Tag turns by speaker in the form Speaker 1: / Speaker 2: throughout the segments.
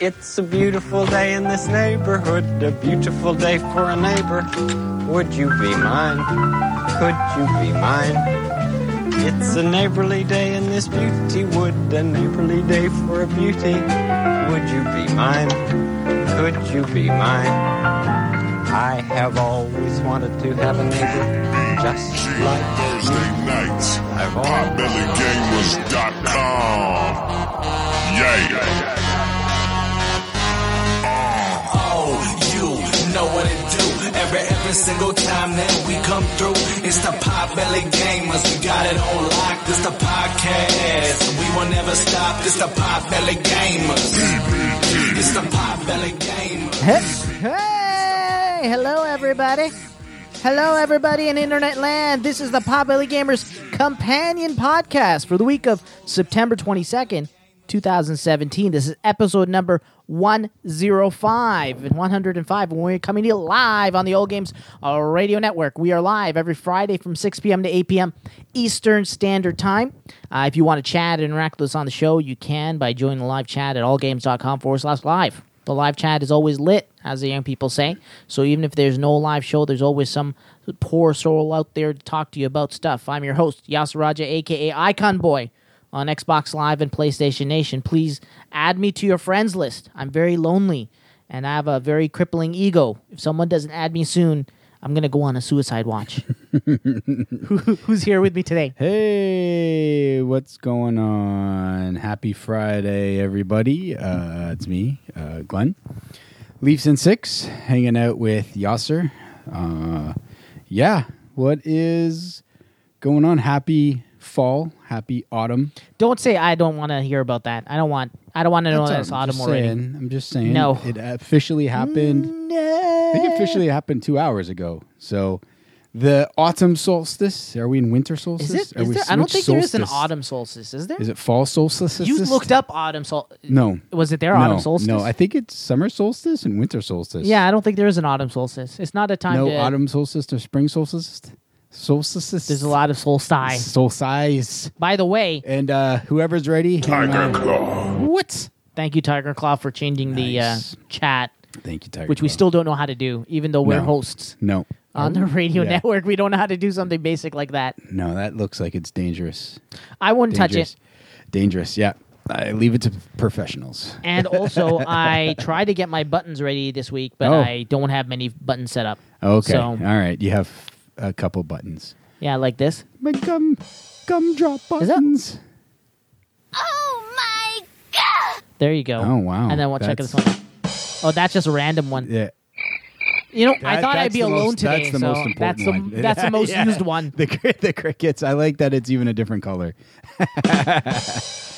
Speaker 1: It's a beautiful day in this neighborhood, a beautiful day for a neighbor. Would you be mine? Could you be mine? It's a neighborly day in this beauty wood, a neighborly day for a beauty. Would you be mine? Could you be mine? I have always wanted to have a neighbor just like
Speaker 2: Thursday nights.
Speaker 1: I've always-
Speaker 2: PopBellyGamers.com. Yeah.
Speaker 3: Oh, you know what it do. Every every single time that we come through, it's the Pop Belly Gamers. We got it on lock. This the podcast. We will never stop. This the Pop Belly Gamers. It's the Pop Belly Gamers.
Speaker 4: Hey, hey, hello everybody. Hello everybody in internet land. This is the Pop Belly Gamers companion podcast for the week of September 22nd, 2017. This is episode number 105 and 105 when we're coming to you live on the Old Games uh, Radio Network. We are live every Friday from 6 p.m. to 8 p.m. Eastern Standard Time. Uh, if you want to chat and interact with us on the show, you can by joining the live chat at allgames.com forward slash live. The live chat is always lit, as the young people say. So even if there's no live show, there's always some poor soul out there to talk to you about stuff. I'm your host, Yasuraja, aka Icon Boy, on Xbox Live and PlayStation Nation. Please add me to your friends list. I'm very lonely, and I have a very crippling ego. If someone doesn't add me soon, I'm gonna go on a suicide watch. Who, who's here with me today?
Speaker 5: Hey, what's going on? Happy Friday, everybody. Uh, it's me, uh, Glenn. Leafs in six, hanging out with Yasser. Uh, yeah, what is going on? Happy fall, happy autumn.
Speaker 4: Don't say I don't want to hear about that. I don't want. I don't want to know that it's
Speaker 5: I'm
Speaker 4: autumn
Speaker 5: just
Speaker 4: already.
Speaker 5: saying- I'm just saying.
Speaker 4: No.
Speaker 5: It officially happened. I think it officially happened two hours ago. So the autumn solstice. Are we in winter solstice?
Speaker 4: Is it?
Speaker 5: Are
Speaker 4: Is
Speaker 5: we-
Speaker 4: there, I don't
Speaker 5: which
Speaker 4: think there is an
Speaker 5: solstice?
Speaker 4: autumn solstice, is there?
Speaker 5: Is it fall solstice?
Speaker 4: you looked up autumn sol.
Speaker 5: No.
Speaker 4: Was it there
Speaker 5: no,
Speaker 4: autumn solstice?
Speaker 5: No, I think it's summer solstice and winter solstice.
Speaker 4: yeah, I don't think there is an autumn solstice. It's not a time.
Speaker 5: No
Speaker 4: to,
Speaker 5: autumn solstice or spring solstice. Solstices.
Speaker 4: There's a lot of solstice.
Speaker 5: Solstice.
Speaker 4: By the way,
Speaker 5: And uh, whoever's ready. hang
Speaker 2: Tiger
Speaker 5: on.
Speaker 2: Claw.
Speaker 5: What?
Speaker 4: thank you, Tiger Claw, for changing
Speaker 5: Nice.
Speaker 4: the uh, chat,
Speaker 5: Thank you, Tiger.
Speaker 4: which we
Speaker 5: Claw.
Speaker 4: still don't know how to do, even though we're
Speaker 5: No.
Speaker 4: hosts
Speaker 5: No.
Speaker 4: on the radio
Speaker 5: Yeah.
Speaker 4: network. We don't know how to do something basic like that.
Speaker 5: No, that looks like it's dangerous.
Speaker 4: I wouldn't touch
Speaker 5: Dangerous.
Speaker 4: it.
Speaker 5: Dangerous, yeah. I leave it to professionals.
Speaker 4: And also, I tried to get my buttons ready this week, but
Speaker 5: Oh.
Speaker 4: I don't have many buttons set up.
Speaker 5: Okay. Uh,
Speaker 4: So,
Speaker 5: All right. You have a couple buttons.
Speaker 4: yeah, like this.
Speaker 5: My gum gumdrop
Speaker 4: that-
Speaker 5: buttons.
Speaker 6: Oh my god!
Speaker 4: There you go.
Speaker 5: Oh, wow.
Speaker 4: And then we'll check this one.
Speaker 5: That's-
Speaker 4: out. Oh, that's just a random one.
Speaker 5: Yeah.
Speaker 4: You know, I
Speaker 5: That-
Speaker 4: thought I'd
Speaker 5: that's
Speaker 4: be
Speaker 5: the
Speaker 4: alone
Speaker 5: most-
Speaker 4: today.
Speaker 5: That's the
Speaker 4: so
Speaker 5: most important
Speaker 4: that's the,
Speaker 5: one.
Speaker 4: That's the most
Speaker 5: Yeah.
Speaker 4: used one.
Speaker 5: The, cri- the crickets. I like that it's even a different color.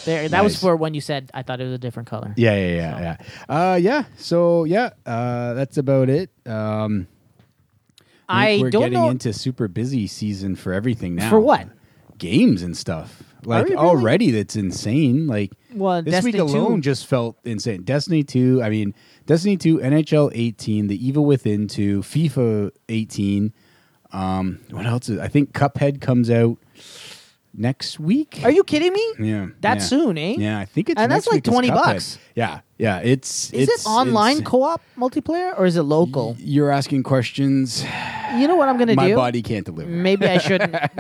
Speaker 4: There, that was
Speaker 5: Nice.
Speaker 4: for when you said I thought it was a different color.
Speaker 5: Yeah, yeah, yeah, yeah. Uh, yeah. So yeah, uh, that's about it. Um, we-
Speaker 4: I
Speaker 5: we're
Speaker 4: don't
Speaker 5: getting
Speaker 4: know
Speaker 5: into super busy season for everything now.
Speaker 4: for what.
Speaker 5: Games and stuff. Like
Speaker 4: we really?
Speaker 5: already, that's insane. Like
Speaker 4: Well,
Speaker 5: this
Speaker 4: Destiny
Speaker 5: week alone
Speaker 4: 2
Speaker 5: just felt insane. Destiny two. I mean, Destiny two, NHL eighteen, The Evil Within two, FIFA eighteen. Um, what else? Is, I think Cuphead comes out next week.
Speaker 4: Are you kidding me?
Speaker 5: Yeah,
Speaker 4: That
Speaker 5: yeah.
Speaker 4: soon, eh?
Speaker 5: Yeah, I think it's
Speaker 4: And that's
Speaker 5: next
Speaker 4: like
Speaker 5: week is
Speaker 4: 20
Speaker 5: Cuphead.
Speaker 4: bucks.
Speaker 5: Yeah, yeah. It's
Speaker 4: Is
Speaker 5: it's,
Speaker 4: it online
Speaker 5: it's-
Speaker 4: co-op multiplayer or is it local?
Speaker 5: You're asking questions.
Speaker 4: you know what I'm gonna
Speaker 5: My
Speaker 4: do?
Speaker 5: body can't deliver.
Speaker 4: Maybe I shouldn't.
Speaker 5: I,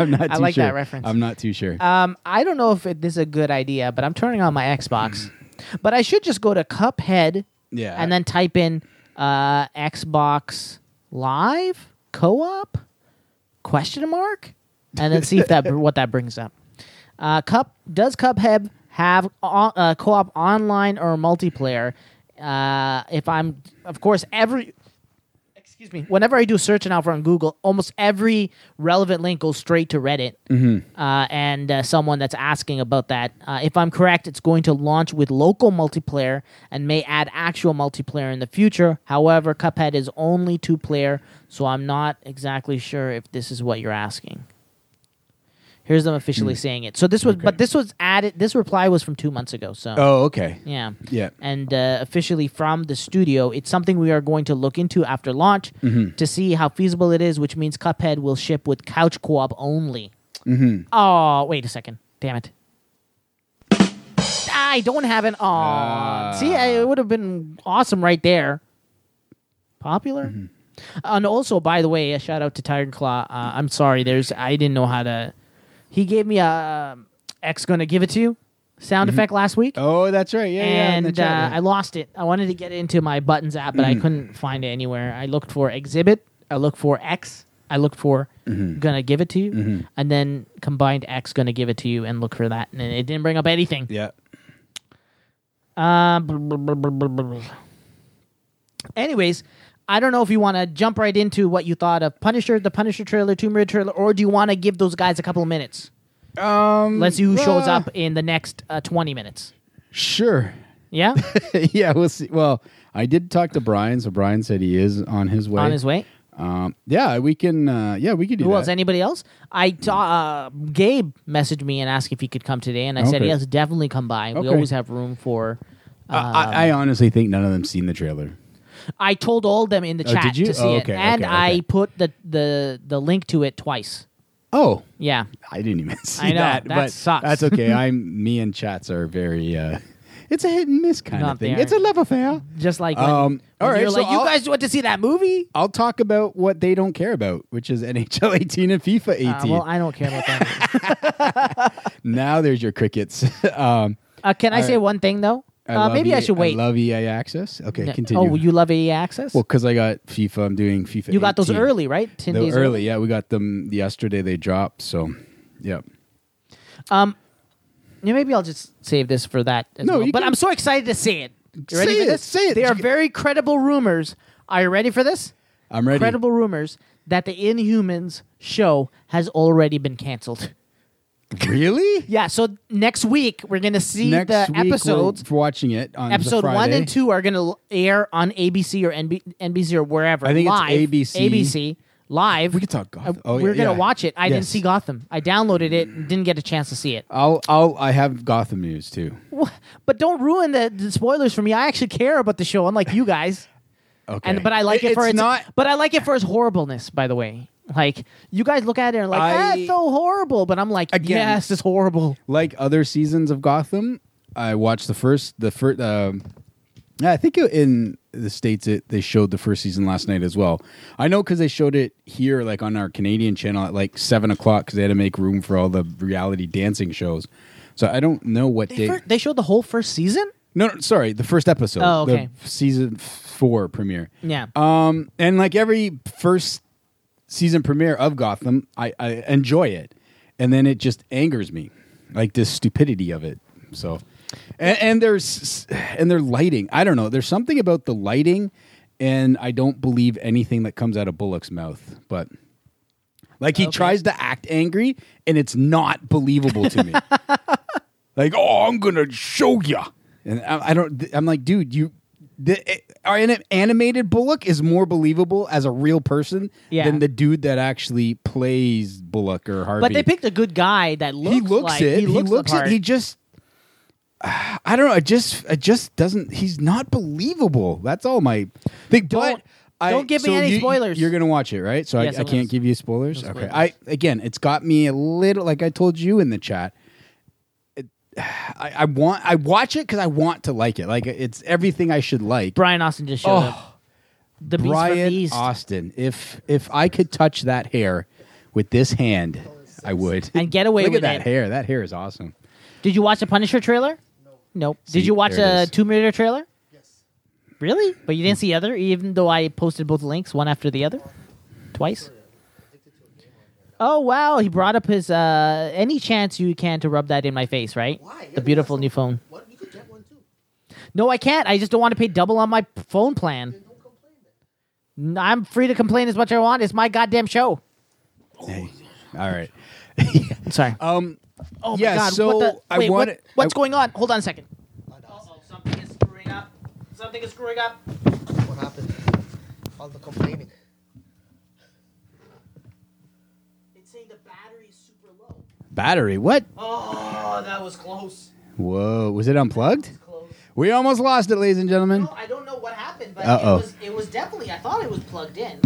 Speaker 5: am not. Too
Speaker 4: I like that
Speaker 5: sure.
Speaker 4: reference.
Speaker 5: I'm not too sure.
Speaker 4: um, I don't know if it, this is a good idea, but I'm turning on my Xbox. but I should just go to Cuphead.
Speaker 5: Yeah.
Speaker 4: And then type in uh, Xbox Live co-op question mark, and then see if that what that brings up. Uh, Cup does Cuphead have on, uh, co-op online or multiplayer? Uh, if I'm, of course, every excuse me, whenever I do a search now for on Google, almost every relevant link goes straight to Reddit uh, and uh, someone that's asking about that. Uh, if I'm correct, it's going to launch with local multiplayer and may add actual multiplayer in the future. However, Cuphead is only two player, so I'm not exactly sure if this is what you're asking. Here's them officially saying it. So this was, but this was added. This reply was from two months ago. So
Speaker 5: oh, okay.
Speaker 4: yeah.
Speaker 5: Yeah.
Speaker 4: And uh, officially from the studio, it's something we are going to look into after launch
Speaker 5: Mm-hmm.
Speaker 4: to see how feasible it is, which means Cuphead will ship with couch co
Speaker 5: Mm-hmm.
Speaker 4: op only. Oh, wait a second. Damn it. I don't have an. Aw.
Speaker 5: Ah.
Speaker 4: See, I, it would have been awesome right there. Popular?
Speaker 5: Mm-hmm.
Speaker 4: And also, by the way, a shout out to Tiger Claw. Uh, I'm sorry, there's I didn't know how to. He gave me a um, X gonna give it to you sound effect last week.
Speaker 5: Oh, that's right. Yeah, yeah. in the
Speaker 4: and
Speaker 5: chat,
Speaker 4: uh,
Speaker 5: yeah.
Speaker 4: I lost it. I wanted to get it into my buttons app, but I couldn't find it anywhere. I looked for exhibit. I looked for X. I looked for gonna give it to you, and then combined X gonna give it to you, and look for that, and it didn't bring up anything.
Speaker 5: Yeah.
Speaker 4: Uh, blah, blah, blah, blah, blah, blah, blah. Anyways, I don't know if you want to jump right into what you thought of Punisher, the Punisher trailer, Tomb Raider trailer, or do you want to give those guys a couple of minutes?
Speaker 5: Um,
Speaker 4: Let's see who shows
Speaker 5: uh,
Speaker 4: up in the next uh, twenty minutes.
Speaker 5: Sure.
Speaker 4: Yeah,
Speaker 5: yeah, we'll see. Well, I did talk to Brian, so Brian said he is on his way.
Speaker 4: on his way.
Speaker 5: Um, yeah, we can. Uh, yeah, we can do
Speaker 4: Who
Speaker 5: that.
Speaker 4: else? Anybody else? I ta- uh, Gabe messaged me and asked if he could come today, and I said
Speaker 5: Okay.
Speaker 4: yes, definitely come by. We
Speaker 5: Okay.
Speaker 4: always have room for. Uh,
Speaker 5: I, I honestly think none of them seen the trailer.
Speaker 4: I told all them in the
Speaker 5: Oh,
Speaker 4: chat
Speaker 5: did you?
Speaker 4: to see
Speaker 5: Oh,
Speaker 4: it,
Speaker 5: okay,
Speaker 4: and
Speaker 5: okay,
Speaker 4: I
Speaker 5: okay.
Speaker 4: put the, the the link to it twice.
Speaker 5: Oh,
Speaker 4: Yeah,
Speaker 5: I didn't even see
Speaker 4: I know,
Speaker 5: that.
Speaker 4: that
Speaker 5: but
Speaker 4: sucks.
Speaker 5: That's okay. I'm me and chats are very. Uh, it's a hit and miss kind
Speaker 4: Not
Speaker 5: of thing.
Speaker 4: there.
Speaker 5: It's a love affair.
Speaker 4: just like when,
Speaker 5: Um, all
Speaker 4: when
Speaker 5: right,
Speaker 4: you're
Speaker 5: so
Speaker 4: like you
Speaker 5: I'll-
Speaker 4: guys want to see that movie.
Speaker 5: I'll talk about what they don't care about, which is NHL 18 and FIFA 18.
Speaker 4: Uh, well, I don't care about that.
Speaker 5: now there's your crickets. um,
Speaker 4: uh, can I say one thing though?
Speaker 5: I
Speaker 4: uh,
Speaker 5: love
Speaker 4: maybe I
Speaker 5: EA
Speaker 4: should wait.
Speaker 5: I love EA access. Okay,
Speaker 4: Yeah.
Speaker 5: continue.
Speaker 4: Oh, you love EA access?
Speaker 5: well, because I got FIFA. I'm doing FIFA.
Speaker 4: you got those
Speaker 5: 18.
Speaker 4: early, right? Ten
Speaker 5: They were
Speaker 4: days
Speaker 5: early, yeah. We got them yesterday. They dropped, so yeah.
Speaker 4: Yeah, maybe I'll just save this for that. As
Speaker 5: No,
Speaker 4: well.
Speaker 5: you
Speaker 4: but
Speaker 5: can-
Speaker 4: I'm so excited to see it. You ready
Speaker 5: Say
Speaker 4: for
Speaker 5: it,
Speaker 4: this?
Speaker 5: say it.
Speaker 4: They are very credible rumors. Are you ready for this?
Speaker 5: I'm ready.
Speaker 4: Credible rumors that the Inhumans show has already been canceled.
Speaker 5: Really?
Speaker 4: Yeah, so next week we're gonna see
Speaker 5: Next
Speaker 4: the
Speaker 5: week
Speaker 4: episodes.
Speaker 5: we're watching it on the
Speaker 4: Episode one
Speaker 5: Friday.
Speaker 4: and two are gonna l- air on ABC or NB- NBC or wherever.
Speaker 5: I think it's
Speaker 4: live.
Speaker 5: ABC.
Speaker 4: ABC live.
Speaker 5: We could talk Gotham.
Speaker 4: Uh,
Speaker 5: Oh,
Speaker 4: we're
Speaker 5: yeah,
Speaker 4: gonna
Speaker 5: yeah.
Speaker 4: watch it. I didn't
Speaker 5: Yes.
Speaker 4: see Gotham. I downloaded it and didn't get a chance to see it.
Speaker 5: I'll, I'll, I have Gotham news too.
Speaker 4: Wha- But don't ruin the, the spoilers for me. I actually care about the show, unlike you guys.
Speaker 5: Okay.
Speaker 4: And but I like it, for
Speaker 5: it's
Speaker 4: its
Speaker 5: not.
Speaker 4: but I like it for its horribleness. By the way, like you guys look at it and are like
Speaker 5: I-
Speaker 4: that's so horrible, but I'm like
Speaker 5: Again-
Speaker 4: yes, it's horrible.
Speaker 5: like other seasons of Gotham, I watched the first the first. Um, yeah, I think in the states it they showed the first season last night as well. I know because they showed it here, like on our Canadian channel at like seven o'clock, because they had to make room for all the reality dancing shows. So I don't know what
Speaker 4: They,
Speaker 5: day.
Speaker 4: fir- they showed the whole first season.
Speaker 5: no, no, sorry, the first episode.
Speaker 4: Oh,
Speaker 5: the
Speaker 4: okay.
Speaker 5: season four premiere.
Speaker 4: Yeah,
Speaker 5: Um, and like every first season premiere of Gotham, I, I enjoy it, and then it just angers me, like this stupidity of it. So, and, and there's and their lighting. I don't know. There's something about the lighting, and I don't believe anything that comes out of Bullock's mouth. But like he tries to act angry, and it's not believable to me. like, oh, I'm gonna show ya. And I, I don't. th- I'm like, dude, you. The, eh, our anim- animated Bullock is more believable as a real person
Speaker 4: Yeah.
Speaker 5: than the dude that actually plays Bullock or Harvey.
Speaker 4: but they picked a good guy that looks.
Speaker 5: he looks
Speaker 4: like,
Speaker 5: it.
Speaker 4: He looks, the part.
Speaker 5: it. He just. I don't know. It just. It just doesn't. He's not believable. That's all my. Thing.
Speaker 4: Don't-
Speaker 5: but I,
Speaker 4: don't give me
Speaker 5: so
Speaker 4: any
Speaker 5: you-
Speaker 4: spoilers.
Speaker 5: You're gonna watch it, right? So
Speaker 4: Yes,
Speaker 5: I,
Speaker 4: I
Speaker 5: I can't
Speaker 4: will.
Speaker 5: give you spoilers.
Speaker 4: No
Speaker 5: Okay.
Speaker 4: spoilers.
Speaker 5: I again, it's got me a little. Like I told you in the chat. it- I, I want I watch it because I want to like it. Like it's everything I should like.
Speaker 4: Brian Austin just showed
Speaker 5: Oh,
Speaker 4: up. The beast from the
Speaker 5: Brian
Speaker 4: east.
Speaker 5: Austin. If if I could touch that hair with this hand, I would.
Speaker 4: And get away
Speaker 5: Look
Speaker 4: with
Speaker 5: at that
Speaker 4: it.
Speaker 5: hair. That hair is awesome.
Speaker 4: Did you watch the Punisher trailer? No. Nope.
Speaker 5: See,
Speaker 4: Did you watch
Speaker 5: there it
Speaker 4: a
Speaker 5: is.
Speaker 4: Tomb Raider trailer? Yes. Really? But you didn't see other, even though I posted both links one after the other, twice. Oh wow! He brought up his uh, any chance you can to rub that in my face, right?
Speaker 7: Why?
Speaker 4: The beautiful new phone.
Speaker 7: What? You could get one too.
Speaker 4: No, I can't. I just don't want to pay double on my p- phone plan.
Speaker 7: Don't complain then.
Speaker 4: N- I'm free to complain as much as I want. It's my goddamn show.
Speaker 5: All right.
Speaker 4: Sorry.
Speaker 5: Um,
Speaker 4: oh my
Speaker 5: yeah,
Speaker 4: god!
Speaker 5: so
Speaker 4: what the,
Speaker 5: I
Speaker 4: wait,
Speaker 5: wanna-
Speaker 4: what, what's
Speaker 5: I-
Speaker 4: going on? Hold on a second. Uh-oh, something is screwing up. Something is screwing up.
Speaker 7: What happened? All the complaining.
Speaker 4: It's saying the battery is super low.
Speaker 5: battery. What?
Speaker 4: Oh, that was close.
Speaker 5: Whoa. Was it unplugged?
Speaker 4: Close.
Speaker 5: We almost lost it, ladies and gentlemen.
Speaker 4: No, I don't know what happened, but
Speaker 5: Uh-oh.
Speaker 4: it was it was definitely I thought it was plugged in.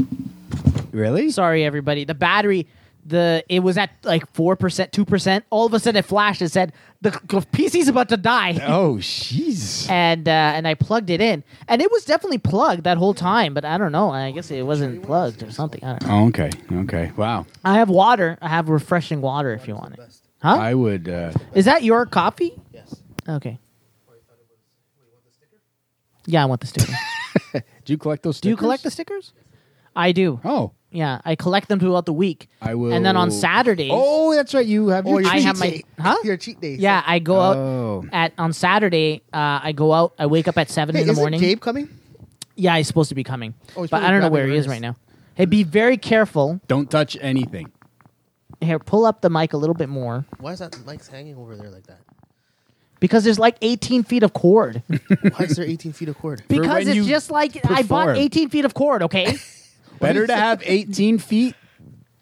Speaker 5: Really?
Speaker 4: Sorry everybody. The battery the it was at like four percent, two percent. All of a sudden, it flashed and said the c- PC's about to die.
Speaker 5: Oh, jeez.
Speaker 4: And uh, and I plugged it in, and it was definitely plugged that whole time. But I don't know. I guess it wasn't plugged or something. I don't know.
Speaker 5: Oh, okay. Okay. Wow.
Speaker 4: I have water. I have refreshing water if you want it.
Speaker 7: Best.
Speaker 4: Huh?
Speaker 5: I would. Uh,
Speaker 4: Is that your coffee?
Speaker 7: Yes.
Speaker 4: Okay. Yeah, I want the sticker.
Speaker 5: do you collect those?
Speaker 4: do you
Speaker 5: stickers?
Speaker 4: collect the stickers? I do.
Speaker 5: Oh,
Speaker 4: Yeah, I collect them throughout the week.
Speaker 5: I will.
Speaker 4: And then on Saturdays,
Speaker 5: Oh, that's right. You have your.
Speaker 4: I
Speaker 5: cheat
Speaker 4: have my-
Speaker 5: sheet.
Speaker 4: Huh?
Speaker 7: Your cheat days.
Speaker 4: yeah, I go
Speaker 5: Oh.
Speaker 4: out at on Saturday. Uh, I go out. I wake up at seven
Speaker 7: Hey,
Speaker 4: in the
Speaker 7: isn't
Speaker 4: morning.
Speaker 7: Gabe coming?
Speaker 4: Yeah, he's supposed to be coming,
Speaker 7: Oh, he's
Speaker 4: but
Speaker 7: probably
Speaker 4: I don't know
Speaker 7: grabbing
Speaker 4: where he is
Speaker 7: hers.
Speaker 4: right now. Hey, be very careful.
Speaker 5: Don't touch anything.
Speaker 4: Here, pull up the mic a little bit more
Speaker 7: Why is that mic's hanging over there like that?
Speaker 4: because there's like 18 feet of cord.
Speaker 7: Why is there 18 feet of cord?
Speaker 4: Because
Speaker 5: when
Speaker 4: it's
Speaker 5: you
Speaker 4: just like I
Speaker 5: perform.
Speaker 4: bought 18 feet of cord. Okay,
Speaker 5: Better to have 18 feet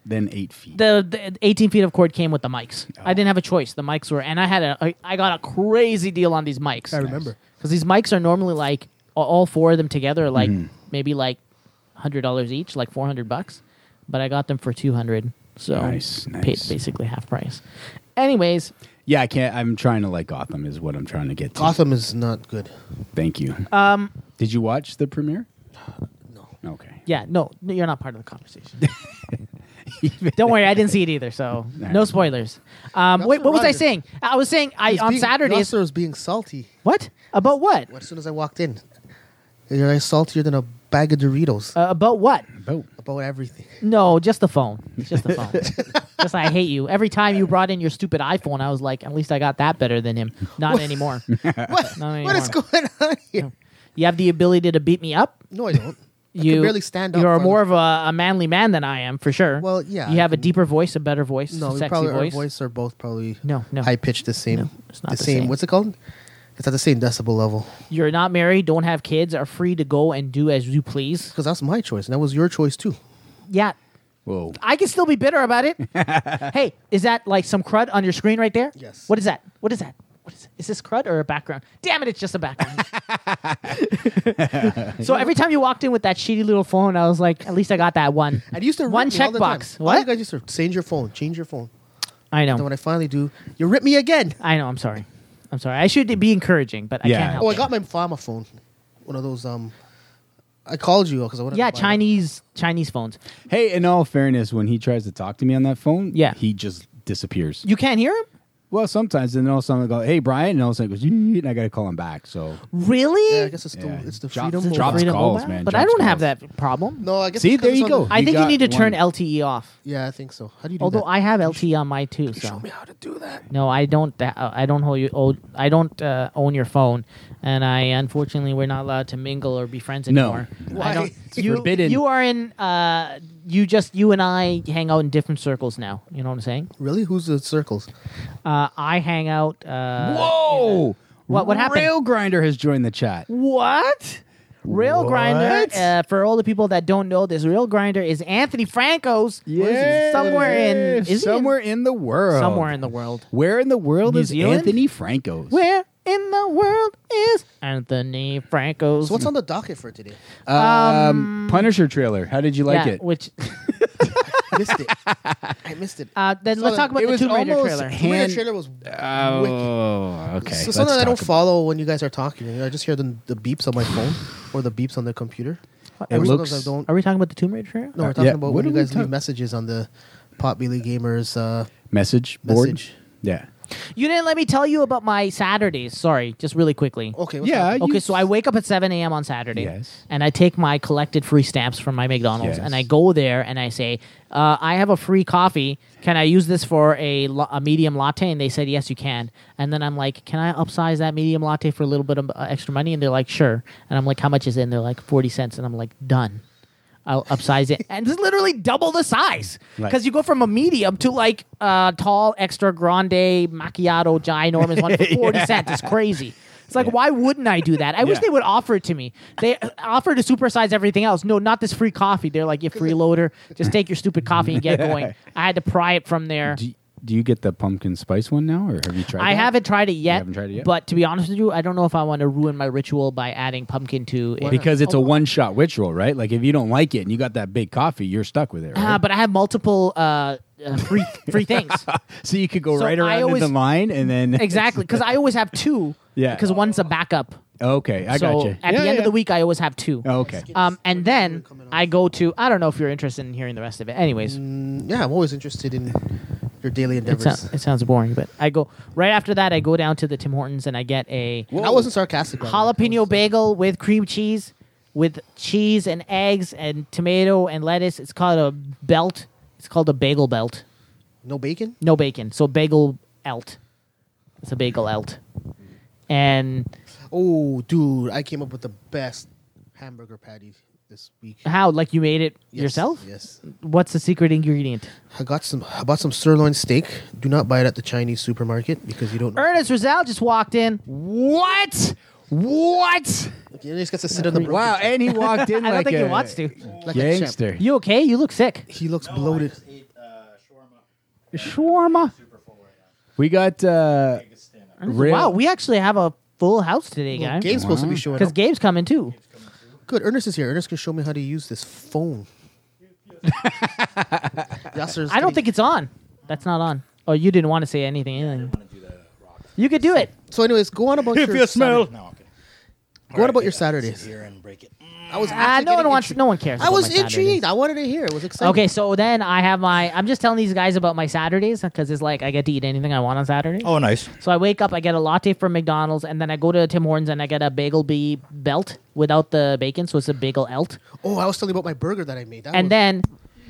Speaker 5: than eight feet.
Speaker 4: the, the 18 feet of cord came with the mics.
Speaker 5: Oh.
Speaker 4: I didn't have a choice. The mics were, and I had a I, I got a crazy deal on these mics.
Speaker 7: I remember.
Speaker 4: because these mics are normally like a- all four of them together are like
Speaker 5: Mm-hmm.
Speaker 4: maybe like hundred dollars each, like four hundred bucks. But I got them for two hundred, so
Speaker 5: Nice,
Speaker 4: paid
Speaker 5: nice.
Speaker 4: basically half price. Anyways,
Speaker 5: Yeah, I can't. I'm trying to like Gotham is what I'm trying to get to.
Speaker 7: Gotham is not good.
Speaker 5: Thank you. Um, did you watch the premiere?
Speaker 7: No.
Speaker 5: Okay.
Speaker 4: yeah, no, no, you're not part of the conversation. Don't worry, I didn't see it either, so no spoilers. Um, wait,
Speaker 7: Nelson
Speaker 4: what was I
Speaker 7: Rodgers.
Speaker 4: saying? I was saying I
Speaker 7: He's
Speaker 4: on
Speaker 7: being-
Speaker 4: Saturdays.
Speaker 7: Yasser was being salty.
Speaker 4: What about what?
Speaker 7: As soon as I walked in, you're like saltier than a bag of Doritos
Speaker 4: Uh, about what?
Speaker 5: Oh,
Speaker 7: about everything.
Speaker 4: No, just the phone. Just the phone. just I hate you. Every time you brought in your stupid iPhone, I was like, at least I got that better than him. Not anymore.
Speaker 7: What?
Speaker 4: Not anymore.
Speaker 7: what is going on here?
Speaker 4: You have the ability to beat me up.
Speaker 7: No, I don't.
Speaker 4: You
Speaker 7: I can barely stand up.
Speaker 4: You're
Speaker 7: for-
Speaker 4: more of a, a manly man than I am, for sure.
Speaker 7: Well, yeah,
Speaker 4: You
Speaker 7: I
Speaker 4: have a
Speaker 7: can-
Speaker 4: deeper voice, a better voice,
Speaker 7: no.
Speaker 4: a
Speaker 7: we
Speaker 4: sexy
Speaker 7: probably
Speaker 4: voice.
Speaker 7: our voice are both probably
Speaker 4: No, no.
Speaker 7: high pitched the same.
Speaker 4: No, it's not the
Speaker 7: same.
Speaker 4: same.
Speaker 7: What's it called? It's at the same decibel level
Speaker 4: You're not married, don't have kids, are free to go and do as you please.
Speaker 7: because that's my choice and that was your choice too.
Speaker 4: Yeah.
Speaker 5: whoa.
Speaker 4: I can still be bitter about it. hey, is that like some crud on your screen right there?
Speaker 7: Yes.
Speaker 4: What is that? What is that? What is it? Is this crud or a background? Damn it, it's just a background. so every time you walked in with that shitty little phone, I was like, at least I got that one.
Speaker 7: And you used to rip
Speaker 4: one
Speaker 7: me all the time.
Speaker 4: checkbox.
Speaker 7: All
Speaker 4: What?
Speaker 7: you guys used to change your phone, change your phone.
Speaker 4: I know.
Speaker 7: Then when I finally do, you rip me again.
Speaker 4: I know. I'm sorry. I'm sorry. I should be encouraging, but I
Speaker 5: Yeah.
Speaker 4: can't help.
Speaker 7: Oh, I
Speaker 4: it.
Speaker 7: got my pharma phone, one of those. Um, I called you because I wanted.
Speaker 4: Yeah,
Speaker 7: to buy
Speaker 4: Chinese Chinese phones.
Speaker 5: Hey, in all fairness, when he tries to talk to me on that phone,
Speaker 4: Yeah.
Speaker 5: he just disappears.
Speaker 4: You can't hear him?
Speaker 5: Well, sometimes, and then all of a sudden I go, "Hey, Brian," and all of a sudden it goes, "Yeet," and I got to call him back. So
Speaker 7: It.
Speaker 4: Really?
Speaker 7: Yeah, I guess it's the
Speaker 5: Yeah.
Speaker 7: it's the
Speaker 5: Drop-
Speaker 7: freedom.
Speaker 5: drop
Speaker 7: mobile.
Speaker 5: Drops
Speaker 4: Freedom
Speaker 5: calls,
Speaker 4: Mobile?
Speaker 5: man,
Speaker 4: But I
Speaker 5: drops
Speaker 4: don't have
Speaker 5: calls.
Speaker 4: that problem.
Speaker 7: No, I guess.
Speaker 5: See,
Speaker 7: it
Speaker 5: there
Speaker 7: comes
Speaker 5: you
Speaker 7: on
Speaker 5: go.
Speaker 7: the-
Speaker 4: I think you
Speaker 5: got
Speaker 4: need to turn
Speaker 5: one.
Speaker 4: LTE off.
Speaker 7: yeah, I think so. How do you do
Speaker 4: Although
Speaker 7: that?
Speaker 4: I have LTE on my too, so
Speaker 7: show me how to do that.
Speaker 4: No, I don't. tha- uh, I don't hold you. Old, I don't uh, own your phone, and I unfortunately we're not allowed to mingle or be friends
Speaker 5: No.
Speaker 4: anymore.
Speaker 7: Why?
Speaker 4: I don't,
Speaker 7: It's
Speaker 4: you,
Speaker 5: forbidden.
Speaker 4: You are in. Uh, you just you and I hang out in different circles now. You know what I'm saying?
Speaker 7: Really? Who's the circles?
Speaker 4: Uh, I hang out. Uh,
Speaker 5: Whoa!
Speaker 4: What- what happened?
Speaker 5: Rail grinder has joined the chat.
Speaker 4: What? Rail Grinder,
Speaker 5: What?
Speaker 4: uh, for all the people that don't know this, Rail Grinder is Anthony Franco's
Speaker 5: Yeah,
Speaker 4: somewhere in is he in-
Speaker 5: somewhere in the world.
Speaker 4: somewhere in the world.
Speaker 5: Where in the world
Speaker 4: New
Speaker 5: is
Speaker 4: Zealand?
Speaker 5: Anthony Franco's?
Speaker 4: Where in the world is Anthony Franco's?
Speaker 7: So what's on the docket for today?
Speaker 5: Um, Punisher trailer. How did you like
Speaker 4: yeah,
Speaker 5: it?
Speaker 4: Which
Speaker 7: I missed it. I missed it.
Speaker 4: uh, then
Speaker 7: So
Speaker 4: let's
Speaker 7: the-
Speaker 4: talk about
Speaker 5: it
Speaker 4: the
Speaker 5: was
Speaker 4: Tomb Raider
Speaker 5: almost
Speaker 4: trailer.
Speaker 7: Tomb Raider
Speaker 5: hand-
Speaker 7: trailer was wicked.
Speaker 5: Oh, okay. let's
Speaker 7: So sometimes I
Speaker 5: talk
Speaker 7: don't
Speaker 5: ab-
Speaker 7: follow when you guys are talking. I just hear the, the beeps on my phone or the beeps on the computer.
Speaker 5: It
Speaker 7: Or sometimes
Speaker 5: looks-
Speaker 7: I don't.
Speaker 4: Are we talking about the Tomb Raider trailer?
Speaker 7: No,
Speaker 5: Uh,
Speaker 7: we're talking
Speaker 5: yeah,
Speaker 7: about
Speaker 5: what
Speaker 7: when
Speaker 5: are
Speaker 7: you
Speaker 5: we
Speaker 7: guys leave
Speaker 5: talk-
Speaker 7: messages on the Potbelly Gamers. Uh,
Speaker 5: message board.
Speaker 7: Message.
Speaker 5: Yeah.
Speaker 4: You didn't let me tell you about my Saturdays. Sorry, just really quickly.
Speaker 7: okay. what's
Speaker 5: Yeah.
Speaker 7: happening?
Speaker 5: Uh, you-
Speaker 4: Okay, so I wake up at 7 a.m. on Saturday,
Speaker 5: Yes.
Speaker 4: and I take my collected free stamps from my McDonald's,
Speaker 5: Yes.
Speaker 4: and I go there and I say, uh, "I have a free coffee. Can I use this for a, la- a medium latte?" And they said, "Yes, you can." And then I'm like, "Can I upsize that medium latte for a little bit of uh, extra money?" And they're like, "Sure." And I'm like, "How much is it?" And they're like, "40 cents." And I'm like, "Done." I'll upsize it, and it's literally double the size
Speaker 5: Right.
Speaker 4: because you go from a medium to like uh, tall, extra grande macchiato, ginormous one for forty cents. It's crazy. It's like, why wouldn't I do that? I wish
Speaker 5: Yeah.
Speaker 4: they would offer it to me. They uh, offer to supersize everything else. No, not this free coffee. They're like, you freeloader, just take your stupid coffee and get going. I had to pry it from there.
Speaker 5: Do, do you get the pumpkin spice one now, or have you tried?
Speaker 4: I
Speaker 5: that?
Speaker 4: haven't tried it yet.
Speaker 5: haven't tried it yet?
Speaker 4: But to be honest with you, I don't know if I want to ruin my ritual by adding pumpkin to it.
Speaker 5: because it's a
Speaker 4: Oh, Ah,
Speaker 5: one-shot ritual, right? Like if you don't like it and you got that big coffee, you're stuck with it. Right?
Speaker 4: Uh, but I have multiple uh, uh, free free things.
Speaker 5: So you could go
Speaker 4: So
Speaker 5: right
Speaker 4: I
Speaker 5: around in
Speaker 4: always-
Speaker 5: the line and then
Speaker 4: exactly, because I always have two.
Speaker 5: Yeah.
Speaker 4: Because one's a backup.
Speaker 5: Okay, I Oh.
Speaker 4: so
Speaker 5: got you.
Speaker 4: at the end of the week, I always have two.
Speaker 5: Okay.
Speaker 4: Um, and then I go to I don't know if you're interested in hearing the rest of it. Anyways,
Speaker 7: Yeah, I'm always interested in your
Speaker 4: it,
Speaker 7: daily endeavors.
Speaker 4: sounds it sounds boring, but I go right after that. I go down to the Tim Hortons and I get a
Speaker 7: I wasn't sarcastic. by the way.
Speaker 4: jalapeno bagel with cream cheese, with cheese and eggs and tomato and lettuce. It's called a belt. It's called a bagel belt.
Speaker 7: No bacon.
Speaker 4: No bacon. So bagel elt. It's a bagel elt. And
Speaker 7: Oh, dude, I came up with the best hamburger patty this week.
Speaker 4: how? Like you made it
Speaker 7: Yes,
Speaker 4: yourself?
Speaker 7: Yes.
Speaker 4: What's the secret ingredient?
Speaker 7: I got some. I bought some sirloin steak. Do not buy it at the Chinese supermarket because you don't. know.
Speaker 4: Ernest Rizal just walked in. What? What?
Speaker 7: You just got to sit on the
Speaker 5: wow, and he walked in
Speaker 4: I don't
Speaker 5: like
Speaker 4: think
Speaker 5: a
Speaker 7: uh,
Speaker 4: he wants to.
Speaker 7: like a champ.
Speaker 5: gangster.
Speaker 4: You okay? You look sick.
Speaker 7: He looks bloated.
Speaker 5: Shawarma. We got uh, rib-
Speaker 4: Wow, we actually have a full house today,
Speaker 7: Well,
Speaker 4: guys.
Speaker 7: Gabe's supposed to be showing
Speaker 4: Because
Speaker 7: up.
Speaker 4: Gabe's coming too.
Speaker 7: Good. Ernest is here. Ernest can show me how to use this phone. Yasser's
Speaker 4: I don't
Speaker 7: getting-
Speaker 4: think it's on. That's not on. Oh, you didn't want to say anything. anything. You could do it.
Speaker 7: uh, so. Anyways, go on about your Saturday-
Speaker 8: No, I'm kidding.
Speaker 7: Go on about
Speaker 8: Alright,
Speaker 7: your
Speaker 8: yeah,
Speaker 7: Saturdays.
Speaker 8: sit here and break it. Mm.
Speaker 7: I was.
Speaker 4: Ah,
Speaker 7: actually
Speaker 4: no one
Speaker 7: getting
Speaker 4: wants.
Speaker 7: intri-
Speaker 4: No one cares.
Speaker 7: I
Speaker 4: about my
Speaker 7: was
Speaker 4: Saturdays.
Speaker 7: intrigued. I wanted to hear. It was exciting.
Speaker 4: Okay, so then I have my. I'm just telling these guys about my Saturdays because it's like I get to eat anything I want on Saturday.
Speaker 8: Oh, nice.
Speaker 4: So I wake up, I get a latte from McDonald's, and then I go to Tim Hortons and I get a bagel bee belt without the bacon, so it's a bagel elt.
Speaker 7: Oh, I was telling you about my burger that I made. That
Speaker 4: And
Speaker 7: was-
Speaker 4: then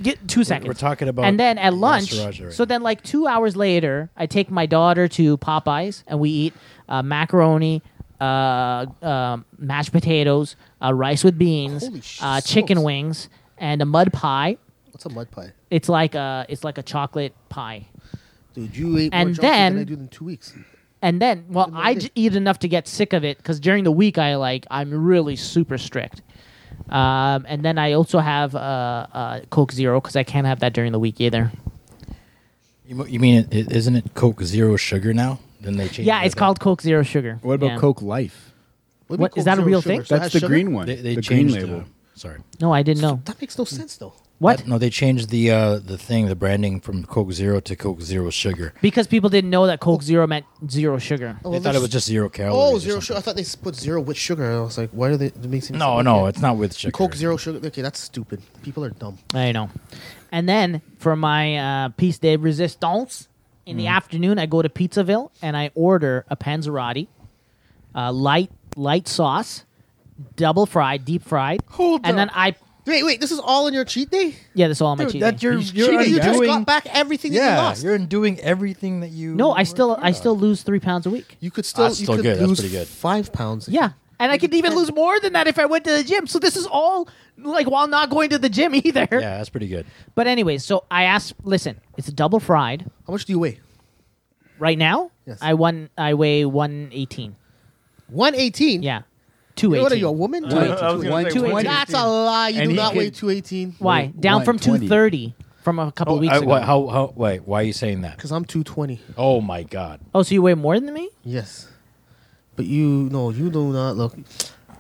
Speaker 4: get two seconds.
Speaker 8: we're talking about
Speaker 4: and then at lunch.
Speaker 8: Sriracha right
Speaker 4: so
Speaker 8: now.
Speaker 4: then, like two hours later, I take my daughter to Popeyes and we eat uh, macaroni. Uh, um mashed potatoes, uh, rice with beans,
Speaker 7: Holy
Speaker 4: uh,
Speaker 7: smokes.
Speaker 4: chicken wings, and a mud pie.
Speaker 7: what's a mud pie,
Speaker 4: It's like a it's like a chocolate pie.
Speaker 7: dude? You ate
Speaker 4: And
Speaker 7: more chocolate
Speaker 4: then-
Speaker 7: than I do in two weeks.
Speaker 4: And then, well,
Speaker 7: my
Speaker 4: I
Speaker 7: dick.
Speaker 4: j- eat enough to get sick of it because during the week I like I'm really super strict. Um, and then I also have uh, uh, Coke Zero because I can't have that during the week either.
Speaker 8: You, mo- you mean it, isn't it Coke Zero Sugar now? Then they changed.
Speaker 4: Yeah,
Speaker 8: it
Speaker 4: it's
Speaker 8: up.
Speaker 4: called Coke Zero Sugar.
Speaker 5: What about
Speaker 4: Yeah.
Speaker 5: Coke Life?
Speaker 7: What,
Speaker 4: What- is that a real thing?
Speaker 5: That's the green one.
Speaker 8: They, they
Speaker 5: the green
Speaker 8: changed
Speaker 5: label.
Speaker 8: The, sorry.
Speaker 4: No, I didn't know.
Speaker 7: That makes no sense though.
Speaker 4: What?
Speaker 8: No, they changed the uh, the thing, the branding from Coke Zero to Coke Zero Sugar.
Speaker 4: Because people didn't know that Coke Zero meant zero sugar.
Speaker 8: they thought it was just zero calories.
Speaker 7: Oh,
Speaker 8: or
Speaker 7: zero sugar. I
Speaker 8: something.
Speaker 7: thought they s- put zero with sugar. I was like, why do they? It makes any
Speaker 8: No,
Speaker 7: sense.
Speaker 8: no,
Speaker 7: Okay.
Speaker 8: it's not with sugar.
Speaker 7: Coke zero sugar. Okay, that's stupid. People are dumb.
Speaker 4: I know. And then for my uh, piece de resistance in
Speaker 7: Mm.
Speaker 4: the afternoon, I go to Pizzaville and I order a panzerotti, uh, light light sauce, double fried, deep fried,
Speaker 7: Hold
Speaker 4: and then
Speaker 7: up.
Speaker 4: I
Speaker 7: Wait, wait. This is all in your cheat day.
Speaker 4: yeah, that's all on my cheat. day.
Speaker 8: you're,
Speaker 7: Cheat
Speaker 8: you're
Speaker 7: day, you just
Speaker 8: undoing-
Speaker 7: got back everything that you
Speaker 8: Yeah,
Speaker 7: lost.
Speaker 8: you're undoing everything that you.
Speaker 4: No, I still
Speaker 8: worked
Speaker 4: I
Speaker 8: hard
Speaker 4: still
Speaker 8: on.
Speaker 4: lose three pounds a week.
Speaker 7: You could still.
Speaker 8: That's
Speaker 7: you
Speaker 8: still
Speaker 7: could
Speaker 8: good. That's
Speaker 7: lose
Speaker 8: pretty good.
Speaker 7: Five pounds.
Speaker 4: Yeah. And I could even lose more than that if I went to the gym. So this is all like while not going to the gym either.
Speaker 8: Yeah, that's pretty good.
Speaker 4: But anyways, so I asked, listen, it's a double fried.
Speaker 7: How much do you weigh?
Speaker 4: Right now,
Speaker 7: Yes.
Speaker 4: I won I weigh 118.
Speaker 7: One eighteen.
Speaker 4: Yeah.
Speaker 7: What
Speaker 4: 218.
Speaker 7: are you, a woman?
Speaker 5: Uh,
Speaker 7: Two-
Speaker 5: I was gonna say
Speaker 4: 120.
Speaker 7: That's a lie. You
Speaker 5: And
Speaker 7: do
Speaker 5: he
Speaker 7: not weigh
Speaker 5: could-
Speaker 7: two eighteen.
Speaker 4: Why? Down from
Speaker 5: 120.
Speaker 4: 230 from a
Speaker 5: Oh,
Speaker 4: couple weeks
Speaker 8: I-
Speaker 4: ago.
Speaker 8: wha- how, how, wait, why are you saying that?
Speaker 7: Because I'm two twenty.
Speaker 8: Oh my God!
Speaker 4: oh, so you weigh more than me?
Speaker 7: Yes. But you no, you do not look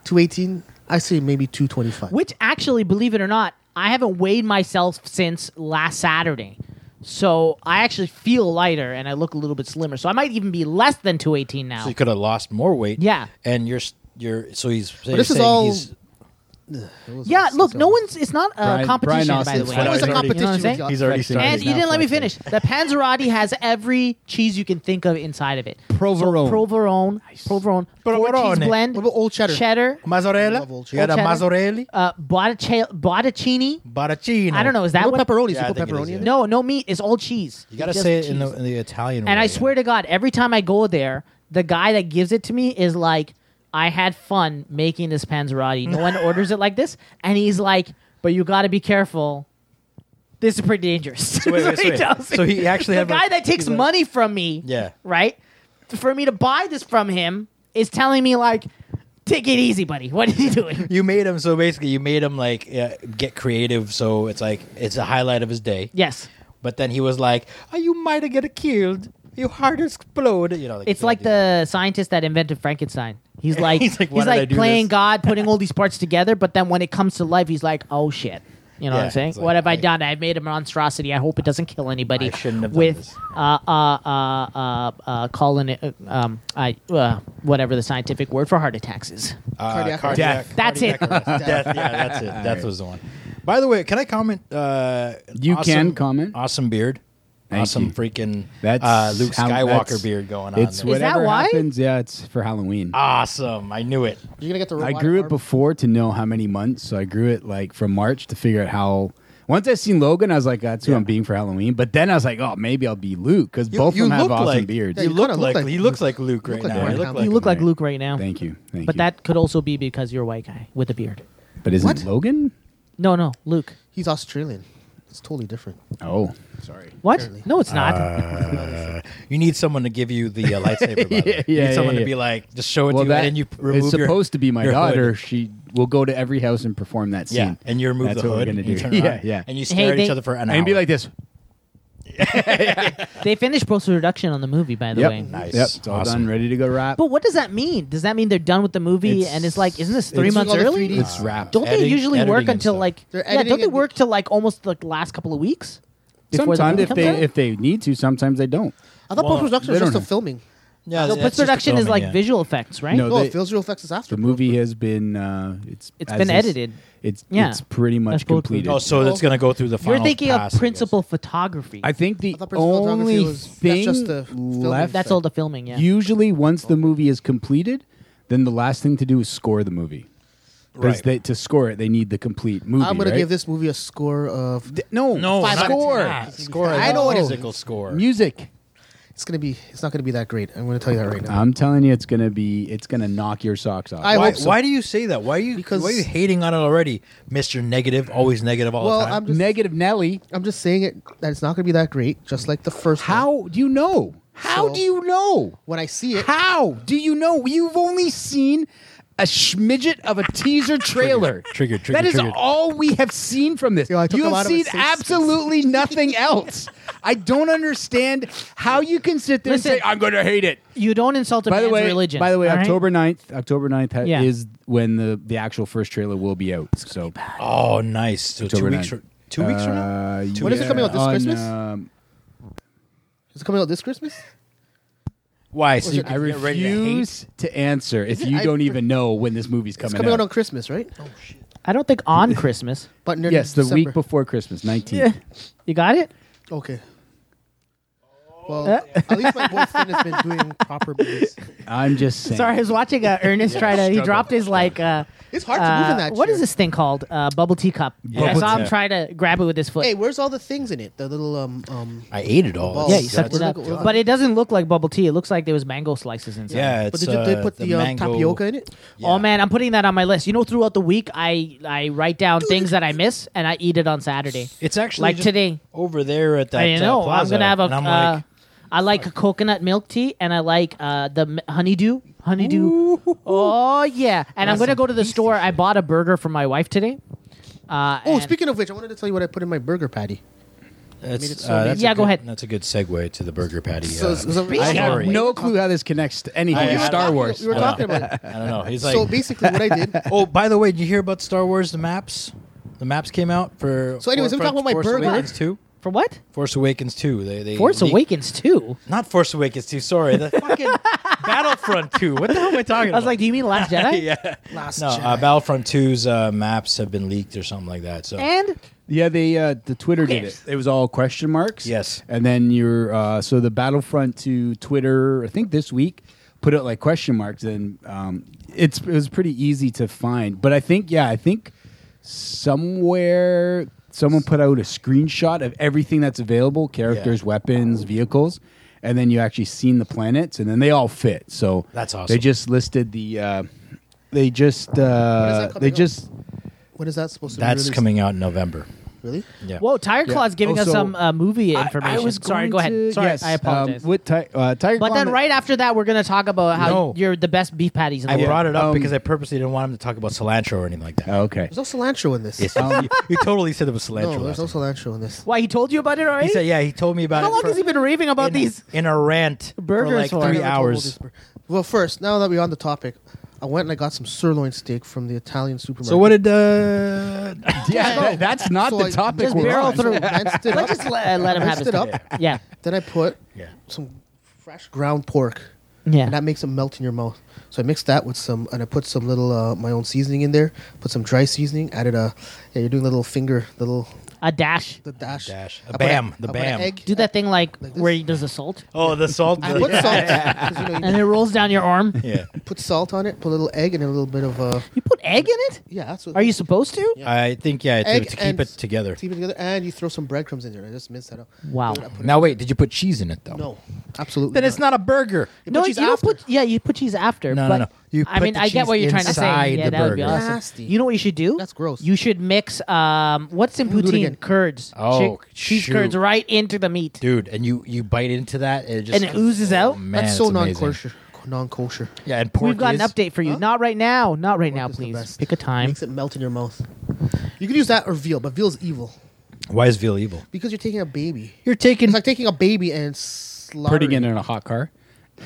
Speaker 7: two eighteen. I say maybe two twenty five.
Speaker 4: Which actually, believe it or not, I haven't weighed myself since last Saturday. So I actually feel lighter and I look a little bit slimmer. So I might even be less than 218 now.
Speaker 8: So you could have lost more weight.
Speaker 4: Yeah.
Speaker 8: and you're s- you're so he's. so you're
Speaker 7: this is
Speaker 8: saying
Speaker 7: all-
Speaker 8: He's,
Speaker 4: Yeah, look, no one's. It's not a
Speaker 5: Brian-
Speaker 4: competition,
Speaker 5: Brian
Speaker 4: by the way.
Speaker 5: Austin's
Speaker 7: always
Speaker 4: You
Speaker 5: already-
Speaker 7: a
Speaker 4: know what I'm
Speaker 7: competition
Speaker 4: saying?
Speaker 7: with y'all.
Speaker 8: he's already
Speaker 5: Flexing.
Speaker 8: started.
Speaker 4: And you
Speaker 5: now
Speaker 4: didn't let me finish.
Speaker 5: flexing.
Speaker 4: The Panzerotti has every cheese you can think of inside of it.
Speaker 5: Provolone.
Speaker 4: So provolone, provolone, four cheese
Speaker 8: Provolone.
Speaker 4: blend.
Speaker 7: What about old cheddar?
Speaker 4: Cheddar,
Speaker 7: I love
Speaker 8: Mazzarella.
Speaker 7: old
Speaker 8: You got a
Speaker 4: cheddar.
Speaker 8: Mazzarelli,
Speaker 4: uh, bottice- botticini.
Speaker 8: Baracchino.
Speaker 4: I don't know. Is that
Speaker 7: What
Speaker 4: what?
Speaker 7: about pepperoni?
Speaker 8: Yeah, I
Speaker 7: you put
Speaker 8: think it
Speaker 7: pepperoni
Speaker 8: is,
Speaker 7: in
Speaker 8: yeah.
Speaker 7: there?
Speaker 4: No, no meat. It's all cheese.
Speaker 8: You gotta
Speaker 4: It's just
Speaker 8: say it in
Speaker 4: cheese.
Speaker 8: the, in the Italian.
Speaker 4: And
Speaker 8: way,
Speaker 4: I
Speaker 8: yeah.
Speaker 4: swear to God, every time I go there, the guy that gives it to me is like, I had fun making this panzerotti. No one orders it like this. And he's like, but you got to be careful. This is pretty dangerous.
Speaker 8: wait,
Speaker 4: That's what
Speaker 8: wait.
Speaker 4: tells me.
Speaker 8: So he actually
Speaker 4: the
Speaker 8: have a-
Speaker 4: guy that takes
Speaker 8: he's like-
Speaker 4: money from me,
Speaker 8: Yeah.
Speaker 4: right? For me to buy this from him is telling me like, take it easy, buddy. What are you doing?
Speaker 8: You made him so basically you made him like uh, get creative so it's like it's a highlight of his day.
Speaker 4: yes.
Speaker 8: But then he was like, "Oh, you might have get killed. Your heart explode." You know, like,
Speaker 4: It's
Speaker 8: you
Speaker 4: like
Speaker 8: can't do
Speaker 4: the scientist that invented Frankenstein. He's like
Speaker 8: He's
Speaker 4: he's
Speaker 8: like,
Speaker 4: like,
Speaker 8: "Why did I do
Speaker 4: playing
Speaker 8: this?"
Speaker 4: God, putting all these parts together, but then when it comes to life, he's like, oh shit. You know what
Speaker 8: Yeah,
Speaker 4: I'm saying?
Speaker 8: it's like,
Speaker 4: what have I,
Speaker 8: I-
Speaker 4: done? I've made a monstrosity. I hope it doesn't kill anybody.
Speaker 8: I shouldn't have done
Speaker 4: with
Speaker 8: this.
Speaker 4: uh uh uh uh, uh calling it uh, um I uh, whatever the scientific word for heart attacks is.
Speaker 8: Uh,
Speaker 7: Cardiac
Speaker 4: arrest. Death. That's it.
Speaker 8: cardiac arrest. Death. Yeah, that's it. Death was the one. By the way, can I comment? Uh,
Speaker 5: You can comment.
Speaker 8: Awesome beard.
Speaker 5: Thank
Speaker 8: awesome
Speaker 5: you.
Speaker 8: freaking
Speaker 5: That's
Speaker 8: uh, Luke
Speaker 5: how-
Speaker 8: Skywalker
Speaker 5: that's-
Speaker 8: beard going on.
Speaker 5: It's
Speaker 8: there.
Speaker 4: Is that
Speaker 5: whatever
Speaker 4: why?
Speaker 5: happens. Yeah, it's for Halloween.
Speaker 8: awesome. I knew it.
Speaker 7: You're gonna get the.
Speaker 5: I
Speaker 7: robotic
Speaker 5: grew
Speaker 7: arm.
Speaker 5: it before to know how many months, so I grew it like from March to figure out how. Once I seen Logan, I was like, "That's who I'm being for Halloween." But then I was like, "Oh, maybe I'll be Luke because both of them have awesome
Speaker 8: like,
Speaker 5: beards."
Speaker 8: You
Speaker 7: Yeah, you
Speaker 8: look
Speaker 7: kinda
Speaker 8: like,
Speaker 7: look
Speaker 8: he
Speaker 7: like
Speaker 8: looks
Speaker 7: Luke.
Speaker 8: like Luke right
Speaker 7: like
Speaker 8: now.
Speaker 7: Mark
Speaker 8: you look
Speaker 7: Hamill.
Speaker 8: like
Speaker 4: you look like
Speaker 5: right.
Speaker 4: Luke right now.
Speaker 5: Thank you, thank
Speaker 4: But
Speaker 5: you.
Speaker 4: that could also be because you're a white guy with a beard.
Speaker 5: but isn't
Speaker 7: What?
Speaker 5: Logan?
Speaker 4: No, no, Luke.
Speaker 7: He's Australian. It's totally different.
Speaker 5: Oh, sorry.
Speaker 4: What? No, it's not.
Speaker 8: Uh, You need someone to give you the uh, lightsaber. by the way.
Speaker 5: Yeah,
Speaker 8: you
Speaker 5: yeah,
Speaker 8: need someone
Speaker 5: yeah.
Speaker 8: to be like, just show it
Speaker 5: Well,
Speaker 8: to you,
Speaker 5: that
Speaker 8: and then you p- remove.
Speaker 5: it's
Speaker 8: your-
Speaker 5: supposed to be my
Speaker 8: your hood.
Speaker 5: daughter. She will go to every house and perform that scene.
Speaker 8: Yeah, and you remove
Speaker 5: That's
Speaker 8: the
Speaker 5: what we're
Speaker 8: hood.
Speaker 5: gonna
Speaker 8: and you
Speaker 5: do.
Speaker 8: turn
Speaker 5: Yeah,
Speaker 8: around,
Speaker 5: yeah.
Speaker 8: And you
Speaker 4: Hey,
Speaker 8: stare at each
Speaker 4: they-
Speaker 8: other for an hour
Speaker 5: and be like this.
Speaker 4: they finished post production on the movie, by the
Speaker 5: Yep,
Speaker 4: way.
Speaker 8: Nice.
Speaker 5: Yep, it's all
Speaker 8: Awesome.
Speaker 5: done, ready to go. Wrap.
Speaker 4: But what does that mean? Does that mean they're done with the movie
Speaker 5: It's-
Speaker 4: and it's like, isn't this three
Speaker 7: it's
Speaker 4: months
Speaker 7: all the
Speaker 4: early?
Speaker 7: 3D.
Speaker 5: it's wrapped.
Speaker 4: Don't they
Speaker 8: Editing-
Speaker 4: usually
Speaker 8: editing
Speaker 4: work
Speaker 8: and
Speaker 4: until
Speaker 8: stuff.
Speaker 4: like
Speaker 7: They're
Speaker 4: yeah? Don't
Speaker 7: editing
Speaker 4: they
Speaker 7: and-
Speaker 4: work till like almost the last couple of weeks? before the
Speaker 5: Sometimes
Speaker 4: movie
Speaker 5: if
Speaker 4: comes
Speaker 5: they
Speaker 4: out?
Speaker 5: if they need to, sometimes they don't.
Speaker 7: I thought
Speaker 8: Well,
Speaker 7: post production
Speaker 5: they
Speaker 7: was just
Speaker 5: don't
Speaker 7: the filming.
Speaker 4: no,
Speaker 8: yeah, that's
Speaker 4: post
Speaker 8: just
Speaker 4: production is
Speaker 8: filming,
Speaker 4: like
Speaker 8: yeah.
Speaker 4: visual effects, right?
Speaker 5: No,
Speaker 7: No,
Speaker 5: they-
Speaker 7: visual effects is after.
Speaker 5: The movie has been uh, it's
Speaker 4: It's
Speaker 5: as
Speaker 4: been
Speaker 5: is-
Speaker 4: edited.
Speaker 5: It's
Speaker 4: Yeah.
Speaker 5: it's pretty much
Speaker 4: That's both
Speaker 5: completed.
Speaker 8: Oh, so that's gonna go through the final.
Speaker 4: You're thinking
Speaker 8: pass, I
Speaker 4: of
Speaker 8: guess.
Speaker 4: principal photography.
Speaker 5: I think the
Speaker 7: I thought principal photography
Speaker 5: only
Speaker 7: was- that's
Speaker 5: thing
Speaker 7: just the filming
Speaker 5: left.
Speaker 4: That's all the filming. Yeah.
Speaker 5: Usually, once the movie is completed, then the last thing to do is score the movie. Because
Speaker 8: Right.
Speaker 5: they, to score it, they need the complete movie.
Speaker 7: I'm gonna
Speaker 5: right?
Speaker 7: give this movie a score of.
Speaker 5: Th- no
Speaker 8: No,
Speaker 5: five
Speaker 8: not
Speaker 5: score
Speaker 8: that. Score.
Speaker 7: I know.
Speaker 8: Musical score.
Speaker 5: music.
Speaker 7: It's gonna be. It's not gonna be that great. I'm gonna tell you that right now.
Speaker 5: I'm telling you, it's gonna be it's gonna knock your socks off.
Speaker 7: I
Speaker 8: why,
Speaker 7: hope so.
Speaker 8: why do you say that? Why are you
Speaker 7: Because-
Speaker 8: why are you hating on it already, Mister Negative? Always negative all
Speaker 7: Well,
Speaker 8: the time.
Speaker 7: I'm just,
Speaker 5: Negative Nelly.
Speaker 7: I'm just saying it that it's not gonna be that great. Just like the first. one.
Speaker 5: How do you know? How
Speaker 7: So-
Speaker 5: do you know?
Speaker 7: When I see it,
Speaker 5: How do you know? You've only seen a schmidget of a teaser trailer.
Speaker 8: Triggered, triggered,
Speaker 5: That is
Speaker 8: triggered.
Speaker 5: all we have seen from this.
Speaker 7: Yo, I took
Speaker 5: you
Speaker 7: a
Speaker 5: have
Speaker 7: lot of
Speaker 5: seen
Speaker 7: it since-
Speaker 5: absolutely nothing else. I don't understand how you can sit there
Speaker 4: Listen.
Speaker 5: and say, I'm going to hate it.
Speaker 4: You don't insult a
Speaker 5: By the
Speaker 4: man's
Speaker 5: way,
Speaker 4: religion.
Speaker 5: by the way,
Speaker 4: all right?
Speaker 5: October 9th, October 9th ha-
Speaker 4: Yeah.
Speaker 5: is when the, the actual first trailer will be out. So
Speaker 8: oh, nice. So
Speaker 5: October
Speaker 8: two weeks.
Speaker 5: 9th.
Speaker 8: From, two weeks from now.
Speaker 5: Uh,
Speaker 7: When is it coming out, this
Speaker 5: on,
Speaker 7: Christmas?
Speaker 5: um,
Speaker 7: is it coming out this Christmas?
Speaker 8: Why? So you
Speaker 5: I
Speaker 8: can get ready to hate?
Speaker 5: refuse to answer if
Speaker 7: it-
Speaker 5: you
Speaker 7: I-
Speaker 5: don't even know when this movie's
Speaker 7: It's
Speaker 5: coming,
Speaker 7: coming out
Speaker 5: out.
Speaker 7: on Christmas, right?
Speaker 4: I don't think on Christmas.
Speaker 7: But near
Speaker 5: yes, the
Speaker 7: December.
Speaker 5: week before Christmas, 19th.
Speaker 4: You got it.
Speaker 7: Okay. Well, at least my boyfriend has been doing proper movies.
Speaker 5: I'm just saying.
Speaker 4: Sorry, I was watching uh, Ernest try to. He dropped his like. Uh,
Speaker 7: It's hard to move in
Speaker 4: uh,
Speaker 7: that
Speaker 4: What
Speaker 7: chair.
Speaker 4: is this thing called? Uh, bubble tea cup. I
Speaker 8: Bubble
Speaker 4: saw him
Speaker 8: tea.
Speaker 4: try to grab it with his foot.
Speaker 7: Hey, where's all the things in it? The little um um.
Speaker 8: I ate it all.
Speaker 7: Balls.
Speaker 4: yeah,
Speaker 8: It's-
Speaker 4: he sucked it
Speaker 7: We're
Speaker 4: up.
Speaker 7: looking- we're
Speaker 4: But it doesn't look like bubble tea. It looks like there was mango slices inside.
Speaker 8: Yeah, it's
Speaker 7: but did you did
Speaker 8: uh,
Speaker 7: put the, um,
Speaker 8: mango-
Speaker 7: tapioca in it?
Speaker 8: Yeah.
Speaker 4: Oh man, I'm putting that on my list. You know, throughout the week, I I write down things that I miss and I eat it on Saturday.
Speaker 8: It's actually
Speaker 4: Like
Speaker 8: just
Speaker 4: today.
Speaker 8: over there at that.
Speaker 4: I know.
Speaker 8: uh,
Speaker 4: I'm
Speaker 8: plaza,
Speaker 4: gonna have a.
Speaker 8: and I'm
Speaker 4: uh,
Speaker 8: like,
Speaker 4: I like a coconut milk tea and I like uh, the m- honeydew. Honeydew. Oh yeah, and I'm gonna go to the store. I bought a burger for my wife today. Uh,
Speaker 7: Oh,
Speaker 4: and-
Speaker 7: speaking of which, I wanted to tell you what I put in my burger patty.
Speaker 8: that's,
Speaker 7: it so
Speaker 8: uh,
Speaker 7: amazing.
Speaker 8: that's a
Speaker 4: Yeah, go
Speaker 8: good-
Speaker 4: ahead.
Speaker 8: That's a good segue to the burger patty.
Speaker 7: So,
Speaker 8: uh,
Speaker 7: so- so-
Speaker 4: Speaking
Speaker 5: I have
Speaker 8: Sorry.
Speaker 5: no clue how this connects to anything
Speaker 8: I-
Speaker 5: with
Speaker 8: I-
Speaker 5: Star
Speaker 7: We
Speaker 5: Wars.
Speaker 7: were talking about. It.
Speaker 8: I don't know. He's like,
Speaker 7: So basically, what I did.
Speaker 8: oh, by the way, did you hear about Star Wars? The maps. The maps came out for.
Speaker 7: So anyways,
Speaker 8: for
Speaker 7: I'm talking about my
Speaker 8: Force
Speaker 7: burger.
Speaker 8: Awakens two.
Speaker 4: for what?
Speaker 8: Force Awakens two. They, they
Speaker 4: Force
Speaker 8: leaked-
Speaker 4: Awakens too.
Speaker 8: Not Force Awakens 2, sorry. The fucking Battlefront 2. What the hell am I talking about?
Speaker 4: I was like, do you mean Last Jedi?
Speaker 8: yeah.
Speaker 7: Last
Speaker 8: No,
Speaker 7: Jedi.
Speaker 8: uh, Battlefront 2's uh, maps have been leaked or something like that. So
Speaker 4: And
Speaker 5: Yeah, they uh, the Twitter did it. It was all question marks.
Speaker 8: Yes.
Speaker 5: and then you're uh, so the Battlefront to Twitter. I think this week put out like question marks, and um, it's it was pretty easy to find. But I think yeah, I think somewhere someone put out a screenshot of everything that's available: characters,
Speaker 8: Yeah.
Speaker 5: weapons, vehicles. And then you actually seen the planets, and then they all fit. So
Speaker 8: That's
Speaker 5: They
Speaker 8: awesome.
Speaker 5: just listed the, uh, they just uh, they
Speaker 7: coming out?
Speaker 5: just
Speaker 7: What is that supposed to? be
Speaker 8: that's
Speaker 7: released?
Speaker 8: coming out in November.
Speaker 7: Really?
Speaker 8: Yeah.
Speaker 4: whoa, Tire Claw's giving
Speaker 5: Oh,
Speaker 4: us
Speaker 5: so-
Speaker 4: some uh, movie
Speaker 5: I-
Speaker 4: information.
Speaker 5: I was
Speaker 4: Sorry,
Speaker 5: going
Speaker 4: go ahead.
Speaker 5: to-
Speaker 4: Sorry,
Speaker 5: yes,
Speaker 4: I apologize.
Speaker 5: Um, with ti- uh, Tiger
Speaker 4: but
Speaker 5: Claw
Speaker 4: then
Speaker 5: and-
Speaker 4: right after that, we're gonna talk about how
Speaker 8: No.
Speaker 4: you're the best beef patties in
Speaker 8: I
Speaker 4: the world.
Speaker 8: brought it up
Speaker 5: Um,
Speaker 8: because I purposely didn't want him to talk about cilantro or anything like that.
Speaker 5: Oh, okay.
Speaker 7: There's no cilantro in this.
Speaker 8: Yes,
Speaker 4: Oh.
Speaker 8: you, you totally said it was cilantro.
Speaker 7: No,
Speaker 8: last
Speaker 7: there's no
Speaker 8: time.
Speaker 7: cilantro in this.
Speaker 4: Why he told you about it already?
Speaker 8: He said, yeah, he told me about
Speaker 4: how
Speaker 8: it.
Speaker 4: long
Speaker 8: for-
Speaker 4: has he been raving about
Speaker 8: in,
Speaker 4: these?
Speaker 8: in a rant
Speaker 4: Burgers
Speaker 8: for
Speaker 4: for?
Speaker 8: like
Speaker 4: I
Speaker 8: three
Speaker 4: never
Speaker 7: Well,
Speaker 8: hours?
Speaker 7: this- Well, first, now that we're on the topic, I went and I got some sirloin steak from the Italian supermarket.
Speaker 8: So what did uh,
Speaker 5: Yeah,
Speaker 7: No.
Speaker 5: that- that's not
Speaker 7: So
Speaker 5: the
Speaker 7: I
Speaker 5: topic
Speaker 7: just
Speaker 5: we're
Speaker 7: barrel
Speaker 5: on.
Speaker 7: through, minced it
Speaker 4: Let's
Speaker 7: up.
Speaker 4: just let, uh, let him have
Speaker 7: Mixed
Speaker 4: his
Speaker 7: it up.
Speaker 4: time. Yeah.
Speaker 7: Then I put
Speaker 8: Yeah.
Speaker 7: some fresh ground pork.
Speaker 4: Yeah.
Speaker 7: And that makes it melt in your mouth. So I mixed that with some, and I put some little uh, my own seasoning in there. Put some dry seasoning. Added a, yeah, you're doing the little finger, the little
Speaker 4: A dash.
Speaker 7: the dash.
Speaker 8: dash.
Speaker 7: I
Speaker 8: A
Speaker 7: put
Speaker 8: bam,
Speaker 7: I
Speaker 8: the
Speaker 7: put
Speaker 8: bam.
Speaker 7: An egg.
Speaker 4: Do that thing like,
Speaker 7: Like this.
Speaker 4: where he does the salt
Speaker 8: oh the salt?
Speaker 7: I put
Speaker 8: yeah.
Speaker 7: salt. 'cause, You know,
Speaker 4: and it rolls down your arm.
Speaker 8: yeah.
Speaker 7: you put salt on it. Put a little egg and a little bit of uh,
Speaker 4: You put egg in it?
Speaker 7: yeah. That's what.
Speaker 4: Are you supposed to?
Speaker 8: I think yeah to,
Speaker 7: Egg
Speaker 8: to
Speaker 7: and-
Speaker 8: keep it together.
Speaker 7: keep it together? And you throw some breadcrumbs in there. I just minced that up.
Speaker 4: Wow.
Speaker 7: I put it-
Speaker 8: Now wait, did you put cheese in it though?
Speaker 7: No, absolutely.
Speaker 8: Then it's not a burger.
Speaker 4: No, you
Speaker 7: cheese
Speaker 4: don't
Speaker 7: after.
Speaker 4: put. Yeah, you put cheese after.
Speaker 8: No, no,
Speaker 4: but
Speaker 8: no. You
Speaker 4: I
Speaker 8: put
Speaker 4: mean,
Speaker 8: the
Speaker 4: I get what
Speaker 8: cheese
Speaker 4: you're trying to say.
Speaker 8: inside
Speaker 4: Yeah,
Speaker 8: the
Speaker 4: that would be
Speaker 8: burger.
Speaker 4: awesome.
Speaker 7: Nasty.
Speaker 4: You know what you should do?
Speaker 7: That's gross.
Speaker 4: You should mix um, what's in
Speaker 7: do it again.
Speaker 4: poutine curds.
Speaker 8: Oh,
Speaker 4: cheese
Speaker 8: shoot.
Speaker 4: curds right into the meat.
Speaker 8: Dude, and you you bite into that and it just
Speaker 4: And it oozes
Speaker 8: oh,
Speaker 4: out?
Speaker 8: Man,
Speaker 7: That's so
Speaker 8: it's amazing.
Speaker 7: non-kosher. Non-kosher.
Speaker 8: Yeah, and pork
Speaker 4: We've got
Speaker 8: is,
Speaker 4: an update for you. Not right now. Not right now,
Speaker 7: Pork is the
Speaker 4: please.
Speaker 7: best.
Speaker 4: Pick a time.
Speaker 7: Makes it melt in your mouth. You could use that or veal, but veal's evil
Speaker 8: Why is veal evil?
Speaker 7: because you're taking a baby.
Speaker 8: You're taking
Speaker 7: It's like taking a baby and slaughtering.
Speaker 5: Putting it in a hot car.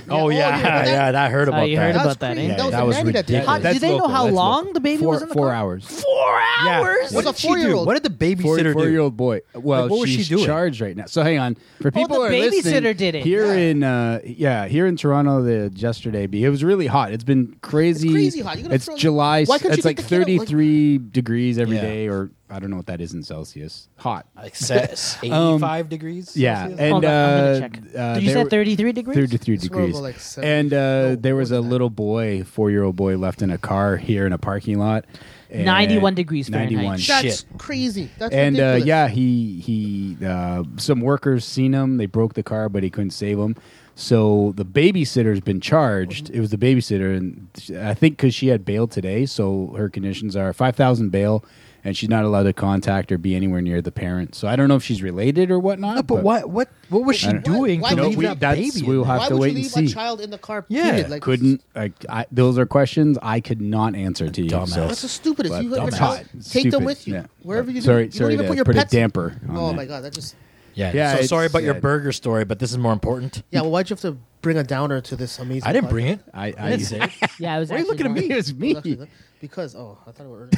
Speaker 8: Oh
Speaker 7: yeah,
Speaker 8: yeah,
Speaker 7: oh, yeah,
Speaker 8: yeah,
Speaker 7: that-
Speaker 8: I heard about
Speaker 4: you
Speaker 8: that.
Speaker 4: heard
Speaker 7: That was
Speaker 4: about that,
Speaker 7: crazy.
Speaker 4: eh?
Speaker 7: That was,
Speaker 8: that was
Speaker 7: a nanny that did
Speaker 4: How,
Speaker 8: ridiculous.
Speaker 4: do
Speaker 7: that.
Speaker 8: That's
Speaker 4: they
Speaker 8: local,
Speaker 4: know how
Speaker 8: that's
Speaker 4: long
Speaker 8: local.
Speaker 4: the baby
Speaker 5: Four,
Speaker 4: was in the
Speaker 5: four
Speaker 4: car?
Speaker 5: hours.
Speaker 4: Four
Speaker 8: Yeah.
Speaker 4: hours.
Speaker 8: What
Speaker 7: a
Speaker 8: did she do?
Speaker 7: four-year-old.
Speaker 8: What did the
Speaker 5: Four,
Speaker 8: babysitter do?
Speaker 5: four-year-old boy. Well,
Speaker 8: Like, what was
Speaker 5: she's
Speaker 8: she doing?
Speaker 5: charged right now. So hang on. For people
Speaker 4: the
Speaker 5: who are listening,
Speaker 4: babysitter did it.
Speaker 5: here in uh, yeah, here in Toronto, the yesterday be it was really hot. It's been crazy.
Speaker 7: It's crazy hot. You gotta
Speaker 5: It's
Speaker 7: throw-
Speaker 5: July.
Speaker 7: Why couldn't
Speaker 5: it's
Speaker 7: you
Speaker 5: like
Speaker 7: get the kid out, like-
Speaker 5: thirty-three degrees every
Speaker 8: Yeah.
Speaker 5: day, or I don't know what that is in Celsius. Hot.
Speaker 8: Like se- 85 degrees?
Speaker 5: Um, Yeah,
Speaker 8: Celsius?
Speaker 5: and
Speaker 4: Hold on, I'm
Speaker 5: uh,
Speaker 4: gonna check.
Speaker 5: uh,
Speaker 4: Did you
Speaker 5: there
Speaker 4: say
Speaker 5: were-
Speaker 4: 33 degrees?
Speaker 5: 33
Speaker 7: It's
Speaker 5: degrees.
Speaker 7: horrible, like, seven-
Speaker 5: and uh,
Speaker 7: no,
Speaker 5: there was
Speaker 7: more
Speaker 5: a
Speaker 7: than
Speaker 5: little boy, four year old boy, left in a car here in a parking lot. and-
Speaker 4: 91 degrees Fahrenheit.
Speaker 5: 91.
Speaker 7: That's
Speaker 8: Shit.
Speaker 7: crazy. That's
Speaker 5: And uh,
Speaker 7: ridiculous.
Speaker 5: yeah, he he uh, some workers seen him. They broke the car, but he couldn't save him. So the babysitter's been charged. It was the babysitter, and sh- I think because she had bail today, so her conditions are five thousand bail, and she's not allowed to contact or be anywhere near the parent. So I don't know if she's related or whatnot.
Speaker 8: No, Uh, but what what what was she
Speaker 5: I don't-
Speaker 8: doing
Speaker 7: Why
Speaker 8: to
Speaker 7: would
Speaker 8: leave
Speaker 7: you-
Speaker 8: that
Speaker 5: that's-
Speaker 8: baby?
Speaker 5: we'll
Speaker 8: in
Speaker 5: have
Speaker 7: Why
Speaker 5: to
Speaker 7: would
Speaker 5: wait
Speaker 7: you
Speaker 5: and
Speaker 7: leave
Speaker 5: see.
Speaker 7: a child in the car?
Speaker 8: Yeah.
Speaker 7: Period? Like,
Speaker 5: couldn't like I, those are questions I could not answer to you.
Speaker 8: Dumbass.
Speaker 5: so-
Speaker 7: That's the stupidest.
Speaker 5: But
Speaker 7: You have your
Speaker 5: dumbass.
Speaker 7: child, take them
Speaker 5: Stupid,
Speaker 7: with you
Speaker 5: yeah.
Speaker 7: wherever you. do-
Speaker 5: Sorry-
Speaker 7: you don't
Speaker 5: sorry
Speaker 7: even
Speaker 5: to
Speaker 7: put your
Speaker 5: put a
Speaker 7: pets-
Speaker 5: damper on
Speaker 7: oh
Speaker 5: that.
Speaker 7: my god, that just
Speaker 8: there? Yeah.
Speaker 5: Yeah,
Speaker 8: so
Speaker 5: it's-
Speaker 8: sorry about your
Speaker 5: yeah.
Speaker 8: burger story, but this is more important.
Speaker 7: yeah. Well, why'd you have to bring a downer to this amazing?
Speaker 8: I didn't
Speaker 7: podcast?
Speaker 8: bring it.
Speaker 5: I- I-
Speaker 8: didn't say it.
Speaker 4: Yeah, I was
Speaker 5: Why are you
Speaker 4: actually
Speaker 5: looking at me?
Speaker 4: wrong.
Speaker 5: It's
Speaker 7: Well, that's
Speaker 5: me.
Speaker 7: good. Because oh, I thought it were.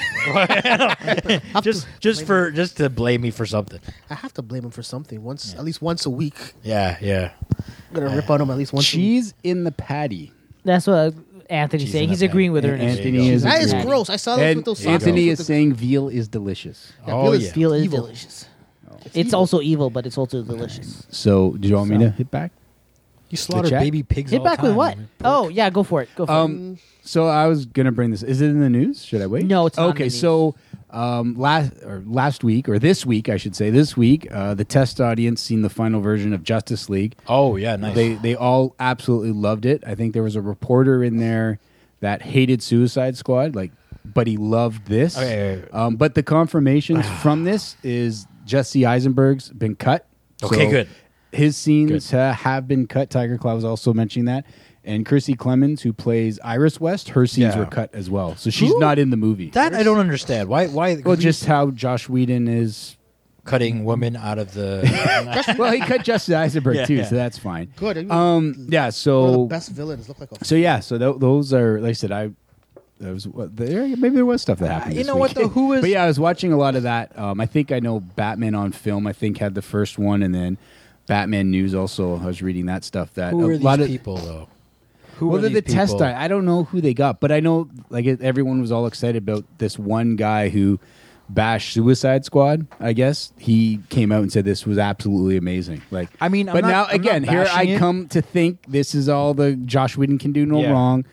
Speaker 8: just just for just to blame me for something.
Speaker 7: I have to blame him for something. Once, at least once a week,
Speaker 8: Yeah, yeah.
Speaker 7: I'm gonna rip on him at least once.
Speaker 5: Cheese in the patty.
Speaker 4: That's what Anthony's
Speaker 8: She's
Speaker 4: saying.
Speaker 8: in
Speaker 4: He's
Speaker 8: the
Speaker 4: agreeing with her.
Speaker 5: And
Speaker 4: in this video.
Speaker 5: Anthony is
Speaker 7: A week. That is
Speaker 4: Yeah.
Speaker 7: gross. I saw those
Speaker 5: And
Speaker 7: with those. sausages
Speaker 5: Anthony
Speaker 7: with
Speaker 5: is
Speaker 7: the-
Speaker 5: saying veal is delicious.
Speaker 7: Yeah,
Speaker 8: Oh,
Speaker 7: Bill is
Speaker 8: yeah.
Speaker 4: Veal is
Speaker 7: evil.
Speaker 4: delicious. It's, also evil, but it's also delicious.
Speaker 5: So, do you want me to hit back?
Speaker 8: You slaughter
Speaker 5: chat?
Speaker 8: baby pigs.
Speaker 4: Hit
Speaker 8: all
Speaker 4: back
Speaker 8: the
Speaker 4: with
Speaker 8: time.
Speaker 4: what? Oh yeah, go for it. Go for it.
Speaker 7: Mm.
Speaker 5: Um, so I was gonna bring this. Is it in the news? Should I wait?
Speaker 4: No, it's not in
Speaker 5: okay.
Speaker 4: the news.
Speaker 5: So um, last or last week or this week, I should say, this week, uh, the test audience seen the final version of Justice League.
Speaker 8: Oh yeah, nice.
Speaker 5: They they all absolutely loved it. I think there was a reporter in there that hated Suicide Squad, like, but he loved this.
Speaker 8: Okay, okay, okay.
Speaker 5: Um, but the confirmations from this is Jesse Eisenberg's been cut.
Speaker 8: Okay, good.
Speaker 5: His scenes uh, have been cut. Tiger Claw was also mentioning that. And Chrissy Clemens, who plays Iris West, her scenes
Speaker 8: Yeah.
Speaker 5: were cut as well. So she's not in the movie.
Speaker 8: that I don't understand. Why why
Speaker 5: well,
Speaker 8: we
Speaker 5: just how Josh Whedon is.
Speaker 8: cutting women out of the
Speaker 5: well, he cut Jesse Eisenberg
Speaker 8: Yeah,
Speaker 5: too,
Speaker 8: yeah.
Speaker 5: so that's fine.
Speaker 7: Good. You-
Speaker 5: Um, yeah.
Speaker 7: One of
Speaker 5: So
Speaker 7: the best villains look like a.
Speaker 5: So yeah, so tho- those are like I said, I there was what there maybe there was stuff that happened.
Speaker 8: Uh, You
Speaker 5: this
Speaker 8: know what,
Speaker 5: week.
Speaker 8: though? Who is-
Speaker 5: But yeah, I was watching a lot of that. Um, I think I know Batman on film. I think had the first one, and then Batman News also. I was reading that stuff. That
Speaker 8: Who
Speaker 5: a
Speaker 8: are
Speaker 5: lot
Speaker 8: these
Speaker 5: of
Speaker 8: people though? Who
Speaker 5: well,
Speaker 8: are
Speaker 5: they're the
Speaker 8: these people?
Speaker 5: test I, I don't know who they got, but I know like it- everyone was all excited about this one guy who bashed Suicide Squad. I guess he came out and said this was absolutely amazing. Like,
Speaker 8: I mean, I'm
Speaker 5: but
Speaker 8: not-
Speaker 5: now
Speaker 8: I'm not
Speaker 5: again, here I
Speaker 8: bashing it.
Speaker 5: come to think this is all the Josh Whedon can do no
Speaker 8: Yeah.
Speaker 5: wrong,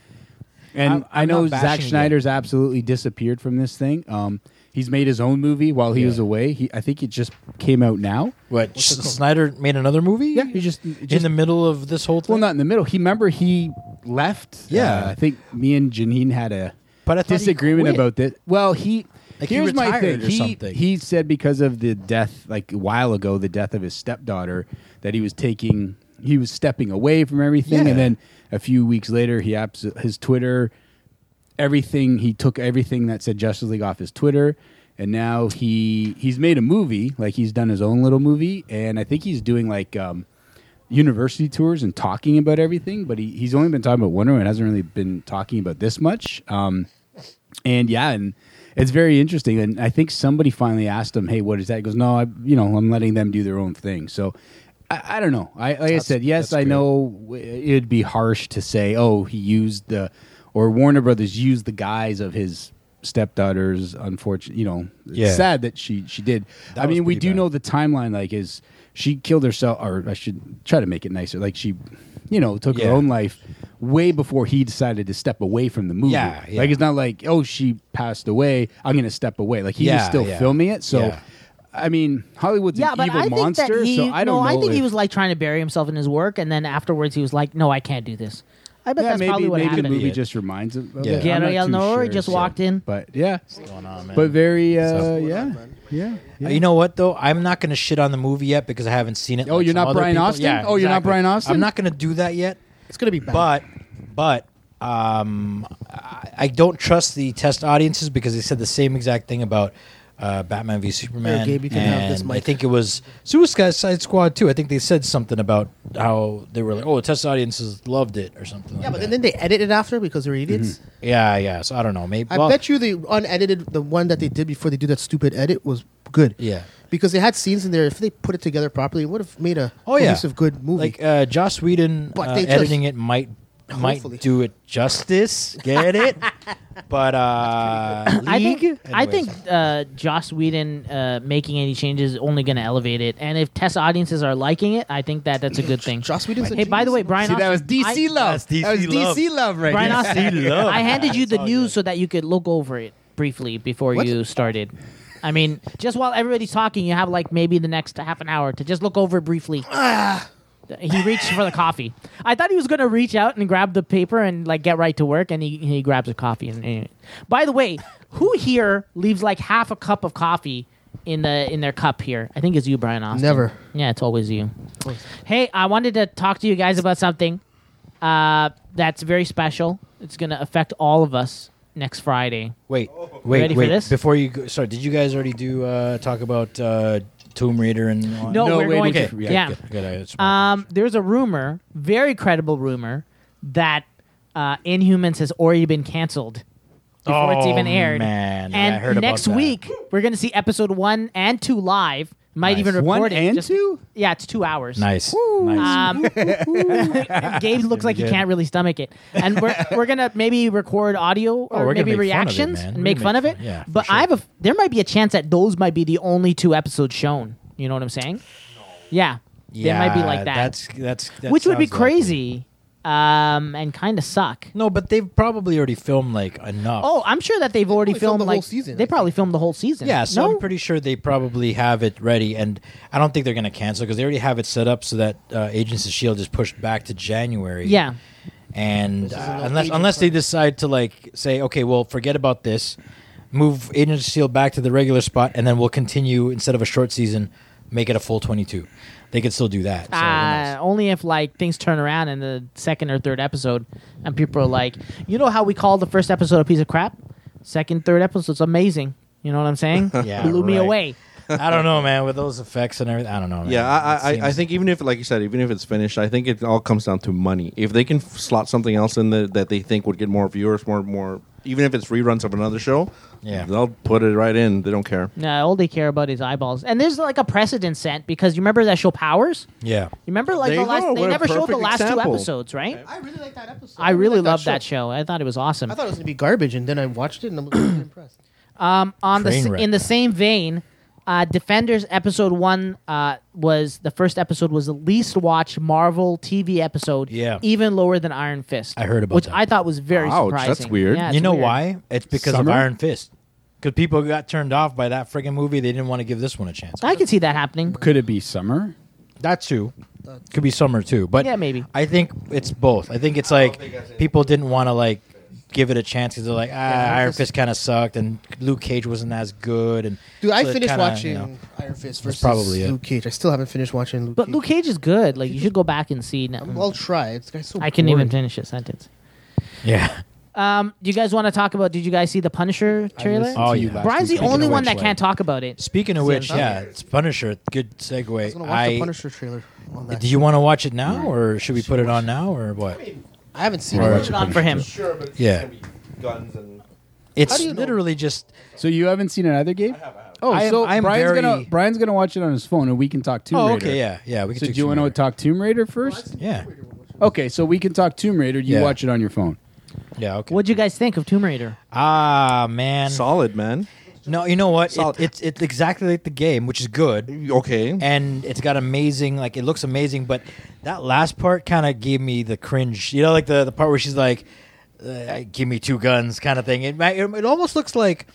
Speaker 5: and
Speaker 8: I'm-
Speaker 5: i
Speaker 8: I'm
Speaker 5: know
Speaker 8: not
Speaker 5: Zack
Speaker 8: bashing it.
Speaker 5: Snyder's absolutely disappeared from this thing. Um, he's made his own movie while he
Speaker 8: Yeah.
Speaker 5: was away. He, I think it just came out now.
Speaker 8: What S- Snyder made another movie?
Speaker 5: Yeah, he just- he
Speaker 8: in
Speaker 5: just-
Speaker 8: the middle of this whole thing.
Speaker 5: Well, not in the middle. He remember he left.
Speaker 8: Yeah.
Speaker 5: Uh, I think me and Janine had a
Speaker 8: But I thought he
Speaker 5: disagreement
Speaker 8: quit.
Speaker 5: about this. Well, he
Speaker 8: Like, he
Speaker 5: here's my
Speaker 8: retired
Speaker 5: thing.
Speaker 8: or
Speaker 5: he
Speaker 8: something.
Speaker 5: he said because of the death, like a while ago, the death of his stepdaughter, that he was taking, he was stepping away from everything,
Speaker 8: Yeah.
Speaker 5: and then a few weeks later, he abs- his Twitter, everything he took everything that said Justice League off his Twitter. And now he he's made a movie, like he's done his own little movie, and I think he's doing like um, university tours and talking about everything, but he, he's only been talking about Wonder Woman. Hasn't really been talking about this much. Um, and yeah, and it's very interesting. And I think somebody finally asked him, "Hey, what is that?" He goes, "No, I, you know, I'm letting them do their own thing." So. I, I don't know. I, like I said, yes,
Speaker 8: that's
Speaker 5: I
Speaker 8: great.
Speaker 5: know w- it'd be harsh to say, oh, he used the, or Warner Brothers used the guise of his stepdaughter's unfortunate, you know, it's
Speaker 8: Yeah.
Speaker 5: sad that she she did.
Speaker 8: That
Speaker 5: I
Speaker 8: was
Speaker 5: mean, we
Speaker 8: pretty
Speaker 5: do
Speaker 8: bad.
Speaker 5: know the timeline. Like, is she killed herself, or I should try to make it nicer. Like she, you know, took her
Speaker 8: Yeah.
Speaker 5: own life way before he decided to step away from the movie.
Speaker 8: Yeah, yeah.
Speaker 5: Like it's not like oh she passed away, I'm gonna step away. Like he was
Speaker 8: Yeah,
Speaker 5: still
Speaker 8: yeah.
Speaker 5: filming it. So,
Speaker 8: Yeah.
Speaker 5: I mean, Hollywood's
Speaker 4: yeah,
Speaker 5: an
Speaker 4: but
Speaker 5: evil
Speaker 4: I think
Speaker 5: monster.
Speaker 4: that he.
Speaker 5: so I don't
Speaker 4: no,
Speaker 5: know.
Speaker 4: I think he
Speaker 5: if-
Speaker 4: was like trying to bury himself in his work, and then afterwards he was like, "No, I can't do this." I bet
Speaker 5: yeah,
Speaker 4: that's
Speaker 5: maybe
Speaker 4: probably what
Speaker 5: maybe
Speaker 4: happened.
Speaker 5: the movie
Speaker 8: Yeah.
Speaker 5: just reminds him. Of
Speaker 8: Yeah.
Speaker 5: it. I'm not
Speaker 4: Guillermo
Speaker 5: too
Speaker 4: del Toro
Speaker 5: sure,
Speaker 4: just
Speaker 5: so-
Speaker 4: walked in.
Speaker 5: but yeah,
Speaker 8: going on, man?
Speaker 5: but very uh,
Speaker 8: What's
Speaker 5: yeah, yeah, yeah.
Speaker 8: Uh, You know what though? I'm not gonna shit on the movie yet because I haven't seen it.
Speaker 5: Oh,
Speaker 8: like
Speaker 5: you're
Speaker 8: some
Speaker 5: not
Speaker 8: other
Speaker 5: Brian
Speaker 8: people.
Speaker 5: Austin?
Speaker 8: Yeah,
Speaker 5: Oh, you're not
Speaker 8: exactly.
Speaker 5: Brian Austin?
Speaker 8: I'm not gonna do that yet.
Speaker 7: It's gonna be bad.
Speaker 8: But but um, I, I don't trust the test audiences because they said the same exact thing about. Uh, Batman v Superman.
Speaker 7: Here, Gabe, you can have this
Speaker 8: and I
Speaker 7: mic.
Speaker 8: think it was Suicide Squad too. I think they said something about how they were like, "Oh, the test audiences loved it" or something.
Speaker 7: yeah,
Speaker 8: like
Speaker 7: but
Speaker 8: that.
Speaker 7: then, then they edit it after because they're idiots.
Speaker 5: Mm-hmm.
Speaker 8: yeah, yeah. So I don't know. Maybe
Speaker 7: I bet you the unedited, the one that they did before they do that stupid edit was good.
Speaker 8: Yeah.
Speaker 7: Because they had scenes in there. If they put it together properly, it would have made a
Speaker 8: Oh, yeah.
Speaker 7: cohesive, good movie.
Speaker 8: like uh, Joss Whedon
Speaker 7: But
Speaker 8: uh,
Speaker 7: they just-
Speaker 8: editing it might
Speaker 7: Hopefully.
Speaker 8: might do it justice. Get it? but uh,
Speaker 4: I think
Speaker 8: League?
Speaker 4: I
Speaker 8: Anyways.
Speaker 4: think uh, Joss Whedon uh, making any changes is only going to elevate it, and if test audiences are liking it, I think that that's a good thing.
Speaker 7: Joss Whedon's a
Speaker 4: Hey, by the way,
Speaker 7: genius.
Speaker 4: Brian,
Speaker 5: See, that was
Speaker 4: Austin,
Speaker 5: DC
Speaker 4: I-
Speaker 5: love.
Speaker 8: That's DC
Speaker 5: that was
Speaker 8: love.
Speaker 5: DC love right
Speaker 4: Brian
Speaker 5: there.
Speaker 4: Austin,
Speaker 8: love.
Speaker 4: I handed you the news so that you could look over it briefly before
Speaker 7: What?
Speaker 4: you started. I mean, just while everybody's talking, you have like maybe the next half an hour to just look over it briefly. he reached for the coffee. I thought he was going to reach out and grab the paper and like get right to work, and he, he grabs a coffee. And, and- by the way, who here leaves like half a cup of coffee in the in their cup here? I think it's you, Brian Austin.
Speaker 7: Never.
Speaker 4: Yeah, it's always you. Hey, I wanted to talk to you guys about something uh, that's very special. It's going to affect all of us next Friday.
Speaker 8: Wait, wait,
Speaker 4: Oh, ready for
Speaker 8: wait.
Speaker 4: this?
Speaker 8: Before you go, sorry, did you guys already do uh, talk about uh, Tomb Raider and all
Speaker 4: No,
Speaker 5: No,
Speaker 4: we're
Speaker 5: wait,
Speaker 4: going
Speaker 5: okay.
Speaker 4: to.
Speaker 8: Yeah,
Speaker 4: Yeah.
Speaker 8: good, good, I- it's-
Speaker 4: Um, there's a rumor, very credible rumor, that uh, Inhumans has already been canceled before it's
Speaker 8: Oh,
Speaker 4: even aired.
Speaker 8: man. Yeah, I
Speaker 4: and
Speaker 8: heard about
Speaker 4: next
Speaker 8: that.
Speaker 4: week we're going to see episode one and two live. Might even record
Speaker 5: One
Speaker 4: it.
Speaker 5: and
Speaker 4: just-
Speaker 5: two?
Speaker 4: Yeah, it's two hours.
Speaker 8: nice, nice.
Speaker 4: Um, Gabe looks like he
Speaker 8: good.
Speaker 4: can't really stomach it, and we're we're gonna maybe record audio or
Speaker 8: Oh, we're gonna
Speaker 4: maybe
Speaker 8: make fun of it,
Speaker 4: reactions
Speaker 8: man.
Speaker 4: and
Speaker 8: We're
Speaker 4: make
Speaker 8: gonna
Speaker 4: fun
Speaker 8: make
Speaker 4: of it.
Speaker 8: fun- yeah, for
Speaker 4: but
Speaker 8: sure.
Speaker 4: I have a there might be a chance that those might be the only two episodes shown. You know what I'm saying? Yeah,
Speaker 8: yeah,
Speaker 4: they might be like that,
Speaker 8: That's that's that
Speaker 4: which would be
Speaker 8: sounds like it.
Speaker 4: crazy, um, and kind of suck.
Speaker 8: no, but they've probably already filmed like enough.
Speaker 4: Oh, I'm sure that they've already
Speaker 7: probably filmed the
Speaker 4: like
Speaker 7: whole season,
Speaker 4: They
Speaker 7: I
Speaker 4: probably filmed the whole season.
Speaker 8: Yeah, so
Speaker 4: no?
Speaker 8: I'm pretty sure they probably have it ready, and I don't think they're going to cancel because they already have it set up so that uh, Agents of Shield is pushed back to January.
Speaker 4: Yeah.
Speaker 8: and uh, unless unless they decide to like say, okay, well, forget about this, move Agents of Shield E back to the regular spot, and then we'll continue instead of a short season, make it a full 22. They could still do that. So who
Speaker 4: Uh,
Speaker 8: knows?
Speaker 4: only if like things turn around in the second or third episode, and people are like, you know how we call the first episode a piece of crap? Second, third episode's amazing. You know what I'm saying?
Speaker 8: Yeah,
Speaker 4: blew me
Speaker 8: right.
Speaker 4: away.
Speaker 8: I don't know, man. With those effects and everything, I don't know. Man.
Speaker 9: Yeah, I, I,
Speaker 8: It
Speaker 9: I I
Speaker 8: seems-
Speaker 9: think even if, like you said, even if it's finished, I think it all comes down to money. If they can f- slot something else in there that they think would get more viewers, more more, even if it's reruns of another show,
Speaker 8: Yeah.
Speaker 9: they'll put it right in. They don't care.
Speaker 4: No, Uh, all they care about is eyeballs. And there's like a precedent set because you remember that show Powers? You
Speaker 8: Yeah.
Speaker 4: remember like
Speaker 9: There
Speaker 4: the
Speaker 9: you
Speaker 4: last
Speaker 9: go.
Speaker 4: they
Speaker 9: What a
Speaker 4: never showed the
Speaker 9: perfect
Speaker 4: last two
Speaker 9: example.
Speaker 4: episodes, right?
Speaker 7: I really like that episode.
Speaker 4: I really
Speaker 7: liked
Speaker 4: loved that show. I thought it was awesome.
Speaker 7: I thought it was gonna be garbage, and then I watched it and I'm really impressed.
Speaker 4: on the
Speaker 8: Train
Speaker 4: s-
Speaker 8: wreck.
Speaker 4: in the same vein, uh, Defenders episode one uh, was the first episode was the least watched Marvel TV episode.
Speaker 8: Yeah.
Speaker 4: even lower than Iron Fist.
Speaker 8: I heard about
Speaker 4: which
Speaker 8: that.
Speaker 4: I thought was very
Speaker 9: Ouch, that's
Speaker 4: surprising.
Speaker 9: weird.
Speaker 4: Yeah,
Speaker 8: you
Speaker 4: it's
Speaker 8: know
Speaker 4: weird.
Speaker 8: why? It's because
Speaker 5: Summer?
Speaker 8: of Iron Fist. Because people got turned off by that friggin' movie, they didn't want to give this one a chance.
Speaker 4: I could see that happening.
Speaker 5: Could it be summer?
Speaker 8: That too, could be summer too, but
Speaker 4: Yeah, maybe.
Speaker 8: I think it's both. I think it's like people didn't want to like give it a chance because they're like, ah, Iron
Speaker 7: Fist-
Speaker 8: Fist kind of sucked, and Luke Cage wasn't as good, and
Speaker 7: Dude, I
Speaker 8: so it
Speaker 7: finished
Speaker 8: kinda,
Speaker 7: watching
Speaker 8: you know.
Speaker 7: Iron Fist versus
Speaker 8: probably it.
Speaker 7: Luke Cage. I still haven't finished watching Luke
Speaker 4: But
Speaker 7: Cage.
Speaker 4: Luke Cage is good. Like you should go back and see.
Speaker 7: I'll try. This guy's so
Speaker 4: I couldn't even
Speaker 7: boring.
Speaker 4: finish the sentence.
Speaker 8: Yeah,
Speaker 4: Um, do you guys want to talk about? Did you guys see the Punisher trailer?
Speaker 5: listened to Oh, you you last
Speaker 4: Brian's
Speaker 5: week.
Speaker 4: the
Speaker 5: Speaking
Speaker 4: only
Speaker 5: of
Speaker 4: one
Speaker 5: which,
Speaker 4: that
Speaker 5: like-
Speaker 4: can't talk about it.
Speaker 8: Speaking of which,
Speaker 4: Yeah,
Speaker 8: yeah, it's Punisher. Good segue. I
Speaker 7: was gonna watch the Punisher trailer on that.
Speaker 8: do you want to watch it now, or should we put it on now, or what?
Speaker 7: I haven't seen
Speaker 8: Right.
Speaker 7: it.
Speaker 4: Put it on for him.
Speaker 9: Sure, but
Speaker 8: Yeah. gonna
Speaker 9: guns and.
Speaker 8: It's
Speaker 7: do you know?
Speaker 8: literally just
Speaker 5: So you haven't seen another game? Oh,
Speaker 8: I am-
Speaker 5: so
Speaker 8: I am
Speaker 5: Brian's
Speaker 8: very-
Speaker 5: gonna Brian's gonna watch it on his phone, and we can talk Tomb
Speaker 8: Oh,
Speaker 5: Raider.
Speaker 8: okay, yeah, yeah, we can
Speaker 5: so do
Speaker 8: talk
Speaker 5: you
Speaker 8: Tomb
Speaker 5: want to
Speaker 8: Raider.
Speaker 5: talk Tomb Raider first?
Speaker 8: yeah,
Speaker 5: Okay, so we can talk Tomb Raider. You
Speaker 8: Yeah.
Speaker 5: watch it on your phone.
Speaker 8: yeah. Okay.
Speaker 4: What'd you guys think of Tomb Raider?
Speaker 8: Ah, man.
Speaker 9: Solid, man.
Speaker 8: No, you know what?
Speaker 9: Solid.
Speaker 8: It, it's it's exactly like the game, which is good,
Speaker 9: Okay.
Speaker 8: and it's got amazing. Like it looks amazing, but that last part kind of gave me the cringe. You know, like the the part where she's like, uh, "Give me two guns," kind of thing. It might- it, it almost looks like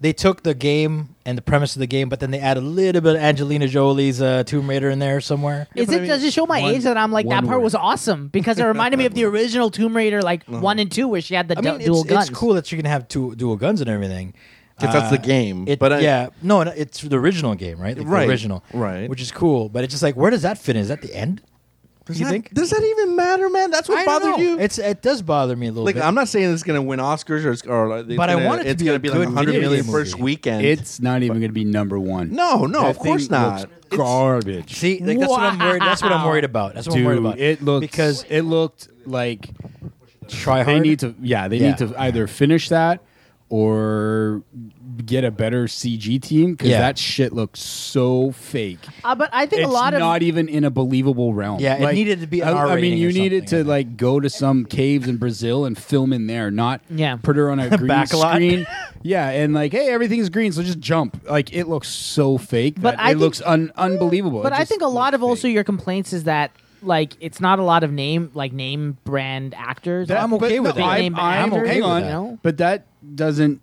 Speaker 8: they took the game and the premise of the game, but then they add a little bit of Angelina Jolie's uh, Tomb Raider in there somewhere.
Speaker 4: Is it does it show my
Speaker 5: one-
Speaker 4: age that I'm like that
Speaker 5: one
Speaker 4: part
Speaker 5: word. Uh-huh.
Speaker 4: was awesome because it reminded me of the original Tomb Raider, like one and two, where she had the
Speaker 8: I
Speaker 4: du-
Speaker 8: mean, it's,
Speaker 4: dual guns.
Speaker 8: it's cool that you can have two dual guns and everything. Uh,
Speaker 9: If that's the game,
Speaker 8: it,
Speaker 9: but I-
Speaker 8: yeah, no, no, it's the original game, right? Like the
Speaker 9: Right,
Speaker 8: original,
Speaker 9: right.
Speaker 8: Which is cool, but it's just like, where does that fit in? Is that the end?
Speaker 9: Does
Speaker 8: you
Speaker 9: that,
Speaker 8: think?
Speaker 9: Does that even matter, man? That's what
Speaker 8: I
Speaker 9: bothered
Speaker 8: don't know.
Speaker 9: you.
Speaker 8: It's it does bother me a little
Speaker 9: like
Speaker 8: bit.
Speaker 9: I'm not saying it's gonna win Oscars or, it's- or like, it's
Speaker 8: But I
Speaker 9: gonna,
Speaker 8: want it to
Speaker 9: it's
Speaker 8: be
Speaker 9: gonna
Speaker 8: a
Speaker 9: be like
Speaker 8: good
Speaker 9: 100
Speaker 8: video
Speaker 9: million
Speaker 8: game
Speaker 9: first
Speaker 8: movie.
Speaker 9: weekend.
Speaker 5: It's not even gonna be number one.
Speaker 9: no, no,
Speaker 5: That
Speaker 9: of course
Speaker 5: thing
Speaker 9: not.
Speaker 5: looks garbage.
Speaker 8: See, like, that's what I'm worried. That's what I'm worried about. That's what
Speaker 5: Dude,
Speaker 8: I'm worried about.
Speaker 5: it looked
Speaker 8: because
Speaker 5: it looked like
Speaker 8: try
Speaker 5: they
Speaker 8: hard.
Speaker 5: need to yeah they
Speaker 8: Yeah.
Speaker 5: need to either finish that or get a better CG team because
Speaker 8: Yeah.
Speaker 5: that shit looks so fake.
Speaker 4: Uh, but I think
Speaker 5: It's
Speaker 4: a lot of
Speaker 5: not even in a believable realm.
Speaker 8: Yeah, it needed to be an
Speaker 5: I-
Speaker 8: R
Speaker 5: I mean,
Speaker 8: rating
Speaker 5: you
Speaker 8: or
Speaker 5: needed to
Speaker 8: something, I think.
Speaker 5: like go to some caves in Brazil and film in there, not
Speaker 4: Yeah.
Speaker 5: put her on a green
Speaker 8: Back lot.
Speaker 5: screen. yeah, and like, hey, everything's green, so just jump. Like, it looks so fake.
Speaker 4: But
Speaker 5: that
Speaker 4: I
Speaker 5: it
Speaker 4: think-
Speaker 5: looks un- unbelievable.
Speaker 4: But
Speaker 5: It
Speaker 4: I
Speaker 5: just
Speaker 4: think a lot
Speaker 5: looks
Speaker 4: of also
Speaker 5: fake.
Speaker 4: your complaints is that like it's not a lot of name like name brand actors.
Speaker 5: That-
Speaker 8: I'm okay
Speaker 5: but
Speaker 8: with
Speaker 5: no,
Speaker 8: it.
Speaker 5: I-
Speaker 4: Name
Speaker 5: I'm
Speaker 4: actors,
Speaker 5: okay
Speaker 4: you
Speaker 5: on,
Speaker 4: know?
Speaker 5: but that doesn't.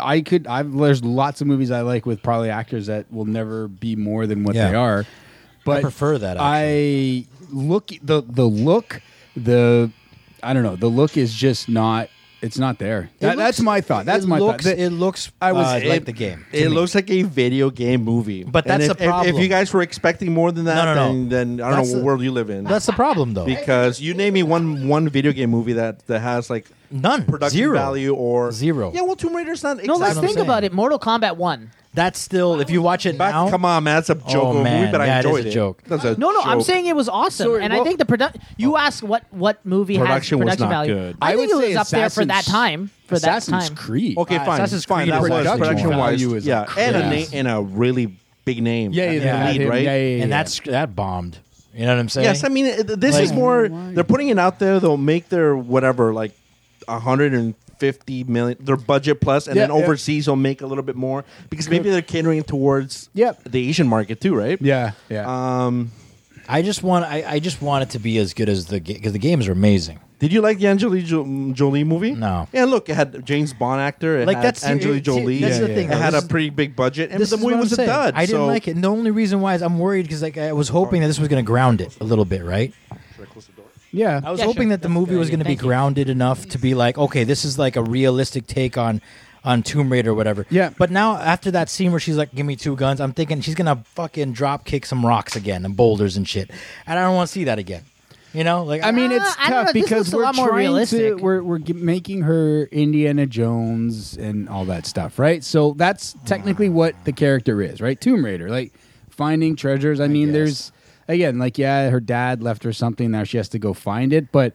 Speaker 5: I could. I've there's lots of movies I like with probably actors that will never be more than what
Speaker 8: Yeah.
Speaker 5: they are. But
Speaker 8: prefer that,
Speaker 5: I look the the look the I don't know the look is just not. It's not there. That,
Speaker 8: looks-
Speaker 5: that's my thought. That's
Speaker 8: it
Speaker 5: my
Speaker 8: looks,
Speaker 5: thought. That-
Speaker 8: It looks.
Speaker 5: I was-
Speaker 8: uh,
Speaker 5: it-
Speaker 8: like the game. to me.
Speaker 9: It looks like a video game movie,
Speaker 8: But
Speaker 9: And
Speaker 8: that's
Speaker 9: if,
Speaker 8: the
Speaker 9: if- If,
Speaker 8: problem.
Speaker 9: you guys were expecting more than that,
Speaker 8: No, no, no.
Speaker 9: Then, then I don't
Speaker 8: That's
Speaker 9: know what
Speaker 8: the-
Speaker 9: world you live in.
Speaker 8: That's the problem, though.
Speaker 9: because you name me one one video game movie that that has like
Speaker 8: None.
Speaker 9: production
Speaker 8: Zero.
Speaker 9: value or
Speaker 8: Zero.
Speaker 9: Yeah, well, Tomb Raider's not.
Speaker 4: No, let's
Speaker 8: what I'm
Speaker 4: think
Speaker 8: saying.
Speaker 4: about it. Mortal Kombat One.
Speaker 8: That's still. If you watch it
Speaker 9: Back,
Speaker 8: now,
Speaker 9: come on, man, that's a joke
Speaker 8: Oh,
Speaker 9: of a
Speaker 8: man,
Speaker 9: movie, but I
Speaker 8: yeah, it is
Speaker 9: enjoyed
Speaker 8: a
Speaker 9: it.
Speaker 8: joke.
Speaker 9: That's a
Speaker 4: No, no, I'm
Speaker 9: joke.
Speaker 4: saying it was awesome,
Speaker 5: Sorry,
Speaker 4: and I
Speaker 5: well- Oh.
Speaker 4: think the production. You asked what what movie
Speaker 9: Production
Speaker 4: has
Speaker 9: was
Speaker 4: production
Speaker 9: not
Speaker 4: value.
Speaker 9: good.
Speaker 4: I,
Speaker 5: I
Speaker 4: think
Speaker 5: would
Speaker 4: it was
Speaker 5: say
Speaker 4: up there for that
Speaker 5: Assassin's-
Speaker 4: time. For that
Speaker 5: Assassin's
Speaker 4: time,
Speaker 5: Creed.
Speaker 9: Okay,
Speaker 8: Uh,
Speaker 9: fine.
Speaker 8: Assassin's
Speaker 9: fine,
Speaker 8: Creed
Speaker 9: that
Speaker 8: is
Speaker 9: was
Speaker 8: production
Speaker 9: production wise.
Speaker 5: value is
Speaker 9: yeah, and a,
Speaker 5: crazy.
Speaker 9: na- and a really big name.
Speaker 5: Yeah,
Speaker 9: in
Speaker 5: yeah,
Speaker 9: the
Speaker 5: yeah,
Speaker 9: lead,
Speaker 5: him,
Speaker 9: right?
Speaker 5: yeah, yeah, yeah.
Speaker 8: and that's that bombed. You know what I'm saying?
Speaker 9: Yes, I mean it- this is
Speaker 8: Like-
Speaker 9: more. They're putting it out there. They'll make their whatever like 150 million their budget plus, and
Speaker 5: Yeah,
Speaker 9: then
Speaker 5: yeah.
Speaker 9: overseas they'll make a little bit more because maybe they're catering towards
Speaker 5: Yep.
Speaker 9: the Asian market too, right?
Speaker 5: yeah, yeah.
Speaker 4: Uh,
Speaker 9: Um,
Speaker 8: I just want. I, I just want it to be as good as the game because the games are amazing.
Speaker 9: did you like the Angelina Jo- Jolie movie?
Speaker 8: No.
Speaker 9: Yeah, look, it had James Bond actor. It
Speaker 8: Like,
Speaker 9: had
Speaker 8: that's-
Speaker 9: Angelina
Speaker 8: see,
Speaker 9: Jolie.
Speaker 8: that's
Speaker 5: the Yeah, thing,
Speaker 9: It
Speaker 8: though.
Speaker 9: had
Speaker 8: This
Speaker 9: a
Speaker 8: is-
Speaker 9: pretty big budget, and
Speaker 8: This
Speaker 9: the
Speaker 8: is
Speaker 9: movie
Speaker 8: what
Speaker 9: was
Speaker 8: I'm saying.
Speaker 9: a dud.
Speaker 8: I didn't
Speaker 9: so-
Speaker 8: like it. And the only reason why is I'm worried because like I was hoping that this was going to ground it a little bit, right?
Speaker 5: yeah.
Speaker 8: I was
Speaker 4: Yeah,
Speaker 8: hoping
Speaker 4: sure.
Speaker 8: that the movie was going to be
Speaker 4: Thank you.
Speaker 8: grounded enough to be like, okay, this is like a realistic take on on Tomb Raider or whatever.
Speaker 5: Yeah.
Speaker 8: But now after that scene where she's like, "Give me two guns," I'm thinking she's gonna fucking drop kick some rocks again and boulders and shit, and I don't want to see that again. You know, like
Speaker 5: I mean,
Speaker 4: Uh,
Speaker 5: it's
Speaker 4: I don't
Speaker 5: tough
Speaker 4: know, this
Speaker 5: because
Speaker 4: looks a
Speaker 5: we're
Speaker 4: lot more
Speaker 5: trying to
Speaker 4: realistic.
Speaker 5: we're we're g- making her Indiana Jones and all that stuff, right? So that's
Speaker 8: Ah.
Speaker 5: technically what the character is, right? Tomb Raider, like finding treasures. I, mean,
Speaker 8: guess.
Speaker 5: there's again, like yeah, her dad left her something. Now she has to go find it. But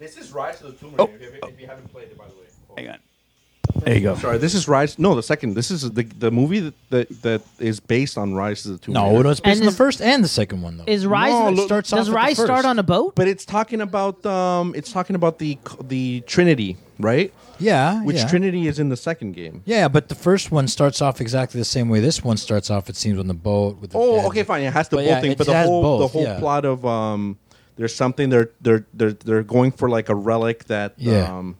Speaker 9: This is Rise of the Tomb
Speaker 8: Oh.
Speaker 9: Raider. If, you haven't played it, by the way.
Speaker 5: hang on, there you go.
Speaker 9: Sorry, this is Rise. No, the second. This is the the movie that that, that is based on Rise of the Tomb
Speaker 8: no,
Speaker 9: Raider.
Speaker 8: it was
Speaker 4: And
Speaker 8: based on the
Speaker 4: is-
Speaker 8: first and the second one though.
Speaker 4: is Rise?
Speaker 9: No,
Speaker 4: the-
Speaker 9: look,
Speaker 8: starts
Speaker 4: does
Speaker 8: off at the
Speaker 4: Rise start
Speaker 8: first.
Speaker 4: on a boat?
Speaker 9: But it's talking about um, it's talking about the the Trinity, right?
Speaker 8: yeah,
Speaker 9: Which
Speaker 8: Oh, yeah.
Speaker 9: Trinity is in the second game?
Speaker 8: Yeah, but the first one starts off exactly the same way. This one starts off. It seems on the boat with. The
Speaker 9: Oh,
Speaker 8: dead.
Speaker 9: okay, fine. It has the
Speaker 8: But
Speaker 9: whole
Speaker 8: yeah,
Speaker 9: thing,
Speaker 8: it
Speaker 9: but the
Speaker 8: has
Speaker 9: whole the
Speaker 8: both,
Speaker 9: whole
Speaker 8: yeah.
Speaker 9: plot of um, there's something they're they're they're they're going for like a relic that
Speaker 8: Yeah.
Speaker 9: um,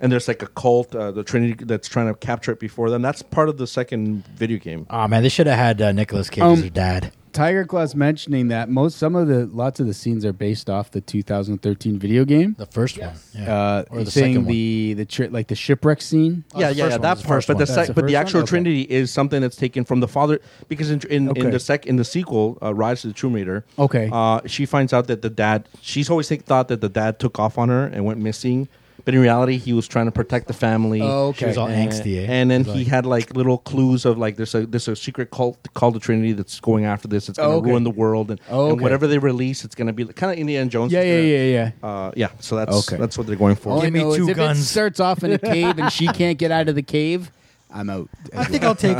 Speaker 9: and there's like a cult, uh, the Trinity that's trying to capture it before them. That's part of the second video game.
Speaker 8: Oh man, they should have had uh, Nicholas Cage
Speaker 5: Um,
Speaker 8: as their dad.
Speaker 5: Tiger Claw's mentioning that most some of the lots of the scenes are based off the 2013 video game.
Speaker 8: The first one, yeah.
Speaker 5: Uh,
Speaker 8: or the
Speaker 5: saying
Speaker 8: second one.
Speaker 5: the the tri- like the shipwreck scene.
Speaker 8: Oh,
Speaker 9: yeah,
Speaker 8: the
Speaker 9: yeah,
Speaker 8: first
Speaker 9: yeah,
Speaker 8: one was
Speaker 9: that
Speaker 8: the
Speaker 9: part.
Speaker 8: first
Speaker 9: But
Speaker 8: one.
Speaker 9: the
Speaker 5: That's
Speaker 9: sec-
Speaker 5: the
Speaker 9: but the
Speaker 5: first one?
Speaker 9: actual
Speaker 5: Okay.
Speaker 9: Trinity is something that's taken from the father because in in, in
Speaker 5: Okay.
Speaker 9: the sec in the sequel, uh, Rise of the Tomb Raider.
Speaker 5: Okay.
Speaker 9: uh, she finds out that the dad. She's always think, thought that the dad took off on her and went missing But in reality, he was trying to protect the family.
Speaker 7: Oh, okay. She
Speaker 8: was all
Speaker 9: And-
Speaker 8: angsty, eh?
Speaker 9: And then he
Speaker 8: Like-
Speaker 9: had like little clues of like there's a there's a secret cult called the Trinity that's going after this. It's going to
Speaker 7: okay.
Speaker 9: ruin the world, and,
Speaker 5: Oh,
Speaker 9: and
Speaker 5: okay.
Speaker 9: whatever they release, it's going to be kind of Indiana Jones.
Speaker 5: Yeah, yeah, yeah, yeah.
Speaker 9: Uh, yeah, so that's
Speaker 5: Okay.
Speaker 9: that's what they're going for.
Speaker 5: All I
Speaker 8: Give me
Speaker 5: know is
Speaker 8: two
Speaker 5: if It
Speaker 8: guns.
Speaker 5: starts off in a cave and she can't get out of the cave. I'm out.
Speaker 8: I think I'll take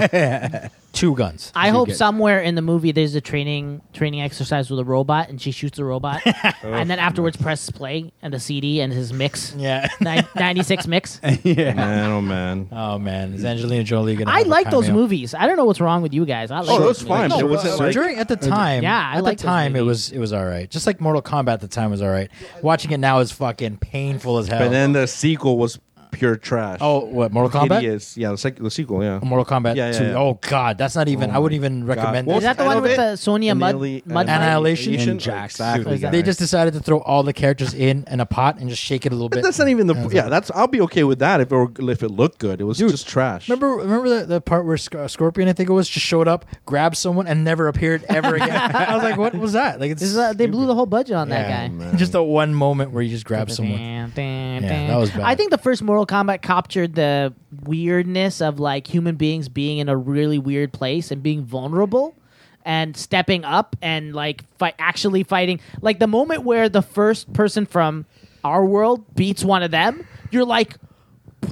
Speaker 8: two guns.
Speaker 4: I
Speaker 5: You
Speaker 4: hope
Speaker 5: get-
Speaker 4: somewhere in the movie there's a training training exercise with a robot and she shoots the robot
Speaker 5: Oh,
Speaker 4: and then afterwards presses play and the CD and his mix.
Speaker 8: Yeah.
Speaker 4: Nin- 96 mix.
Speaker 9: Man, oh man.
Speaker 8: Oh man, is Angelina Jolie gonna?
Speaker 4: I
Speaker 8: have a
Speaker 4: like those
Speaker 8: cameo?
Speaker 4: movies. I don't know what's wrong with you guys. I like
Speaker 9: Oh,
Speaker 4: those
Speaker 9: that's
Speaker 4: movies.
Speaker 9: fine.
Speaker 8: No,
Speaker 9: There wasn't,
Speaker 8: but
Speaker 9: like-
Speaker 8: during at the time,
Speaker 4: Yeah, I
Speaker 8: at
Speaker 4: like
Speaker 8: the
Speaker 4: those
Speaker 8: time it
Speaker 4: movies.
Speaker 8: was it was all right. Just like Mortal Kombat at the time was all right. Watching it now is fucking painful as hell.
Speaker 9: But then the sequel was pure trash.
Speaker 8: oh, what Mortal Kombat?
Speaker 9: hideous. Yeah, the, sec- the sequel. Yeah,
Speaker 8: Mortal Kombat
Speaker 9: Yeah, yeah,
Speaker 8: 2.
Speaker 9: yeah.
Speaker 8: Oh god, that's not even. I wouldn't even recommend.
Speaker 4: Is
Speaker 9: What was
Speaker 8: that.
Speaker 4: that the
Speaker 9: title
Speaker 4: one
Speaker 9: of
Speaker 4: with
Speaker 9: it? uh,
Speaker 4: the Sonya Mud-
Speaker 9: Annihilation-
Speaker 4: Mud-
Speaker 8: Annihilation?
Speaker 9: Annihilation?
Speaker 5: And Jax.
Speaker 9: Exactly.
Speaker 4: Exactly.
Speaker 8: They just decided to throw all the characters in in a pot and just shake it a little bit.
Speaker 9: That's not even the yeah. That's I'll be okay with that if it were, if it looked good. It was
Speaker 8: Dude,
Speaker 9: just trash.
Speaker 8: Remember, remember the, the part where Sc- Scorpion, I think it was, just showed up, grabbed someone, and never appeared ever again. I was like, "What was that?" Like, it's
Speaker 4: This is, uh, they blew the whole budget on that guy.
Speaker 8: Just the one moment where you just grab someone.
Speaker 4: Dun, dun,
Speaker 8: Yeah,
Speaker 4: dun.
Speaker 8: that was bad.
Speaker 4: I think the first Mortal Kombat captured the weirdness of like human beings being in a really weird place and being vulnerable and stepping up and like fight actually fighting. Like the moment where the first person from our world beats one of them, you're like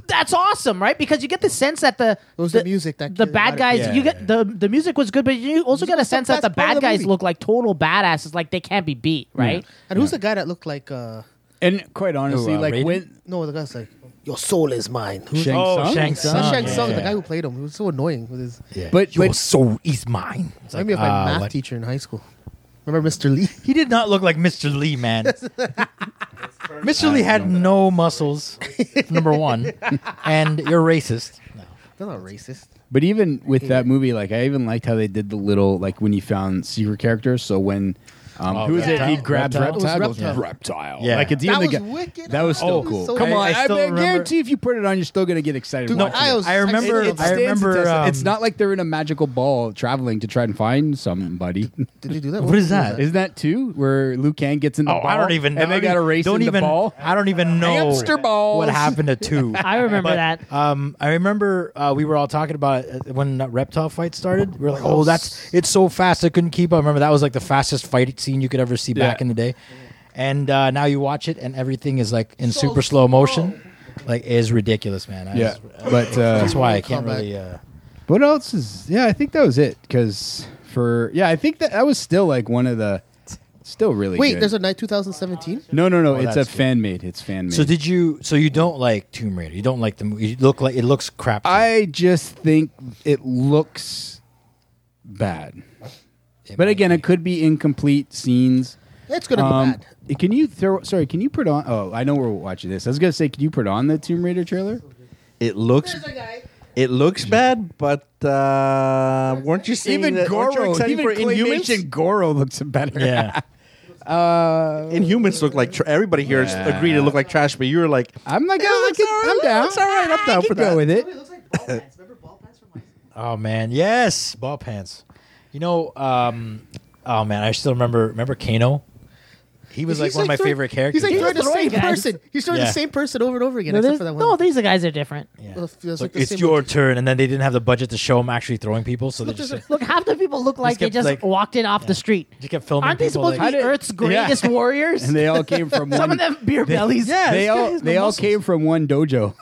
Speaker 4: that's awesome, right? Because you get the sense that the
Speaker 7: It was the music that
Speaker 4: the
Speaker 7: killed
Speaker 4: bad
Speaker 7: it.
Speaker 4: guys
Speaker 8: Yeah,
Speaker 4: you get the the music was good, but you also get a
Speaker 7: was the
Speaker 4: sense that
Speaker 7: best
Speaker 4: the
Speaker 7: part of
Speaker 4: bad
Speaker 7: the
Speaker 4: guys
Speaker 7: movie.
Speaker 4: look like total badasses, like they can't be beat, right?
Speaker 7: And who's the guy that looked like? uh
Speaker 5: And quite honestly,
Speaker 8: uh,
Speaker 5: like
Speaker 8: Raiden?
Speaker 5: when
Speaker 7: No, the guy's like, "Your soul is mine." Who's
Speaker 5: Shang
Speaker 8: Oh,
Speaker 5: Tsung?
Speaker 8: Shang
Speaker 7: Not
Speaker 8: Tsung,
Speaker 7: Shang
Speaker 8: yeah,
Speaker 7: Tsung, the
Speaker 8: yeah.
Speaker 7: guy who played him. He was so annoying with his. Yeah.
Speaker 5: But
Speaker 8: Your
Speaker 5: but
Speaker 8: soul is mine. It's
Speaker 7: Remind me of my
Speaker 8: ah,
Speaker 7: math
Speaker 8: like-
Speaker 7: teacher in high school. Remember Mr. Lee?
Speaker 8: He did not look like Mr. Lee, man. Mr. Lee had no muscles, number one, and you're racist.
Speaker 7: They're not racist.
Speaker 5: But even with that movie, like I even liked how they did the little like when you found secret characters. So when um,
Speaker 8: Oh,
Speaker 5: who was it?
Speaker 8: Reptile?
Speaker 5: He grabs
Speaker 8: Reptile?
Speaker 5: reptile.
Speaker 7: It was
Speaker 5: goes,
Speaker 7: Reptile.
Speaker 5: reptile.
Speaker 8: Yeah.
Speaker 5: like it's even
Speaker 7: That
Speaker 5: the
Speaker 7: was
Speaker 5: guy-
Speaker 7: wicked.
Speaker 5: That was
Speaker 7: Oh,
Speaker 5: still
Speaker 7: it was
Speaker 5: cool.
Speaker 7: so
Speaker 5: Come
Speaker 7: good.
Speaker 5: on,
Speaker 8: I- I
Speaker 5: I,
Speaker 8: still
Speaker 5: bet-
Speaker 8: remember-
Speaker 5: guarantee if you put it on, you're still gonna get excited.
Speaker 7: Dude,
Speaker 5: watching
Speaker 7: I
Speaker 5: it.
Speaker 7: was-
Speaker 8: I remember.
Speaker 7: It- it
Speaker 8: I
Speaker 7: stands the
Speaker 8: remember. Um,
Speaker 5: it's not like they're in a magical ball traveling to try and find somebody.
Speaker 7: Did they do that?
Speaker 8: What is that?
Speaker 5: Isn't that too? Where Liu Kang gets in the
Speaker 8: Oh,
Speaker 5: ball
Speaker 8: I don't even. know.
Speaker 5: and they got a race
Speaker 8: Don't
Speaker 5: in
Speaker 8: even.
Speaker 5: the ball.
Speaker 8: I don't even know
Speaker 5: Hamster balls.
Speaker 8: what happened to two.
Speaker 4: I remember that.
Speaker 8: Um, I remember uh, we were all talking about uh, when that reptile fight started. We were like, "Oh, that's it's so fast! I couldn't keep up." I remember that was like the fastest fight scene you could ever see back
Speaker 5: Yeah.
Speaker 8: in the day. And uh, now you watch it, and everything is like in super slow motion. Like, is ridiculous, man. I
Speaker 5: Yeah,
Speaker 8: just-
Speaker 5: but uh,
Speaker 8: that's why I can't
Speaker 7: Comeback.
Speaker 8: really. Uh,
Speaker 5: What else is? Yeah, I think that was it. Because for yeah, I think that that was still like one of the still really.
Speaker 7: Wait,
Speaker 5: good.
Speaker 7: there's a night 2017.
Speaker 5: no, no, no. it's a
Speaker 8: that's good.
Speaker 5: fan made. It's fan made.
Speaker 8: so did you? So you don't like Tomb Raider? You don't like the movie? You look like it looks crap. to you.
Speaker 5: I just think it looks bad,
Speaker 8: It
Speaker 5: but
Speaker 8: might
Speaker 5: again,
Speaker 8: be.
Speaker 5: it could be incomplete scenes.
Speaker 7: It's gonna
Speaker 5: Um,
Speaker 7: be bad.
Speaker 5: Can you throw? Sorry, can you put on? Oh, I know we're watching this. I was gonna say, can you put on the Tomb Raider trailer?
Speaker 9: It looks it looks bad, but uh, weren't you seeing
Speaker 5: Even
Speaker 9: that, weren't you
Speaker 5: Goro,
Speaker 9: excited
Speaker 5: even
Speaker 9: for
Speaker 5: Claymation
Speaker 9: Inhumans?
Speaker 5: Goro looks better.
Speaker 8: yeah.
Speaker 9: Inhumans look like tr everybody here s- agreed it looked like trash, but you were like,
Speaker 5: I'm like, yeah, I
Speaker 9: looks
Speaker 5: can,
Speaker 9: all right.
Speaker 5: I'm down.
Speaker 9: It's all right. I'm down
Speaker 5: I
Speaker 9: for
Speaker 5: can go
Speaker 9: that.
Speaker 5: with it.
Speaker 8: Oh man, yes, ball pants. You know, um, oh man, I still remember. Remember Kano? He was like
Speaker 7: He's
Speaker 8: one of my
Speaker 7: throwing-
Speaker 8: favorite characters.
Speaker 7: He's like throwing the
Speaker 4: He's
Speaker 7: same
Speaker 4: throwing guys.
Speaker 7: person. He's throwing
Speaker 8: Yeah.
Speaker 7: the same person over and over again,
Speaker 4: No,
Speaker 7: except
Speaker 4: there's-
Speaker 7: for that one.
Speaker 4: no, these guys are different.
Speaker 8: Yeah.
Speaker 7: Well, it feels
Speaker 8: It's,
Speaker 7: like
Speaker 8: like,
Speaker 7: the
Speaker 8: it's
Speaker 7: same
Speaker 8: your
Speaker 7: movie.
Speaker 8: turn, and then they didn't have the budget to show him actually throwing people, so they
Speaker 7: Look,
Speaker 8: just,
Speaker 7: there's
Speaker 8: just
Speaker 4: Look, half the people look like they
Speaker 8: kept,
Speaker 4: just
Speaker 8: like-
Speaker 4: walked in off the street.
Speaker 8: kept filming.
Speaker 4: Aren't they
Speaker 8: people,
Speaker 4: supposed
Speaker 8: like-
Speaker 4: to be Earth's greatest warriors?
Speaker 5: And they all came from
Speaker 4: Some
Speaker 5: one.
Speaker 4: of them beer bellies.
Speaker 8: yeah,
Speaker 5: they
Speaker 8: this guy
Speaker 5: all
Speaker 8: has no
Speaker 5: they all
Speaker 8: muscles.
Speaker 5: came from one dojo.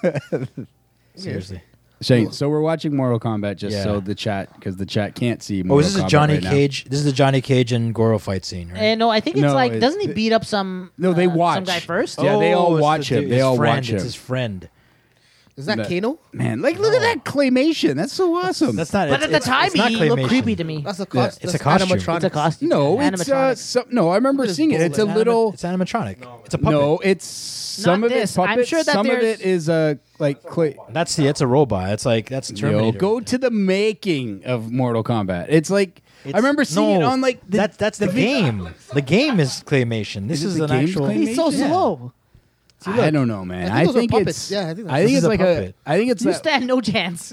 Speaker 8: seriously?
Speaker 5: Shane, so we're watching Mortal Kombat just
Speaker 8: Yeah.
Speaker 5: so the chat because the chat can't see.
Speaker 8: Oh,
Speaker 5: Mortal
Speaker 8: is this
Speaker 5: Kombat
Speaker 8: a Johnny
Speaker 5: right now.
Speaker 8: Cage? This is a Johnny Cage and Goro fight scene, right?
Speaker 4: And no, I think it's
Speaker 5: No,
Speaker 4: like
Speaker 5: it-
Speaker 4: doesn't he beat up some
Speaker 5: No, they
Speaker 4: uh,
Speaker 5: watch
Speaker 4: some guy first?
Speaker 5: Yeah, they all
Speaker 8: it's
Speaker 5: watch
Speaker 8: Oh, the
Speaker 5: him.
Speaker 8: dude-
Speaker 5: They
Speaker 8: his
Speaker 5: all
Speaker 8: friend.
Speaker 5: watch
Speaker 8: It's
Speaker 5: him.
Speaker 8: his friend.
Speaker 7: Is that
Speaker 5: That-
Speaker 7: Kano?
Speaker 5: Man, like look at that claymation. That's so awesome.
Speaker 8: That's not.
Speaker 4: But
Speaker 8: it's,
Speaker 4: at the
Speaker 8: it's-
Speaker 4: time
Speaker 8: it's not
Speaker 4: he looked
Speaker 8: claymation.
Speaker 4: creepy to me.
Speaker 7: That's a
Speaker 5: Yeah,
Speaker 7: costume.
Speaker 8: it's a costume.
Speaker 4: It's a costume.
Speaker 5: no, it's uh,
Speaker 4: Animatronic.
Speaker 5: some, no. I remember
Speaker 7: Look at his
Speaker 5: seeing it.
Speaker 7: bullet.
Speaker 5: It's a
Speaker 8: It's anima-
Speaker 5: little.
Speaker 8: It's animatronic. It's a puppet.
Speaker 5: No, it's some
Speaker 4: Not
Speaker 5: of it's
Speaker 4: this. I'm
Speaker 5: puppets.
Speaker 4: sure that
Speaker 5: some of
Speaker 4: there's-
Speaker 5: it is uh, like clay.
Speaker 8: That's the. It's a robot. It's like that's
Speaker 5: Yo,
Speaker 8: Terminator.
Speaker 5: go to the making of Mortal Kombat. It's like I
Speaker 8: It's-
Speaker 5: remember seeing
Speaker 8: no,
Speaker 5: it on like the,
Speaker 8: that's that's the,
Speaker 5: vid-
Speaker 8: game. The game is claymation. This
Speaker 5: it
Speaker 8: is,
Speaker 5: the
Speaker 8: an
Speaker 5: game's
Speaker 8: actual.
Speaker 5: claymation?
Speaker 4: He's so
Speaker 5: Yeah.
Speaker 4: slow.
Speaker 5: I don't know, man. I
Speaker 7: I think those are
Speaker 5: think,
Speaker 7: puppets.
Speaker 5: it's
Speaker 7: Yeah, I think that's-
Speaker 5: I think
Speaker 8: This
Speaker 5: it's
Speaker 8: is a
Speaker 5: like a
Speaker 8: puppet.
Speaker 5: I think it's
Speaker 4: You
Speaker 5: that-
Speaker 4: stand no chance.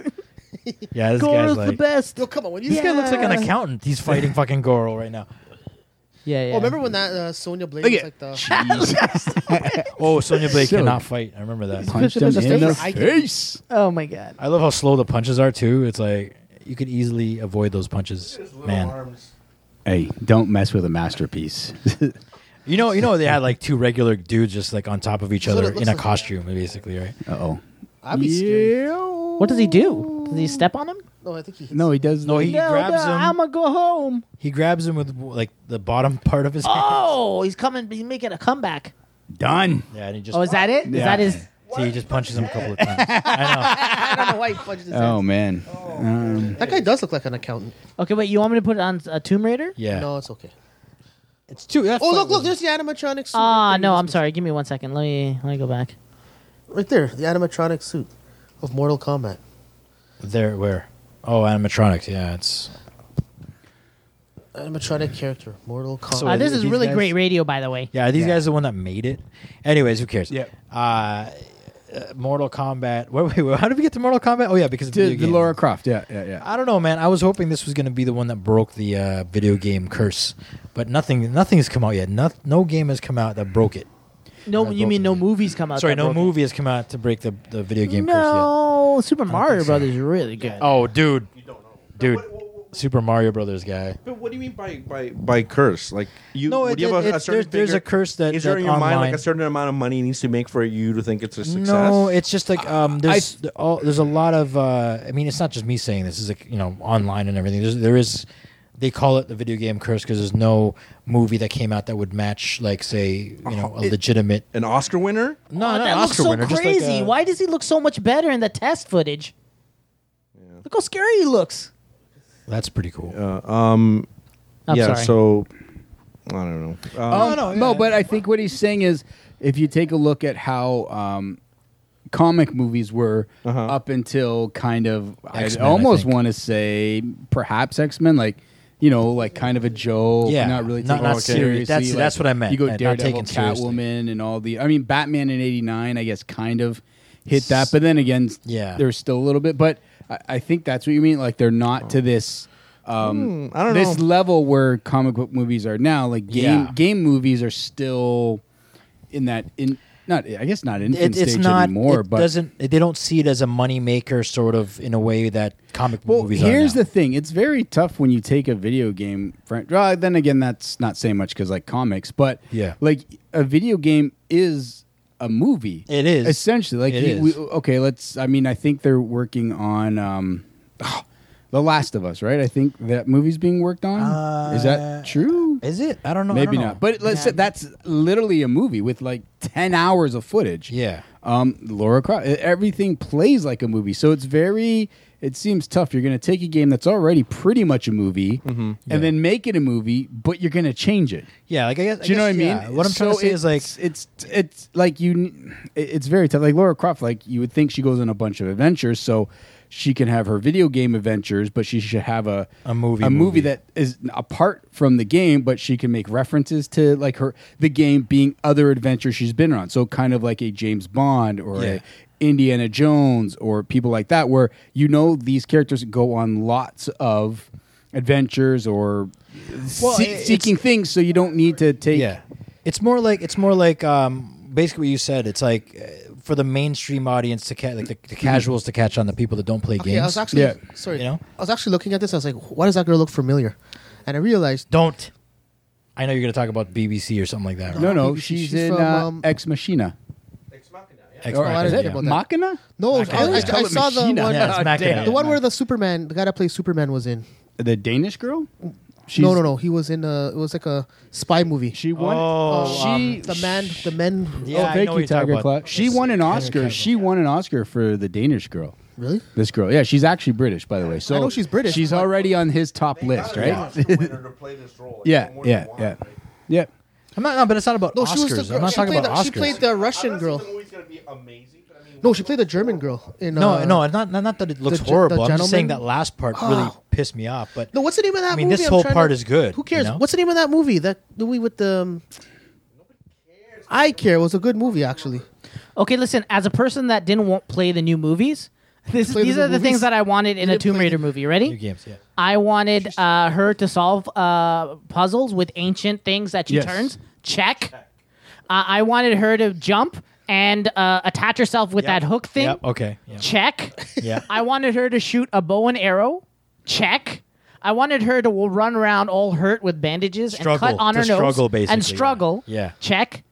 Speaker 8: Yeah, this guy's
Speaker 4: Goro's
Speaker 8: like.
Speaker 4: the best.
Speaker 7: Yo, come on. When you
Speaker 8: This guy
Speaker 7: yeah.
Speaker 8: looks like an accountant. He's fighting fucking Goro right now.
Speaker 4: Yeah, yeah.
Speaker 7: Oh, remember when that uh, Sonya Blade
Speaker 5: Look
Speaker 7: was
Speaker 5: at-
Speaker 7: like the
Speaker 8: Oh, Sonya Blade
Speaker 5: So-
Speaker 8: cannot fight. I remember that.
Speaker 5: Punched
Speaker 4: him in
Speaker 5: him
Speaker 4: the
Speaker 5: in the
Speaker 4: face.
Speaker 7: I-
Speaker 5: face.
Speaker 4: Oh my god.
Speaker 8: I love how slow the punches are too. It's like you could easily avoid those punches, man.
Speaker 5: Hey, don't mess with a masterpiece.
Speaker 8: You know, you know they had like two regular dudes just like on top of each
Speaker 7: That's what
Speaker 8: other
Speaker 7: it looks
Speaker 8: in a
Speaker 7: like.
Speaker 8: costume, basically, right?
Speaker 5: Uh oh.
Speaker 7: I'd be scared.
Speaker 4: What does he do? Does he step on him?
Speaker 7: No, I think he. Hits
Speaker 5: No, he does.
Speaker 8: No,
Speaker 5: the-
Speaker 8: he grabs him.
Speaker 4: I'ma go home.
Speaker 8: He grabs him with like the bottom part of his.
Speaker 4: Oh, he's coming. He's making a comeback.
Speaker 5: done.
Speaker 8: hand. yeah, and he just.
Speaker 4: Oh, is that it? Is
Speaker 5: Yeah.
Speaker 4: that his?
Speaker 8: See, he just punches him a couple of times. I
Speaker 7: I don't know why he punched his
Speaker 5: Oh
Speaker 7: oh.
Speaker 5: man. Um,
Speaker 7: That guy does look like an accountant.
Speaker 4: Okay, wait. You want me to put it on uh, Tomb Raider?
Speaker 8: know. Yeah.
Speaker 7: No, it's okay.
Speaker 8: it's too.
Speaker 7: Oh, look, look, there's the animatronic suit.
Speaker 4: Ah,
Speaker 7: right there.
Speaker 4: no. I'm sorry. Give me one second. Let me let me go back.
Speaker 7: Right there, the animatronic suit of Mortal Kombat.
Speaker 8: There, where? Oh, animatronics. Yeah, it's.
Speaker 7: Animatronic character, Mortal Kombat.
Speaker 4: Uh, this is
Speaker 5: these
Speaker 4: really
Speaker 5: guys-
Speaker 4: great radio, by the way.
Speaker 8: Yeah, are these
Speaker 5: Yeah.
Speaker 8: guys the one that made it. Anyways, who cares?
Speaker 5: Yep.
Speaker 8: Uh, uh, Mortal Kombat. Wait, wait, wait, how did we get to Mortal Kombat? Oh yeah, because of
Speaker 5: the,
Speaker 8: video
Speaker 5: the
Speaker 8: game.
Speaker 5: Laura Croft. Yeah, yeah, yeah.
Speaker 8: I don't know, man. I was hoping this was going to be the one that broke the uh, video game curse, but nothing, nothing has come out yet. No, no game has come out that broke it.
Speaker 4: No, you mean no movies come out?
Speaker 8: Sorry,
Speaker 4: that
Speaker 8: no
Speaker 4: broke it?
Speaker 8: movie has come out to break the, the video game curse
Speaker 4: No, Super Mario
Speaker 8: so.
Speaker 4: Brothers is really good.
Speaker 8: yet. Oh, dude, dude, Super Mario Brothers guy.
Speaker 9: But what do you mean by by, by curse? Like you?
Speaker 8: No, it-
Speaker 9: would you have
Speaker 8: it-
Speaker 9: a, a
Speaker 8: it's-
Speaker 9: certain
Speaker 8: there's- there's
Speaker 9: figure-
Speaker 8: a curse that-
Speaker 9: is there
Speaker 8: that
Speaker 9: in your mind
Speaker 8: online-
Speaker 9: like a certain amount of money it needs to make for you to think it's a success?
Speaker 8: No, it's just like um, there's the- all, there's a lot of. Uh, I mean, it's not just me saying this. Is like you know online and everything. There's, there is. They call it the video game curse because there's no movie that came out that would match, like, say, you know, a
Speaker 9: it-
Speaker 8: legitimate.
Speaker 9: an Oscar winner.
Speaker 8: No,
Speaker 4: Oh,
Speaker 8: not
Speaker 4: that
Speaker 8: an
Speaker 4: looks
Speaker 8: Oscar
Speaker 4: so
Speaker 8: winner, just like uh,
Speaker 4: crazy.
Speaker 8: a-
Speaker 4: Why does he look so much better in the test footage? Look how scary he looks.
Speaker 8: That's pretty cool.
Speaker 4: I'm
Speaker 9: yeah.
Speaker 4: sorry.
Speaker 9: So I don't know. Uh,
Speaker 8: no, no,
Speaker 5: Oh, No,
Speaker 8: yeah.
Speaker 5: but I think what he's saying is, if you take a look at how um, comic movies were up until kind of,
Speaker 8: Uh-huh. X-Men,
Speaker 5: I
Speaker 8: I
Speaker 5: almost
Speaker 8: think.
Speaker 5: want to say perhaps X Men, like you know, like kind of a joke,
Speaker 8: Yeah.
Speaker 5: not really
Speaker 8: Not-
Speaker 5: taken
Speaker 8: not
Speaker 5: seriously.
Speaker 8: serious. That's-
Speaker 5: like,
Speaker 8: that's what I meant,
Speaker 5: You go
Speaker 8: and not
Speaker 5: Daredevil,
Speaker 8: taken seriously.
Speaker 5: Catwoman, and all the. I mean, Batman in '89, I guess, kind of hit that, but then again,
Speaker 8: Yeah.
Speaker 5: there's still a little bit. But I, I think that's what you mean. Like they're not
Speaker 8: Oh.
Speaker 5: to this. Um,
Speaker 9: hmm, I don't
Speaker 5: this
Speaker 9: know.
Speaker 5: level where comic book movies are now, like game
Speaker 8: Yeah.
Speaker 5: game movies are still in that in not I guess not infant
Speaker 8: It, it's
Speaker 5: stage
Speaker 8: not.
Speaker 5: anymore,
Speaker 8: it
Speaker 5: but
Speaker 8: doesn't. They don't see it as a moneymaker, sort of, in a way that comic
Speaker 5: well,
Speaker 8: movies
Speaker 5: here's
Speaker 8: are now.
Speaker 5: the thing: it's very tough when you take a video game. Fran- well, then again, that's not saying much because like comics, but
Speaker 8: Yeah.
Speaker 5: like a video game is a movie.
Speaker 8: It is.
Speaker 5: essentially like
Speaker 8: It
Speaker 5: you- we-
Speaker 8: is.
Speaker 5: okay. Let's. I mean, I think they're working on. um the Last of Us, right? I think that movie's being worked on. Is
Speaker 8: Uh,
Speaker 5: that true?
Speaker 8: Is it? I don't know. I
Speaker 5: Maybe
Speaker 8: don't know.
Speaker 5: not. But let's say that's literally a movie with like ten hours of footage.
Speaker 8: Yeah.
Speaker 5: Um, Laura Croft. Everything plays like a movie, so it's very. It seems tough. You're going to take a game that's already pretty much a movie, and then make it a movie, but you're going to change it.
Speaker 8: yeah, like I guess. I
Speaker 5: Do you know what I mean?
Speaker 8: guess, yeah. What I'm trying
Speaker 5: So
Speaker 8: to say is like,
Speaker 5: it's, it's it's like you, n- it- it's very tough. Like Laura Croft, like you would think she goes on a bunch of adventures, so she can have her video game adventures, but she should have a
Speaker 8: A movie
Speaker 5: a movie
Speaker 8: movie.
Speaker 5: that is apart from the game, but she can make references to like her the game being other adventures she's been on. So kind of like a James Bond or
Speaker 8: Yeah.
Speaker 5: a Indiana Jones or people like that, where you know these characters go on lots of adventures or
Speaker 8: Well,
Speaker 5: se-
Speaker 8: it- it's-
Speaker 5: seeking things, so you don't need to take
Speaker 8: yeah, it's more like it's more like um, basically what you said. It's like uh, for the mainstream audience to catch, like the, the casuals to catch on, the people that don't play
Speaker 7: Okay,
Speaker 8: games.
Speaker 7: I was actually
Speaker 5: Yeah.
Speaker 7: sorry.
Speaker 8: You know?
Speaker 7: I was actually looking at this. I was like, why does that girl look familiar? And I realized
Speaker 8: don't. I know you're going to talk about BBC or something like that. Right?
Speaker 5: No, no,
Speaker 7: BBC.
Speaker 5: she's,
Speaker 7: She's
Speaker 5: in
Speaker 7: from,
Speaker 5: uh,
Speaker 7: um,
Speaker 5: Ex Machina.
Speaker 8: X
Speaker 5: Or
Speaker 8: Factor,
Speaker 5: is
Speaker 7: didn't
Speaker 5: it
Speaker 7: know about that.
Speaker 5: Machina?
Speaker 7: no. I, I, I
Speaker 5: always call it
Speaker 7: saw the one, uh,
Speaker 5: Machina.
Speaker 8: Yeah, it's Mac-
Speaker 7: the
Speaker 8: yeah,
Speaker 7: one
Speaker 8: Mac-
Speaker 7: where the Superman, the guy that plays Superman, was in.
Speaker 5: The Danish girl? She's,
Speaker 7: no, no, no. He was in. A, it was like a spy movie. um,
Speaker 5: She won.
Speaker 8: Oh,
Speaker 5: she.
Speaker 7: the man, the men.
Speaker 8: Yeah, I
Speaker 5: oh, thank
Speaker 8: know
Speaker 5: you,
Speaker 8: what you're talking
Speaker 5: Tiger
Speaker 8: about.
Speaker 5: Claw. She won an Oscar. She won an Oscar for the Danish girl.
Speaker 7: Really?
Speaker 5: This girl, yeah, she's actually British, by the way. So
Speaker 7: know she's British,
Speaker 5: She's
Speaker 7: but-
Speaker 5: already on his top list, right? Yeah, yeah, yeah, yeah.
Speaker 8: I'm not. No, but it's not about
Speaker 7: No,
Speaker 8: Oscars.
Speaker 7: she was the girl.
Speaker 8: I'm not
Speaker 7: she
Speaker 8: talking
Speaker 7: played
Speaker 8: about
Speaker 7: the,
Speaker 8: Oscars.
Speaker 7: She played the Russian girl. No, she played the German girl. In,
Speaker 8: No,
Speaker 7: uh,
Speaker 8: no, it's not, not not that it looks
Speaker 7: the ge-
Speaker 8: horrible.
Speaker 7: the
Speaker 8: I'm just saying that
Speaker 7: gentleman-
Speaker 8: last part really pissed me off. But
Speaker 7: Ah. No, what's the name of that
Speaker 8: I mean,
Speaker 7: movie?
Speaker 8: this
Speaker 7: I'm
Speaker 8: whole
Speaker 7: trying
Speaker 8: part
Speaker 7: to-
Speaker 8: is good,
Speaker 7: Who
Speaker 8: you
Speaker 7: cares?
Speaker 8: know?
Speaker 7: What's the name of that movie? That the movie with the. um, I care was a good movie actually.
Speaker 4: Okay, listen. As a person that didn't want play the new movies, This,
Speaker 7: play
Speaker 4: these
Speaker 7: the
Speaker 4: are the
Speaker 7: movies?
Speaker 4: things that I wanted in a
Speaker 7: didn't
Speaker 4: Tomb
Speaker 7: play
Speaker 4: Raider movie. Ready?
Speaker 8: New games, yeah.
Speaker 4: I wanted uh, her to solve uh, puzzles with ancient things that she
Speaker 5: Yes.
Speaker 4: turns. Check. Uh, I wanted her to jump and uh, attach herself with that hook thing.
Speaker 8: Yep. Okay. Yeah.
Speaker 4: Check.
Speaker 8: Yeah.
Speaker 4: I wanted her to shoot a bow and arrow. Check. I wanted her to run around all hurt with bandages and
Speaker 8: Struggle.
Speaker 4: cut on
Speaker 8: To
Speaker 4: her nose
Speaker 8: struggle, basically,
Speaker 4: and
Speaker 8: yeah.
Speaker 4: struggle.
Speaker 8: Yeah.
Speaker 4: Check.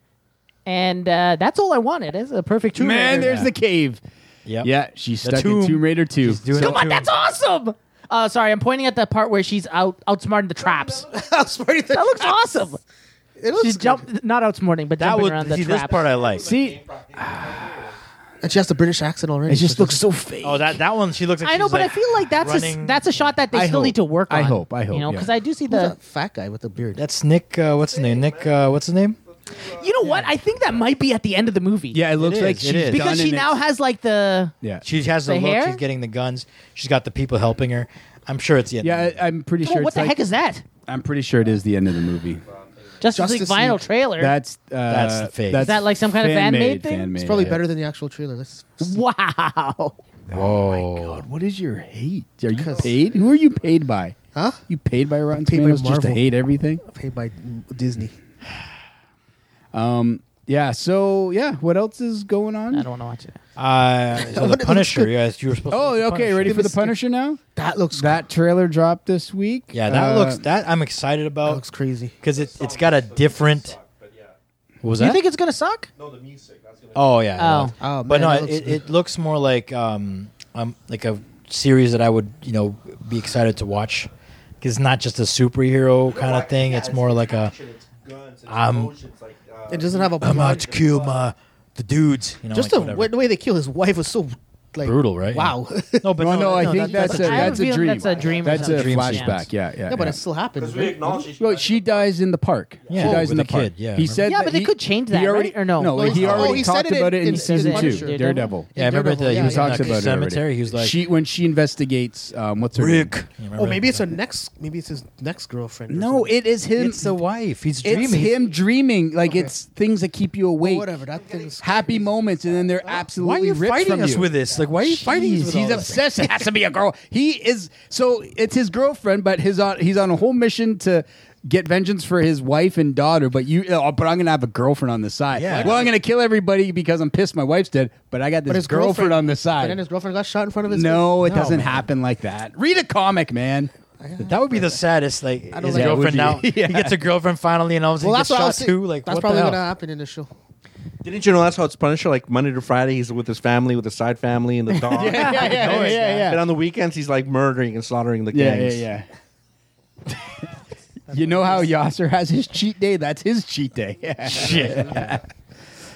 Speaker 4: And uh, that's all I wanted. It's a perfect Tomb
Speaker 5: Man,
Speaker 4: Raider.
Speaker 5: there's the cave.
Speaker 8: Yep.
Speaker 5: Yeah, she's
Speaker 8: The
Speaker 5: stuck in
Speaker 8: tomb.
Speaker 5: Tomb Raider 2.
Speaker 8: He's doing
Speaker 5: So-
Speaker 8: it
Speaker 4: Come on,
Speaker 8: too.
Speaker 4: that's awesome. Uh, sorry, I'm pointing at the part where she's out outsmarting the traps.
Speaker 7: outsmarting the
Speaker 4: That looks awesome.
Speaker 7: It looks
Speaker 4: She's
Speaker 7: good.
Speaker 4: jump not outsmarting, but
Speaker 8: That
Speaker 4: jumping
Speaker 8: would
Speaker 4: around the
Speaker 8: see this
Speaker 4: trap.
Speaker 8: part I like.
Speaker 5: See,
Speaker 7: And she has the British accent already.
Speaker 5: it just
Speaker 7: so
Speaker 5: looks so fake.
Speaker 8: Oh, that that one. She looks. like
Speaker 4: I know,
Speaker 8: she's
Speaker 4: but
Speaker 8: like
Speaker 4: I feel like that's a,
Speaker 8: running-
Speaker 4: that's a shot that they
Speaker 5: I
Speaker 4: still need
Speaker 5: hope.
Speaker 4: to work on.
Speaker 5: I hope, I hope,
Speaker 4: You know,
Speaker 5: yeah.
Speaker 4: because I do see
Speaker 7: Who's
Speaker 4: the.
Speaker 7: that fat guy with the beard.
Speaker 8: That's Nick. Uh, what's his name? Nick. Uh, what's his name?
Speaker 4: You know what? I think that might be at the end of the movie.
Speaker 5: yeah, it looks
Speaker 8: is,
Speaker 5: like
Speaker 8: it
Speaker 5: she's
Speaker 8: is.
Speaker 5: done
Speaker 4: because she
Speaker 5: and
Speaker 4: now
Speaker 5: it's-
Speaker 4: has like the.
Speaker 5: Yeah,
Speaker 8: She has the,
Speaker 4: The
Speaker 8: look.
Speaker 4: hair?
Speaker 8: She's getting the guns. She's got the people helping her. I'm sure it's the end.
Speaker 5: yeah. I, I'm pretty
Speaker 4: Well,
Speaker 5: sure.
Speaker 4: what
Speaker 5: it's
Speaker 4: the
Speaker 5: like-
Speaker 4: heck is that?
Speaker 5: I'm pretty sure it is the end of the movie.
Speaker 4: Justice,
Speaker 7: Justice
Speaker 4: League vinyl
Speaker 7: League.
Speaker 4: trailer.
Speaker 5: That's uh,
Speaker 8: That's the fake.
Speaker 4: Is that like some kind of fan-made thing?
Speaker 5: fan-made,
Speaker 7: It's probably
Speaker 5: yeah.
Speaker 7: better than the actual trailer. Let's
Speaker 4: wow.
Speaker 5: Whoa! Oh What is your hate? Are you
Speaker 7: 'Cause-
Speaker 5: paid? Who are you paid by?
Speaker 7: Huh?
Speaker 5: You paid by Rotten
Speaker 7: Paid by
Speaker 5: Tomatoes just to
Speaker 7: Marvel.
Speaker 5: hate everything?
Speaker 7: pay by Disney.
Speaker 5: Yeah. So yeah, what else is going
Speaker 4: I
Speaker 5: on?
Speaker 4: don't want to watch it.
Speaker 8: Uh, so the
Speaker 7: wonder-
Speaker 8: Punisher. Yes, you were supposed. to
Speaker 5: Oh,
Speaker 8: watch The
Speaker 5: okay.
Speaker 8: Punisher.
Speaker 5: Ready for the Punisher now?
Speaker 7: That looks
Speaker 5: That trailer dropped this week.
Speaker 8: Yeah, that
Speaker 5: Uh,
Speaker 8: looks. That I'm excited
Speaker 7: that
Speaker 8: about
Speaker 7: looks crazy.
Speaker 8: because it it's got a different. What was
Speaker 4: Do you
Speaker 8: that?
Speaker 4: think it's gonna suck?
Speaker 8: oh yeah.
Speaker 4: Oh.
Speaker 7: Oh, man,
Speaker 8: but no,
Speaker 7: that
Speaker 8: it,
Speaker 7: looks
Speaker 8: it,
Speaker 7: good.
Speaker 8: looks more like um um like a series that I would you know be excited to watch because it's not just a superhero kind of thing. It's more like a um, I'm
Speaker 7: It doesn't have a
Speaker 8: I'm out
Speaker 7: plot.
Speaker 8: to kill my the dudes. You know,
Speaker 7: Just the,
Speaker 8: like, whatever.
Speaker 7: way, the way they kill his wife was so like
Speaker 8: Brutal, right?
Speaker 7: Wow.
Speaker 8: No, but
Speaker 5: No, no, I think
Speaker 7: that-
Speaker 5: that's, a,
Speaker 7: that's-
Speaker 4: I have
Speaker 5: that's
Speaker 4: a
Speaker 5: a
Speaker 4: feeling
Speaker 5: dream.
Speaker 4: that's a dream or
Speaker 5: That's a
Speaker 4: something.
Speaker 5: flashback. Yeah, yeah.
Speaker 7: yeah, but
Speaker 5: yeah.
Speaker 7: it still happened. right?
Speaker 5: Well, she dies in the park.
Speaker 8: Yeah. Oh,
Speaker 5: she dies in the
Speaker 8: With the
Speaker 5: park.
Speaker 8: kid, yeah,
Speaker 5: he
Speaker 8: remember?
Speaker 5: said.
Speaker 4: Yeah,
Speaker 5: that
Speaker 4: but they
Speaker 5: he-
Speaker 4: could change that,
Speaker 5: he already-
Speaker 4: right? Or no?
Speaker 5: No,
Speaker 4: No,
Speaker 5: he
Speaker 7: he's- oh,
Speaker 5: already
Speaker 7: he
Speaker 5: talked
Speaker 7: said it
Speaker 5: about it
Speaker 7: in-
Speaker 5: in
Speaker 7: in
Speaker 5: season
Speaker 4: Punisher,
Speaker 5: two,
Speaker 4: Daredevil.
Speaker 5: Daredevil.
Speaker 8: Yeah, I remember
Speaker 7: Daredevil,
Speaker 8: that
Speaker 7: yeah,
Speaker 8: he
Speaker 5: He was
Speaker 8: was in
Speaker 5: talking
Speaker 8: the
Speaker 5: about it already.
Speaker 8: cemetery. He was like,
Speaker 5: she when she investigates. Um, what's her
Speaker 8: Rick.
Speaker 5: name?
Speaker 8: You remember
Speaker 7: Oh,
Speaker 8: that?
Speaker 7: maybe it's her next. Maybe it's his next girlfriend. or
Speaker 5: No,
Speaker 7: something.
Speaker 5: it is him.
Speaker 8: It's the wife. He's dreaming.
Speaker 5: It's him dreaming. Like it's things that keep you awake.
Speaker 7: whatever. That thing's
Speaker 5: Happy moments, and then they're absolutely
Speaker 8: Why are you
Speaker 5: ripped
Speaker 8: fighting
Speaker 5: from
Speaker 8: us
Speaker 5: you.
Speaker 8: with this? Like, why are you fighting us?
Speaker 5: Jeez,
Speaker 8: With all
Speaker 5: he's
Speaker 8: this?
Speaker 5: obsessed. It has to be a girl. He is so it's his girlfriend, but his on, he's on a whole mission to get vengeance for his wife and daughter. But you, oh, but I'm gonna have a girlfriend on the side.
Speaker 8: Yeah.
Speaker 5: Well, I'm gonna kill everybody because I'm pissed. My wife's dead, but I got this
Speaker 7: But his
Speaker 5: girlfriend,
Speaker 7: girlfriend-
Speaker 5: on the
Speaker 7: But then
Speaker 5: side.
Speaker 7: his girlfriend got shot in front of his.
Speaker 5: No, it
Speaker 8: No,
Speaker 5: doesn't
Speaker 8: man.
Speaker 5: happen like that. Read a comic, man.
Speaker 8: That would be the saddest. Like his
Speaker 7: don't like that.
Speaker 8: girlfriend
Speaker 5: Yeah,
Speaker 8: now,
Speaker 5: would you? Yeah.
Speaker 8: he gets a girlfriend finally, and all of a sudden
Speaker 7: Well,
Speaker 8: he
Speaker 7: that's
Speaker 8: gets
Speaker 7: what I
Speaker 8: shot
Speaker 7: was
Speaker 8: too. Like
Speaker 7: that's
Speaker 8: what the
Speaker 7: probably
Speaker 8: hell?
Speaker 7: gonna happen in the show.
Speaker 9: Didn't you know that's how it's Punisher? Like Monday to Friday, he's with his family, with his side family and the dog.
Speaker 5: yeah, yeah,
Speaker 9: And on the weekends, he's like murdering and slaughtering the
Speaker 5: Yeah, yeah,
Speaker 9: gangs.
Speaker 5: yeah. you know how Yasser has his cheat day? That's his cheat day. Shit.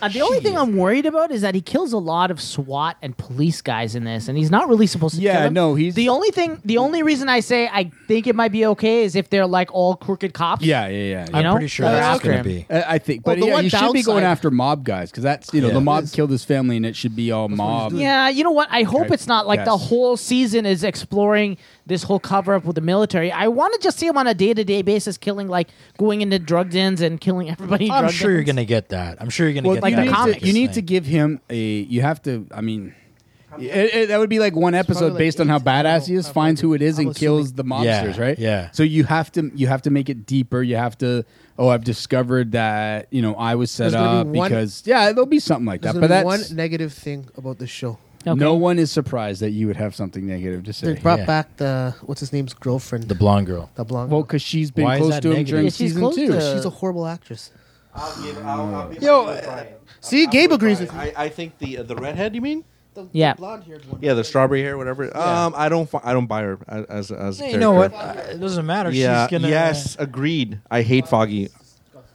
Speaker 4: Uh, the only thing I'm worried about is that he kills a lot of SWAT and police guys in this, and he's not really supposed to.
Speaker 5: Yeah,
Speaker 4: kill them.
Speaker 5: no, he's-
Speaker 4: the only thing. The only reason I say I think it might be okay is if they're like all crooked cops.
Speaker 5: Yeah, yeah, yeah. yeah.
Speaker 4: You know?
Speaker 8: I'm pretty sure
Speaker 4: They're
Speaker 8: that's
Speaker 4: after
Speaker 8: gonna
Speaker 4: him.
Speaker 8: be.
Speaker 5: Uh, I think, but
Speaker 7: Well, the
Speaker 5: yeah,
Speaker 7: one
Speaker 5: you should be going
Speaker 7: downside-
Speaker 5: after mob guys because that's you know
Speaker 8: Yeah.
Speaker 5: the mob
Speaker 7: Yes.
Speaker 5: killed his family and it should be all mob.
Speaker 4: Yeah, you know what? I hope
Speaker 5: Okay.
Speaker 4: it's not like the
Speaker 5: Yes.
Speaker 4: whole season is exploring this whole cover up with the military. I want to just see him on a day to day basis, killing like going into drug dens and killing everybody. in
Speaker 8: I'm
Speaker 4: drug
Speaker 8: sure you're
Speaker 4: dens.
Speaker 8: gonna get that. I'm sure you're gonna
Speaker 5: Well, you,
Speaker 8: get that.
Speaker 4: the
Speaker 5: need
Speaker 4: comics
Speaker 5: to, you need to
Speaker 8: thing.
Speaker 5: give him a. You have to. I mean, it, it- that would be like one episode
Speaker 7: like
Speaker 5: based on how
Speaker 7: eight. I don't
Speaker 5: badass he
Speaker 7: know.
Speaker 5: is, finds who it is,
Speaker 7: I'm
Speaker 5: and kills
Speaker 7: assuming-
Speaker 5: the mobsters.
Speaker 8: Yeah,
Speaker 5: Right.
Speaker 8: yeah.
Speaker 5: So you have to you have to make it deeper. You have to. Oh, I've discovered that you know I was set
Speaker 7: There's gonna
Speaker 5: up
Speaker 7: be one-
Speaker 5: because yeah, there'll be something like
Speaker 7: There's
Speaker 5: that.
Speaker 7: gonna
Speaker 5: But
Speaker 7: be
Speaker 5: that's
Speaker 7: one negative thing about this show.
Speaker 5: no one is surprised that you would have something negative to
Speaker 7: They
Speaker 5: say.
Speaker 7: brought
Speaker 8: yeah.
Speaker 7: back the what's his name's girlfriend,
Speaker 8: the blonde girl.
Speaker 7: the blonde.
Speaker 5: Well, because she's been
Speaker 8: Why is
Speaker 5: close
Speaker 8: that
Speaker 5: to him
Speaker 8: negative?
Speaker 5: during
Speaker 4: Yeah, she's
Speaker 5: season
Speaker 4: close
Speaker 5: two.
Speaker 4: to-
Speaker 7: girl. she's a horrible actress.
Speaker 9: I'll give, I'll, I'll be
Speaker 7: Yo,
Speaker 9: with Brian.
Speaker 7: See, Gabe agrees with me.
Speaker 9: I, I think the uh, the redhead. You mean?
Speaker 4: Yeah.
Speaker 7: blonde-haired one.
Speaker 9: Yeah, the strawberry hair, whatever. Um, I don't, fi- I don't buy her a- as as. a
Speaker 8: you know what?
Speaker 9: character.
Speaker 8: Uh, It doesn't matter.
Speaker 9: Yeah.
Speaker 8: She's gonna, uh,
Speaker 9: yes, agreed. I hate Foggy.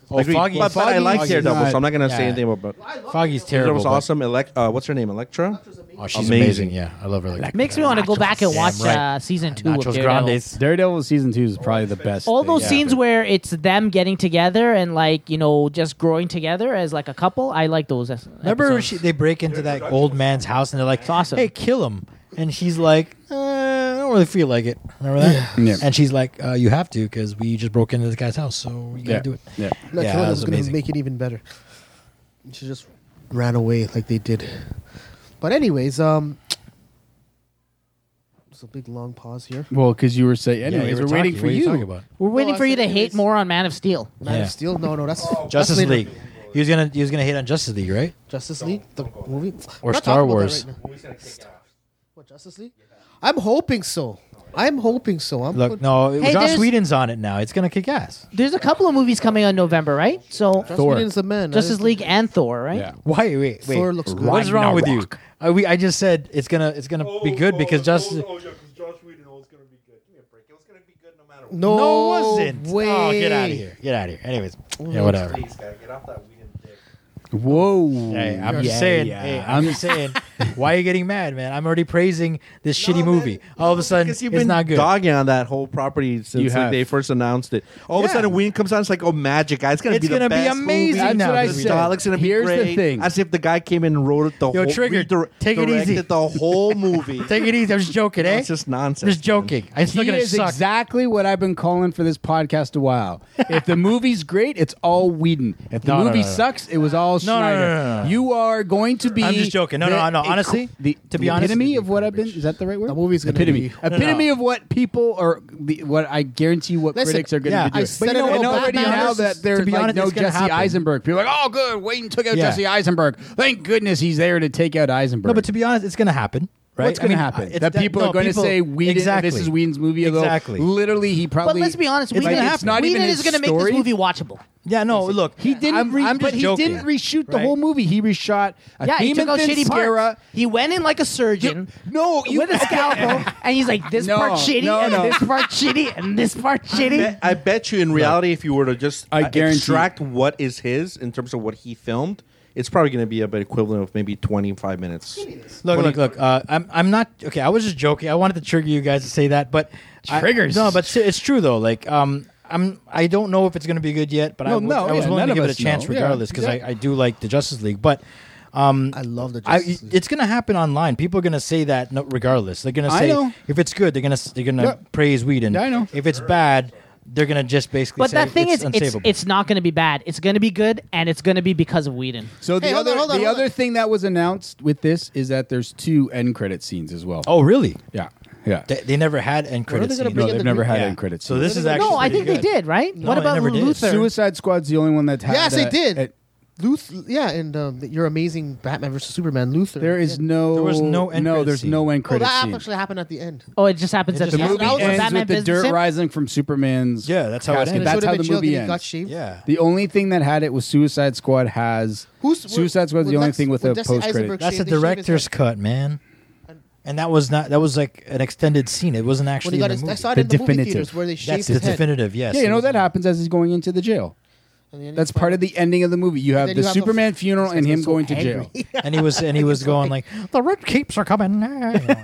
Speaker 8: Oh,
Speaker 9: Agreed.
Speaker 8: Foggy.
Speaker 9: But, but I
Speaker 8: Foggy-
Speaker 9: like
Speaker 8: Foggy's
Speaker 9: Daredevil,
Speaker 5: not-
Speaker 9: so I'm not gonna say
Speaker 8: yeah.
Speaker 9: anything about.
Speaker 8: uh, Foggy's
Speaker 9: Daredevil
Speaker 8: terrible.
Speaker 9: was
Speaker 8: but-
Speaker 9: awesome. Elec- uh, what's her name? Elektra.
Speaker 8: Oh, she's
Speaker 9: Amazing.
Speaker 8: amazing. Yeah, I love her. Like
Speaker 4: Makes me want to go back and
Speaker 8: Damn
Speaker 4: watch
Speaker 8: right.
Speaker 4: uh, season two of
Speaker 8: Nachos
Speaker 4: Daredevil.
Speaker 8: Grandes.
Speaker 5: Daredevil season two is probably the best.
Speaker 4: all those
Speaker 5: thing.
Speaker 4: scenes where it's them getting together and like you know just growing together as like a couple i like those es-
Speaker 8: Remember,
Speaker 4: episodes.
Speaker 8: she, they break into that old man's house and they're like,
Speaker 4: awesome.
Speaker 8: "Hey, kill him!" And she's like, uh, "I don't really feel like it." Remember that?
Speaker 5: Yeah.
Speaker 8: And she's like, uh, "You have to, because we just broke into this guy's house, so you gotta
Speaker 5: Yeah.
Speaker 8: do it."
Speaker 5: Yeah.
Speaker 7: No,
Speaker 8: Yeah,
Speaker 7: Killer was
Speaker 8: that was
Speaker 7: going to
Speaker 8: amazing.
Speaker 7: make it even better. She just ran away like they did. But anyways, um, It's a big long pause here.
Speaker 5: Well, because you were saying, anyways,
Speaker 8: you were
Speaker 5: we're waiting
Speaker 8: talking-
Speaker 5: for
Speaker 8: what are
Speaker 5: you.
Speaker 8: you talking about?
Speaker 4: We're waiting
Speaker 7: I
Speaker 4: for you to
Speaker 7: said anyways.
Speaker 4: hate more on Man of Steel.
Speaker 7: Man
Speaker 8: Yeah.
Speaker 7: of Steel? No, no, that's that's
Speaker 8: Justice
Speaker 7: later.
Speaker 8: League. He was gonna he was gonna hit on Justice League, right?
Speaker 7: Justice League, the movie,
Speaker 8: Or
Speaker 7: We're not talking about
Speaker 8: Star
Speaker 7: that
Speaker 8: Wars.
Speaker 7: right now. what Justice League? I'm hoping so. I'm hoping so. I'm
Speaker 8: Look,
Speaker 7: put-
Speaker 8: no, it-
Speaker 4: Hey,
Speaker 8: Josh
Speaker 4: there's-
Speaker 8: Whedon's on it now. It's gonna kick ass.
Speaker 4: There's a couple of movies coming on November, right? So
Speaker 7: Joss
Speaker 5: Thor.
Speaker 7: Whedon's the man. I
Speaker 4: Justice
Speaker 7: just-
Speaker 4: League and Thor, right?
Speaker 5: Yeah.
Speaker 8: Why? Wait, wait.
Speaker 7: Thor looks good.
Speaker 8: What's wrong with you? I, we, I just said it's gonna it's gonna be good because Justice.
Speaker 9: Oh, yeah, because Josh Whedon was going to be good. Give me a break. It was going to be good no matter what.
Speaker 5: Oh,
Speaker 7: No,
Speaker 8: no, it wasn't.
Speaker 7: Way.
Speaker 8: Oh, get out of here. Get out of here. Anyways, yeah, whatever.
Speaker 9: Please, guy, get off that Whedon dick.
Speaker 5: Whoa.
Speaker 8: Hey, I'm just saying. hey, I'm just saying. Why are you getting mad, man? I'm already praising this shitty
Speaker 9: man.
Speaker 8: movie. All of a sudden,
Speaker 9: Because
Speaker 8: it's
Speaker 9: you've been
Speaker 8: not good.
Speaker 9: dogging on that whole property
Speaker 5: You
Speaker 9: since like,
Speaker 5: have.
Speaker 9: they first announced it. All of
Speaker 8: Yeah.
Speaker 9: a sudden, Whedon comes out. It's like, oh, magic! Guy. It's gonna
Speaker 8: It's
Speaker 9: be the
Speaker 8: gonna be
Speaker 9: best
Speaker 8: amazing
Speaker 9: Movie.
Speaker 8: That's now. what I
Speaker 9: The
Speaker 8: said.
Speaker 9: dialog's gonna be
Speaker 5: Here's the
Speaker 9: great.
Speaker 5: thing.
Speaker 9: As if the guy came in and wrote it the
Speaker 8: Yo,
Speaker 9: whole.
Speaker 8: Trigger,
Speaker 9: redir-
Speaker 8: take it
Speaker 9: directed
Speaker 8: easy.
Speaker 9: the whole movie.
Speaker 8: Take it easy. I'm just joking, eh?
Speaker 9: It's just nonsense.
Speaker 8: just joking. I'm still
Speaker 5: He
Speaker 8: gonna
Speaker 5: is
Speaker 8: suck.
Speaker 5: exactly what I've been calling for this podcast a while. if the movie's great, it's all Whedon. If the
Speaker 8: No, no,
Speaker 5: movie
Speaker 8: no, no.
Speaker 5: sucks, it was all
Speaker 8: No, no, no,
Speaker 5: Schneider.
Speaker 8: no, no, no.
Speaker 5: You are going to be.
Speaker 8: I'm just joking. No, no,
Speaker 5: the
Speaker 8: no, no. Honestly,
Speaker 5: the,
Speaker 8: to be honest-
Speaker 5: epitome of what I've been. Is that the right word?
Speaker 7: The movie's gonna
Speaker 5: epitome.
Speaker 7: be-
Speaker 5: Epitome of what people are. The, what I guarantee, what
Speaker 7: Listen,
Speaker 5: critics are going
Speaker 8: yeah,
Speaker 5: to be
Speaker 8: I
Speaker 5: doing.
Speaker 7: said
Speaker 5: but you
Speaker 7: it
Speaker 5: know,
Speaker 7: about
Speaker 5: and already
Speaker 7: Batman
Speaker 5: now
Speaker 7: versus-
Speaker 5: that there's
Speaker 8: to be
Speaker 5: like
Speaker 8: honest,
Speaker 5: no
Speaker 8: it's gonna
Speaker 5: Jesse
Speaker 8: happen.
Speaker 5: Eisenberg. People are like, oh, good, Wayne took out
Speaker 8: Yeah.
Speaker 5: Jesse Eisenberg. Thank goodness he's there to take out Eisenberg.
Speaker 8: No, but to be honest, it's going to happen. Right?
Speaker 5: What's
Speaker 8: I
Speaker 5: going to
Speaker 8: mean,
Speaker 5: happen?
Speaker 8: it's
Speaker 5: That people
Speaker 8: no,
Speaker 5: are going to
Speaker 8: people-
Speaker 5: say Whedon,
Speaker 8: Exactly.
Speaker 5: this is Whedon's movie. Although
Speaker 8: Exactly.
Speaker 5: literally, he probably.
Speaker 4: But let's be honest,
Speaker 5: It's
Speaker 4: Whedon,
Speaker 5: like,
Speaker 4: it's
Speaker 5: it's not even
Speaker 4: is
Speaker 5: his
Speaker 4: going to make this
Speaker 5: story.
Speaker 4: movie watchable.
Speaker 8: Yeah, no. Look,
Speaker 5: He didn't,
Speaker 8: I'm,
Speaker 5: re-
Speaker 8: I'm
Speaker 5: but
Speaker 8: just
Speaker 5: he
Speaker 8: joking,
Speaker 5: didn't reshoot the
Speaker 8: right?
Speaker 5: whole movie. He reshot a
Speaker 4: Yeah, he took out shitty
Speaker 5: Scara.
Speaker 4: parts. He went in like a surgeon.
Speaker 5: No, you
Speaker 4: with a scalpel, and he's like, "This
Speaker 5: No,
Speaker 4: part shitty,
Speaker 5: no,
Speaker 4: and
Speaker 5: no.
Speaker 4: this part shitty, and this part shitty."
Speaker 9: bet- I bet you in reality, if you were to just
Speaker 5: I
Speaker 9: uh,
Speaker 5: guarantee-
Speaker 9: extract what is his in terms of what he filmed, it's probably going to be about equivalent of maybe 25 minutes.
Speaker 8: Look, look, look. Uh, I'm, I'm not okay. I was just joking. I wanted to trigger you guys to say that, but I-
Speaker 5: Triggers.
Speaker 8: no, but it's true though. Like, um, I'm, I don't know if it's going to be good yet, but I,
Speaker 5: No,
Speaker 8: would-
Speaker 5: no,
Speaker 8: I was
Speaker 5: yeah, none
Speaker 8: willing to
Speaker 5: of
Speaker 8: give it a
Speaker 5: us
Speaker 8: chance
Speaker 5: know. Yeah,
Speaker 8: regardless because I, I
Speaker 5: exactly.
Speaker 8: do like the Justice League, but.
Speaker 7: I love the
Speaker 8: I,
Speaker 7: Justice League.
Speaker 8: it's going to happen online. People are going to say that no, regardless. They're going to
Speaker 5: I
Speaker 8: say
Speaker 5: know.
Speaker 8: if it's good, they're going to they're going to
Speaker 5: Yeah.
Speaker 8: praise Whedon.
Speaker 5: Yeah, I know.
Speaker 8: If it's bad, they're going to just basically.
Speaker 4: But
Speaker 8: say
Speaker 4: that thing
Speaker 8: it's
Speaker 4: is, it's,
Speaker 8: unsavable.
Speaker 4: it's not going to be bad. It's going to be good, and it's going to be because of Whedon.
Speaker 5: So the
Speaker 7: Hey, hold
Speaker 5: other
Speaker 7: on, hold on,
Speaker 5: the
Speaker 7: hold
Speaker 5: other
Speaker 7: on.
Speaker 5: thing that was announced with this is that there's two end credit scenes as well.
Speaker 8: oh really?
Speaker 5: yeah, yeah.
Speaker 8: They, they never had end
Speaker 7: are they
Speaker 8: credits.
Speaker 7: gonna
Speaker 5: no,
Speaker 8: scene,
Speaker 7: bring
Speaker 8: though.
Speaker 7: in
Speaker 5: they've
Speaker 7: the
Speaker 5: never
Speaker 7: Greek-
Speaker 5: had
Speaker 8: Yeah.
Speaker 5: end credits.
Speaker 8: So this is actually
Speaker 4: No, I
Speaker 8: pretty
Speaker 4: think they
Speaker 8: good.
Speaker 4: did, right? what
Speaker 8: I
Speaker 4: about
Speaker 8: never did.
Speaker 4: Luther?
Speaker 5: Suicide Squad's the only one that had.
Speaker 7: yes,
Speaker 5: that,
Speaker 7: they did.
Speaker 5: it-
Speaker 7: Luth- yeah, and um, the- your amazing Batman versus Superman, Luther.
Speaker 5: there is
Speaker 7: Yeah.
Speaker 5: no.
Speaker 8: There was no end
Speaker 5: No,
Speaker 8: credit
Speaker 5: there's
Speaker 8: scene.
Speaker 5: no end
Speaker 7: Oh,
Speaker 5: credit
Speaker 7: that
Speaker 5: scene.
Speaker 7: actually happened at the end.
Speaker 4: Oh, it just happens at
Speaker 8: just
Speaker 4: the
Speaker 8: happened.
Speaker 4: movie
Speaker 7: That was
Speaker 4: ends.
Speaker 7: the
Speaker 5: ends
Speaker 4: Batman
Speaker 5: with the
Speaker 4: business
Speaker 5: dirt
Speaker 4: end?
Speaker 5: rising from Superman's.
Speaker 8: Yeah, that's how it's
Speaker 5: casket.
Speaker 8: gonna-
Speaker 5: That's
Speaker 7: Should've
Speaker 5: how
Speaker 7: been
Speaker 5: the
Speaker 7: jailed and
Speaker 5: movie
Speaker 7: he
Speaker 5: ends.
Speaker 7: Got shaved.
Speaker 8: Yeah.
Speaker 5: The only thing that had it was Suicide Squad has
Speaker 7: Who's
Speaker 5: Suicide Squad's the only
Speaker 7: Lex-
Speaker 5: thing with
Speaker 7: when
Speaker 5: a
Speaker 7: Jesse
Speaker 5: post
Speaker 7: Eisenberg
Speaker 5: credit.
Speaker 8: That's
Speaker 7: shaved-
Speaker 8: the
Speaker 7: they shaved his
Speaker 8: director's
Speaker 7: head.
Speaker 8: cut, man. And that was not that was like an extended scene. It wasn't
Speaker 7: When
Speaker 8: actually
Speaker 7: he got
Speaker 8: in
Speaker 7: his,
Speaker 8: the
Speaker 7: I
Speaker 8: movie.
Speaker 7: saw it
Speaker 5: The
Speaker 7: in the movie
Speaker 5: definitive.
Speaker 7: theaters where they shaved
Speaker 8: That's the
Speaker 7: his head.
Speaker 8: definitive. Yes.
Speaker 5: Yeah, you
Speaker 8: It
Speaker 5: know
Speaker 8: was-
Speaker 5: that happens as he's going into the jail.
Speaker 7: And then he
Speaker 5: That's
Speaker 7: finally-
Speaker 5: part of the ending of the movie. You have
Speaker 7: then
Speaker 5: the
Speaker 7: you have the-
Speaker 5: Superman funeral and him going to jail.
Speaker 8: And he was and he was going like the red capes are coming.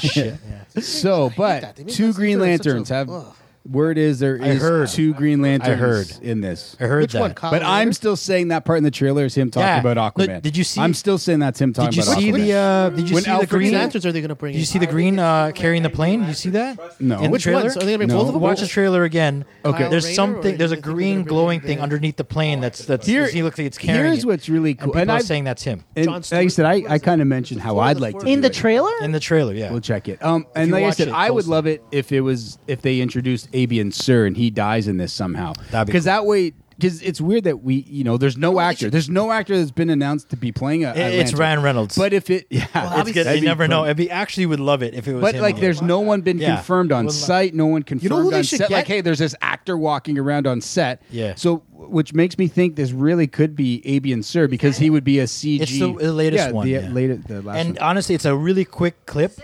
Speaker 8: Shit.
Speaker 5: So,
Speaker 7: that. They
Speaker 5: but
Speaker 7: make
Speaker 5: two
Speaker 7: us
Speaker 5: Green
Speaker 7: feel such a-
Speaker 5: Lanterns have.
Speaker 7: Ugh.
Speaker 5: Word is there
Speaker 8: I
Speaker 5: is
Speaker 8: heard.
Speaker 5: two Green Lanterns
Speaker 8: heard.
Speaker 5: in this.
Speaker 8: I heard
Speaker 7: Which
Speaker 8: that.
Speaker 7: one, Kyle?
Speaker 5: But I'm
Speaker 7: Leonard?
Speaker 5: still saying that part in the trailer is him talking
Speaker 8: Yeah.
Speaker 5: about
Speaker 8: Look,
Speaker 5: Aquaman.
Speaker 8: did you see-
Speaker 5: I'm still saying that's him talking
Speaker 8: Did you
Speaker 5: about Aquaman.
Speaker 8: see the uh, Did you
Speaker 5: When
Speaker 8: see the
Speaker 5: Alfred
Speaker 8: green?
Speaker 5: Lanterns
Speaker 7: lanterns are they going to bring?
Speaker 8: Did you
Speaker 7: in?
Speaker 8: see the green uh, carrying the plane? Did you see that?
Speaker 5: No.
Speaker 8: In the
Speaker 5: Which
Speaker 8: trailer?
Speaker 7: ones? Are they gonna make
Speaker 5: No.
Speaker 7: both of them?
Speaker 8: Watch the trailer again.
Speaker 5: Okay.
Speaker 8: There's
Speaker 7: Rayner,
Speaker 8: something.
Speaker 7: or
Speaker 8: There's
Speaker 7: do
Speaker 8: a
Speaker 7: you think they're
Speaker 8: green
Speaker 7: gonna bring
Speaker 8: glowing
Speaker 7: in
Speaker 8: thing
Speaker 7: the- Oh,
Speaker 8: underneath the plane. That's that's.
Speaker 5: Here-
Speaker 8: he looks like it's carrying.
Speaker 5: Here's
Speaker 8: it.
Speaker 5: what's really
Speaker 8: And
Speaker 5: cool.
Speaker 8: people
Speaker 5: And,
Speaker 8: are
Speaker 5: I
Speaker 8: saying that's him
Speaker 5: and
Speaker 7: John
Speaker 5: like I said,
Speaker 7: Stewart,
Speaker 5: I,
Speaker 7: what
Speaker 5: I
Speaker 7: is
Speaker 5: kind
Speaker 7: it?
Speaker 5: of mentioned how
Speaker 7: Florida
Speaker 5: I'd like to.
Speaker 7: Florida.
Speaker 5: do
Speaker 4: in the
Speaker 5: it.
Speaker 4: trailer.
Speaker 8: in the trailer. Yeah.
Speaker 5: We'll check it. Um, and
Speaker 8: you
Speaker 5: like I
Speaker 8: watch
Speaker 5: said,
Speaker 8: it
Speaker 5: I would
Speaker 8: closely.
Speaker 5: love it if it was if they introduced Abian Sir and he dies in this somehow.
Speaker 8: That'd be
Speaker 5: Because
Speaker 8: cool.
Speaker 5: that way, because it's weird that we, you know, there's no actor, there's no actor that's been announced to be playing a. a
Speaker 8: It- it's
Speaker 5: lantern.
Speaker 8: Ryan Reynolds.
Speaker 5: But if it, yeah,
Speaker 8: It's good.
Speaker 5: that'd
Speaker 8: You
Speaker 5: be
Speaker 8: never know.
Speaker 5: fun.
Speaker 8: It'd be actually would love it if it was.
Speaker 5: But
Speaker 8: him
Speaker 5: like,
Speaker 8: again.
Speaker 5: there's no one been
Speaker 8: Yeah.
Speaker 5: confirmed on
Speaker 8: Would lo-
Speaker 5: site. No one confirmed
Speaker 7: know who they
Speaker 5: on
Speaker 7: should
Speaker 5: set. Like,
Speaker 7: get?
Speaker 5: hey, there's this actor walking around on set.
Speaker 8: Yeah.
Speaker 5: So, which makes me think this really could be Abian Sir because he would be a CG.
Speaker 8: It's the, the latest
Speaker 5: yeah,
Speaker 8: one.
Speaker 5: The,
Speaker 8: yeah.
Speaker 5: latest, the last
Speaker 8: and uh,
Speaker 5: one.
Speaker 8: honestly, it's a really quick clip,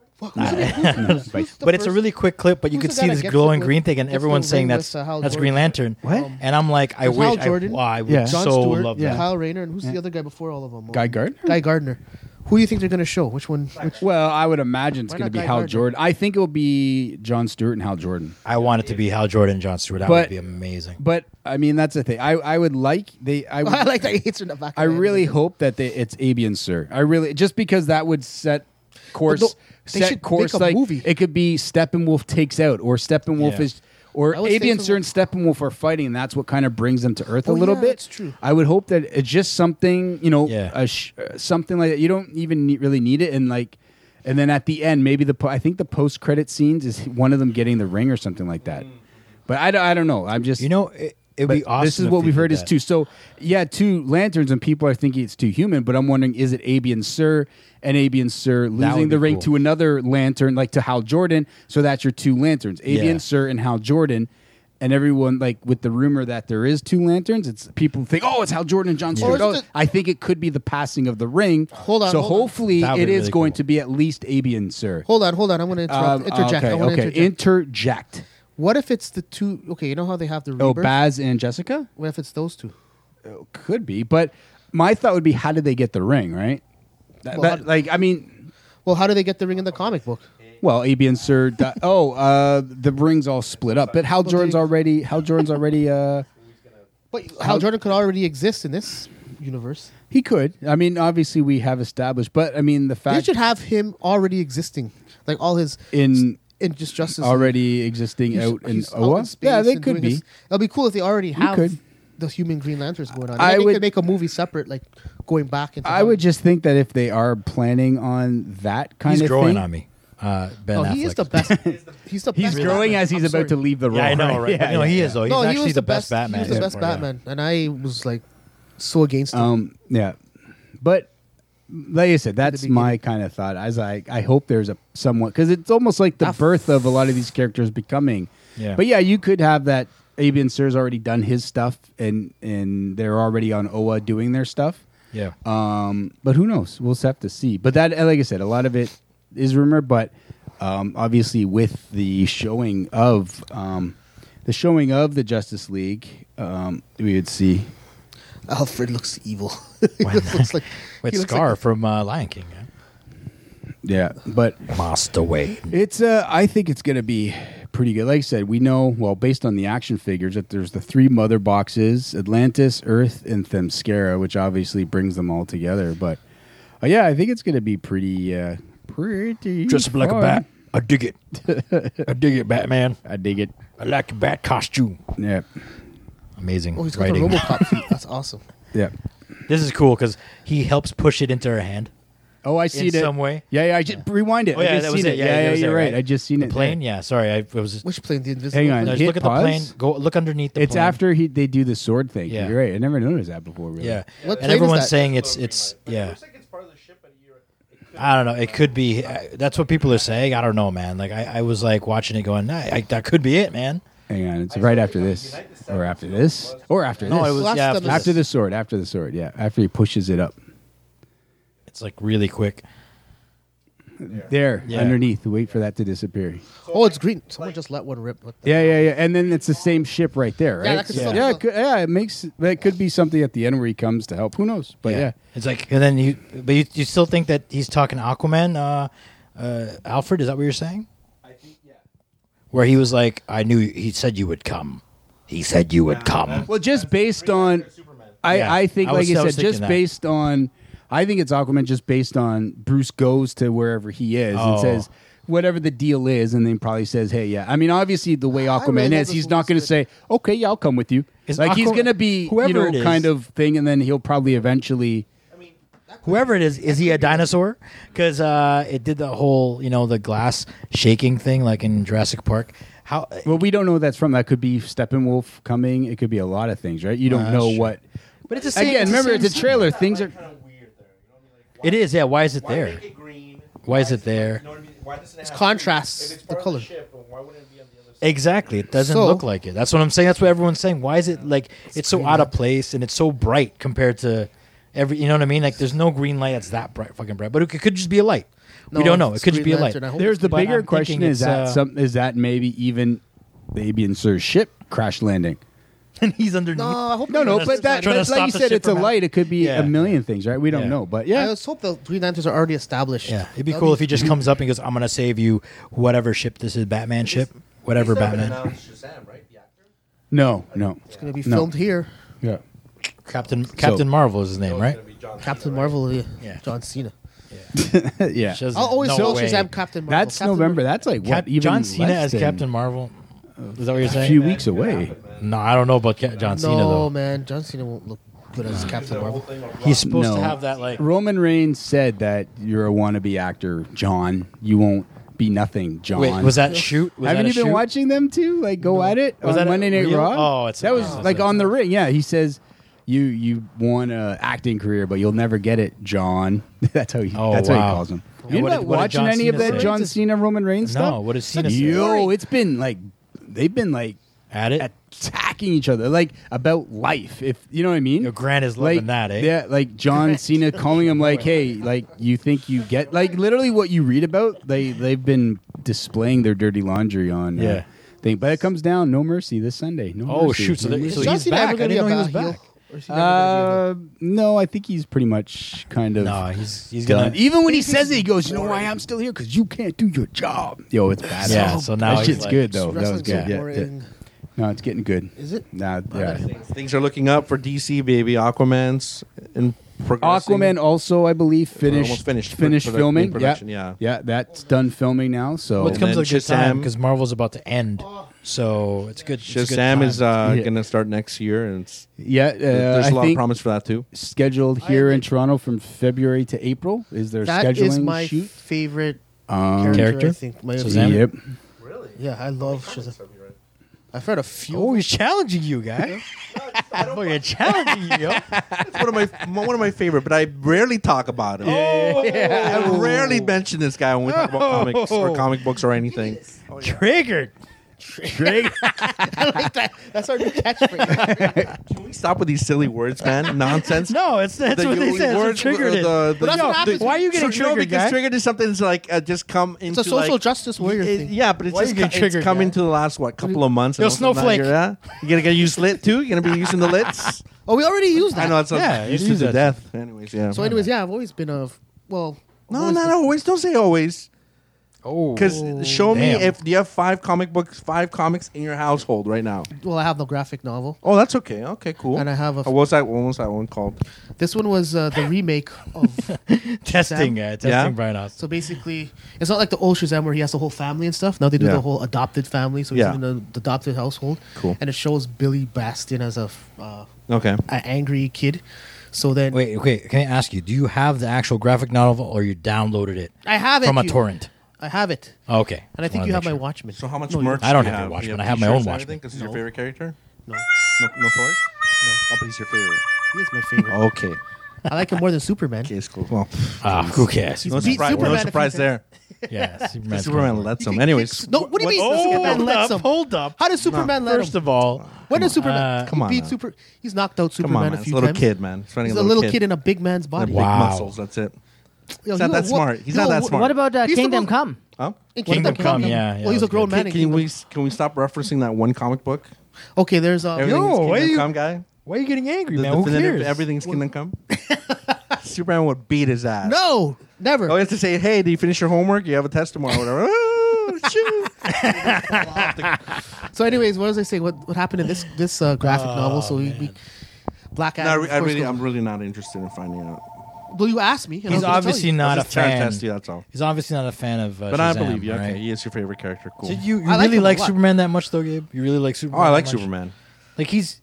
Speaker 5: But-
Speaker 8: but it's a really quick clip. But you
Speaker 7: who's
Speaker 8: could
Speaker 7: the
Speaker 8: see
Speaker 7: guy that
Speaker 8: this
Speaker 7: gets
Speaker 8: glowing
Speaker 7: the-
Speaker 8: green thing, and
Speaker 7: gets the
Speaker 8: everyone's saying
Speaker 7: ring
Speaker 8: that's
Speaker 7: with, uh, Hal
Speaker 8: that's
Speaker 7: Jordan?
Speaker 8: Green Lantern.
Speaker 5: What?
Speaker 8: And I'm like, I
Speaker 7: There's Hal
Speaker 8: wish. I,
Speaker 7: Jordan,
Speaker 8: wow, I would
Speaker 5: Yeah.
Speaker 8: so
Speaker 7: John Stewart,
Speaker 8: love that.
Speaker 7: Kyle Rayner, and who's the other guy before all of them?
Speaker 5: Guy Gardner.
Speaker 7: Guy Gardner. Who do you think they're going to show? Which one? Which
Speaker 5: Well, I would imagine it's
Speaker 7: Why
Speaker 5: going to
Speaker 7: not
Speaker 5: be
Speaker 7: Guy
Speaker 5: Hal
Speaker 7: Gardner?
Speaker 5: Jordan. I think it will be John Stewart and Hal Jordan.
Speaker 8: I want it to be Hal Jordan, and John Stewart. That
Speaker 5: But-
Speaker 8: would be amazing.
Speaker 5: But I mean, that's the thing. I, I would like they. I, would,
Speaker 7: I like that he hits her in the back. of
Speaker 5: I
Speaker 7: the head.
Speaker 5: really hope that they, it's Abian Sir. I really just because that would set course.
Speaker 7: no, they should
Speaker 5: set
Speaker 7: make
Speaker 5: course
Speaker 7: a
Speaker 5: like
Speaker 7: movie.
Speaker 5: it could be Steppenwolf takes out or Steppenwolf
Speaker 8: Yeah.
Speaker 5: is. Or
Speaker 7: I would say
Speaker 5: Abian
Speaker 7: for-
Speaker 5: Sir and Steppenwolf are fighting, and that's what kind of brings them to Earth a
Speaker 7: Oh,
Speaker 5: little
Speaker 7: yeah,
Speaker 5: bit.
Speaker 7: that's true.
Speaker 5: I would hope that it's just something, you know,
Speaker 8: Yeah.
Speaker 5: a sh- uh, something like that. You don't even need, really need it, and like And then at the end, maybe the po- I think the post credit scenes is one of them getting the ring or something like that. But I don't, I don't know. I'm just
Speaker 8: Mm. You know, it, it'd be
Speaker 5: but
Speaker 8: awesome.
Speaker 5: This is
Speaker 8: if
Speaker 5: what
Speaker 8: they
Speaker 5: we've
Speaker 8: did
Speaker 5: heard is
Speaker 8: that.
Speaker 5: two. So yeah, two lanterns, and people are thinking it's two human. But I'm wondering, is it Abian Sir and Abian Sir losing
Speaker 8: would
Speaker 5: the
Speaker 8: be
Speaker 5: ring
Speaker 8: cool.
Speaker 5: to another lantern, like to Hal Jordan? So that's your two lanterns, Abian
Speaker 8: Yeah.
Speaker 5: Sir and Hal Jordan. And everyone like with the rumor that there is two lanterns, it's people think, oh, it's Hal Jordan and John Stewart.
Speaker 7: Or
Speaker 5: Oh,
Speaker 7: is it-
Speaker 5: I think it could be the passing of the ring.
Speaker 7: Hold on,
Speaker 5: So
Speaker 7: hold on.
Speaker 5: hopefully
Speaker 8: That would
Speaker 5: it
Speaker 8: be
Speaker 5: is
Speaker 8: really
Speaker 5: going
Speaker 8: cool.
Speaker 5: to be at least Abian Sir.
Speaker 7: Hold on, hold on. I'm going to interrupt.
Speaker 5: Um,
Speaker 7: interject.
Speaker 5: Okay,
Speaker 7: I want to
Speaker 5: okay.
Speaker 7: interject.
Speaker 5: interject.
Speaker 7: what if it's the two? Okay, you know how they have the
Speaker 5: Oh,
Speaker 7: rebirth?
Speaker 5: Baz and Jessica.
Speaker 7: What if it's those two?
Speaker 5: Could be, but my thought would be, how did they get the ring? Right? That,
Speaker 7: Well,
Speaker 5: that-
Speaker 7: how-
Speaker 5: like, I mean,
Speaker 7: Well, how do they get the ring in the comic book?
Speaker 5: well, AB and Sir. di- oh, uh, the rings all split up, but Hal Jordan's
Speaker 7: they-
Speaker 5: already. Hal Jordan's already. Uh,
Speaker 7: But Hal Jordan could already exist in this universe.
Speaker 5: he could. I mean, obviously, we have established, but I mean, the
Speaker 7: They
Speaker 5: fact
Speaker 7: should have him already existing, like all his
Speaker 5: in
Speaker 7: in just justice
Speaker 5: already existing
Speaker 7: He's-
Speaker 5: out in
Speaker 7: he's out
Speaker 5: Oa.
Speaker 7: space
Speaker 5: yeah, they
Speaker 7: and
Speaker 5: could
Speaker 7: doing
Speaker 5: be.
Speaker 7: this. It'll be cool if they already have
Speaker 5: could.
Speaker 7: the human Green Lanterns going on.
Speaker 5: I
Speaker 7: I they
Speaker 5: would-
Speaker 7: could make a movie separate, like going back into.
Speaker 5: I
Speaker 7: how-
Speaker 5: would just think that if they are planning on that kind
Speaker 8: He's
Speaker 5: of
Speaker 8: growing
Speaker 5: thing,
Speaker 8: on me. Uh, ben
Speaker 7: No,
Speaker 8: Affleck.
Speaker 7: Oh, he is the best. he's the
Speaker 5: he's
Speaker 7: best
Speaker 5: growing
Speaker 7: Batman.
Speaker 5: as he's
Speaker 7: I'm
Speaker 5: about to
Speaker 7: sorry.
Speaker 5: leave the role.
Speaker 8: Yeah, I know, right?
Speaker 5: Yeah,
Speaker 8: no,
Speaker 5: yeah,
Speaker 8: he
Speaker 5: yeah.
Speaker 8: is though. He's actually
Speaker 7: he was
Speaker 8: the best, Batman.
Speaker 7: He was the
Speaker 8: so
Speaker 7: best
Speaker 8: far, yeah.
Speaker 7: Batman, and I was like so against him.
Speaker 5: Um, yeah, but like I said, that's
Speaker 7: beginning.
Speaker 5: my kind of thought. As I, I hope there's a somewhat because it's almost like the birth of a lot of these characters becoming.
Speaker 8: Yeah.
Speaker 5: But yeah, you could have that. Abian Sir's already done his stuff, and and they're already on Oa doing their stuff.
Speaker 8: Yeah.
Speaker 5: Um, but who knows? We'll have to see. But that, like I said, a lot of it is rumor. But um, obviously, with the showing of um, the showing of the Justice League, um, we would see
Speaker 7: Alfred looks evil. he just looks like
Speaker 8: With
Speaker 7: he looks
Speaker 8: Scar
Speaker 7: Like,
Speaker 8: from uh, Lion King. Yeah?
Speaker 5: Yeah, but
Speaker 8: Master Wayne.
Speaker 5: it's. Uh, I think it's going to be pretty good. Like I said, we know well based on the action figures that there's the three mother boxes: Atlantis, Earth, and Themyscira, which obviously brings them all together. But uh, yeah, I think it's going to be pretty, uh, pretty. fun.
Speaker 8: I dig it. I dig it, Batman.
Speaker 5: I dig it.
Speaker 8: I like your bat costume.
Speaker 5: Yeah,
Speaker 8: Amazing
Speaker 7: oh, he's got
Speaker 8: writing.
Speaker 7: the RoboCop feet. That's awesome.
Speaker 5: yeah.
Speaker 8: this is cool because he helps push it into her hand.
Speaker 5: Oh, I see it.
Speaker 8: some way.
Speaker 5: Yeah, yeah. I just rewind it.
Speaker 8: Oh
Speaker 5: I
Speaker 8: yeah,
Speaker 5: just
Speaker 8: that was
Speaker 5: seen
Speaker 8: it. Yeah, that was
Speaker 5: you're
Speaker 8: it,
Speaker 5: right. I just seen
Speaker 8: the
Speaker 5: it.
Speaker 8: Plane. Yeah, sorry, I it was. Just,
Speaker 7: Which plane? The Invisible.
Speaker 5: Hang on.
Speaker 8: no,
Speaker 7: Plane?
Speaker 8: just
Speaker 5: Hit
Speaker 8: look at
Speaker 5: pause.
Speaker 8: the plane. Go look underneath the
Speaker 5: It's
Speaker 8: plane.
Speaker 5: after he they do the sword thing.
Speaker 8: Yeah.
Speaker 5: You're right. I never noticed that before. Really.
Speaker 8: Yeah.
Speaker 7: What plane
Speaker 8: and
Speaker 7: is
Speaker 8: everyone's
Speaker 7: that?
Speaker 8: saying it's it's yeah. I don't know. It could be. I- That's what people are saying. I don't know, man. Like I, I was like watching it, going, nah, I, that could be it, man.
Speaker 5: Hang on. It's right after this, or after this, or after this.
Speaker 8: No, it was
Speaker 7: Last
Speaker 8: yeah,
Speaker 7: time
Speaker 8: after,
Speaker 7: was-
Speaker 5: After
Speaker 8: this.
Speaker 5: the sword, after the sword, yeah. After he pushes it up.
Speaker 8: It's like really quick.
Speaker 5: There,
Speaker 8: Yeah.
Speaker 5: underneath. Wait for that to disappear.
Speaker 7: Oh, it's green. Someone just let one rip. What the-
Speaker 5: Yeah, yeah, yeah. And then it's the same ship right there, right?
Speaker 7: Yeah, that could
Speaker 5: yeah.
Speaker 7: still-
Speaker 5: Yeah, it could, yeah, it makes that could be something at the end where he comes to help. Who knows? But yeah.
Speaker 8: It's like, and then you, but you, you still think that he's talking Aquaman, uh, uh, Alfred? Is that what you're saying? I think yeah. Where he was like, I knew he said you would come. He said you would come.
Speaker 5: Well, just based on I,
Speaker 8: Yeah.
Speaker 5: I think
Speaker 8: I
Speaker 5: like
Speaker 8: was-
Speaker 5: you
Speaker 8: I was
Speaker 5: said,
Speaker 8: thinking
Speaker 5: just
Speaker 8: that.
Speaker 5: based on I think it's Aquaman just based on Bruce goes to wherever he is
Speaker 8: Oh.
Speaker 5: and says whatever the deal is and then probably says, Hey, yeah. I mean, obviously the way
Speaker 7: really
Speaker 5: Aquaman
Speaker 7: love
Speaker 5: is,
Speaker 7: this
Speaker 5: he's not gonna
Speaker 7: movie.
Speaker 5: say, Okay, yeah, I'll come with you.
Speaker 8: Is
Speaker 5: like he's
Speaker 8: Aqua-
Speaker 5: gonna be you
Speaker 8: whoever
Speaker 5: know,
Speaker 8: it is.
Speaker 5: kind of thing and then he'll probably eventually
Speaker 8: Whoever it is, is he a dinosaur? Because uh, it did the whole, you know, the glass shaking thing, like in Jurassic Park. How?
Speaker 5: Well, we don't know what that's from. That could be Steppenwolf coming. It could be a lot of things, right? You don't
Speaker 8: Uh,
Speaker 5: know
Speaker 8: sure.
Speaker 5: what
Speaker 8: But it's the same.
Speaker 5: Again,
Speaker 8: it's the
Speaker 5: remember
Speaker 8: same
Speaker 5: it's a
Speaker 8: scene.
Speaker 5: trailer. Things are
Speaker 8: It is. Yeah. Why is it there?
Speaker 10: Make it green.
Speaker 8: Why is it there?
Speaker 7: It's contrasts. The color.
Speaker 8: Exactly. It doesn't
Speaker 7: So-
Speaker 8: look like it. That's what I'm saying. That's what everyone's saying. Why is it like it's so out of place and it's so bright compared to every you know what I mean? Like there's no green light that's that bright fucking bright. But it could just be a light. we
Speaker 7: No,
Speaker 8: don't know.
Speaker 7: it's
Speaker 8: It could just
Speaker 7: Green
Speaker 8: be a light.
Speaker 7: Lantern. I hope
Speaker 5: There's the
Speaker 8: But
Speaker 5: bigger
Speaker 8: I'm
Speaker 5: question:
Speaker 8: thinking
Speaker 5: is
Speaker 8: it's,
Speaker 5: that
Speaker 8: uh,
Speaker 5: some? Is that maybe even the Abian Sir's ship crash landing?
Speaker 8: and he's underneath.
Speaker 7: No, I hope
Speaker 5: No,
Speaker 7: the
Speaker 5: no,
Speaker 7: Green
Speaker 5: but
Speaker 7: Lanterns
Speaker 5: that,
Speaker 7: are-
Speaker 8: trying to
Speaker 5: but like
Speaker 8: stop
Speaker 5: you
Speaker 8: the
Speaker 5: said,
Speaker 8: ship
Speaker 5: it's a
Speaker 8: from hap-
Speaker 5: light. It could be
Speaker 8: Yeah.
Speaker 5: a million things, right? We don't
Speaker 8: Yeah.
Speaker 5: know, but
Speaker 7: I
Speaker 5: yeah,
Speaker 7: just hope the Green Lanterns are already established.
Speaker 8: yeah. It'd be
Speaker 7: That'd
Speaker 8: cool if he just comes up and goes, I'm gonna save you whatever ship this is, Batman ship. Whatever Batman.
Speaker 10: Shazam, right? The actor?
Speaker 5: no, no,
Speaker 7: It's gonna be
Speaker 5: No.
Speaker 7: filmed here.
Speaker 5: yeah.
Speaker 8: Captain Captain Marvel is his name, right?
Speaker 7: Captain Marvel, yeah.
Speaker 8: Yeah.
Speaker 7: John Cena.
Speaker 5: yeah.
Speaker 8: Shazam.
Speaker 7: I'll always
Speaker 8: No
Speaker 7: call
Speaker 8: way.
Speaker 7: Shazam Captain Marvel.
Speaker 5: That's
Speaker 7: Captain
Speaker 5: November.
Speaker 7: Marvel.
Speaker 5: That's like what
Speaker 8: Cap-
Speaker 5: even
Speaker 8: John Cena
Speaker 5: less
Speaker 8: as
Speaker 5: than
Speaker 8: Captain Marvel. Is that what
Speaker 5: A
Speaker 8: you're saying?
Speaker 5: few weeks away.
Speaker 8: No, I don't know about Ca- John Cena
Speaker 7: No,
Speaker 8: though.
Speaker 7: man, John Cena won't look. put as Captain Marvel.
Speaker 8: He's supposed to
Speaker 5: No.
Speaker 8: have that like
Speaker 5: Roman Reigns said that you're a wannabe actor, John. You won't be nothing, John.
Speaker 8: Wait, was that shoot? Was
Speaker 5: Haven't
Speaker 8: that
Speaker 5: you
Speaker 8: a
Speaker 5: been
Speaker 8: shoot?
Speaker 5: watching them too? Like go at it
Speaker 8: Was
Speaker 5: on
Speaker 8: that a
Speaker 5: Monday Night
Speaker 8: real-
Speaker 5: Raw.
Speaker 8: Oh, it's-
Speaker 5: that was
Speaker 8: oh, it's
Speaker 5: like
Speaker 8: a-
Speaker 5: on the ring. Yeah, he says you you want a acting career, but you'll never get it, John. that's how he.
Speaker 8: Oh,
Speaker 5: that's how
Speaker 8: wow.
Speaker 5: he calls him.
Speaker 8: And
Speaker 5: You're
Speaker 8: what
Speaker 5: not
Speaker 8: did- what did
Speaker 5: watching
Speaker 8: John
Speaker 5: any of
Speaker 8: Cena
Speaker 5: that
Speaker 8: say?
Speaker 5: John Cena Roman Reigns
Speaker 8: No,
Speaker 5: stuff.
Speaker 8: what does Cena
Speaker 5: It's like,
Speaker 8: say?
Speaker 5: Yo, it's been like they've been like
Speaker 8: at it.
Speaker 5: attacking each other, like about life. If you know what I mean.
Speaker 8: Yo, Grant is loving
Speaker 5: like
Speaker 8: that, eh?
Speaker 5: Yeah, like John Cena calling him like, "Hey, like you think you get like literally what you read about? They they've been displaying their dirty laundry on uh,
Speaker 8: Yeah.
Speaker 5: thing, but it comes down no mercy this Sunday. No
Speaker 8: Oh
Speaker 5: mercy.
Speaker 8: shoot! So,
Speaker 5: No
Speaker 8: there,
Speaker 5: mercy.
Speaker 8: so
Speaker 7: John
Speaker 8: he's
Speaker 7: Cena
Speaker 8: back.
Speaker 7: ever
Speaker 8: I
Speaker 7: gonna
Speaker 8: didn't know
Speaker 7: be
Speaker 8: he
Speaker 7: a
Speaker 8: was
Speaker 7: bad heel?
Speaker 8: back.
Speaker 7: Or is he never gonna
Speaker 5: Uh, no, I think he's pretty much kind of
Speaker 8: No, he's he's
Speaker 5: done.
Speaker 8: gonna.
Speaker 5: Even when he says it, he goes, "You know why I'm still here? Because you can't do your job." Yo, it's bad.
Speaker 8: Yeah, so now
Speaker 5: that
Speaker 8: he's
Speaker 5: shit's
Speaker 8: like-
Speaker 5: good
Speaker 7: be a
Speaker 5: though.
Speaker 7: heel?
Speaker 5: That was
Speaker 7: Wrestling's so
Speaker 5: good. Yeah, yeah.
Speaker 7: boring.
Speaker 5: No, it's getting good.
Speaker 7: Is it?
Speaker 5: Nah, yeah.
Speaker 9: Things are looking up for DC, baby. Aquaman's in progressing.
Speaker 5: Aquaman oh, also, I believe, finished
Speaker 9: almost finished
Speaker 5: finished
Speaker 9: produ-
Speaker 5: filming. Yeah.
Speaker 9: production, yeah.
Speaker 5: that's done filming now. So
Speaker 9: What's
Speaker 8: It comes
Speaker 9: then
Speaker 8: at a good time
Speaker 9: Shazam-
Speaker 8: because Marvel's about to end, so it's good. it's a good
Speaker 9: Shazam
Speaker 8: time.
Speaker 9: is uh,
Speaker 5: Yeah.
Speaker 9: going to start next year, and it's,
Speaker 5: yeah, uh,
Speaker 9: there's
Speaker 5: I
Speaker 9: a lot of
Speaker 5: think
Speaker 9: promise for that too.
Speaker 5: scheduled here in Toronto from February to April. Is there
Speaker 7: That
Speaker 5: scheduling
Speaker 7: is my
Speaker 5: shoot?
Speaker 7: favorite
Speaker 5: Um,
Speaker 7: character,
Speaker 8: Character?
Speaker 7: I think. My
Speaker 8: Shazam?
Speaker 7: favorite.
Speaker 5: Yep.
Speaker 7: Yeah, I love Shazam. I've heard a few.
Speaker 8: Oh, he's challenging you, guy. Boy, you're challenging you. yo.
Speaker 9: It's one of my one of my favorite, but I rarely talk about it. I rarely mention this guy when we talk about comics or comic books or anything.
Speaker 8: Triggered. Triggered.
Speaker 7: That's our new catchphrase.
Speaker 9: Can we stop with these silly words, man? Nonsense.
Speaker 8: No, it's that's
Speaker 9: The
Speaker 8: what they
Speaker 9: u-
Speaker 8: said. That's what
Speaker 9: words were-
Speaker 8: triggered it.
Speaker 9: the- the-
Speaker 8: But that's
Speaker 9: no,
Speaker 8: what happens
Speaker 9: the-
Speaker 8: why are you getting
Speaker 9: no,
Speaker 8: triggered,
Speaker 9: because
Speaker 8: guy?
Speaker 9: triggered is something that's like uh, just come into
Speaker 7: It's a social
Speaker 9: like,
Speaker 7: justice warrior
Speaker 9: It-
Speaker 7: thing.
Speaker 9: yeah, but it's
Speaker 8: Why
Speaker 9: just
Speaker 8: you get
Speaker 9: co-
Speaker 8: triggered,
Speaker 9: it's come
Speaker 8: yeah?
Speaker 9: into the last what couple of months. and
Speaker 8: Yo,
Speaker 9: all of a sudden
Speaker 8: snowflake.
Speaker 9: now you're, uh, You gonna get used lit too? You gonna be using the lits?
Speaker 7: Oh, we already used that.
Speaker 9: I know it's not
Speaker 8: Yeah,
Speaker 9: used
Speaker 8: it
Speaker 9: to
Speaker 8: is
Speaker 9: the
Speaker 8: that.
Speaker 9: death. Anyways, yeah.
Speaker 7: So, anyways, yeah, I've always been a f- well. I've
Speaker 9: no,
Speaker 7: always
Speaker 9: not
Speaker 7: been-
Speaker 9: always. Don't say always.
Speaker 8: Oh,
Speaker 9: Because show me
Speaker 8: Damn.
Speaker 9: if you have five comic books, five comics in your household right now.
Speaker 7: Well, I have no graphic novel.
Speaker 9: Oh, that's okay. Okay, cool.
Speaker 7: And I have a-
Speaker 9: Oh, what was that? What was that one called?
Speaker 7: This one was uh, the remake of.
Speaker 8: testing,
Speaker 7: Shazam.
Speaker 8: guy. Testing
Speaker 9: Yeah.
Speaker 8: Brian Austin.
Speaker 7: So basically, it's not like the old Shazam where he has the whole family and stuff. Now they do
Speaker 9: Yeah.
Speaker 7: the whole adopted family, so he's
Speaker 9: Yeah.
Speaker 7: in the the adopted household.
Speaker 9: Cool.
Speaker 7: And it shows Billy Bastion as a f- uh,
Speaker 9: Okay.
Speaker 7: an angry kid. So then
Speaker 8: Wait, okay. Can I ask you? Do you have the actual graphic novel, or you downloaded it?
Speaker 7: I have it
Speaker 8: from a
Speaker 7: you-
Speaker 8: torrent.
Speaker 7: I have it,
Speaker 8: Oh, okay,
Speaker 7: and I
Speaker 8: Just
Speaker 7: think
Speaker 8: wanna
Speaker 7: you have
Speaker 8: make
Speaker 7: my
Speaker 8: sure.
Speaker 7: Watchmen.
Speaker 9: So how much
Speaker 7: No, you-
Speaker 9: merch?
Speaker 8: I don't
Speaker 9: do you
Speaker 8: have your Watchmen.
Speaker 9: You
Speaker 8: I have my own
Speaker 9: t-shirts and
Speaker 8: Watchmen.
Speaker 9: everything? 'Cause it's your
Speaker 7: No.
Speaker 9: favorite character.
Speaker 7: No,
Speaker 9: No, no toys. No. Oh, but he's your favorite.
Speaker 7: he is my favorite.
Speaker 9: Okay.
Speaker 7: I like him more than Superman.
Speaker 9: Okay, it's cool. Well,
Speaker 8: Ah, who cares?
Speaker 9: no
Speaker 7: beat
Speaker 9: surprise,
Speaker 7: Superman
Speaker 9: no
Speaker 7: a few
Speaker 9: surprise
Speaker 7: times.
Speaker 9: there.
Speaker 8: Yeah, Superman's
Speaker 9: Superman
Speaker 8: cool.
Speaker 9: lets him. Anyways,
Speaker 7: No, what do you mean? Superman lets him.
Speaker 8: Hold up.
Speaker 7: How does Superman let
Speaker 8: First
Speaker 7: him?
Speaker 8: of all,
Speaker 7: when does Superman?
Speaker 8: Uh,
Speaker 7: he
Speaker 9: come on
Speaker 7: beat
Speaker 9: now.
Speaker 7: Super. He's knocked out
Speaker 9: come
Speaker 7: Superman
Speaker 9: on, man.
Speaker 7: a
Speaker 9: It's a
Speaker 7: few
Speaker 9: little
Speaker 7: times.
Speaker 9: kid, man. He's running
Speaker 7: He's a little kid. in a big man's
Speaker 9: And
Speaker 7: body.
Speaker 9: big
Speaker 8: Wow.
Speaker 9: muscles. That's it.
Speaker 7: Yo,
Speaker 9: He's
Speaker 7: he
Speaker 9: not that
Speaker 7: was-
Speaker 9: smart. He's not
Speaker 7: yo,
Speaker 9: that
Speaker 7: wh-
Speaker 9: smart.
Speaker 4: What about uh,
Speaker 7: He's the
Speaker 4: Kingdom
Speaker 7: most-
Speaker 4: Come?
Speaker 9: Huh?
Speaker 7: in
Speaker 8: Kingdom Come,
Speaker 7: he-
Speaker 8: yeah, yeah,
Speaker 7: well, he's
Speaker 8: that
Speaker 7: a
Speaker 8: was
Speaker 7: grown
Speaker 8: good.
Speaker 7: man.
Speaker 9: Can,
Speaker 7: in
Speaker 9: can
Speaker 7: Kingdom-
Speaker 9: we can we stop referencing that one comic book?
Speaker 7: okay, there's uh,
Speaker 9: Everything's
Speaker 8: Yo, why
Speaker 9: Kingdom
Speaker 8: you-
Speaker 9: Come guy.
Speaker 8: why are you getting angry,
Speaker 9: The
Speaker 8: man? Who
Speaker 9: definitive
Speaker 8: cares?
Speaker 9: Everything's Kingdom Come. Superman would beat his ass.
Speaker 7: no, never.
Speaker 9: Oh, he has to say, "Hey, do you finish your homework? You have a test tomorrow, whatever." Oh, shoot.
Speaker 7: So, anyways, what was I saying? What what happened in this this uh, graphic
Speaker 8: Oh,
Speaker 7: novel? So we, we Black
Speaker 9: No, I,
Speaker 7: Adam.
Speaker 9: re- I really, I'm really not interested in finding out.
Speaker 7: well, you asked me. And
Speaker 8: He's
Speaker 7: I was gonna tell
Speaker 8: obviously
Speaker 7: you.
Speaker 8: not a
Speaker 9: I'll just try and
Speaker 8: fan.
Speaker 9: test you, that's all.
Speaker 8: He's obviously not a fan of. Uh,
Speaker 9: But I
Speaker 8: Shazam,
Speaker 9: believe you.
Speaker 8: right?
Speaker 9: Okay, he is your favorite character. Cool.
Speaker 8: So you, you
Speaker 7: I like
Speaker 8: really
Speaker 7: him a
Speaker 8: like
Speaker 7: lot.
Speaker 8: Superman that much, though, Gabe? You really like
Speaker 9: oh,
Speaker 8: Superman?
Speaker 9: I
Speaker 8: that
Speaker 9: like
Speaker 8: much?
Speaker 9: Superman.
Speaker 8: Like he's,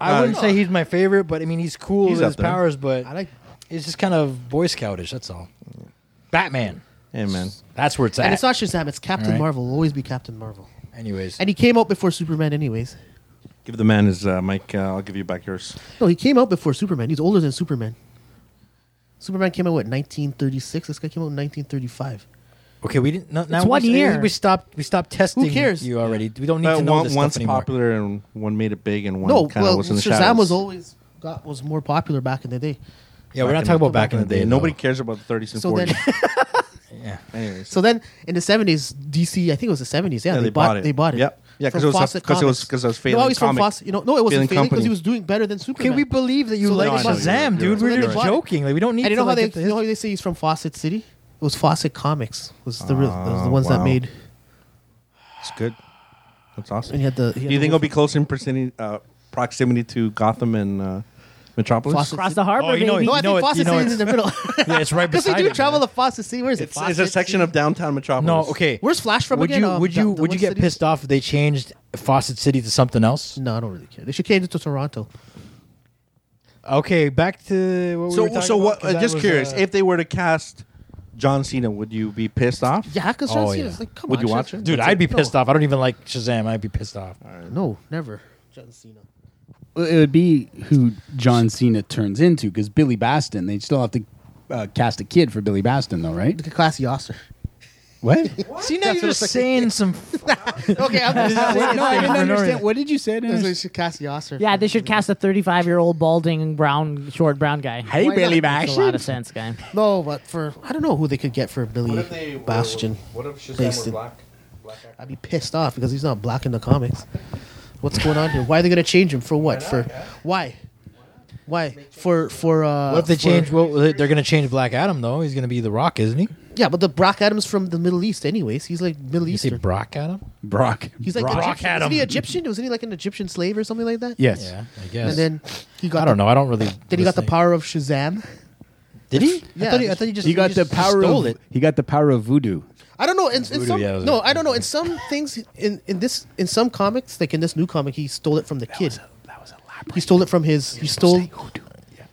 Speaker 8: I
Speaker 9: Uh,
Speaker 8: wouldn't say he's my favorite, but I mean he's cool
Speaker 9: He's
Speaker 8: with
Speaker 9: up
Speaker 8: his
Speaker 9: there.
Speaker 8: powers, but
Speaker 7: I like.
Speaker 8: it's just kind of Boy Scoutish. That's all. Batman.
Speaker 9: Hey, man.
Speaker 8: That's where it's at.
Speaker 7: And it's not Shazam. It's Captain
Speaker 8: Alright.
Speaker 7: Marvel. Will always be Captain Marvel.
Speaker 8: Anyways,
Speaker 7: And he came out before Superman, anyways.
Speaker 9: Give the man his uh, mic. Uh, I'll give you back yours.
Speaker 7: No, he came out before Superman. He's older than Superman. Superman came out what 1936. This guy came out in 1935.
Speaker 8: okay, we didn't. No, now
Speaker 4: It's
Speaker 8: we-
Speaker 4: one year.
Speaker 8: We stopped. We stopped testing.
Speaker 7: cares?
Speaker 8: You already. We don't need
Speaker 9: But
Speaker 8: to know
Speaker 9: one,
Speaker 8: this
Speaker 9: one's
Speaker 8: stuff anymore.
Speaker 9: popular and one made it big and one
Speaker 7: no,
Speaker 9: kind of
Speaker 7: well,
Speaker 9: was in the
Speaker 7: Shazam
Speaker 9: shadows.
Speaker 7: was always got was more popular back in the day.
Speaker 8: Yeah, we're not talking about back in the day.
Speaker 9: Nobody
Speaker 8: though.
Speaker 9: cares about the 30s and
Speaker 7: So
Speaker 9: 40s.
Speaker 7: then,
Speaker 8: Yeah.
Speaker 9: Anyways.
Speaker 7: so then in the 70s, DC. I think it was the 70s. Yeah,
Speaker 9: Yeah,
Speaker 7: they, bought, They bought it.
Speaker 9: Yep. Yeah, 'cause
Speaker 7: From
Speaker 9: it was a-
Speaker 7: Fawcett
Speaker 9: 'cause it was-
Speaker 7: Comics.
Speaker 9: 'cause it was
Speaker 7: No,
Speaker 9: failing
Speaker 7: he's from
Speaker 9: comic-
Speaker 7: Fawcett. You know, no, it wasn't
Speaker 9: failing
Speaker 7: failing because
Speaker 9: company.
Speaker 7: he was doing better than Superman.
Speaker 8: Okay, we believe that you
Speaker 7: So
Speaker 8: like
Speaker 7: they- No, I know
Speaker 8: Shazam,
Speaker 9: you do.
Speaker 8: dude.
Speaker 7: So
Speaker 8: We're
Speaker 7: they
Speaker 8: just
Speaker 7: bought it.
Speaker 8: joking. Like we don't need.
Speaker 7: and you
Speaker 8: to
Speaker 7: know how
Speaker 8: look
Speaker 7: they,
Speaker 8: at
Speaker 7: you know how
Speaker 8: this.
Speaker 7: they say he's from Fawcett City. It was Fawcett Comics. Was the real, was the ones
Speaker 9: Ah, wow.
Speaker 7: that made.
Speaker 9: It's good. That's awesome.
Speaker 7: And he had the. He had
Speaker 9: Do
Speaker 7: the
Speaker 9: you think
Speaker 7: whole-
Speaker 9: it'll be close in percenti- uh, proximity to Gotham and uh, Metropolis?
Speaker 7: Fawcett
Speaker 4: Across the harbor,
Speaker 8: Oh, you know
Speaker 4: baby.
Speaker 7: No, I
Speaker 8: You know
Speaker 7: think
Speaker 8: it- you
Speaker 7: Fawcett
Speaker 8: know
Speaker 7: City's in the
Speaker 8: it's-
Speaker 7: middle.
Speaker 8: Yeah, it's right
Speaker 7: Because they
Speaker 8: beside
Speaker 7: do
Speaker 8: it,
Speaker 7: travel
Speaker 8: man.
Speaker 7: to Fawcett City. Where is it?
Speaker 9: It's, it's a
Speaker 7: Fawcett
Speaker 9: section
Speaker 7: City?
Speaker 9: of downtown Metropolis.
Speaker 8: No, okay.
Speaker 7: Where's Flash from
Speaker 8: would
Speaker 7: again?
Speaker 8: You,
Speaker 7: Um,
Speaker 8: would you
Speaker 7: the- the
Speaker 8: would you
Speaker 7: one
Speaker 8: get
Speaker 7: city-
Speaker 8: pissed off if they changed Fawcett City to something else?
Speaker 7: No, I don't really care. They should change it to Toronto.
Speaker 8: Okay, back to what we were
Speaker 9: So,
Speaker 8: talking
Speaker 9: so
Speaker 8: about,
Speaker 9: what?
Speaker 8: 'cause
Speaker 9: Uh,
Speaker 8: that
Speaker 9: just
Speaker 8: was,
Speaker 9: curious.
Speaker 8: uh,
Speaker 9: if they were to cast John Cena, would you be pissed off?
Speaker 7: Yeah, because
Speaker 8: Oh,
Speaker 7: John Cena's
Speaker 8: yeah.
Speaker 7: like, come
Speaker 9: Would
Speaker 7: on,
Speaker 9: you
Speaker 7: John-
Speaker 9: watch it?
Speaker 8: dude,
Speaker 7: that's
Speaker 8: I'd be
Speaker 7: it.
Speaker 8: pissed
Speaker 7: No.
Speaker 8: off. I don't even like Shazam. I'd be pissed off.
Speaker 7: No, never. John Cena.
Speaker 5: It would be who John Cena turns into because Billy Baston. They still have to uh, cast a kid for Billy Baston, though, right?
Speaker 7: Look at Classy Oscar.
Speaker 5: What?
Speaker 8: See now you're
Speaker 7: That's
Speaker 8: just saying some.
Speaker 7: okay, I'm just saying.
Speaker 5: no, I didn't
Speaker 8: For no
Speaker 5: understand.
Speaker 8: reason.
Speaker 5: What did you say? I didn't
Speaker 7: That's
Speaker 5: understand.
Speaker 7: what she- Cassie Osser.
Speaker 4: Yeah, they should cast a 35 year old balding brown short brown guy.
Speaker 5: Hey,
Speaker 7: Why
Speaker 5: Billy
Speaker 7: not?
Speaker 4: Makes a lot
Speaker 5: Bastion.
Speaker 4: of sense, guy.
Speaker 7: No, but for I don't know who they could get for Billy Bastion.
Speaker 9: What if Shazam
Speaker 7: Based in-
Speaker 9: black?
Speaker 7: I'd be pissed off because he's not black in the comics. What's going on here? Why are they gonna change him for what? For why? Why for for? Uh,
Speaker 8: What if they
Speaker 7: for-
Speaker 8: change? Well, they- they're gonna change Black Adam though. He's gonna be the Rock, isn't he?
Speaker 7: Yeah, but the Brock Adams from the Middle East, anyways. He's like Middle
Speaker 8: You say
Speaker 7: Eastern.
Speaker 8: Brock Adam?
Speaker 5: Brock.
Speaker 7: He's like
Speaker 8: Brock
Speaker 7: Egyptian.
Speaker 8: Adam.
Speaker 7: Isn't he Egyptian? Wasn't he like an Egyptian slave or something like that?
Speaker 5: Yes.
Speaker 8: Yeah, I guess.
Speaker 7: And then he got.
Speaker 8: I don't know. I don't really.
Speaker 7: Then he got the
Speaker 8: listen.
Speaker 7: power of Shazam.
Speaker 8: Did he?
Speaker 7: Yeah.
Speaker 8: I thought he, I thought he just
Speaker 5: He got
Speaker 8: just-
Speaker 5: the
Speaker 8: just
Speaker 5: power
Speaker 8: Stole
Speaker 5: of
Speaker 8: it.
Speaker 5: he got the power of voodoo.
Speaker 7: I don't know. In, in some,
Speaker 8: yeah, was
Speaker 7: no,
Speaker 8: it?
Speaker 7: I don't know. In some things, in, in this in some comics, like in this new comic, he stole it from the kid.
Speaker 5: That was elaborate.
Speaker 7: He stole it from his. He stole.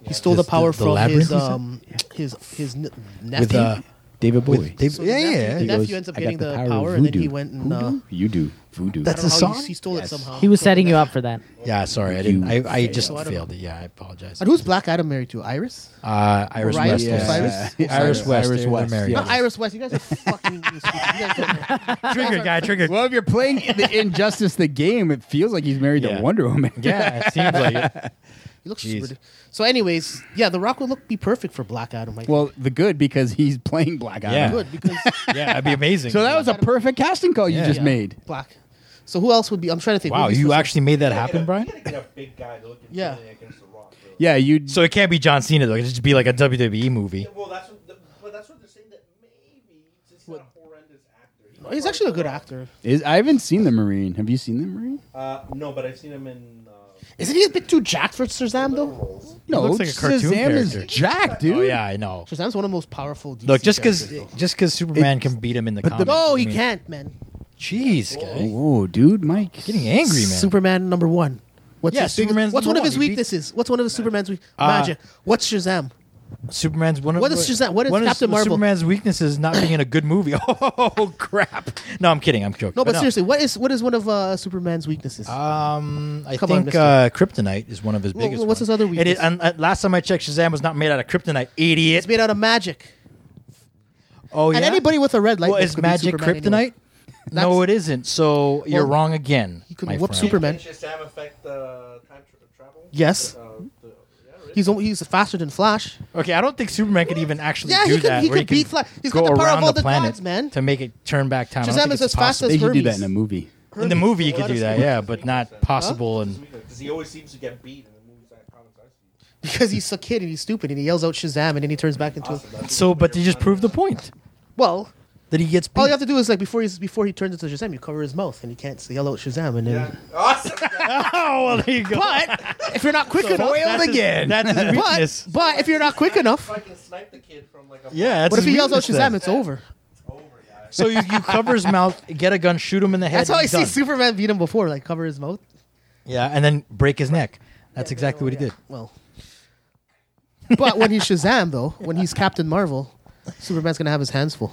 Speaker 7: He stole the
Speaker 8: The-
Speaker 7: power
Speaker 8: the
Speaker 7: from his
Speaker 8: labyrinth, you said?
Speaker 7: um his his n- nephew.
Speaker 8: with uh,
Speaker 5: David Bowie.
Speaker 8: Dave-
Speaker 7: So the
Speaker 8: yeah,
Speaker 7: nephew-
Speaker 8: yeah.
Speaker 7: the
Speaker 5: He
Speaker 7: nephew
Speaker 5: goes,
Speaker 7: ends up
Speaker 5: "I got
Speaker 7: getting the,
Speaker 5: power of
Speaker 7: power, and then he
Speaker 5: voodoo."
Speaker 7: went and uh,
Speaker 5: Voodoo? you do voodoo.
Speaker 8: That's
Speaker 7: I don't
Speaker 8: the
Speaker 7: know how he-
Speaker 8: song?
Speaker 7: He stole
Speaker 5: Yes.
Speaker 7: it somehow.
Speaker 4: He was setting you up for that.
Speaker 8: Yeah, sorry, I didn't. I, I
Speaker 5: You
Speaker 8: just
Speaker 7: failed.
Speaker 8: failed it. Yeah, I apologize.
Speaker 7: And who's Black Adam married to? Iris.
Speaker 8: Uh, Iris
Speaker 7: Orion
Speaker 8: West.
Speaker 7: Osiris?
Speaker 8: Yeah.
Speaker 7: Osiris?
Speaker 8: Iris West.
Speaker 5: Iris
Speaker 8: they're-
Speaker 5: West,
Speaker 8: They're married.
Speaker 5: yeah.
Speaker 7: Not Iris West. You guys are fucking. you guys don't know.
Speaker 8: Trigger guy. Trigger.
Speaker 5: Well, if you're playing the Injustice the game, it feels like he's married
Speaker 8: Yeah.
Speaker 5: to Wonder Woman.
Speaker 8: yeah, it seems like it.
Speaker 7: He looks
Speaker 8: Jeez.
Speaker 7: super. So, anyways, yeah, The Rock would look be perfect for Black Adam. Like,
Speaker 5: Well, the good because he's playing Black Adam.
Speaker 8: Yeah.
Speaker 7: good because
Speaker 8: Yeah, that'd be amazing.
Speaker 5: So that was a perfect casting call you
Speaker 8: Yeah.
Speaker 5: just
Speaker 8: Yeah.
Speaker 5: made.
Speaker 7: Black. So who else would be? I'm trying to think.
Speaker 8: wow.
Speaker 7: Who's
Speaker 8: You
Speaker 7: this-
Speaker 8: actually made that happen, Brian.
Speaker 7: Yeah.
Speaker 5: Yeah, you.
Speaker 8: So it can't be John Cena though. It just be like a WWE movie.
Speaker 9: Well, that's what. The, but that's what they're saying. That maybe it's not a horrendous actor.
Speaker 7: He's actually a good actor.
Speaker 5: Is I haven't seen the Marine. Have you seen the Marine?
Speaker 9: Uh, no, but I've seen him in. Uh,
Speaker 7: Isn't he a bit too jacked for Shazam though?
Speaker 5: No,
Speaker 8: looks like a cartoon
Speaker 5: Shazam
Speaker 8: character.
Speaker 5: is Jack, dude.
Speaker 8: Oh yeah, I know.
Speaker 7: Shazam's one of the most powerful. DC
Speaker 8: Look, just Mm. because
Speaker 7: characters,
Speaker 8: just because Superman can beat him in the comics.
Speaker 7: though. No,
Speaker 8: I
Speaker 7: Oh, he
Speaker 8: mean,
Speaker 7: can't, man.
Speaker 8: Jeez, guy.
Speaker 5: Whoa, dude, Mike.
Speaker 8: Getting angry, man.
Speaker 7: Superman number one. What's
Speaker 8: Yeah,
Speaker 7: his biggest-
Speaker 8: Superman's
Speaker 7: What's one
Speaker 8: number
Speaker 7: of his
Speaker 8: one. He beat- Uh,
Speaker 7: weaknesses? What's one of his Superman's weak? Magic. What's Shazam?
Speaker 8: Superman's one of
Speaker 7: What is Shazam- what is
Speaker 8: one
Speaker 7: Captain Marvel?
Speaker 8: Superman's weakness is not being in a good movie. Oh crap! No, I'm kidding. I'm joking.
Speaker 7: No, but, seriously, what is what is one of uh, Superman's weaknesses?
Speaker 8: Um, I
Speaker 7: Come on,
Speaker 8: think
Speaker 7: mister.
Speaker 8: uh, kryptonite is one of his
Speaker 7: Well,
Speaker 8: biggest.
Speaker 7: what's his
Speaker 8: ones.
Speaker 7: other
Speaker 8: And, it,
Speaker 7: weakness?
Speaker 8: and, uh, last time I checked, Shazam was not made out of kryptonite. Idiot.
Speaker 7: it's made out of magic.
Speaker 8: oh yeah.
Speaker 7: And anybody with a red light.
Speaker 8: well,
Speaker 7: bulb
Speaker 8: is
Speaker 7: could beat
Speaker 8: magic
Speaker 7: Superman
Speaker 8: kryptonite?
Speaker 7: anyway.
Speaker 8: no,
Speaker 7: That's-
Speaker 8: it isn't. So you're
Speaker 7: Well,
Speaker 8: wrong again.
Speaker 7: He
Speaker 8: my
Speaker 7: could whoop
Speaker 8: friend.
Speaker 7: Superman.
Speaker 9: Shazam affect the time tra- travel?
Speaker 7: Yes.
Speaker 9: Uh, the,
Speaker 7: He's o- he's faster than Flash.
Speaker 8: Okay, I don't think Superman could even actually
Speaker 7: Yeah,
Speaker 8: do
Speaker 7: he could-
Speaker 8: that.
Speaker 7: he
Speaker 8: where
Speaker 7: could beat Flash. He's
Speaker 8: go
Speaker 7: got the power of
Speaker 8: around
Speaker 7: all
Speaker 8: the
Speaker 7: the
Speaker 8: planet
Speaker 7: gods, man.
Speaker 8: to make it turn back time. I don't
Speaker 7: Shazam
Speaker 8: think
Speaker 7: is
Speaker 8: it's
Speaker 7: as fast
Speaker 8: possible.
Speaker 5: They should do that
Speaker 7: Hermes.
Speaker 5: in a movie.
Speaker 8: in the movie. You
Speaker 7: Hermes.
Speaker 8: could do that, yeah, but not possible. And
Speaker 9: Because he always seems to get beat in the movies I comics I see.
Speaker 7: because he's a kid and he's stupid and he yells out Shazam and then he turns back into a,
Speaker 8: so, but they just proved the point
Speaker 7: well.
Speaker 8: that he gets. Beat.
Speaker 7: All you have to do is like before he's before he turns into Shazam, you cover his mouth and he can't yell out Shazam and then.
Speaker 9: Awesome.
Speaker 8: oh, well, there you go.
Speaker 7: But if you're not quick enough,
Speaker 8: That's his- that's his
Speaker 7: but,
Speaker 8: weakness.
Speaker 7: but if you're not quick enough,
Speaker 9: I can snipe the kid from like a.
Speaker 8: yeah, that's
Speaker 7: what if
Speaker 8: his
Speaker 7: he yells out
Speaker 8: weakness
Speaker 7: Shazam?
Speaker 8: then.
Speaker 7: It's over.
Speaker 8: So you, you cover his mouth, get a gun, shoot him in the head.
Speaker 7: That's how I
Speaker 8: he's
Speaker 7: see
Speaker 8: done.
Speaker 7: Superman beat him before, like cover his mouth.
Speaker 8: Yeah, and then break his neck. That's exactly what he did.
Speaker 7: Well, but when he's Shazam though, when he's Captain Marvel, Superman's gonna have his hands full.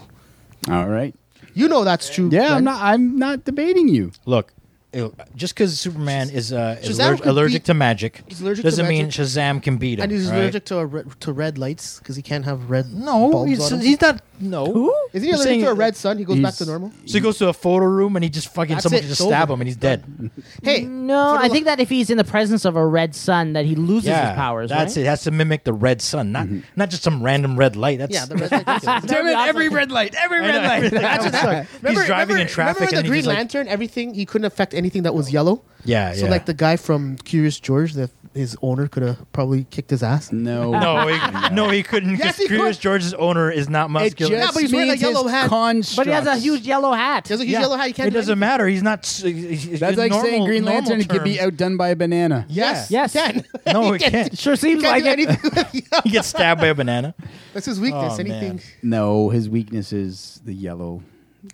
Speaker 5: All right.
Speaker 7: You know that's true.
Speaker 5: Yeah, I'm
Speaker 7: Glenn.
Speaker 5: not. I'm not debating you.
Speaker 8: Look, ew, just because Superman is, uh, is
Speaker 7: Shazam
Speaker 8: aller-
Speaker 7: could
Speaker 8: allergic
Speaker 7: beat-
Speaker 8: to magic
Speaker 7: He's allergic to
Speaker 8: doesn't mean
Speaker 7: magic.
Speaker 8: Shazam can beat him.
Speaker 7: And he's
Speaker 8: right?
Speaker 7: allergic to a re- to red lights because he can't have red.
Speaker 8: No,
Speaker 7: bulbs
Speaker 8: he's,
Speaker 7: on him.
Speaker 8: he's not. No.
Speaker 7: Isn't he
Speaker 8: You're
Speaker 7: allergic
Speaker 8: saying-
Speaker 7: to a red sun? He goes back
Speaker 5: he's-
Speaker 7: to normal.
Speaker 8: So he goes to a photo room and he just fucking
Speaker 7: That's
Speaker 8: someone
Speaker 7: it,
Speaker 8: can just
Speaker 7: it's
Speaker 8: stab
Speaker 7: over.
Speaker 8: him and he's dead.
Speaker 7: Hey,
Speaker 4: No,
Speaker 7: for the
Speaker 4: I
Speaker 7: lo-
Speaker 4: think that if he's in the presence of a red sun, that he loses
Speaker 8: yeah,
Speaker 4: his powers.
Speaker 8: That's it. It has to mimic the red sun, not not just some random red light. That's
Speaker 7: yeah, the red light.
Speaker 4: Damn it, every
Speaker 5: red light. Every
Speaker 8: I know, everything else
Speaker 7: Imagine
Speaker 8: sucks.
Speaker 7: that. Remember-
Speaker 8: he's driving
Speaker 7: remember-
Speaker 8: in traffic
Speaker 7: Remember in
Speaker 8: and
Speaker 7: the
Speaker 8: he
Speaker 7: Green
Speaker 8: just, like- Oh.
Speaker 7: Lantern, everything he couldn't affect anything that was yellow.
Speaker 8: Yeah,
Speaker 7: So
Speaker 8: yeah.
Speaker 7: like the guy from Curious George, the, his owner could have probably kicked his ass.
Speaker 5: No.
Speaker 8: no, he, no, he couldn't.
Speaker 7: Yes,
Speaker 8: Because
Speaker 7: he
Speaker 8: Curious
Speaker 7: could.
Speaker 8: George's owner is not
Speaker 5: It
Speaker 8: muscular.
Speaker 5: just
Speaker 7: Yeah, but he's wearing a
Speaker 5: means his
Speaker 7: yellow hat.
Speaker 5: constructs.
Speaker 4: But he has a huge yellow hat.
Speaker 7: He has a huge
Speaker 8: Yeah,
Speaker 7: yellow hat. He can't
Speaker 8: it
Speaker 7: do
Speaker 8: doesn't
Speaker 7: anything.
Speaker 8: matter. He's not. s- He's, he's
Speaker 5: That's like
Speaker 8: normal,
Speaker 5: saying Green
Speaker 8: normal
Speaker 5: Lantern could be
Speaker 8: terms.
Speaker 5: outdone by a banana.
Speaker 7: Yes.
Speaker 4: Yes.
Speaker 7: He can.
Speaker 8: No, it can't.
Speaker 4: Sure seems like
Speaker 7: Can't do
Speaker 4: it.
Speaker 7: anything. with yellow.
Speaker 8: He gets stabbed by a banana.
Speaker 7: That's his weakness.
Speaker 8: Oh,
Speaker 7: anything.
Speaker 8: man.
Speaker 5: No, his weakness is the yellow.
Speaker 7: No,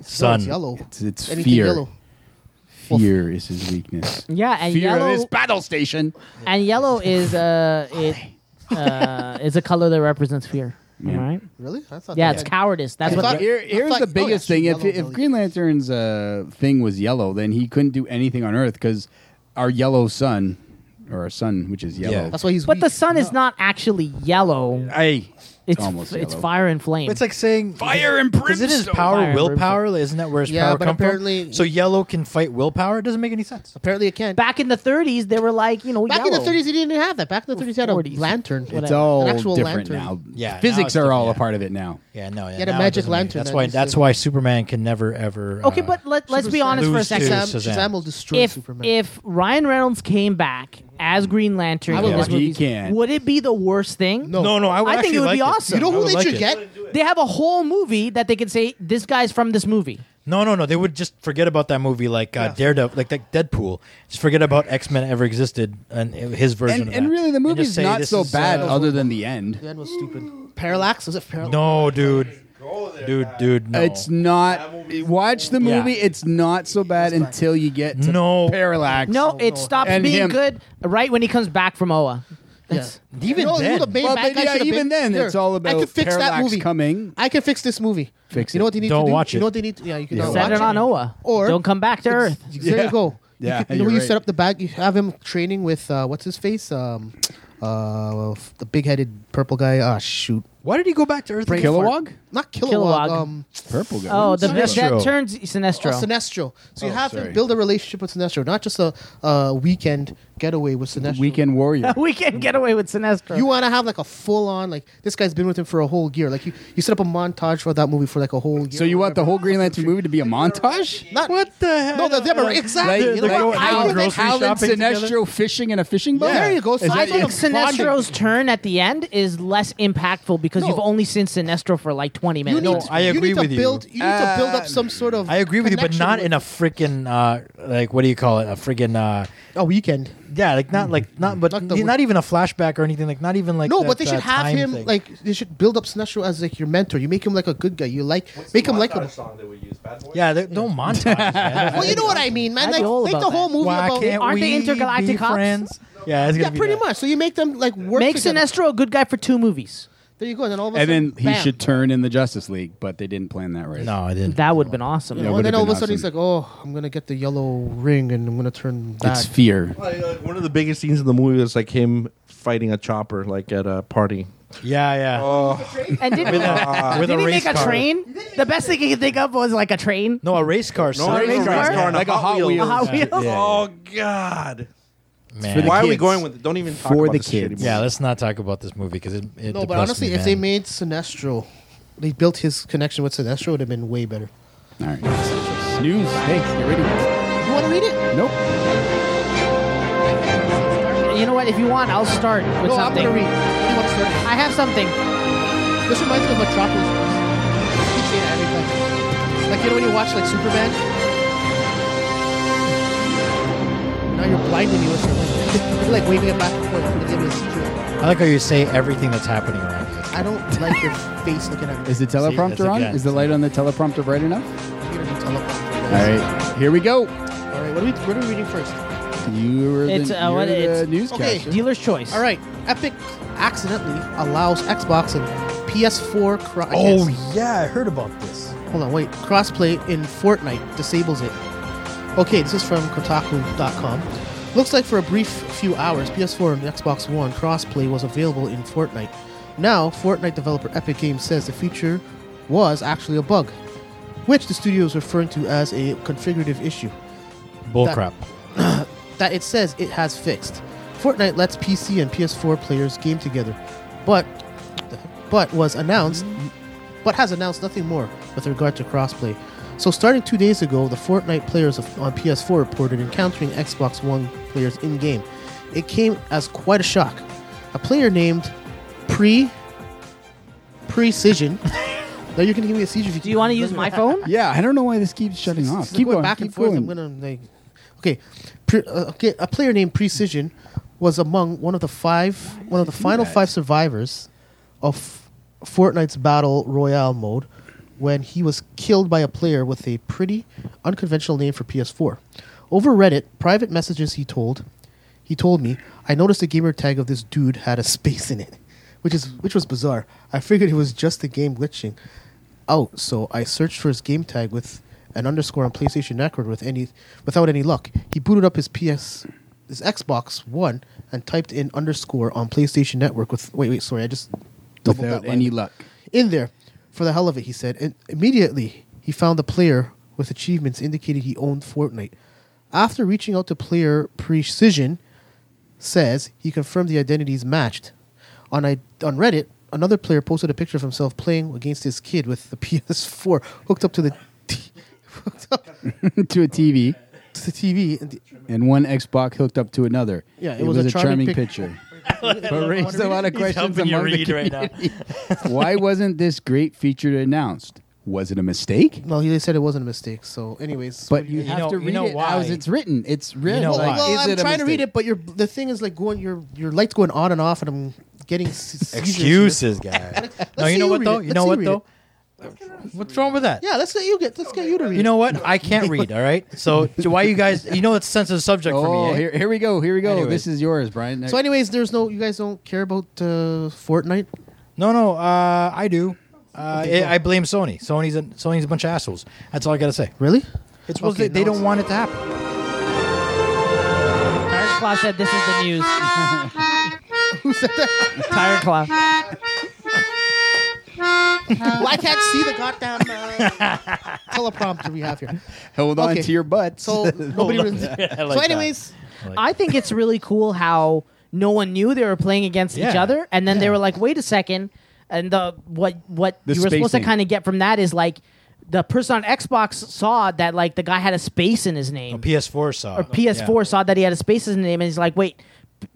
Speaker 7: it's
Speaker 8: Sun.
Speaker 7: yellow.
Speaker 5: It's, it's
Speaker 7: Oh. Anything
Speaker 5: fear.
Speaker 7: yellow.
Speaker 5: Fear is his weakness.
Speaker 4: Yeah, and
Speaker 5: Fear
Speaker 4: yellow
Speaker 5: of this battle station.
Speaker 4: and yellow is uh, it, uh, is a color that represents fear.
Speaker 5: Yeah.
Speaker 4: All right.
Speaker 7: Really? I thought
Speaker 4: Yeah,
Speaker 7: they
Speaker 4: it's
Speaker 7: had-
Speaker 4: cowardice. That's
Speaker 7: I
Speaker 4: what.
Speaker 7: thought-
Speaker 5: Here, here's
Speaker 7: thought-
Speaker 5: the
Speaker 7: oh, yeah,
Speaker 5: biggest thing: if,
Speaker 7: yellow
Speaker 5: if
Speaker 7: belly.
Speaker 5: Green Lantern's uh, thing was yellow, then he couldn't do anything on Earth because our yellow sun, or our sun, which is yellow.
Speaker 8: Yeah.
Speaker 7: That's why he's.
Speaker 4: but the
Speaker 7: weak.
Speaker 4: sun is not actually yellow.
Speaker 5: Hey,
Speaker 4: It's
Speaker 5: almost
Speaker 4: it's
Speaker 5: yellow.
Speaker 4: fire and flame.
Speaker 8: It's like saying
Speaker 5: Fire and
Speaker 8: Because it is
Speaker 5: brimstone.
Speaker 8: power,
Speaker 4: Fire and
Speaker 8: willpower. Isn't that where his
Speaker 7: Yeah,
Speaker 8: power
Speaker 7: but
Speaker 8: come
Speaker 7: apparently-
Speaker 8: from? So yellow can fight willpower. It doesn't make any sense.
Speaker 7: Apparently, it can. Back,
Speaker 4: back in the 30s. They were like you know
Speaker 7: in the
Speaker 4: yellow.
Speaker 7: 30s, he didn't have that. Back in the 30s, he had a
Speaker 4: 40s.
Speaker 7: lantern.
Speaker 4: It's
Speaker 5: It's
Speaker 4: An
Speaker 5: all
Speaker 7: actual
Speaker 5: different
Speaker 7: lantern.
Speaker 5: now.
Speaker 8: Yeah, now
Speaker 5: physics
Speaker 8: it's
Speaker 5: are
Speaker 8: different,
Speaker 5: all a
Speaker 8: yeah.
Speaker 5: part of it now.
Speaker 8: Yeah, no. Yeah,
Speaker 7: had a
Speaker 8: now it
Speaker 7: magic
Speaker 8: doesn't make-
Speaker 7: lantern
Speaker 8: That's
Speaker 7: that
Speaker 8: why.
Speaker 7: used
Speaker 8: That's
Speaker 7: to-
Speaker 8: why Superman can never ever.
Speaker 4: Okay,
Speaker 8: uh,
Speaker 4: but let, let's be honest for a
Speaker 8: lose to
Speaker 4: second.
Speaker 7: Shazam,
Speaker 8: Shazam.
Speaker 7: Shazam will destroy
Speaker 4: If
Speaker 7: Superman.
Speaker 4: if Ryan Reynolds came back as Green Lantern,
Speaker 7: I would
Speaker 4: in this
Speaker 7: like it.
Speaker 4: movie,
Speaker 5: He can't.
Speaker 4: would it be the worst thing?
Speaker 7: No.
Speaker 8: no, no. I, would
Speaker 4: I think
Speaker 8: actually
Speaker 4: it would be
Speaker 8: like
Speaker 4: awesome.
Speaker 7: you know
Speaker 8: I
Speaker 7: who
Speaker 8: would
Speaker 7: they
Speaker 8: like
Speaker 7: should
Speaker 8: it.
Speaker 7: get?
Speaker 4: They have a whole movie that they could say this guy's from this movie.
Speaker 8: No, no, no. They would just forget about that movie, like uh, Daredevil, like that Deadpool. Just forget about X Men ever existed and uh, his version.
Speaker 5: And,
Speaker 8: of
Speaker 5: and
Speaker 8: that.
Speaker 5: really, the
Speaker 8: just
Speaker 5: movie's
Speaker 8: say,
Speaker 5: not
Speaker 8: this
Speaker 5: so
Speaker 8: is,
Speaker 5: bad,
Speaker 8: uh,
Speaker 5: other than the end.
Speaker 7: That was stupid. Parallax was it? Parallax?
Speaker 8: no, dude, dude, dude. No.
Speaker 5: It's not. Watch the
Speaker 8: Yeah.
Speaker 5: movie. It's not so bad until you get to
Speaker 8: No.
Speaker 5: parallax.
Speaker 7: Oh,
Speaker 4: No, it stops
Speaker 5: And
Speaker 4: being
Speaker 5: him.
Speaker 4: good right when he comes back from Oa. That's
Speaker 8: even
Speaker 7: you know
Speaker 8: then.
Speaker 7: Who the main
Speaker 5: Well, but
Speaker 7: bad guy
Speaker 5: yeah,
Speaker 7: should've
Speaker 5: even
Speaker 7: been?
Speaker 5: then,
Speaker 7: Here,
Speaker 5: it's all
Speaker 7: I
Speaker 5: about
Speaker 7: can fix that
Speaker 5: parallax
Speaker 7: movie.
Speaker 5: coming.
Speaker 7: I can fix this movie.
Speaker 5: Fix
Speaker 7: You know
Speaker 5: it.
Speaker 7: what they need
Speaker 8: Don't
Speaker 7: to do?
Speaker 8: watch
Speaker 7: You know
Speaker 8: it.
Speaker 7: what they need? To, yeah, you can
Speaker 5: Yeah.
Speaker 7: not
Speaker 4: set
Speaker 7: watch
Speaker 4: it on Oa.
Speaker 7: Or-
Speaker 4: don't come back to Earth.
Speaker 7: There
Speaker 5: Yeah.
Speaker 7: you go.
Speaker 5: Yeah,
Speaker 7: you, can, you know
Speaker 5: you're
Speaker 7: who you
Speaker 5: right.
Speaker 7: set up the bag. You have him training with uh, what's his face? Um, uh, f- the big-headed purple guy. Ah, shoot,
Speaker 8: Why did he go back to Earth?
Speaker 7: Brain
Speaker 5: Kilowog?
Speaker 7: fart. not Kilowog.
Speaker 4: Kilowog.
Speaker 7: Um,
Speaker 5: Purple guy.
Speaker 4: Oh, the that,
Speaker 8: Sinestro.
Speaker 4: that turns
Speaker 7: oh,
Speaker 4: Sinestro.
Speaker 7: Sinestro. So you
Speaker 5: Oh,
Speaker 7: have
Speaker 5: sorry.
Speaker 7: him build a relationship with Sinestro, not just a uh, weekend getaway with Sinestro.
Speaker 5: Weekend Warrior.
Speaker 4: we can get away with Sinestro.
Speaker 7: You want to have like a full-on like this guy's been with him for a whole year. Like you, you set up a montage for that movie for like a whole year.
Speaker 5: so you want the whole Green Lantern movie to be a montage?
Speaker 7: Not, what the hell? No, that's never exactly.
Speaker 5: Like,
Speaker 7: you know
Speaker 5: like
Speaker 7: what? I
Speaker 5: Hal,
Speaker 7: think that's
Speaker 8: grocery
Speaker 5: Hal and
Speaker 8: shopping
Speaker 5: Sinestro
Speaker 8: together?
Speaker 5: fishing in a fishing boat.
Speaker 7: Yeah. There you go. So
Speaker 4: I
Speaker 7: I
Speaker 4: think Sinestro's turn at the end is less impactful because
Speaker 7: No.
Speaker 4: you've only seen Sinestro for like 20
Speaker 7: You
Speaker 4: minutes.
Speaker 7: need,
Speaker 8: No,
Speaker 7: to,
Speaker 8: I agree
Speaker 7: you need
Speaker 8: with
Speaker 7: to
Speaker 8: you.
Speaker 7: build, you. need to build up some sort of.
Speaker 8: I agree with you, but
Speaker 7: connection
Speaker 8: not
Speaker 7: with-
Speaker 8: in a freaking uh, like what do you call it? A freaking uh,
Speaker 7: a weekend.
Speaker 8: yeah, like not like not but
Speaker 7: Not
Speaker 8: not,
Speaker 7: the-
Speaker 8: even a flashback or anything. Like not even like
Speaker 7: No,
Speaker 8: that,
Speaker 7: but they
Speaker 8: uh,
Speaker 7: should have
Speaker 8: time
Speaker 7: him
Speaker 8: thing.
Speaker 7: like they should build up Sinestro as like your mentor. You make him like a good guy. You like make him like. Well,
Speaker 9: song that we use, Bad Boy?
Speaker 8: yeah, they, don't montage. man.
Speaker 7: you know what I mean, man.
Speaker 4: I'd be
Speaker 7: Like,
Speaker 4: all
Speaker 7: make the
Speaker 4: about
Speaker 7: whole
Speaker 4: that.
Speaker 7: movie
Speaker 8: Why
Speaker 7: about.
Speaker 8: can't
Speaker 4: Aren't they
Speaker 8: we
Speaker 4: intergalactic
Speaker 8: be
Speaker 4: cops?
Speaker 8: friends? Yeah, it's gonna
Speaker 7: yeah,
Speaker 8: be
Speaker 7: pretty
Speaker 8: that.
Speaker 7: much. So you make them like work.
Speaker 4: Make
Speaker 7: together.
Speaker 4: Sinestro a good guy for two movies.
Speaker 7: There you go. And then all of a
Speaker 5: And
Speaker 7: sudden,
Speaker 5: then he
Speaker 7: bam.
Speaker 5: should turn in the Justice League, but they didn't plan that right.
Speaker 8: No, I didn't.
Speaker 4: That would have been awesome.
Speaker 5: Yeah,
Speaker 7: You know,
Speaker 5: That
Speaker 7: and then
Speaker 5: would've
Speaker 7: all of a
Speaker 5: been
Speaker 7: sudden he's like,
Speaker 5: awesome.
Speaker 7: "Oh, I'm gonna get the yellow ring, and I'm gonna turn back."
Speaker 5: It's fear.
Speaker 9: Like, uh, one of the biggest scenes in the movie was like him fighting a chopper, like at a party.
Speaker 8: Yeah, yeah.
Speaker 5: Oh.
Speaker 9: Oh,
Speaker 4: And didn't, didn't
Speaker 8: With a
Speaker 4: he
Speaker 8: race
Speaker 4: make a
Speaker 8: car.
Speaker 4: train? The best thing he could think of was like a train.
Speaker 8: No, a race car.
Speaker 9: No,
Speaker 8: son.
Speaker 9: race
Speaker 4: race car?
Speaker 9: car and
Speaker 5: Like a Hot Wheels.
Speaker 4: A Hot
Speaker 8: Yeah.
Speaker 4: Wheels?
Speaker 9: Oh God!
Speaker 8: Man.
Speaker 5: For the
Speaker 9: Why are we
Speaker 5: kids.
Speaker 9: going with? Don't even talk
Speaker 5: For
Speaker 9: about
Speaker 5: the
Speaker 9: this shitty
Speaker 5: kids.
Speaker 9: movie.
Speaker 8: Yeah, let's not talk about this movie because it, it
Speaker 7: No, but
Speaker 8: depressed
Speaker 7: honestly,
Speaker 8: me,
Speaker 7: if they
Speaker 8: man.
Speaker 7: made Sinestro, they built his connection with Sinestro, it would have been way better.
Speaker 5: All right. News. Hey, get ready.
Speaker 7: You want to read it?
Speaker 5: Nope.
Speaker 4: You know what? If you want, I'll start with
Speaker 7: no,
Speaker 4: something.
Speaker 7: I'm gonna read. You want to start?
Speaker 4: I have something.
Speaker 7: it. This reminds me of Metropolis. You say it every time. Like you know when you watch like Superman. Now you're blinding me with your link. You're like waving it back and forth. But it was true.
Speaker 8: I like how you say everything that's happening around you.
Speaker 7: I don't like your face looking at me.
Speaker 5: Is the
Speaker 7: tell?
Speaker 8: that's a
Speaker 5: teleprompter on?
Speaker 8: gun.
Speaker 5: Is the light on the teleprompter bright enough? All
Speaker 7: All
Speaker 5: right. Here we go.
Speaker 7: right. What are we? What are we reading first?
Speaker 5: You were the,
Speaker 4: It's, uh,
Speaker 5: you're
Speaker 4: what-
Speaker 5: the
Speaker 4: it's-
Speaker 5: newscaster.
Speaker 4: Dealer's choice.
Speaker 7: All right. Epic accidentally allows Xbox and PS4 cross.
Speaker 8: Oh, yeah, I heard about this.
Speaker 7: Hold on, wait. Crossplay in Fortnite disables it. Okay, this is from Kotaku.com. Looks like for a brief few hours, PS4 and Xbox One crossplay was available in Fortnite. Now, Fortnite developer Epic Games says the feature was actually a bug, which the studio is referring to as a configurative issue That-
Speaker 8: Bullcrap.
Speaker 7: that it says it has fixed. Fortnite lets PC and PS4 players game together, but but was announced but has announced nothing more with regard to crossplay. So starting 2 days ago, the Fortnite players of, on PS4 reported encountering Xbox One players in game. It came as quite a shock. A player named Pre Precision. now you can give me a seizure if you
Speaker 4: Do you want to use my phone?
Speaker 5: Yeah, I don't know why this keeps shutting off.
Speaker 7: Keep
Speaker 5: Keep
Speaker 7: going,
Speaker 5: going.
Speaker 7: back
Speaker 5: keep
Speaker 7: and forth.
Speaker 5: going.
Speaker 7: I'm gonna like, okay, Pre- uh, okay. A player named Precision was among one of the five, one of the final
Speaker 5: that?
Speaker 7: five survivors of Fortnite's battle royale mode when he was killed by a player with a pretty unconventional name for PS4. Over Reddit, private messages he told, he told me, I noticed the gamer tag of this dude had a space in it, which is which was bizarre. I figured it was just the game glitching out, so I searched for his game tag with an underscore on PlayStation Network with any without any luck. He booted up his PS his Xbox One and typed in underscore on PlayStation Network with wait wait sorry I just doubled
Speaker 5: without
Speaker 7: that line
Speaker 5: any luck.
Speaker 7: in there for the hell of it, he said. And immediately, he found the player with achievements indicating he owned Fortnite. After reaching out to player Precision, says he confirmed the identities matched. On, I- on Reddit, another player posted a picture of himself playing against his kid with the PS4 hooked up to the, t- hooked up
Speaker 5: to a TV
Speaker 7: to the TV. And the-
Speaker 5: and one Xbox hooked up to another.
Speaker 7: Yeah, it was a charming pic-
Speaker 5: picture. but raised a lot of questions
Speaker 8: helping you
Speaker 5: among the
Speaker 8: read right now.
Speaker 5: community. Why wasn't this great feature announced? Was it a mistake?
Speaker 7: well, he said it wasn't a mistake. So, anyways,
Speaker 5: But
Speaker 7: what
Speaker 5: you,
Speaker 7: do
Speaker 5: have
Speaker 8: know-
Speaker 5: to
Speaker 8: you
Speaker 5: read
Speaker 8: know
Speaker 5: it as
Speaker 8: why.
Speaker 5: it's written. It's written.
Speaker 8: know
Speaker 5: like,
Speaker 8: why.
Speaker 7: Well,
Speaker 5: is
Speaker 7: I'm
Speaker 5: it a
Speaker 7: trying to read
Speaker 5: mistake?
Speaker 7: it, but your the thing is like going your your lights going on and off, and I'm getting s- seizures here.
Speaker 8: Excuses, guy. no,
Speaker 7: see
Speaker 8: you know
Speaker 7: you
Speaker 8: what
Speaker 7: read
Speaker 8: though?
Speaker 7: it.
Speaker 8: You
Speaker 7: Let's
Speaker 8: know
Speaker 7: see
Speaker 8: what
Speaker 7: you
Speaker 8: though? What's wrong with that?
Speaker 7: Yeah, let's get you get let's get you to read.
Speaker 8: You know what? I can't read. All right. So why you guys? You know it's a sensitive subject for
Speaker 5: Oh,
Speaker 8: me. eh?
Speaker 5: here, here we go. Here we go.
Speaker 8: Anyways.
Speaker 5: This is yours, Brian.
Speaker 7: it. So, anyways, there's no you guys don't care about uh, Fortnite.
Speaker 8: No, no. Uh, I do. Uh, I I blame Sony. Sony's a, Sony's a bunch of assholes. That's all I gotta say.
Speaker 7: Really?
Speaker 8: It's well,
Speaker 7: Okay,
Speaker 8: they, they
Speaker 7: no,
Speaker 8: don't
Speaker 7: it's-
Speaker 8: want it to happen.
Speaker 4: Tired Claw said this is the news.
Speaker 7: Who said that?
Speaker 4: Tired Claw.
Speaker 7: well, I can't see the goddamn uh, teleprompter we have here.
Speaker 5: hold on
Speaker 7: okay.
Speaker 5: to your butts.
Speaker 7: So nobody. really, so,
Speaker 8: that.
Speaker 7: anyways,
Speaker 4: I think it's really cool how no one knew they were playing against each
Speaker 8: Yeah.
Speaker 4: other, and then they were like, "Wait a second. and the what what
Speaker 5: The
Speaker 4: you were supposed to
Speaker 5: spacing.
Speaker 4: kind of get from that is like the person on Xbox saw that like the guy had a space in his name.
Speaker 8: PS4 saw.
Speaker 4: or PS4
Speaker 8: Yeah.
Speaker 4: saw that he had a space in his name, and he's like, "Wait,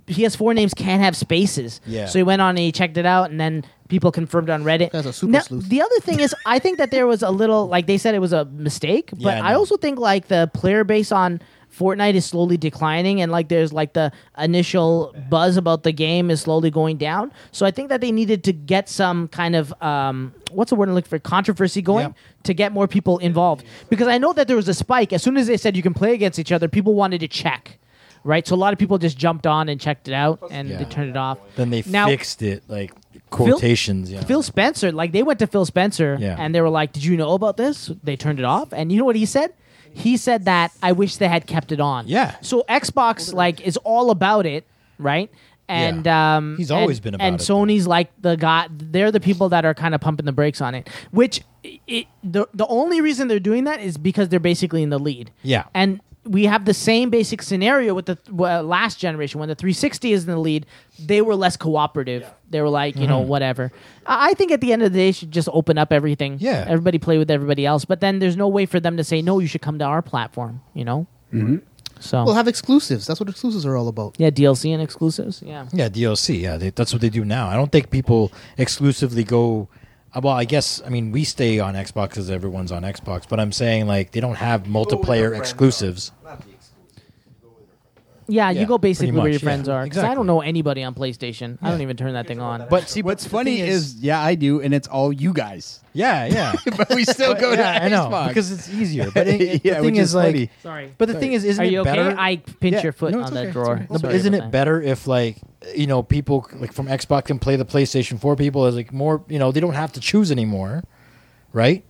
Speaker 4: p- PS4 names can't have spaces."
Speaker 8: Yeah.
Speaker 4: So he went on and he checked it out, and then people confirmed on Reddit.
Speaker 7: That's a super
Speaker 4: Now,
Speaker 7: sleuth.
Speaker 4: The other thing is, I think that there was a little like they said it was a mistake, but
Speaker 8: Yeah, I
Speaker 4: I
Speaker 8: know.
Speaker 4: also think like the player base on. Fortnite is slowly declining, and like there's like the initial buzz about the game is slowly going down. So I think that they needed to get some kind of um, what's the word I'm looking for controversy going
Speaker 8: Yeah.
Speaker 4: to get more people involved because I know that there was a spike as soon as they said you can play against each other people wanted to check right so a lot of people just jumped on and checked it out and they turned it off
Speaker 8: Then they
Speaker 4: Now-
Speaker 8: fixed it, like quotations. yeah.
Speaker 4: Phil Spencer like they went to Phil Spencer
Speaker 8: Yeah.
Speaker 4: and they were like did you know about this they turned it off and you know what he said he said that I wish they had kept it on
Speaker 8: Yeah.
Speaker 4: so Xbox like is all about it right and
Speaker 8: Yeah.
Speaker 4: um
Speaker 8: He's
Speaker 4: and-
Speaker 8: always been about
Speaker 4: and
Speaker 8: it, though.
Speaker 4: Sony Sony's like the guy. They're the people that are kind of pumping the brakes on it. Which it, the the only reason they're doing that is because they're basically in the lead.
Speaker 8: Yeah.
Speaker 4: and we have the same basic scenario with the well, last generation when the 360 is in the lead. They were less cooperative. They were like, you know, whatever. I I think at the end of the day, you should just open up everything.
Speaker 8: Yeah.
Speaker 4: everybody play with everybody else. But then there's no way for them to say no. You should come to our platform. You know. Mm-hmm. So
Speaker 7: we'll have exclusives. That's what exclusives are all about.
Speaker 4: yeah, DLC and exclusives. Yeah.
Speaker 8: Yeah, DLC. Yeah, they, that's what they do now. I don't think people exclusively go. uh, Well, I guess I mean we stay on Xbox because everyone's on Xbox. But I'm saying like they don't have multiplayer exclusives.
Speaker 4: Yeah,
Speaker 8: Yeah,
Speaker 4: you go basically
Speaker 8: pretty
Speaker 4: where your
Speaker 8: much,
Speaker 4: friends
Speaker 8: yeah.
Speaker 4: are. 'cause I
Speaker 8: Exactly.
Speaker 4: don't know anybody on PlayStation. I don't even turn that thing on.
Speaker 8: But see,
Speaker 5: What's
Speaker 8: but the
Speaker 5: funny
Speaker 8: thing
Speaker 5: is, yeah, I do, and it's all you guys.
Speaker 8: yeah, yeah.
Speaker 5: But we still go to
Speaker 8: yeah, I know
Speaker 5: Xbox.
Speaker 8: because it's easier. But it, it-
Speaker 5: Yeah,
Speaker 8: the
Speaker 5: which
Speaker 8: thing
Speaker 5: is
Speaker 8: is, like,
Speaker 5: funny.
Speaker 4: Sorry.
Speaker 8: but the thing is, isn't
Speaker 4: Are you
Speaker 8: it
Speaker 4: okay?
Speaker 8: better?
Speaker 4: I pinch
Speaker 8: Yeah.
Speaker 4: your foot
Speaker 8: No,
Speaker 4: on
Speaker 8: it's
Speaker 4: the
Speaker 8: okay, it's
Speaker 4: drawer.
Speaker 8: okay. No, but
Speaker 4: Sorry
Speaker 8: isn't
Speaker 4: about
Speaker 8: it
Speaker 4: that.
Speaker 8: better if like you know people like from Xbox can play the PlayStation Four people as like more you know they don't have to choose anymore, right?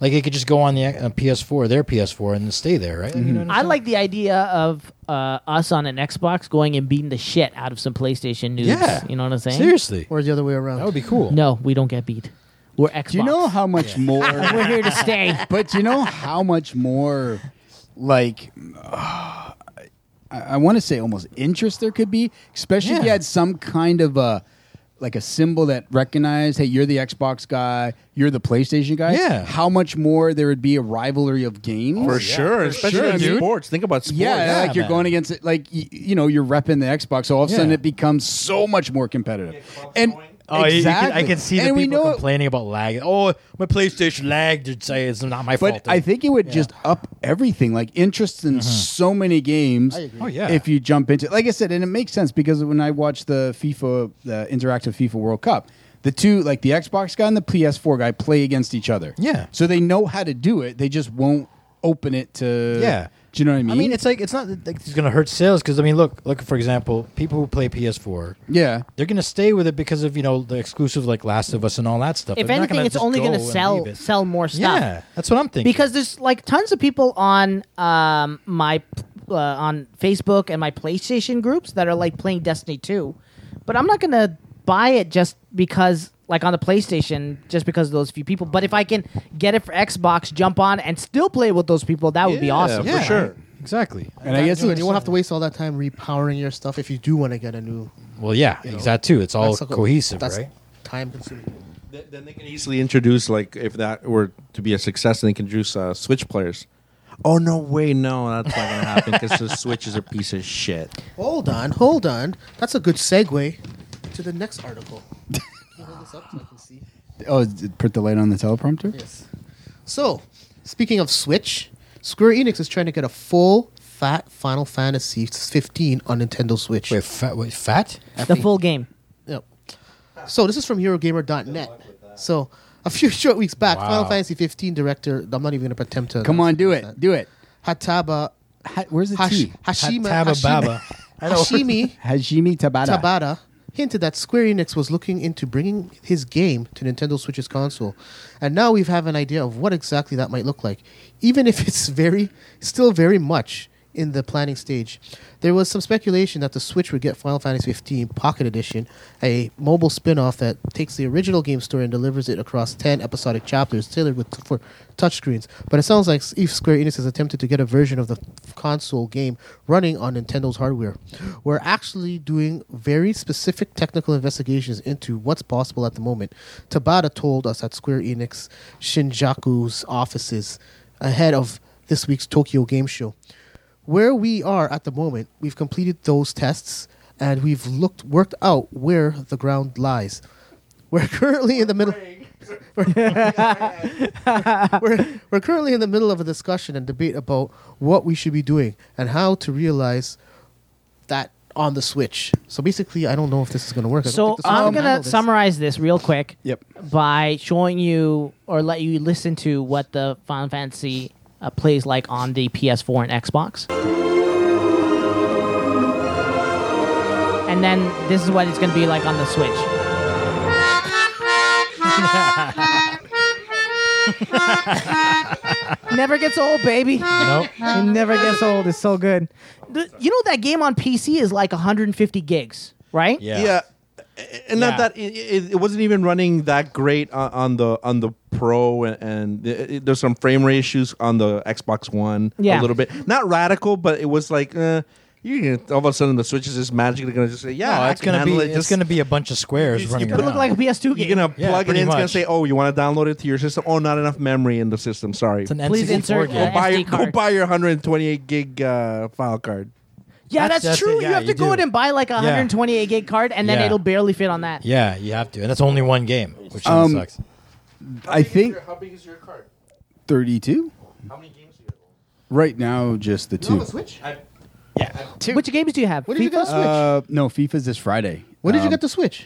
Speaker 8: Like it could just go on the uh, PS4, their PS4, and stay there, right?
Speaker 5: Mm-hmm.
Speaker 8: You know what I'm
Speaker 4: I like the idea of uh, us on an Xbox going and beating the shit out of some PlayStation news.
Speaker 8: saying? yeah,
Speaker 4: You know what I'm saying?
Speaker 8: Seriously,
Speaker 7: Or the other way around.
Speaker 8: that would be cool.
Speaker 4: No, we don't get beat. We're Xbox.
Speaker 5: Do you know how much more
Speaker 4: We're here to stay.
Speaker 5: but you know how much more like I, I want to say almost interest there could be, especially if you
Speaker 8: Yeah.
Speaker 5: had some kind of a like a symbol that recognized, hey, you're the Xbox guy, you're the PlayStation guy.
Speaker 8: Yeah.
Speaker 5: How much more there would be a rivalry of games.
Speaker 9: For sure, especially
Speaker 5: sure,
Speaker 9: in
Speaker 5: dude.
Speaker 9: sports. Think about sports.
Speaker 5: Yeah,
Speaker 8: yeah,
Speaker 5: like you're
Speaker 8: man.
Speaker 5: going against it, like you, you know, you're repping the Xbox. So all of a sudden,
Speaker 8: Yeah.
Speaker 5: it becomes so much more competitive. And
Speaker 8: Oh, you- you can- I
Speaker 5: Exactly.
Speaker 8: can see the
Speaker 5: And we
Speaker 8: people
Speaker 5: know it-
Speaker 8: complaining about lag. Oh, my PlayStation lagged. It's, uh, it's not my fault.
Speaker 5: But I think it would just up everything, like interest in so many games.
Speaker 8: Oh, yeah.
Speaker 5: If you jump into, like I said, and it makes sense because when I watched the FIFA, the interactive FIFA World Cup, the two, like the Xbox guy and the PS4 guy, play against each other.
Speaker 8: Yeah.
Speaker 5: So they know how to do it. They just won't open it to
Speaker 8: Yeah.
Speaker 5: Do you know what I mean?
Speaker 8: I mean, it's like it's not that, like it's gonna hurt sales because I mean, look, look for example, people who play PS4,
Speaker 5: yeah.
Speaker 8: they're gonna stay with it because of you know the exclusive like Last of Us and all that stuff.
Speaker 4: If
Speaker 8: They're not
Speaker 4: anything,
Speaker 8: gonna
Speaker 4: it's
Speaker 8: just
Speaker 4: only
Speaker 8: go
Speaker 4: going to
Speaker 8: and leave
Speaker 4: sell
Speaker 8: it.
Speaker 4: sell more stuff.
Speaker 8: Yeah, that's what I'm thinking.
Speaker 4: because there's like tons of people on um my uh, on Facebook and my PlayStation groups that are like playing Destiny 2. But I'm not going to buy it just because like on the PlayStation just because of those few people. But if I can get it for Xbox, jump on and still play with those people, that would be awesome.
Speaker 8: yeah,
Speaker 9: for sure.
Speaker 8: exactly.
Speaker 5: and I guess
Speaker 7: you,
Speaker 5: it's-
Speaker 7: won't have to waste all that time repowering your stuff if you do want to get a new.
Speaker 8: Well, yeah,
Speaker 7: You know,
Speaker 8: exact too. It's all
Speaker 7: that's like a-
Speaker 8: cohesive,
Speaker 7: that's
Speaker 8: right?
Speaker 7: Time consuming.
Speaker 9: Th- Then they can easily introduce like if that were to be a success, then they can introduce uh, Switch players. Oh no way, no, that's not gonna happen because the Switch is a piece of shit.
Speaker 7: Hold on, hold on. That's a good segue to the next article. Can you hold this up so I can see?
Speaker 5: Oh, did put the light on the teleprompter.
Speaker 7: Yes. So, speaking of Switch, Square Enix is trying to get a full fat Final Fantasy 15 on Nintendo Switch.
Speaker 8: Wait, fat? Wait, fat?
Speaker 4: The full game.
Speaker 7: Yep. So this is from HeroGamer.net. So a few short weeks back, Final
Speaker 8: Wow.
Speaker 7: Fantasy 15 director. I'm not even going to attempt to.
Speaker 5: Come on, do it, do it.
Speaker 7: Hataba
Speaker 5: Ha- where's the
Speaker 7: Hash,
Speaker 5: T?
Speaker 7: Hashima
Speaker 8: Hataba
Speaker 7: Hashimi-
Speaker 8: Baba. I know.
Speaker 7: Hashimi
Speaker 5: Hajime Tabata.
Speaker 7: Tabata hinted that Square Enix was looking into bringing his game to Nintendo Switch's console, and now we have an idea of what exactly that might look like, even if it's very, still very much in the planning stage. There was some speculation that the Switch would get Final Fantasy 15 Pocket Edition, a mobile spin-off that takes the original game story and delivers it across 10 episodic chapters tailored with for touchscreens. But it sounds like if Square Enix has attempted to get a version of the console game running on Nintendo's hardware. We're actually doing very specific technical investigations into what's possible at the moment. Tabata told us at Square Enix Shinjaku's offices ahead of this week's Tokyo Game Show. Where we are at the moment, we've completed those tests and we've looked worked out where the ground lies. We're currently in the middle we're, we're currently in the middle of a discussion and debate about what we should be doing and how to realize that on the Switch. So basically, I don't know if this is going to work. I don't
Speaker 4: So
Speaker 7: think the Switch
Speaker 4: I'm
Speaker 7: can handle
Speaker 4: going to
Speaker 7: this.
Speaker 4: summarize this real quick.
Speaker 5: Yep.
Speaker 4: By showing you or let you listen to what the Final Fantasy uh, plays like on the PS4 and Xbox. And then this is what it's going to be like on the Switch. Never gets old, baby.
Speaker 8: No,
Speaker 4: It never gets old. It's so good. The- you know that game on PC is like 150 gigs, right?
Speaker 8: yeah,
Speaker 9: and
Speaker 8: Yeah.
Speaker 9: not that it, it, it wasn't even running that great on, on the on the Pro, and, and it- it- there's some frame rate issues on the Xbox One
Speaker 4: Yeah.
Speaker 9: a little bit. Not radical, but it was like. Uh, you all of a sudden the switch is just magically going to just say yeah
Speaker 8: No,
Speaker 9: I
Speaker 8: it's
Speaker 9: can
Speaker 8: gonna be
Speaker 9: handle it.
Speaker 8: it's
Speaker 9: Just-
Speaker 8: gonna be a bunch of squares
Speaker 9: you
Speaker 8: running
Speaker 9: put-
Speaker 4: It
Speaker 8: around.
Speaker 4: looked like a PS2 game.
Speaker 9: You're gonna
Speaker 8: Yeah,
Speaker 9: plug it
Speaker 8: pretty
Speaker 9: in. It's gonna
Speaker 8: much.
Speaker 9: say, "Oh, you want to download it to your system? Oh, not enough memory in the system. Sorry.
Speaker 8: It's an
Speaker 4: Please
Speaker 8: N64
Speaker 4: insert,
Speaker 8: game.
Speaker 4: uh,
Speaker 9: buy your,
Speaker 4: SD
Speaker 9: go
Speaker 4: card.
Speaker 9: buy your 128 gig uh, file card.
Speaker 4: Yeah, that's,
Speaker 8: That's- that's
Speaker 4: true.
Speaker 8: it.
Speaker 4: you
Speaker 8: Yeah,
Speaker 4: have to
Speaker 8: you
Speaker 4: go
Speaker 8: do.
Speaker 4: in and buy like a 128 gig card, and then
Speaker 8: Yeah.
Speaker 4: it'll barely fit on that.
Speaker 8: Yeah, you have to, and that's only one game, which
Speaker 5: Um,
Speaker 8: kinda sucks.
Speaker 5: I think
Speaker 9: How big is your card?
Speaker 5: thirty-two.
Speaker 9: How many games do you have?
Speaker 5: Right now, just the
Speaker 7: You
Speaker 5: two.
Speaker 7: have a Switch?
Speaker 4: Which games do you have?
Speaker 7: When did you get the
Speaker 4: FIFA?
Speaker 7: Switch?
Speaker 5: Uh, no, FIFA's this Friday.
Speaker 7: when did you
Speaker 5: Um,
Speaker 7: get the Switch?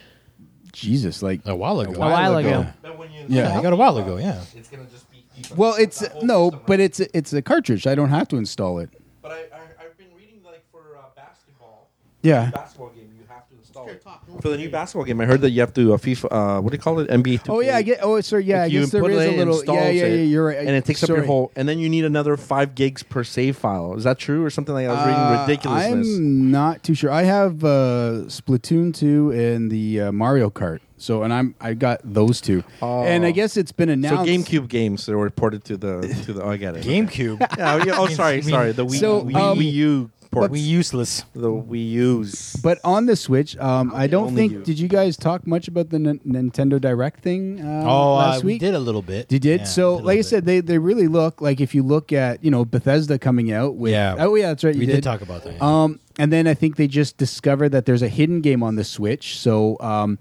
Speaker 5: Jesus, like
Speaker 8: A while ago.
Speaker 5: A
Speaker 4: a while ago.
Speaker 8: Yeah,
Speaker 5: Yeah.
Speaker 8: I got a while ago. Yeah.
Speaker 9: It's gonna just be.
Speaker 5: Well, it's no, but it's it's a cartridge. I don't have to install it.
Speaker 9: But I, I I've been reading like for uh, basketball.
Speaker 5: Yeah.
Speaker 9: Basketball game, you have to install it. For the new basketball game, I heard that you have to uh, FIFA. Uh, what do you call it? NBA. 2K.
Speaker 5: Oh yeah, I get. Oh, sorry. Yeah,
Speaker 9: Like,
Speaker 5: I
Speaker 9: you
Speaker 5: guess there
Speaker 9: put
Speaker 5: is
Speaker 9: it
Speaker 5: a
Speaker 9: in,
Speaker 5: little.
Speaker 9: installs
Speaker 5: Yeah, yeah, yeah.
Speaker 9: it,
Speaker 5: You're right.
Speaker 9: And it takes up
Speaker 5: Sorry.
Speaker 9: your whole. And then you need another five gigs per save file. Is that true or something like that? I was
Speaker 5: Uh,
Speaker 9: reading ridiculousness.
Speaker 5: I'm not too sure. I have uh, Splatoon two and the uh, Mario Kart. So and I'm I got those two. And I guess it's been
Speaker 9: Oh. so
Speaker 5: announced.
Speaker 9: GameCube games that were ported to the to the. Oh, I get it.
Speaker 8: GameCube.
Speaker 9: Yeah, oh, yeah, oh,
Speaker 8: Means-
Speaker 9: sorry,
Speaker 8: mean-
Speaker 9: sorry. The Wii,
Speaker 5: So,
Speaker 9: Wii,
Speaker 5: um,
Speaker 9: Wii U port.
Speaker 8: we useless.
Speaker 9: the Wii U's.
Speaker 5: But on the Switch, um, I don't
Speaker 9: only
Speaker 5: think.
Speaker 9: you.
Speaker 5: Did you guys talk much about the N- Nintendo Direct thing? Uh,
Speaker 9: Um,
Speaker 8: Oh,
Speaker 5: last
Speaker 8: uh, we
Speaker 5: week
Speaker 8: did a little bit.
Speaker 5: You did
Speaker 8: Yeah,
Speaker 5: so.
Speaker 8: we did a
Speaker 5: Like I
Speaker 8: little
Speaker 5: said, they, they really look like if you look at you know Bethesda coming out with
Speaker 8: Yeah.
Speaker 5: oh yeah that's right
Speaker 8: bit.
Speaker 5: you
Speaker 8: we
Speaker 5: did.
Speaker 8: did. talk about that. yeah.
Speaker 5: Um, and then I think they just discovered that there's a hidden game on the Switch. So um,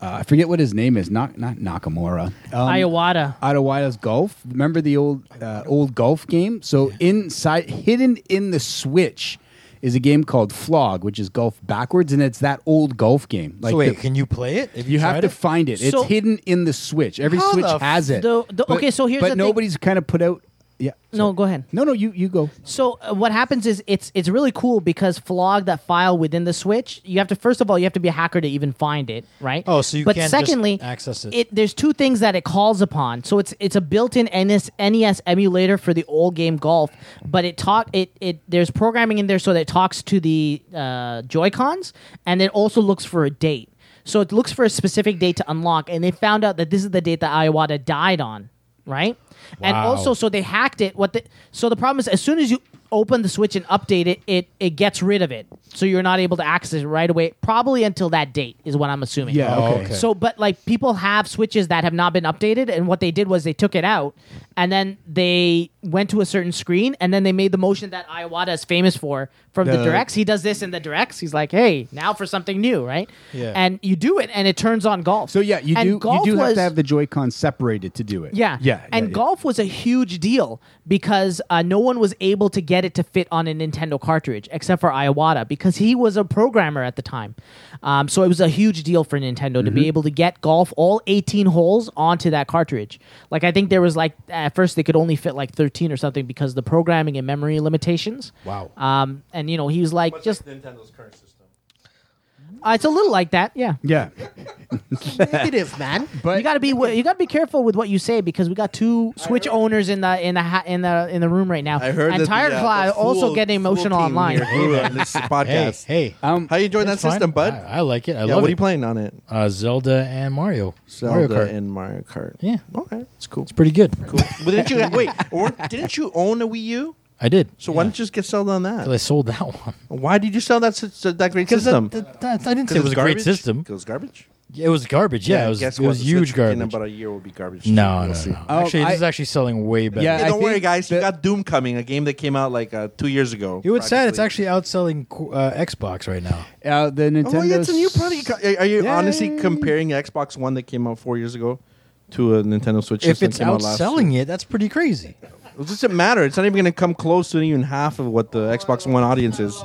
Speaker 5: uh, I forget what his name is. Not not Nakamura. Um,
Speaker 4: Iowata.
Speaker 5: Idawaia's golf. Remember the old uh, old golf game? So inside, hidden in the Switch, is a game called Flog, which is golf backwards, and it's that old golf game. Like
Speaker 8: so wait,
Speaker 5: the-
Speaker 8: can you play it? If
Speaker 5: you have
Speaker 8: tried
Speaker 5: to
Speaker 8: it?
Speaker 5: find it. It's
Speaker 4: So-
Speaker 5: hidden in the Switch. Every
Speaker 8: How
Speaker 5: Switch
Speaker 8: the
Speaker 5: has it.
Speaker 4: the- the-
Speaker 5: But-
Speaker 4: okay, so here's
Speaker 5: but
Speaker 4: the thing.
Speaker 5: nobody's kind of put out yeah.
Speaker 4: No,
Speaker 5: sorry.
Speaker 4: go ahead.
Speaker 5: No, no, you you go.
Speaker 4: So uh, what happens is it's it's really cool because flog that file within the switch. You have to first of all you have to be a hacker to even find it, right?
Speaker 8: Oh, so you
Speaker 4: but
Speaker 8: can't just
Speaker 4: secondly
Speaker 8: access it.
Speaker 4: There's two things that it calls upon. So it's it's a built-in NES, NES E emulator for the old game Golf, but it talk it it there's programming in there so that it talks to the uh, Joy Cons and it also looks for a date. So it looks for a specific date to unlock, and they found out that this is the date that Iwata died on, right? And
Speaker 5: Wow.
Speaker 4: also, so they hacked it. What the so the problem is, as soon as you open the switch and update it, it it gets rid of it, so you're not able to access it right away. Probably until that date is what I'm assuming.
Speaker 5: Yeah, Oh, okay. okay.
Speaker 4: So, but like people have switches that have not been updated, and what they did was they took it out, and then they went to a certain screen, and then they made the motion that Iwata is famous for from the,
Speaker 5: The-
Speaker 4: directs. He does this in the directs. He's like, "Hey, now for something new, right?"
Speaker 7: Yeah.
Speaker 4: And you do it, and it turns on golf.
Speaker 5: So yeah, you
Speaker 4: and
Speaker 5: do you
Speaker 4: golf
Speaker 5: do have
Speaker 4: was-
Speaker 5: to have the Joy-Con separated to do it.
Speaker 4: yeah.
Speaker 5: Yeah.
Speaker 4: And
Speaker 5: yeah,
Speaker 4: golf was a huge deal because uh, no one was able to get it to fit on a Nintendo cartridge except for Iwata because he was a programmer at the time. Um, so it was a huge deal for Nintendo to
Speaker 5: Mm-hmm.
Speaker 4: be able to get golf all 18 holes onto that cartridge. Like, I think there was like, at first they could only fit like 13 or something because of the programming and memory limitations.
Speaker 5: Wow.
Speaker 4: Um, and, you know, he was like, just,
Speaker 9: Nintendo's current system.
Speaker 4: uh, it's a little like that. Yeah.
Speaker 5: Yeah.
Speaker 7: Negative, man.
Speaker 5: But
Speaker 4: you gotta be wa- you gotta be careful with what you say because we got two Switch owners in the in the ha- in the in the room right now.
Speaker 9: I heard
Speaker 4: and
Speaker 9: that
Speaker 4: Tired
Speaker 9: the, uh,
Speaker 4: Claw
Speaker 9: the
Speaker 4: also
Speaker 9: Fool-
Speaker 4: getting
Speaker 9: Fool
Speaker 4: emotional
Speaker 9: team
Speaker 4: online.
Speaker 9: here grew on this
Speaker 8: Hey,
Speaker 9: podcast.
Speaker 8: hey,
Speaker 5: um
Speaker 9: How you enjoying that
Speaker 8: it's fine.
Speaker 9: system, bud?
Speaker 8: I, I like it. I
Speaker 9: yeah,
Speaker 8: love
Speaker 9: what
Speaker 8: it.
Speaker 9: are you playing on it?
Speaker 8: Uh, Zelda and Mario. Mario
Speaker 9: Zelda
Speaker 8: Kart.
Speaker 9: and Mario Kart.
Speaker 8: yeah,
Speaker 9: Okay, it's cool.
Speaker 8: it's pretty good.
Speaker 9: cool. but didn't you wait? Or didn't you own a Wii U?
Speaker 8: I did.
Speaker 9: So why don't you just get Zelda on that?
Speaker 8: I sold that one.
Speaker 9: Why did you sell that s- that great system?
Speaker 8: I didn't say it was a great system.
Speaker 9: It was garbage.
Speaker 8: It was garbage. Yeah, it was.
Speaker 9: guess
Speaker 8: It
Speaker 9: what?
Speaker 8: was
Speaker 9: The
Speaker 8: huge
Speaker 9: Switch In
Speaker 8: garbage.
Speaker 9: about a year will be garbage. too.
Speaker 8: No, no,
Speaker 9: We'll see.
Speaker 8: no.
Speaker 5: Oh,
Speaker 8: Actually, this
Speaker 5: I-
Speaker 8: is actually selling way better.
Speaker 5: Yeah,
Speaker 9: Hey,
Speaker 5: I
Speaker 9: don't worry,
Speaker 5: think
Speaker 9: guys.
Speaker 5: that-
Speaker 9: you got Doom coming, a game that came out like uh, two years ago.
Speaker 8: It was sad. It's
Speaker 9: practically.
Speaker 8: actually outselling qu- uh, Xbox right now.
Speaker 5: uh, the Nintendo.
Speaker 9: Oh, yeah, it's a new product. Are- Are you honestly
Speaker 5: Yay.
Speaker 9: comparing Xbox One that came out four years ago to a Nintendo Switch?
Speaker 8: If
Speaker 9: system
Speaker 8: it's
Speaker 9: that came out last
Speaker 8: outselling it, that's pretty crazy.
Speaker 9: year? it doesn't matter. It's not even going to come close to even half of what the Xbox One audience is.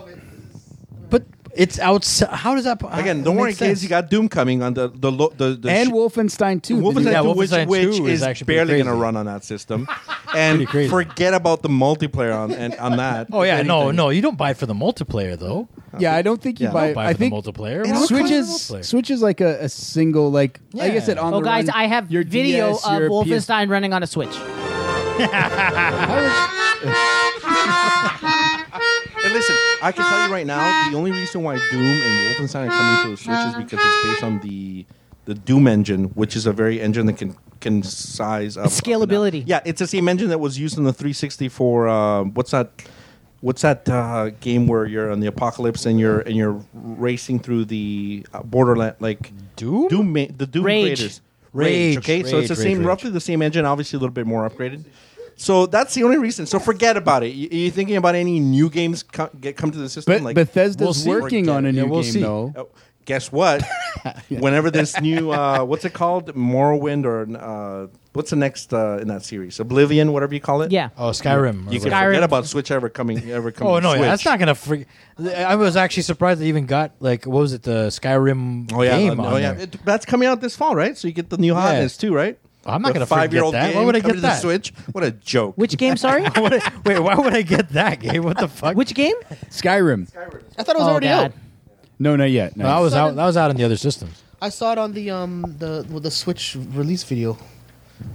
Speaker 8: But it's outsell. How does Ah, that?
Speaker 9: Again, don't worry, kids. You got Doom coming on the the lo- the, the
Speaker 5: and
Speaker 9: sh-
Speaker 5: Wolfenstein 2. the
Speaker 9: Wolfenstein
Speaker 5: new-
Speaker 8: Yeah,
Speaker 9: 2,
Speaker 8: Wolfenstein
Speaker 9: which, which
Speaker 8: 2 is
Speaker 9: is,
Speaker 8: actually pretty
Speaker 9: barely going
Speaker 8: crazy.
Speaker 9: to run on that system. and
Speaker 8: crazy.
Speaker 9: forget about the multiplayer on and, on that.
Speaker 8: Oh yeah, no,
Speaker 9: Anything.
Speaker 8: no, you don't buy for the multiplayer though.
Speaker 5: Yeah, I don't think you
Speaker 9: Yeah.
Speaker 5: buy.
Speaker 8: You buy
Speaker 5: I
Speaker 8: for
Speaker 5: think
Speaker 8: the multiplayer.
Speaker 5: It
Speaker 8: Why would you buy for the
Speaker 5: switches
Speaker 8: multiplayer?
Speaker 5: switches like a, a single like like I
Speaker 8: Yeah.
Speaker 5: said on
Speaker 4: Oh,
Speaker 5: the
Speaker 4: guys,
Speaker 5: run,
Speaker 4: I have
Speaker 5: your
Speaker 4: video
Speaker 5: DS,
Speaker 4: of
Speaker 5: your PS
Speaker 4: Wolfenstein running on a Switch.
Speaker 9: And listen, I can tell you right now, the only reason why Doom and Wolfenstein are coming to the Switch is because it's based on the the Doom engine, which is a very engine that can can size up up and down.
Speaker 4: Scalability.
Speaker 9: Yeah, it's the same engine that was used in the 360 for uh, what's that? What's that uh, game where you're on the apocalypse and you're and you're racing through the uh, borderland like
Speaker 8: Doom?
Speaker 9: Doom, ma- the Doom
Speaker 4: Rage.
Speaker 9: creators. Rage.
Speaker 8: Rage,
Speaker 9: Okay, so it's the
Speaker 8: Rage,
Speaker 9: same,
Speaker 8: Rage,
Speaker 9: roughly the same engine, obviously a little bit more upgraded. So that's the only reason. So forget about it. You, you thinking about any new games co- get come to the system?
Speaker 5: But
Speaker 9: like
Speaker 5: Bethesda's
Speaker 8: we'll see.
Speaker 5: working on a
Speaker 8: Yeah,
Speaker 5: new
Speaker 8: we'll
Speaker 5: game
Speaker 8: see.
Speaker 5: though.
Speaker 9: Oh, guess what? Whenever this new uh, what's it called, Morrowind or uh, what's the next uh, in that series, Oblivion, whatever you call it.
Speaker 4: Yeah.
Speaker 8: Oh, Skyrim. or
Speaker 9: you can
Speaker 8: whatever.
Speaker 9: forget about Switch ever coming. Ever coming.
Speaker 8: Oh no,
Speaker 9: Switch.
Speaker 8: yeah, that's not gonna. Free- I was actually surprised they even got like what was it the Skyrim
Speaker 9: Oh yeah,
Speaker 8: game
Speaker 9: oh,
Speaker 8: on
Speaker 9: yeah.
Speaker 8: there.
Speaker 9: It- that's coming out this fall, right? So you get the new hotness too, right?
Speaker 8: I'm not
Speaker 9: The
Speaker 8: gonna forget
Speaker 9: five-year-old
Speaker 8: that. Why
Speaker 9: game
Speaker 8: would I
Speaker 9: coming
Speaker 8: get
Speaker 9: to the
Speaker 8: that?
Speaker 9: Switch? What a joke!
Speaker 4: Which game? Sorry.
Speaker 8: What a- wait, why would I get that game? What the fuck?
Speaker 4: Which game?
Speaker 5: Skyrim.
Speaker 7: I thought it was
Speaker 4: Oh,
Speaker 7: already
Speaker 4: God.
Speaker 7: out.
Speaker 5: No, not yet. No.
Speaker 8: No, that was out. That was out on the other systems.
Speaker 7: I saw it on the um the well, the Switch release video.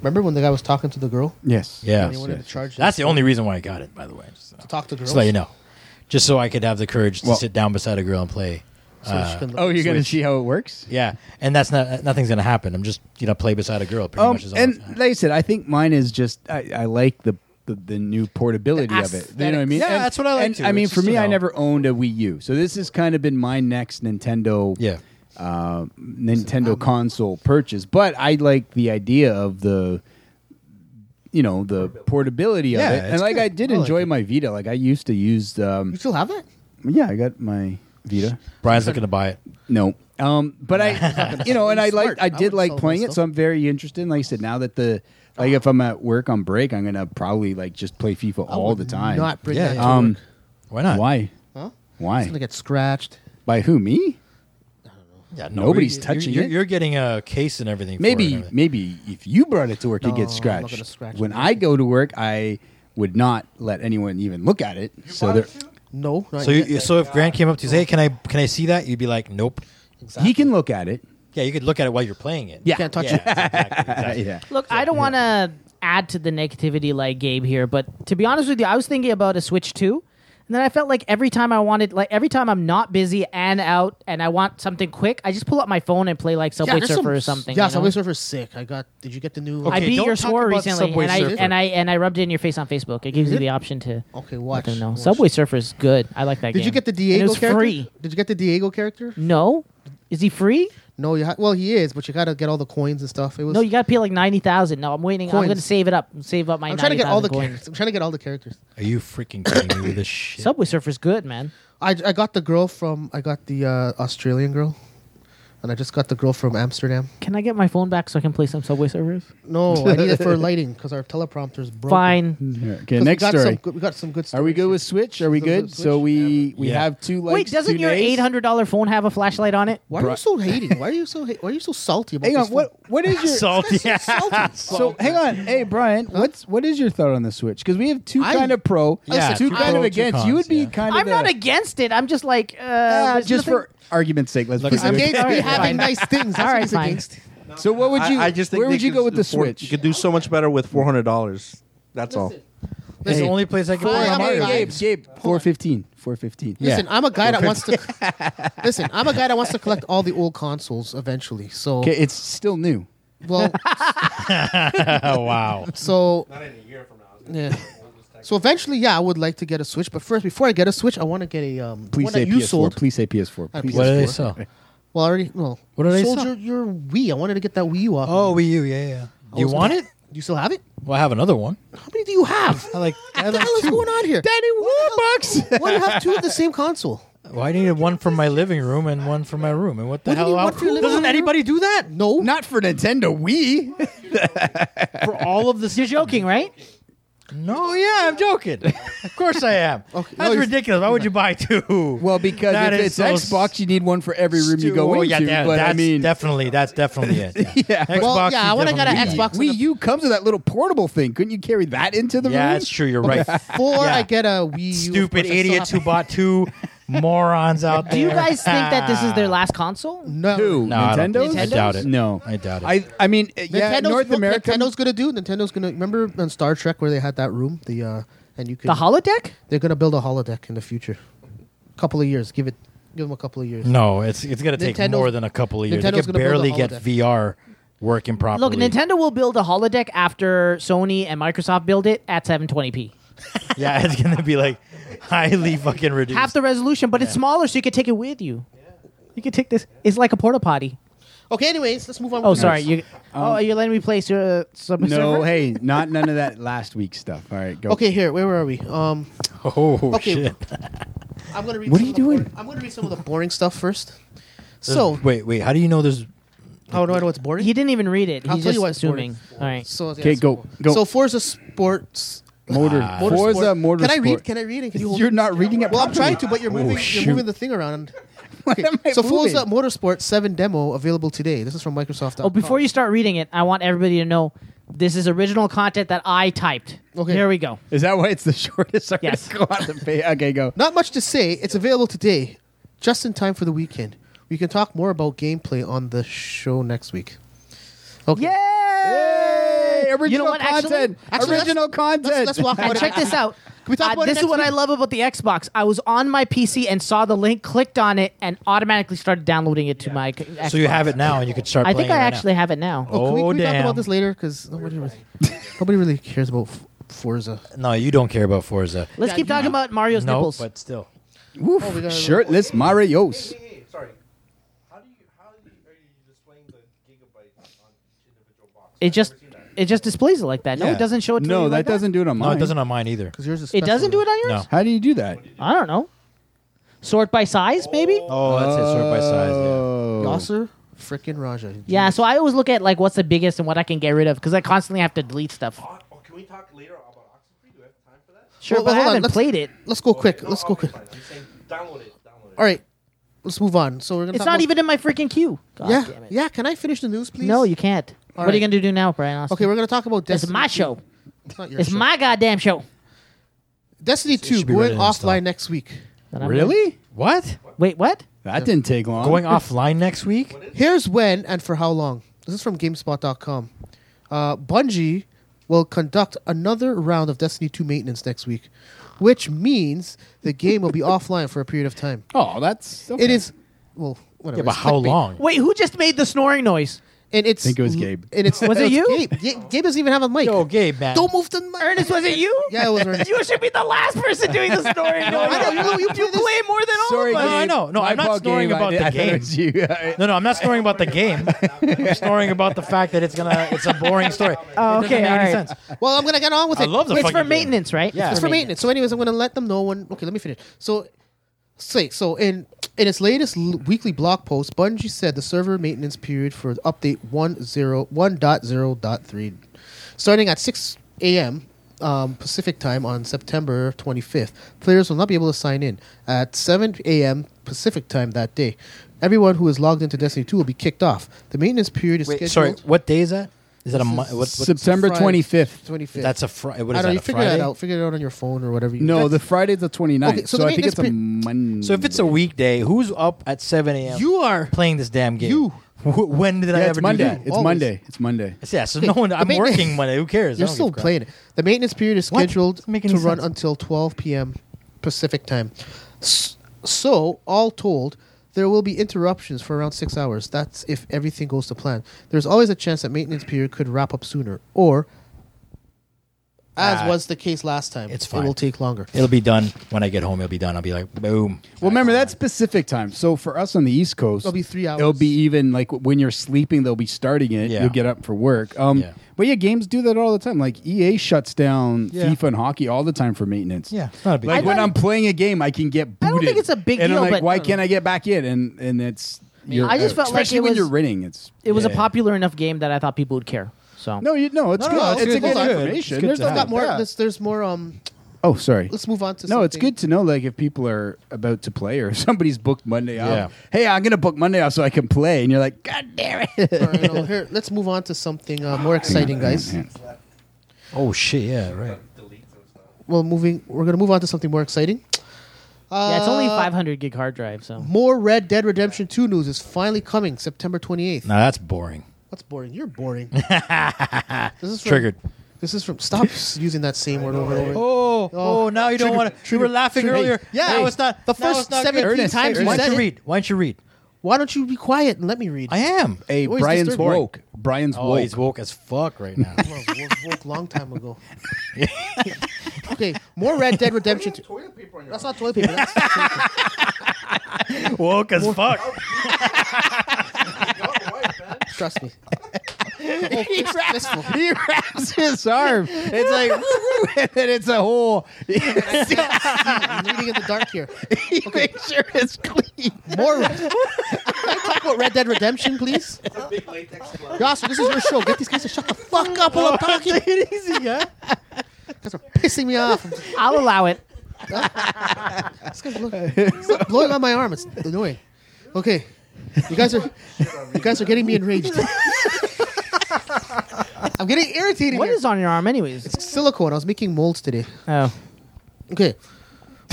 Speaker 7: Remember when the guy was talking to the girl?
Speaker 5: yes.
Speaker 8: Yeah.
Speaker 7: And he wanted to charge.
Speaker 8: That's the only reason why I got it, by the way. So,
Speaker 7: to talk to girls.
Speaker 8: just to let you know, just so I could have the courage to
Speaker 5: Well-
Speaker 8: sit down beside a girl and play.
Speaker 7: So she
Speaker 8: Uh,
Speaker 7: can look-
Speaker 5: Oh, you're gonna
Speaker 8: Switch.
Speaker 5: see how it works.
Speaker 8: Yeah, and that's not nothing's gonna happen. I'm just you know play beside a girl pretty
Speaker 5: Um,
Speaker 8: much. Is all
Speaker 5: and
Speaker 8: it's-
Speaker 5: like I said, I think mine is just I, I like the, the the new portability of it. You know what I mean?
Speaker 8: Yeah,
Speaker 5: And-
Speaker 8: that's what I like
Speaker 5: and,
Speaker 8: too.
Speaker 5: I mean,
Speaker 8: It's
Speaker 5: for
Speaker 8: just
Speaker 5: me,
Speaker 8: an
Speaker 5: I
Speaker 8: out.
Speaker 5: never owned a Wii U, so this has kind of been my next Nintendo
Speaker 8: yeah.
Speaker 5: uh, Nintendo console purchase. But I like the idea of the you know the portability of
Speaker 8: Yeah,
Speaker 5: it, and
Speaker 8: it's
Speaker 5: like
Speaker 8: good.
Speaker 5: I did
Speaker 7: I like
Speaker 5: enjoy
Speaker 7: it.
Speaker 5: my Vita. Like I used to use um,
Speaker 7: You still have that?
Speaker 5: yeah, I got my Vita.
Speaker 8: Brian's not gonna buy it.
Speaker 5: No. Um, but I, you know, and I
Speaker 7: Smart.
Speaker 5: like, I
Speaker 7: I
Speaker 5: did
Speaker 7: would
Speaker 5: like
Speaker 7: sell that
Speaker 5: playing it,
Speaker 7: stuff.
Speaker 5: so I'm very interested. Like I said, now that the, like, if I'm at work on break, I'm gonna probably like just play FIFA
Speaker 7: I
Speaker 5: all
Speaker 7: would
Speaker 5: the time.
Speaker 7: Not bring
Speaker 8: Yeah.
Speaker 7: that. To
Speaker 5: um,
Speaker 7: work.
Speaker 8: Why not?
Speaker 5: why?
Speaker 7: Huh? It's
Speaker 5: Why?
Speaker 7: gonna get scratched.
Speaker 5: By who? Me?
Speaker 8: Yeah,
Speaker 5: Nobody's
Speaker 8: you're-
Speaker 5: touching
Speaker 8: you're,
Speaker 5: it.
Speaker 8: You're getting a case and everything. for it and
Speaker 5: Maybe,
Speaker 8: everything.
Speaker 5: maybe if you brought it to work, it
Speaker 7: No, I'm
Speaker 5: gets
Speaker 7: not
Speaker 5: scratched.
Speaker 7: gonna scratch
Speaker 5: when
Speaker 7: it.
Speaker 5: I go to work, I would not let anyone even look at it. so there,
Speaker 7: No, not
Speaker 8: So,
Speaker 7: yet.
Speaker 8: you, so if Grant came up to you, hey, can I can I see that? You'd be like, nope.
Speaker 5: he can look at it.
Speaker 8: Yeah, you could look at it while you're playing it.
Speaker 5: Yeah.
Speaker 7: can't touch
Speaker 8: Yeah,
Speaker 7: it.
Speaker 8: exactly, exactly.
Speaker 5: Yeah.
Speaker 4: Look, I don't want to add to the negativity like Gabe here, but to be honest with you, I was thinking about a Switch 2. And then I felt like every time I wanted, like every time I'm not busy and out, and I want something quick, I just pull up my phone and play like Subway
Speaker 7: there's
Speaker 4: Surfer
Speaker 7: some-
Speaker 4: or something.
Speaker 7: Yeah,
Speaker 4: you know?
Speaker 7: Subway Surfer's sick. I got. Did you get the new?
Speaker 4: I
Speaker 8: Okay,
Speaker 4: beat
Speaker 8: don't
Speaker 4: your
Speaker 8: talk
Speaker 4: score
Speaker 8: about
Speaker 4: recently,
Speaker 8: Subway
Speaker 4: and I
Speaker 8: Surfer.
Speaker 4: and I and I rubbed it in your face on Facebook. It gives you
Speaker 7: did?
Speaker 4: the option to
Speaker 7: Okay, watch.
Speaker 4: let them know.
Speaker 7: watch.
Speaker 4: Subway Surfer is good. I like that
Speaker 7: Oh, Did
Speaker 4: game.
Speaker 7: you get the
Speaker 4: And
Speaker 7: Diego
Speaker 4: It was
Speaker 7: character?
Speaker 4: free.
Speaker 7: Did you get the Diego character?
Speaker 4: No, is he free?
Speaker 7: No, you ha- well he is, but you gotta get all the coins and stuff. It was
Speaker 4: No, you got to pay like ninety thousand. No, I'm waiting. I'm
Speaker 7: Coins.
Speaker 4: going to save it up. Save up my.
Speaker 7: I'm trying to get all the
Speaker 4: 90,000 coins.
Speaker 7: characters. I'm trying to get all the characters.
Speaker 8: Are you freaking kidding me with this shit?
Speaker 4: Subway Surfer's good, man.
Speaker 7: I, I got the girl from I got the uh, Australian girl, and I just got the girl from Amsterdam.
Speaker 4: Can I get my phone back so I can play some Subway Surfers?
Speaker 7: No, I need it for lighting because our teleprompter's broken.
Speaker 4: Fine.
Speaker 5: Okay,
Speaker 7: 'Cause
Speaker 5: next
Speaker 7: we got Some
Speaker 5: story.
Speaker 7: good, we got some good.
Speaker 5: Are we good with
Speaker 7: stories
Speaker 5: Switch? Are we
Speaker 7: Those are
Speaker 5: good?
Speaker 7: Switch?
Speaker 5: So we we
Speaker 8: Yeah.
Speaker 5: have two likes.
Speaker 4: Wait, doesn't
Speaker 5: two
Speaker 4: your
Speaker 5: nays?
Speaker 4: eight hundred dollar phone have a flashlight on it?
Speaker 7: here. Why are you so hating? Why are you so hate? Why are you so salty about
Speaker 5: Hang
Speaker 7: this?
Speaker 5: on. What what is your
Speaker 8: Salty.
Speaker 7: phone? Salty.
Speaker 5: So hang on, hey Brian, what's what is your thought on the Switch? Because we have two
Speaker 7: I-
Speaker 5: kind of pro,
Speaker 8: Yeah,
Speaker 5: two
Speaker 8: two
Speaker 5: kind
Speaker 8: pro,
Speaker 5: of
Speaker 8: two
Speaker 5: against.
Speaker 8: cons,
Speaker 5: you would be
Speaker 8: yeah.
Speaker 5: kind
Speaker 4: I'm
Speaker 5: of.
Speaker 4: not
Speaker 5: a-
Speaker 4: against it. I'm just like uh,
Speaker 5: Ah,
Speaker 4: there's
Speaker 5: just
Speaker 4: nothing-
Speaker 5: for argument's sake. Let's
Speaker 8: Look,
Speaker 5: put
Speaker 7: He's
Speaker 5: it
Speaker 8: Okay.
Speaker 7: against me
Speaker 4: Alright,
Speaker 7: having
Speaker 4: fine.
Speaker 7: nice things. That's
Speaker 4: All
Speaker 7: what
Speaker 4: right,
Speaker 7: he's
Speaker 4: fine.
Speaker 7: against.
Speaker 5: in. So what would you?
Speaker 9: I, I just think
Speaker 5: where
Speaker 9: they
Speaker 5: would you
Speaker 9: could
Speaker 5: go with the
Speaker 9: afford- You
Speaker 5: Switch?
Speaker 9: could do so much better with four hundred dollars. That's all.
Speaker 8: It's the only place I can play
Speaker 7: Fine,
Speaker 8: on
Speaker 7: I'm
Speaker 8: Mario.
Speaker 7: okay.
Speaker 8: games.
Speaker 5: Gabe, Gabe, four fifteen, four fifteen.
Speaker 8: Yeah.
Speaker 7: Listen, I'm a guy that wants to. listen, I'm a guy that wants to collect all the old consoles eventually. So,
Speaker 5: Okay, it's still new.
Speaker 7: well,
Speaker 8: Oh wow.
Speaker 7: so yeah. So eventually, yeah, I would like to get a Switch. But first, before I get a Switch, I want to get a um,
Speaker 5: Please
Speaker 7: one
Speaker 5: say
Speaker 7: that you
Speaker 5: PS4.
Speaker 7: sold.
Speaker 5: Please say PS4. Please.
Speaker 7: What
Speaker 8: What did
Speaker 7: did
Speaker 8: they
Speaker 7: they
Speaker 8: sell?
Speaker 7: Well, I already well.
Speaker 8: What did I
Speaker 7: sold
Speaker 8: sell?
Speaker 7: Your, your Wii. I wanted to get that Wii U off.
Speaker 8: Oh, Wii U. Yeah, yeah. Do you
Speaker 7: Oh,
Speaker 8: want it?
Speaker 7: Do you still have it?
Speaker 8: Well, I have another one.
Speaker 7: How many do you have?
Speaker 8: I like. I
Speaker 7: What the
Speaker 8: like
Speaker 7: hell is
Speaker 8: two.
Speaker 7: going on here? Danny Warbucks. Why do you have two of the same console?
Speaker 8: Well, I needed one for my living room and one for my room. And what the
Speaker 7: What do you
Speaker 8: hell?
Speaker 7: need one for your living
Speaker 8: Doesn't
Speaker 7: room?
Speaker 8: anybody do that?
Speaker 7: No.
Speaker 5: Not for Nintendo Wii.
Speaker 8: For all of this?
Speaker 4: You're joking, right?
Speaker 8: No, yeah, I'm joking. Oh, Of course I am.
Speaker 7: Okay.
Speaker 8: That's
Speaker 7: No, you're-
Speaker 8: ridiculous. Why would you buy two?
Speaker 5: Well, because
Speaker 8: That
Speaker 5: if
Speaker 8: is
Speaker 5: it's
Speaker 8: so
Speaker 5: Xbox, you need one for every room you go
Speaker 8: Oh,
Speaker 5: into.
Speaker 8: yeah, that-
Speaker 5: but
Speaker 8: that's
Speaker 5: I mean,
Speaker 8: definitely that's definitely it. Yeah, Xbox,
Speaker 7: Well, yeah,
Speaker 8: you
Speaker 7: I wanna get an
Speaker 8: definitely need.
Speaker 7: Xbox.
Speaker 5: Wii U comes with that little portable thing. Couldn't you carry that into the room?
Speaker 8: Yeah, that's true. You're right.
Speaker 7: Before
Speaker 8: Yeah.
Speaker 7: I get a Wii U, of
Speaker 8: Stupid
Speaker 7: course, I still
Speaker 8: idiots
Speaker 7: have-
Speaker 8: who bought two morons out there.
Speaker 4: Do you guys think that this is their last console?
Speaker 7: no.
Speaker 5: Who?
Speaker 8: No, I don't-
Speaker 5: Nintendo's?
Speaker 8: I doubt it.
Speaker 5: No,
Speaker 8: I doubt it.
Speaker 5: I, I mean, uh, yeah,
Speaker 7: Nintendo's,
Speaker 5: North
Speaker 7: look,
Speaker 5: America.
Speaker 7: Nintendo's gonna do. Nintendo's gonna remember on Star Trek where they had that room, the uh, and you could
Speaker 4: The holodeck?
Speaker 7: they're gonna build a holodeck in the future. Couple of years, give it, give them a couple of years.
Speaker 8: No, it's it's gonna take
Speaker 7: Nintendo's-
Speaker 8: more than a couple of years.
Speaker 7: Nintendo's
Speaker 8: they could
Speaker 7: gonna build
Speaker 8: barely
Speaker 7: a
Speaker 8: get
Speaker 7: holodeck.
Speaker 8: VR working properly.
Speaker 4: Look, Nintendo will build a holodeck after Sony and Microsoft build it at 720p.
Speaker 8: Yeah, it's gonna be like highly fucking reduced.
Speaker 4: Half the resolution, but it's smaller, so you can take it with you. You can take this. It's like a porta potty.
Speaker 7: Okay, anyways, let's move on.
Speaker 4: Oh,
Speaker 7: with the
Speaker 4: sorry.
Speaker 7: news.
Speaker 4: You.
Speaker 7: Um,
Speaker 4: oh, you're letting me play your uh, Subway
Speaker 5: no,
Speaker 4: Surfer?
Speaker 5: hey, not none of that last week's stuff. All right, go.
Speaker 7: Okay, here, where were we? Um,
Speaker 8: oh
Speaker 7: okay.
Speaker 8: shit!
Speaker 7: I'm gonna read.
Speaker 5: What
Speaker 7: some
Speaker 5: are
Speaker 7: of the
Speaker 5: you
Speaker 7: boring-
Speaker 5: doing?
Speaker 7: I'm gonna read some of the boring stuff first. So,
Speaker 8: wait, wait. How do you know there's?
Speaker 7: how do I know it's boring?
Speaker 4: He didn't even read it.
Speaker 7: I'll
Speaker 4: He's
Speaker 7: tell
Speaker 4: just
Speaker 7: you why it's
Speaker 4: assuming. All right.
Speaker 7: so, yeah,
Speaker 5: Okay,
Speaker 7: so-
Speaker 5: go- go.
Speaker 7: So Forza Sports.
Speaker 5: Motor,
Speaker 7: Motorsport-
Speaker 5: Forza Ah, Motorsport.
Speaker 7: Can I read? Can I read? And can you hold
Speaker 5: You're not reading it.
Speaker 7: Well, I'm
Speaker 5: properly.
Speaker 7: trying to, but you're moving. you're
Speaker 5: shoot.
Speaker 7: moving the thing around. Okay,
Speaker 5: am I
Speaker 7: so Forza
Speaker 5: moving?
Speaker 7: Motorsport 7 demo available today. This is from Microsoft.
Speaker 4: Oh, before you start reading it, I want everybody to know this is original content that I typed.
Speaker 7: Okay.
Speaker 4: Here we go.
Speaker 5: Is that why it's the shortest
Speaker 4: Yes.
Speaker 5: article on the page? Okay, go.
Speaker 7: Not much to say. It's available today, just in time for the weekend. We can talk more about gameplay on the show next week. Okay.
Speaker 5: Yay! Original
Speaker 4: You know what, actually-
Speaker 5: content.
Speaker 7: actually, let's-
Speaker 5: Original content.
Speaker 7: Let's, let's walk
Speaker 4: And
Speaker 7: out.
Speaker 4: check this out. Uh,
Speaker 7: we talk about it
Speaker 4: this is
Speaker 7: next
Speaker 4: what
Speaker 7: week?
Speaker 4: I love about the Xbox. I was on my PC and saw the link, clicked on it, and automatically started downloading it to my. c- Xbox.
Speaker 8: So you have it now, and you could start.
Speaker 4: I
Speaker 8: playing
Speaker 4: think
Speaker 8: it
Speaker 4: I
Speaker 8: right
Speaker 4: actually
Speaker 8: now.
Speaker 4: have it now.
Speaker 8: Oh,
Speaker 7: can we, can we
Speaker 8: damn.
Speaker 7: talk about this later? Because nobody really, nobody really cares about F- Forza.
Speaker 8: No, you don't care about Forza.
Speaker 4: Let's
Speaker 7: Yeah,
Speaker 4: keep
Speaker 7: you
Speaker 4: talking
Speaker 7: know.
Speaker 4: about Mario's
Speaker 8: no,
Speaker 4: nipples.
Speaker 8: but still.
Speaker 5: Woof.
Speaker 7: Oh, we gotta-
Speaker 5: Shirtless Marios.
Speaker 9: Sorry. How do you how are you displaying the gigabytes on each individual box?
Speaker 4: it just it just displays it like that. No,
Speaker 8: Yeah.
Speaker 4: it doesn't show it. To
Speaker 5: No,
Speaker 4: you
Speaker 5: that
Speaker 4: like
Speaker 5: doesn't do it on mine.
Speaker 8: No, it doesn't on mine either.
Speaker 7: Because yours is.
Speaker 4: It doesn't do it
Speaker 7: special.
Speaker 4: on yours.
Speaker 8: No.
Speaker 5: How do you do that?
Speaker 4: I don't know. Sort by size, maybe.
Speaker 8: Oh, that's it. Sort by size. Yeah.
Speaker 5: Oh.
Speaker 7: Yasser, freaking Raja.
Speaker 4: Yeah. So I always look at like what's the biggest and what I can get rid of because I constantly have to delete stuff.
Speaker 9: Oh, can we talk later about Oxenfree? Do we have time for that?
Speaker 4: Sure,
Speaker 7: Well,
Speaker 4: but I
Speaker 7: hold on,
Speaker 4: haven't
Speaker 7: let's-
Speaker 4: played it.
Speaker 7: Let's go quick. Let's go quick.
Speaker 9: I'm saying download it. Download it.
Speaker 7: All right, let's move on. So we're gonna.
Speaker 4: It's
Speaker 7: talk
Speaker 4: not
Speaker 7: about-
Speaker 4: even in my freaking queue. God
Speaker 7: Yeah,
Speaker 4: damn it.
Speaker 7: yeah. Can I finish the news, please?
Speaker 4: No, you can't.
Speaker 7: All
Speaker 4: what are you
Speaker 7: right.
Speaker 4: gonna do now, Brian? Austin?
Speaker 7: Okay, we're gonna talk about
Speaker 4: It's
Speaker 7: Destiny.
Speaker 4: my
Speaker 7: 2.
Speaker 4: show.
Speaker 7: It's not your
Speaker 4: It's
Speaker 7: show.
Speaker 4: my goddamn show.
Speaker 7: Destiny Two
Speaker 8: should be
Speaker 7: going
Speaker 8: ready to install.
Speaker 7: offline next week.
Speaker 4: Then I'm
Speaker 5: Really?
Speaker 8: What?
Speaker 4: good. Wait, what?
Speaker 5: That didn't take long.
Speaker 8: Going offline next week?
Speaker 7: Here's when and for how long. This is from GameSpot.com. Uh, Bungie will conduct another round of Destiny 2 maintenance next week, which means the game will be offline for a period of time.
Speaker 5: Oh, that's okay.
Speaker 7: It is, well, whatever.
Speaker 8: Yeah, but
Speaker 7: it's
Speaker 8: how
Speaker 7: clickbait.
Speaker 8: long?
Speaker 4: Wait, who just made the snoring noise?
Speaker 7: And it's,
Speaker 5: Think it was Gabe.
Speaker 7: And it's,
Speaker 4: Was it
Speaker 7: it's
Speaker 4: you?
Speaker 7: Gabe. Ga- Gabe doesn't even have a mic.
Speaker 8: Yo, Gabe, man.
Speaker 7: Don't move the mic.
Speaker 4: Ernest, was it you?
Speaker 7: Yeah, it was Ernest.
Speaker 4: you should be the last person doing the snoring noise.
Speaker 7: I know, you know, you play this-
Speaker 4: play more than
Speaker 5: Sorry,
Speaker 4: all of us.
Speaker 8: No, I
Speaker 5: Gabe.
Speaker 8: know. No,
Speaker 5: My
Speaker 8: I'm not
Speaker 5: fault,
Speaker 8: snoring
Speaker 5: Gabe.
Speaker 8: about
Speaker 5: I,
Speaker 8: the
Speaker 5: I thought it
Speaker 8: game.
Speaker 5: was you.
Speaker 8: No, no, I'm not snoring about the game. I'm snoring about the fact that it's gonna. It's a boring story.
Speaker 4: Oh,
Speaker 8: It doesn't
Speaker 4: okay,
Speaker 8: make
Speaker 4: all
Speaker 8: any
Speaker 4: right.
Speaker 8: sense.
Speaker 7: Well, I'm going to get on with it.
Speaker 8: I love the
Speaker 4: It's
Speaker 8: fucking
Speaker 4: for
Speaker 8: game.
Speaker 4: maintenance, right?
Speaker 8: Yeah.
Speaker 7: It's for maintenance. So, anyways, I'm gonna let them know when. Okay, let me finish. So, say so in in its latest l- weekly blog post, Bungie said the server maintenance period for update 1.0.0.3, starting at 6 a.m. Um, Pacific time on September 25th, players will not be able to sign in at 7 a.m. Pacific time that day. Everyone who is logged into Destiny 2 will be kicked off. The maintenance period is
Speaker 8: Wait, sorry.
Speaker 7: scheduled.
Speaker 8: What day is that? Is that a
Speaker 7: This
Speaker 8: month?
Speaker 7: is
Speaker 8: What, what,
Speaker 5: September
Speaker 7: Friday,
Speaker 5: 25th.
Speaker 7: 25th.
Speaker 8: that's a Friday. What
Speaker 7: I
Speaker 8: is
Speaker 7: don't know.
Speaker 8: that?
Speaker 7: You
Speaker 8: a
Speaker 7: figure
Speaker 8: Friday?
Speaker 7: that out. Figure it out on your phone or whatever. You
Speaker 5: No,
Speaker 7: That's-
Speaker 5: the Friday's the 29th.
Speaker 7: Okay, so
Speaker 5: so
Speaker 7: the
Speaker 5: I think
Speaker 7: maintenance
Speaker 5: it's a
Speaker 7: pre-
Speaker 5: Monday.
Speaker 8: So if it's a weekday, who's up at 7 a.m.
Speaker 7: You are.
Speaker 8: playing this damn game.
Speaker 7: You.
Speaker 8: Wh- When did I
Speaker 5: yeah,
Speaker 8: ever
Speaker 5: it's
Speaker 8: do
Speaker 5: Monday.
Speaker 8: that?
Speaker 5: It's
Speaker 7: Always.
Speaker 5: Monday. It's Monday.
Speaker 8: yeah, so no one.
Speaker 7: the
Speaker 8: I'm
Speaker 7: maintenance-
Speaker 8: working Monday. Who cares? I
Speaker 7: You're
Speaker 8: don't
Speaker 7: still
Speaker 8: give a crap.
Speaker 7: playing it. The maintenance period is
Speaker 8: What?
Speaker 7: scheduled
Speaker 8: Doesn't make any
Speaker 7: to run
Speaker 8: sense.
Speaker 7: until 12 p.m. Pacific time. S- So, all told, there will be interruptions for around six hours. That's if everything goes to plan. There's always a chance that maintenance period could wrap up sooner, or as
Speaker 8: Ah,
Speaker 7: was the case last time,
Speaker 8: it's
Speaker 7: it will
Speaker 8: fine.
Speaker 7: take longer.
Speaker 8: It'll be done when I get home. It'll be done. I'll be like, boom.
Speaker 5: Well, remember that's Pacific time. So for us on the East Coast,
Speaker 7: It'll be three hours.
Speaker 5: It'll be even like when you're sleeping, they'll be starting it.
Speaker 8: Yeah.
Speaker 5: You'll get up for work. Um,
Speaker 8: Yeah.
Speaker 5: but yeah, games do that all the time. Like EA shuts down
Speaker 8: Yeah.
Speaker 5: FIFA and hockey all the time for maintenance.
Speaker 8: Yeah, it's not a big
Speaker 5: like
Speaker 8: deal.
Speaker 5: when I'm playing a game, I can get
Speaker 4: I
Speaker 5: booted.
Speaker 4: don't think it's a big
Speaker 5: and
Speaker 4: deal,
Speaker 5: I'm like,
Speaker 4: but-
Speaker 5: why can't I get back in? And and it's you're,
Speaker 4: I just felt like
Speaker 5: especially
Speaker 4: it
Speaker 5: when
Speaker 4: was-
Speaker 5: you're winning. It's
Speaker 4: It was a
Speaker 8: Yeah.
Speaker 4: popular enough game that I thought people would care. So
Speaker 5: no, you no, it's
Speaker 8: No, no,
Speaker 5: good.
Speaker 8: no,
Speaker 5: it's,
Speaker 8: it's
Speaker 5: a
Speaker 8: good.
Speaker 5: good
Speaker 8: It's good.
Speaker 5: information.
Speaker 8: It's good
Speaker 5: There's
Speaker 8: to
Speaker 5: no-
Speaker 8: have.
Speaker 7: Got more.
Speaker 5: yeah.
Speaker 7: There's, there's more. Um,
Speaker 5: Oh, sorry.
Speaker 7: let's move on to
Speaker 5: No, it's
Speaker 7: something-
Speaker 5: good to know like if people are about to play or somebody's booked Monday
Speaker 8: Yeah.
Speaker 5: off. Hey, I'm gonna book Monday off so I can play, and you're like, God damn it!
Speaker 7: All right, no, here, let's move on to something uh, more exciting, guys.
Speaker 8: Oh shit! Yeah, right.
Speaker 7: Well, moving. We're gonna move on to something more exciting.
Speaker 4: yeah, it's
Speaker 7: uh,
Speaker 4: only 500 gig hard drive. So
Speaker 7: More Red Dead Redemption 2 news is finally coming September 28th.
Speaker 8: Now that's boring.
Speaker 7: What's boring? You're boring. this is from,
Speaker 8: Triggered.
Speaker 7: This is from. Stop s- using that same word over and over.
Speaker 8: Oh, oh, now you don't
Speaker 7: triggered,
Speaker 8: want to. You were
Speaker 7: triggered,
Speaker 8: laughing
Speaker 7: triggered.
Speaker 8: earlier.
Speaker 7: Hey, yeah,
Speaker 8: now
Speaker 7: hey,
Speaker 8: it's not.
Speaker 7: the
Speaker 8: now it's
Speaker 7: first
Speaker 8: not good.
Speaker 7: 17
Speaker 8: Ernest,
Speaker 7: times you
Speaker 8: Why
Speaker 7: said
Speaker 8: don't you
Speaker 7: it.
Speaker 8: read? Why don't you read?
Speaker 7: Why don't you be quiet and let me read?
Speaker 8: I am.
Speaker 5: Hey,
Speaker 7: Always
Speaker 5: Brian's
Speaker 7: disturbing.
Speaker 5: woke. Brian's
Speaker 8: Oh,
Speaker 5: woke.
Speaker 8: he's woke as fuck right now.
Speaker 7: Well, woke, woke long time ago. okay, more Red Dead Redemption 2.
Speaker 9: Toilet paper on your
Speaker 7: That's not toilet paper. That's
Speaker 8: woke as fuck.
Speaker 7: trust me. Oh, fist- fistful.
Speaker 5: He wraps his arm. It's like, and then it's a whole.
Speaker 7: I'm reading in the dark here.
Speaker 5: Make sure it's clean.
Speaker 7: More. Can I talk about Red Dead Redemption, please? Yasser, this is your show. Get these guys to shut the fuck up while I'm talking. Take it easy, yeah. Guys are pissing me off. I'm just-
Speaker 4: I'll allow it.
Speaker 7: This guy's blowing, stop blowing on my arm. It's annoying. Okay, you guys are you guys are getting me enraged. I'm getting irritated.
Speaker 4: What
Speaker 7: here.
Speaker 4: is on your arm, anyways?
Speaker 7: silicone? I was making molds today.
Speaker 4: Oh,
Speaker 7: Okay.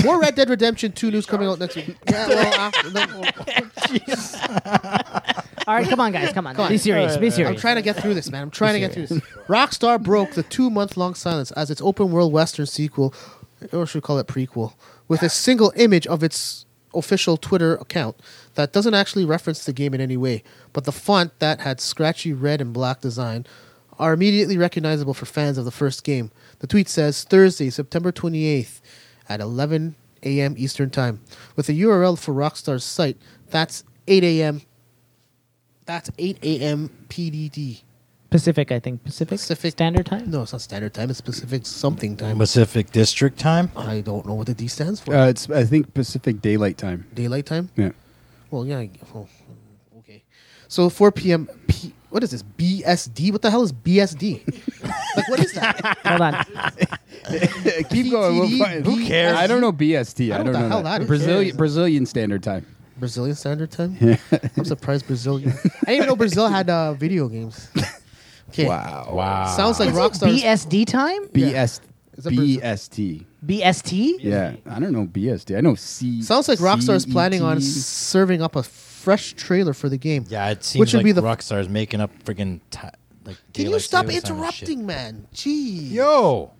Speaker 7: More Red Dead Redemption 2 news coming out next week. Yeah, well, after, no,
Speaker 4: all right. Come on, guys. Come on. Be serious. Be serious.
Speaker 7: I'm trying to get through this, man. I'm trying to get through this. Rockstar broke the two month long silence as its open world Western sequel, or should we call it prequel, with a single image of its official Twitter account that doesn't actually reference the game in any way, but the font that had scratchy red and black design are immediately recognizable for fans of the first game. The tweet says Thursday, September 28th at 11 a.m. Eastern Time, with a URL for Rockstar's site. That's 8 a.m. That's 8 a.m. PDD.
Speaker 4: Pacific, I think. Pacific.
Speaker 7: Pacific-
Speaker 4: Standard Time.
Speaker 7: No, it's not standard time. It's Pacific something time.
Speaker 8: Pacific District time.
Speaker 7: I don't know what the D stands for.
Speaker 5: Uh, it's I think Pacific Daylight Time.
Speaker 7: Daylight time?
Speaker 5: Yeah.
Speaker 7: Well, yeah. I- oh, okay. So 4 p.m. P, what is this? BSD? What the hell is BSD? like, what is that?
Speaker 4: Hold on.
Speaker 5: Keep going.
Speaker 7: PTD, Who cares?
Speaker 5: I don't know BST.
Speaker 7: I
Speaker 5: I don't
Speaker 7: don't know
Speaker 5: know.
Speaker 7: the hell that
Speaker 5: that.
Speaker 7: is.
Speaker 5: Brazilian Brazilian Standard Time.
Speaker 7: Brazilian standard time? I'm surprised Brazilian. I didn't even know Brazil had uh, video games. Okay.
Speaker 5: Wow.
Speaker 8: Wow.
Speaker 7: Sounds like Rockstar.
Speaker 4: BSD time.
Speaker 5: BS
Speaker 7: Is that Brazil?
Speaker 5: BST.
Speaker 4: BST?
Speaker 5: Yeah, I don't know BSD. I know C. E
Speaker 7: Sounds like Rockstar is planning on
Speaker 5: CET.
Speaker 7: serving up a fresh trailer for the game.
Speaker 8: Yeah, it seems
Speaker 7: Which would
Speaker 8: like
Speaker 7: be the-
Speaker 8: Rockstar's making up freaking. T- like
Speaker 7: Can you
Speaker 8: daylight
Speaker 7: stop
Speaker 8: savings time and shit.
Speaker 7: interrupting, man? Gee.
Speaker 8: Yo,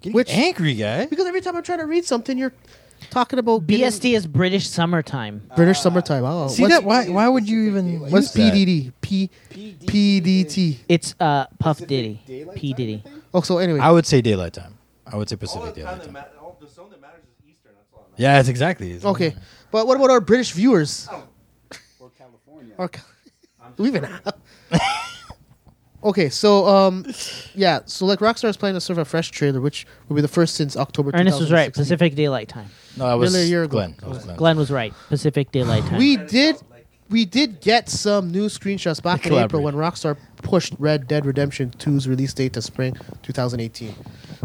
Speaker 8: getting
Speaker 7: Which-
Speaker 8: angry guy?
Speaker 7: Because every time I'm trying to read something, you're talking about getting-
Speaker 4: BST is British Summertime.
Speaker 7: British Summertime. Oh,
Speaker 8: See
Speaker 7: what's,
Speaker 8: that? Why? Why would you even?
Speaker 7: What's
Speaker 8: use that?
Speaker 7: PDD? P PDT.
Speaker 4: It's uh, Puff Diddy. P. Diddy.
Speaker 7: Oh, so anyway,
Speaker 8: I would say daylight time. I would say Pacific daylight time. Yeah, it's exactly. it's-
Speaker 7: okay. But what about our British viewers?
Speaker 5: Oh. Or California.
Speaker 7: Or ca- Do we even have? okay, so um, yeah, so like Rockstar is planning to serve a fresh trailer, which will be the first since October.
Speaker 4: Ernest was right.
Speaker 7: 2016.
Speaker 4: Pacific Daylight Time.
Speaker 8: No, that was
Speaker 7: Really, a year ago.
Speaker 8: Glenn. That was Glenn.
Speaker 4: Glenn was right. Pacific Daylight Time.
Speaker 7: We did, we did get some new screenshots back in April
Speaker 8: Collaborate.
Speaker 7: when Rockstar pushed Red Dead Redemption 2's release date to spring 2018.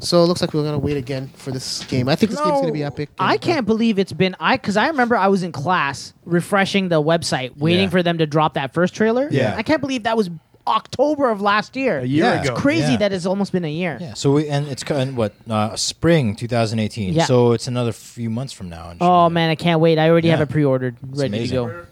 Speaker 7: So it looks like we're gonna wait again for this game. I think this game's gonna be epic.
Speaker 4: I
Speaker 7: and, uh,
Speaker 4: can't believe it's been I because I remember I was in class refreshing the website, waiting
Speaker 8: Yeah.
Speaker 4: for them to drop that first trailer.
Speaker 8: Yeah.
Speaker 4: I can't believe that was October of last year. A
Speaker 5: year
Speaker 8: Yeah.
Speaker 5: ago.
Speaker 4: It's crazy
Speaker 8: Yeah.
Speaker 4: that it's almost been a year.
Speaker 8: Yeah. So we and it's and what uh, spring 2018.
Speaker 4: Yeah.
Speaker 8: So it's another few months from now. and
Speaker 4: Oh
Speaker 8: shit.
Speaker 4: man, I can't wait. I already
Speaker 8: Yeah.
Speaker 4: have it pre-ordered, ready
Speaker 8: amazing.
Speaker 4: to go.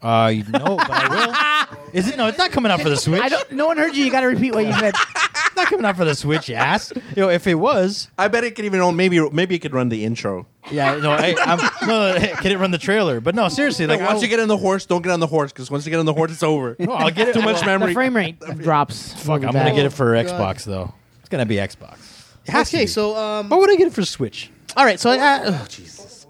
Speaker 8: Uh, you know, but I will. Is it? No, it's not coming out for the Switch.
Speaker 4: I don't. No one heard you. You got to repeat what you said.
Speaker 8: It's not coming out for the Switch, you ass. Yo, if it was,
Speaker 9: I bet it could even own. Maybe maybe it could run the intro.
Speaker 8: yeah, no, I, I'm, no, no, can it run the trailer? But no, seriously, like,
Speaker 9: once
Speaker 8: I'll,
Speaker 9: you get on the horse, don't get on the horse because once you get on the horse, it's over.
Speaker 8: no, I'll get it.
Speaker 9: Too much
Speaker 4: The
Speaker 9: memory.
Speaker 4: frame rate drops.
Speaker 8: Fuck, I'm gonna get it for Xbox though. Oh, It's gonna be Xbox. It has to
Speaker 7: Okay,
Speaker 8: be.
Speaker 7: so um,
Speaker 8: What would I get it for Switch?
Speaker 7: all right, so I, I, oh Jesus,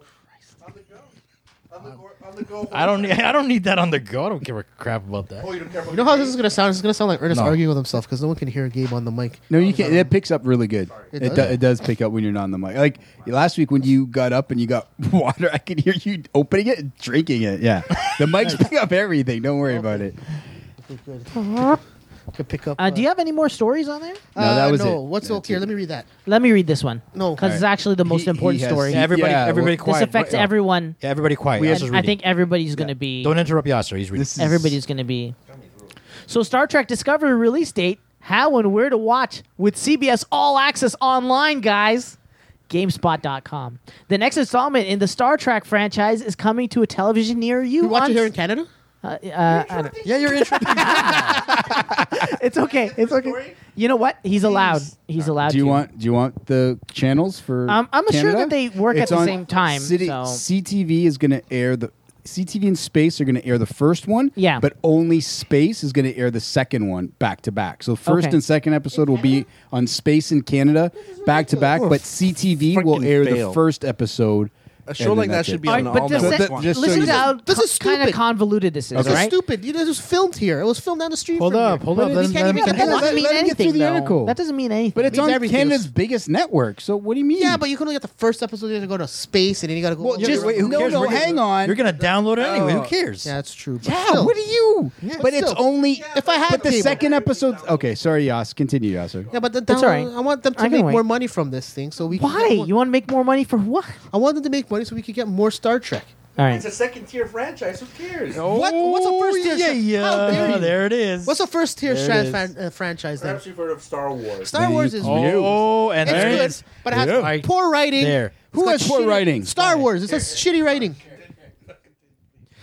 Speaker 8: I don't. Need, I don't need that on the go. I don't give a crap about that.
Speaker 7: you know how this is gonna sound? It's gonna sound like Ernest
Speaker 8: No.
Speaker 7: arguing with himself because no one can hear Gabe on the mic.
Speaker 5: No, you can't. It picks up really good. It,
Speaker 7: It
Speaker 5: do-
Speaker 7: does.
Speaker 5: it does pick up when you're not on the mic. Like last week when you got up and you got water, I could hear you opening it and drinking it. Yeah, the mics pick up everything. Don't worry about it.
Speaker 7: Uh-huh. Could pick up.
Speaker 4: Uh, do you have any more stories on there?
Speaker 5: No, that was
Speaker 7: Uh, no,
Speaker 5: it.
Speaker 7: What's
Speaker 5: Yeah,
Speaker 7: okay?
Speaker 5: that's
Speaker 7: Let
Speaker 5: it.
Speaker 7: me read that.
Speaker 4: Let me read this one.
Speaker 7: No.
Speaker 4: because it's
Speaker 5: Alright.
Speaker 4: actually the most
Speaker 5: He- he
Speaker 4: important
Speaker 5: has-
Speaker 4: story.
Speaker 5: Yeah,
Speaker 8: everybody,
Speaker 5: well-
Speaker 8: everybody,
Speaker 5: This
Speaker 4: this
Speaker 8: quiet.
Speaker 4: affects
Speaker 8: No.
Speaker 4: everyone.
Speaker 8: Yeah, everybody, quiet.
Speaker 5: We
Speaker 8: Yasser's
Speaker 4: And I
Speaker 8: reading.
Speaker 4: think everybody's going to be.
Speaker 8: Don't interrupt Yasser. He's reading.
Speaker 5: This is
Speaker 4: everybody's going to be. So, Star Trek Discovery release date, how and where to watch with CBS All Access Online, guys. GameSpot.com. The next installment in the Star Trek franchise is coming to a television near you.
Speaker 7: You watch
Speaker 4: on-
Speaker 7: it here in Canada?
Speaker 4: Uh, uh, I don't-
Speaker 8: yeah, you're interrupting.
Speaker 4: it's okay. It's okay. You know what? He's allowed. He's allowed.
Speaker 5: Do you
Speaker 4: to.
Speaker 5: want do you want the channels for?
Speaker 4: Um, I'm sure
Speaker 5: Canada?
Speaker 4: that they work at
Speaker 5: It's
Speaker 4: the
Speaker 5: on
Speaker 4: same time,
Speaker 5: City,
Speaker 4: so-
Speaker 5: CTV is going to air the CTV and Space are going to air the first one.
Speaker 4: Yeah.
Speaker 5: but only Space is going to air the second one back to back. So first
Speaker 4: Okay.
Speaker 5: and second episode will be on Space in Canada back to back, but CTV will
Speaker 9: Freaking
Speaker 5: air
Speaker 9: fail.
Speaker 5: the first episode.
Speaker 9: A
Speaker 5: and
Speaker 9: show
Speaker 5: then
Speaker 9: like that
Speaker 5: that's
Speaker 9: should
Speaker 5: it.
Speaker 9: be on
Speaker 4: Alright,
Speaker 9: all
Speaker 4: but the
Speaker 5: networks.
Speaker 4: se-
Speaker 5: Well, that- just so
Speaker 4: listen
Speaker 5: you
Speaker 4: to
Speaker 5: know.
Speaker 4: how
Speaker 7: This is
Speaker 4: kind of
Speaker 7: stupid.
Speaker 4: convoluted this is,
Speaker 7: This is
Speaker 4: right?
Speaker 7: stupid. You know, this was filmed here. It was filmed down the street.
Speaker 8: Hold
Speaker 7: from
Speaker 8: up,
Speaker 7: here.
Speaker 8: hold
Speaker 7: But
Speaker 8: up. That
Speaker 7: we
Speaker 8: doesn't-
Speaker 7: can't
Speaker 8: that
Speaker 7: even
Speaker 8: doesn't-
Speaker 7: get
Speaker 4: That
Speaker 7: the
Speaker 5: Let-
Speaker 4: doesn't
Speaker 5: let
Speaker 7: watch.
Speaker 4: mean
Speaker 5: him get
Speaker 4: anything.
Speaker 5: through the
Speaker 4: though.
Speaker 5: article.
Speaker 4: That doesn't mean anything.
Speaker 5: But it's
Speaker 7: Means
Speaker 5: on
Speaker 7: everything.
Speaker 5: Canada's biggest network. So what do you mean?
Speaker 7: Yeah, but you can only get the first episode. You have to go to space, and then you got to go. all the
Speaker 5: just-
Speaker 7: way around.
Speaker 5: wait, who No, cares? no, We're gonna- hang on.
Speaker 8: You're gonna download it anyway. Who cares?
Speaker 7: Yeah, that's true. But
Speaker 5: Yeah,
Speaker 7: still,
Speaker 5: what do you? but it's
Speaker 7: still.
Speaker 5: only
Speaker 7: If I had
Speaker 5: But the
Speaker 7: cable.
Speaker 5: second episode. Okay, sorry, Yas. Continue, Yasser.
Speaker 7: Yeah, but the
Speaker 4: That's
Speaker 7: download-
Speaker 4: all right.
Speaker 7: I want them
Speaker 4: I
Speaker 7: to
Speaker 4: can
Speaker 7: make
Speaker 4: wait.
Speaker 7: more money from this thing, so we. can
Speaker 4: Why?
Speaker 7: get more-
Speaker 4: You want to make more money for what?
Speaker 7: I want them to make money so we could get more Star Trek.
Speaker 4: All right.
Speaker 9: second tier franchise. Who cares?
Speaker 7: What? What's the first tier?
Speaker 8: Oh, Yeah,
Speaker 7: sha- How dare
Speaker 8: yeah.
Speaker 7: you?
Speaker 8: There it is.
Speaker 7: What's the first tier
Speaker 8: There it
Speaker 7: shan-
Speaker 8: is.
Speaker 7: fan, uh, franchise then?
Speaker 9: Perhaps you've heard of Star Wars.
Speaker 7: Star Wars is
Speaker 5: Oh,
Speaker 7: new.
Speaker 8: Oh, and
Speaker 7: It's
Speaker 8: there it
Speaker 7: good,
Speaker 8: is.
Speaker 7: but it has
Speaker 8: Yeah.
Speaker 7: poor writing.
Speaker 8: There.
Speaker 5: Who
Speaker 7: It's
Speaker 5: has
Speaker 7: got
Speaker 5: poor
Speaker 7: shitty-
Speaker 5: writing?
Speaker 7: Star Wars. It says shitty writing.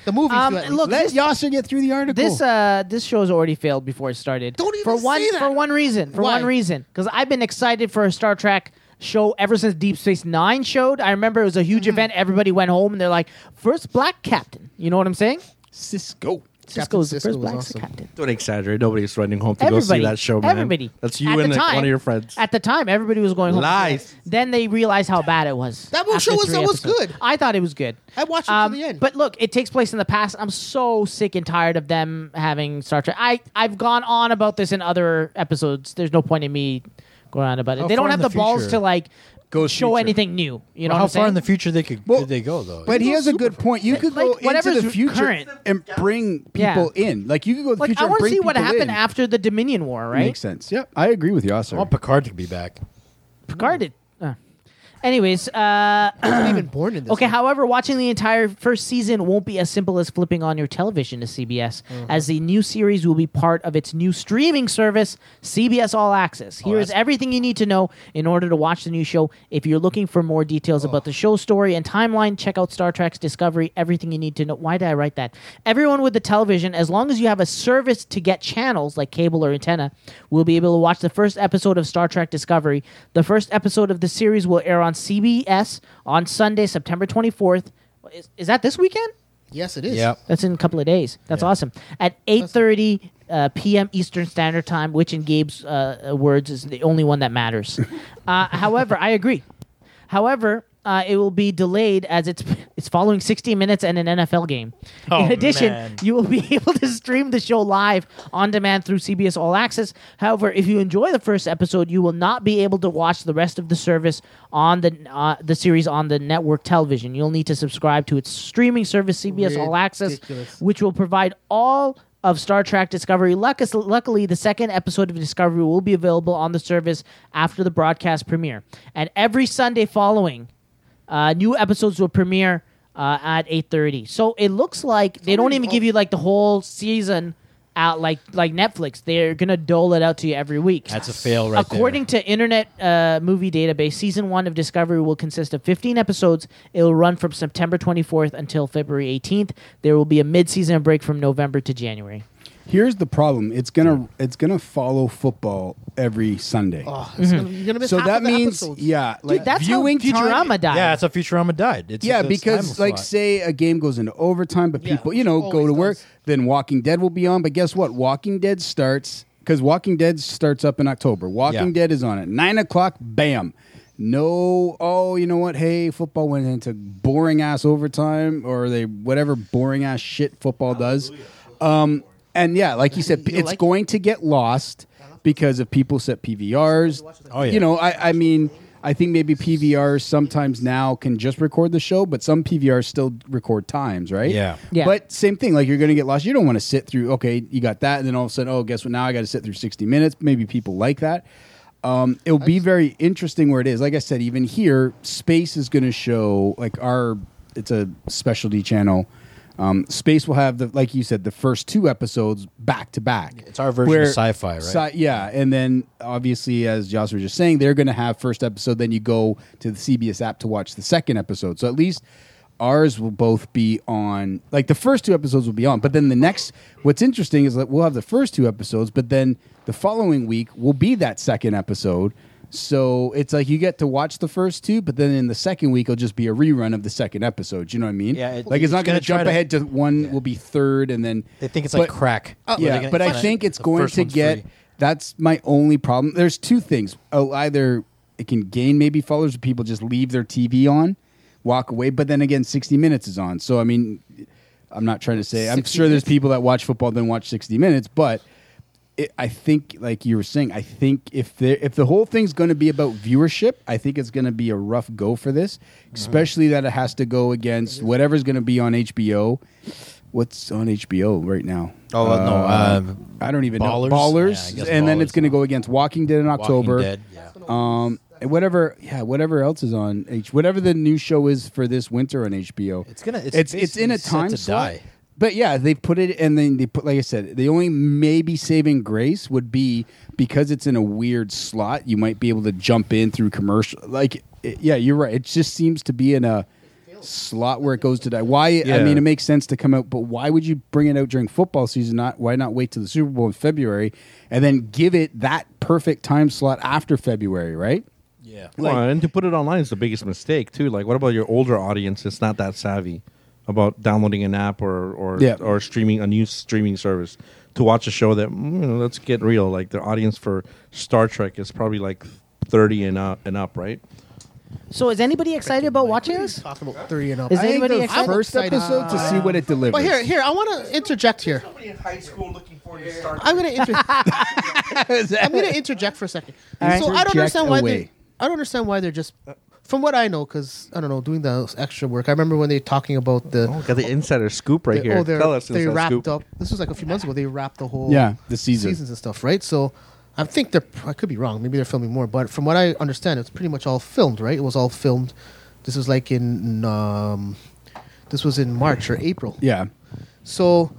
Speaker 7: The movie's
Speaker 4: Um,
Speaker 7: good. at
Speaker 4: look,
Speaker 7: least.
Speaker 5: Let Yasser get through the article.
Speaker 4: This uh, this show's already failed before it started.
Speaker 7: Don't even
Speaker 4: for one
Speaker 7: say that.
Speaker 4: for one reason. For
Speaker 7: Why?
Speaker 4: one reason, because I've been excited for a Star Trek show ever since Deep Space Nine showed. I remember it was a huge
Speaker 7: Mm-hmm.
Speaker 4: event. Everybody went home and they're like, first black captain. You know what I'm saying?
Speaker 5: Cisco.
Speaker 4: Cisco was the
Speaker 7: Cisco
Speaker 4: first
Speaker 7: was
Speaker 4: black
Speaker 7: awesome.
Speaker 4: captain.
Speaker 9: Don't exaggerate. Nobody's running home to
Speaker 4: Everybody,
Speaker 9: go see that show, man.
Speaker 4: everybody.
Speaker 9: That's you
Speaker 4: At the
Speaker 9: and like,
Speaker 4: time-
Speaker 9: one of your friends.
Speaker 4: At the time, everybody was going home.
Speaker 9: Lies.
Speaker 4: Then they realized how bad it was.
Speaker 7: That whole
Speaker 4: after
Speaker 7: show was-
Speaker 4: three
Speaker 7: that was
Speaker 4: episodes.
Speaker 7: good.
Speaker 4: I thought it was good.
Speaker 7: I watched it to the end.
Speaker 4: um, But look, it takes place in the past. I'm so sick and tired of them having Star Trek. I I've gone on about this in other episodes. There's no point in me going on about it.
Speaker 8: How
Speaker 4: they
Speaker 8: far
Speaker 4: don't have
Speaker 8: in
Speaker 4: the,
Speaker 8: the
Speaker 4: balls
Speaker 8: future?
Speaker 4: to like
Speaker 5: Go
Speaker 4: show
Speaker 5: future.
Speaker 4: anything new. You know
Speaker 8: How
Speaker 4: what I'm
Speaker 8: far in
Speaker 4: saying?
Speaker 8: the future they could
Speaker 5: Well,
Speaker 8: did they go though?
Speaker 5: But he has a good point. You could go
Speaker 4: like, whatever's
Speaker 5: into the future
Speaker 4: current.
Speaker 5: and bring
Speaker 4: Yeah.
Speaker 5: people in. Like you could go to the
Speaker 4: like
Speaker 5: future
Speaker 4: I
Speaker 5: and
Speaker 4: want to
Speaker 5: bring
Speaker 4: see what
Speaker 5: people
Speaker 4: happened
Speaker 5: in.
Speaker 4: after the Dominion War, right?
Speaker 5: Makes sense. Yeah, I agree with
Speaker 8: I
Speaker 5: Yasser.
Speaker 8: want Picard to be back.
Speaker 4: Picard did. uh. Anyways, uh,
Speaker 7: wasn't even born in this.
Speaker 4: Okay,
Speaker 7: one.
Speaker 4: however, watching the entire first season won't be as simple as flipping on your television to CBS,
Speaker 7: Mm-hmm.
Speaker 4: as the new series will be part of its new streaming service, CBS All Access.
Speaker 7: Oh,
Speaker 4: Here is
Speaker 8: that's-
Speaker 4: everything you need to know in order to watch the new show. If you're looking for more details about the show story and timeline, check out Star Trek's Discovery, everything you need to know. Why did I write that? Everyone with the television, as long as you have a service to get channels like cable or antenna, will be able to watch the first episode of Star Trek Discovery. The first episode of the series will air on CBS on Sunday, September 24th. Is, is that this weekend?
Speaker 7: Yes, it is.
Speaker 8: Yep.
Speaker 4: That's in a couple of days. That's awesome. At 8:30 uh, p.m. Eastern Standard Time, which in Gabe's uh, uh, words is the only one that matters. uh, however, I agree. However, uh, it will be delayed as it's it's following 60 minutes and an NFL game.
Speaker 8: Oh,
Speaker 4: in addition,
Speaker 8: man.
Speaker 4: you will be able to stream the show live on demand through CBS All Access. However, if you enjoy the first episode, you will not be able to watch the rest of the service on the uh, the series on the network television. You'll need to subscribe to its streaming service, CBS All Access,
Speaker 7: Ridiculous.
Speaker 4: which will provide all of Star Trek Discovery. Luck- Luckily, the second episode of Discovery will be available on the service after the broadcast premiere, and every Sunday following. Uh, new episodes will premiere uh, at eight thirty. So it looks like they don't even give you like the whole season out like like Netflix. They're gonna dole it out to you every week.
Speaker 8: That's a fail right there.
Speaker 4: According to Internet uh, Movie Database, season one of Discovery will consist of 15 episodes. It will run from September 24th until February 18th. There will be a mid-season break from November to January.
Speaker 5: Here's the problem. It's gonna it's gonna follow football every Sunday.
Speaker 7: Oh, it's gonna, you're gonna miss
Speaker 5: so
Speaker 7: half
Speaker 5: that
Speaker 7: of the
Speaker 5: means
Speaker 7: episodes.
Speaker 5: yeah, like
Speaker 4: Dude, that's
Speaker 5: viewing
Speaker 4: how Futurama
Speaker 5: time-
Speaker 4: died.
Speaker 8: Yeah, it's how Futurama died. It's
Speaker 5: yeah,
Speaker 8: it's
Speaker 5: because
Speaker 8: time
Speaker 5: like
Speaker 8: slot.
Speaker 5: say a game goes into overtime, but
Speaker 7: Yeah,
Speaker 5: people you know go
Speaker 7: always
Speaker 5: to work.
Speaker 7: does.
Speaker 5: Then Walking Dead will be on, but guess what? Walking Dead starts because Walking Dead starts up in October. Walking
Speaker 8: Yeah.
Speaker 5: Dead is on at nine o'clock. Bam. No, oh, you know what? Hey, football went into boring ass overtime, or they whatever boring ass shit football does. Um, and yeah, like you said,
Speaker 7: You'll
Speaker 5: it's
Speaker 7: like-
Speaker 5: going to get lost because if people set PVRs,
Speaker 8: Oh, yeah.
Speaker 5: you know, I, I mean, I think maybe PVRs sometimes now can just record the show, but some PVRs still record times, right?
Speaker 8: Yeah.
Speaker 4: Yeah.
Speaker 5: But same thing, like you're going to get lost. You don't want to sit through, okay, you got that. And then all of a sudden, oh, guess what? Now I got to sit through 60 minutes. Maybe people like that. Um, it'll be very interesting where it is. Like I said, even here, space is going to show, like our, it's a specialty channel. Um, space will have the, like you said, the first two episodes back to back.
Speaker 8: It's our version of sci-fi, right?
Speaker 5: sci- yeah, and then obviously, as Josh was just saying, they're going to have first episode. Then you go to the CBS app to watch the second episode. So at least ours will both be on. Like the first two episodes will be on, but then the next. What's interesting is that we'll have the first two episodes, but then the following week will be that second episode. So it's like you get to watch the first two, but then in the second week it'll just be a rerun of the second episode. You know what I mean?
Speaker 8: Yeah, it-
Speaker 5: like it's
Speaker 8: it's
Speaker 5: not going
Speaker 8: gonna
Speaker 5: to jump
Speaker 8: try to-
Speaker 5: ahead to one will be third, and then
Speaker 8: They think it's like
Speaker 5: but- uh,
Speaker 8: crack. Where they're
Speaker 5: yeah,
Speaker 8: gonna-
Speaker 5: but I
Speaker 8: Oh, like,
Speaker 5: think it's
Speaker 8: the
Speaker 5: going
Speaker 8: first
Speaker 5: to
Speaker 8: one's
Speaker 5: get.
Speaker 8: free.
Speaker 5: That's my only problem. There's two things. Oh, either it can gain maybe followers, or people just leave their TV on, walk away. But then again, 60 Minutes is on. So I mean, I'm not trying to say. I'm
Speaker 7: 60
Speaker 5: sure there's
Speaker 7: Minutes.
Speaker 5: people that watch football then watch 60 Minutes, but. It, I think, like you were saying, I think if there, if the whole thing's going to be about viewership, I think it's going to be a rough go for this,
Speaker 8: Mm-hmm.
Speaker 5: especially that it has to go against whatever's going to be on HBO. What's on HBO right now?
Speaker 8: Oh, well, no, uh,
Speaker 5: I don't even
Speaker 8: Ballers?
Speaker 5: know. Ballers,
Speaker 8: Yeah, I guess
Speaker 5: and then
Speaker 8: Ballers,
Speaker 5: it's going to
Speaker 8: huh?
Speaker 5: go against Walking Dead in
Speaker 8: Walking
Speaker 5: October.
Speaker 8: Dead, yeah.
Speaker 5: Um, and whatever, yeah, whatever else is on H, whatever the new show is for this winter on HBO.
Speaker 8: It's gonna- it's
Speaker 5: it's, it's in a
Speaker 8: basically set
Speaker 5: time
Speaker 8: to
Speaker 5: slot.
Speaker 8: die.
Speaker 5: But yeah, they put it, and then they put, like I said, the only maybe saving grace would be because it's in a weird slot. You might be able to jump in through commercial. Like, it- yeah, you're right. It just seems to be in a slot where it goes to die. Why? I
Speaker 8: Yeah.
Speaker 5: mean, it makes sense to come out, but why would you bring it out during football season? Not why not wait till the Super Bowl in February and then give it that perfect time slot after February, right?
Speaker 8: Yeah.
Speaker 9: Well, and to put it online is the biggest mistake too. Like, what about your older audience? that's not that savvy about downloading an app or or
Speaker 5: Yeah.
Speaker 9: or streaming a new streaming service to watch a show that mm, you know. Let's get real. Like, their audience for Star Trek is probably like thirty and up, and up, right?
Speaker 4: So, is anybody excited about watching
Speaker 7: He's
Speaker 4: this?
Speaker 7: talking about three and up.
Speaker 4: Is
Speaker 5: I think
Speaker 4: anybody
Speaker 5: the
Speaker 4: excited?
Speaker 5: first episode to see what it delivers.
Speaker 7: But here, here, I want to interject here.
Speaker 9: in high school looking forward to Star
Speaker 7: I'm gonna. Inter- I'm gonna interject for a second. So I don't
Speaker 5: Interject
Speaker 7: understand why
Speaker 5: away.
Speaker 7: they. I don't understand why they're just. From what I know, because I don't know, doing the extra work. I remember when they were talking about the.
Speaker 9: Oh, got the insider scoop right
Speaker 7: the-
Speaker 9: here.
Speaker 7: oh, they're-
Speaker 9: Tell us
Speaker 7: they
Speaker 9: inside
Speaker 7: wrapped
Speaker 9: scoop.
Speaker 7: up. This was like a few months ago. They wrapped the whole
Speaker 5: Yeah, the season.
Speaker 7: seasons and stuff, right? So I think they're. I could be wrong. Maybe they're filming more. But from what I understand, it's pretty much all filmed, right? It was all filmed. This was like in. Um, this was in March or April.
Speaker 5: Yeah.
Speaker 7: So,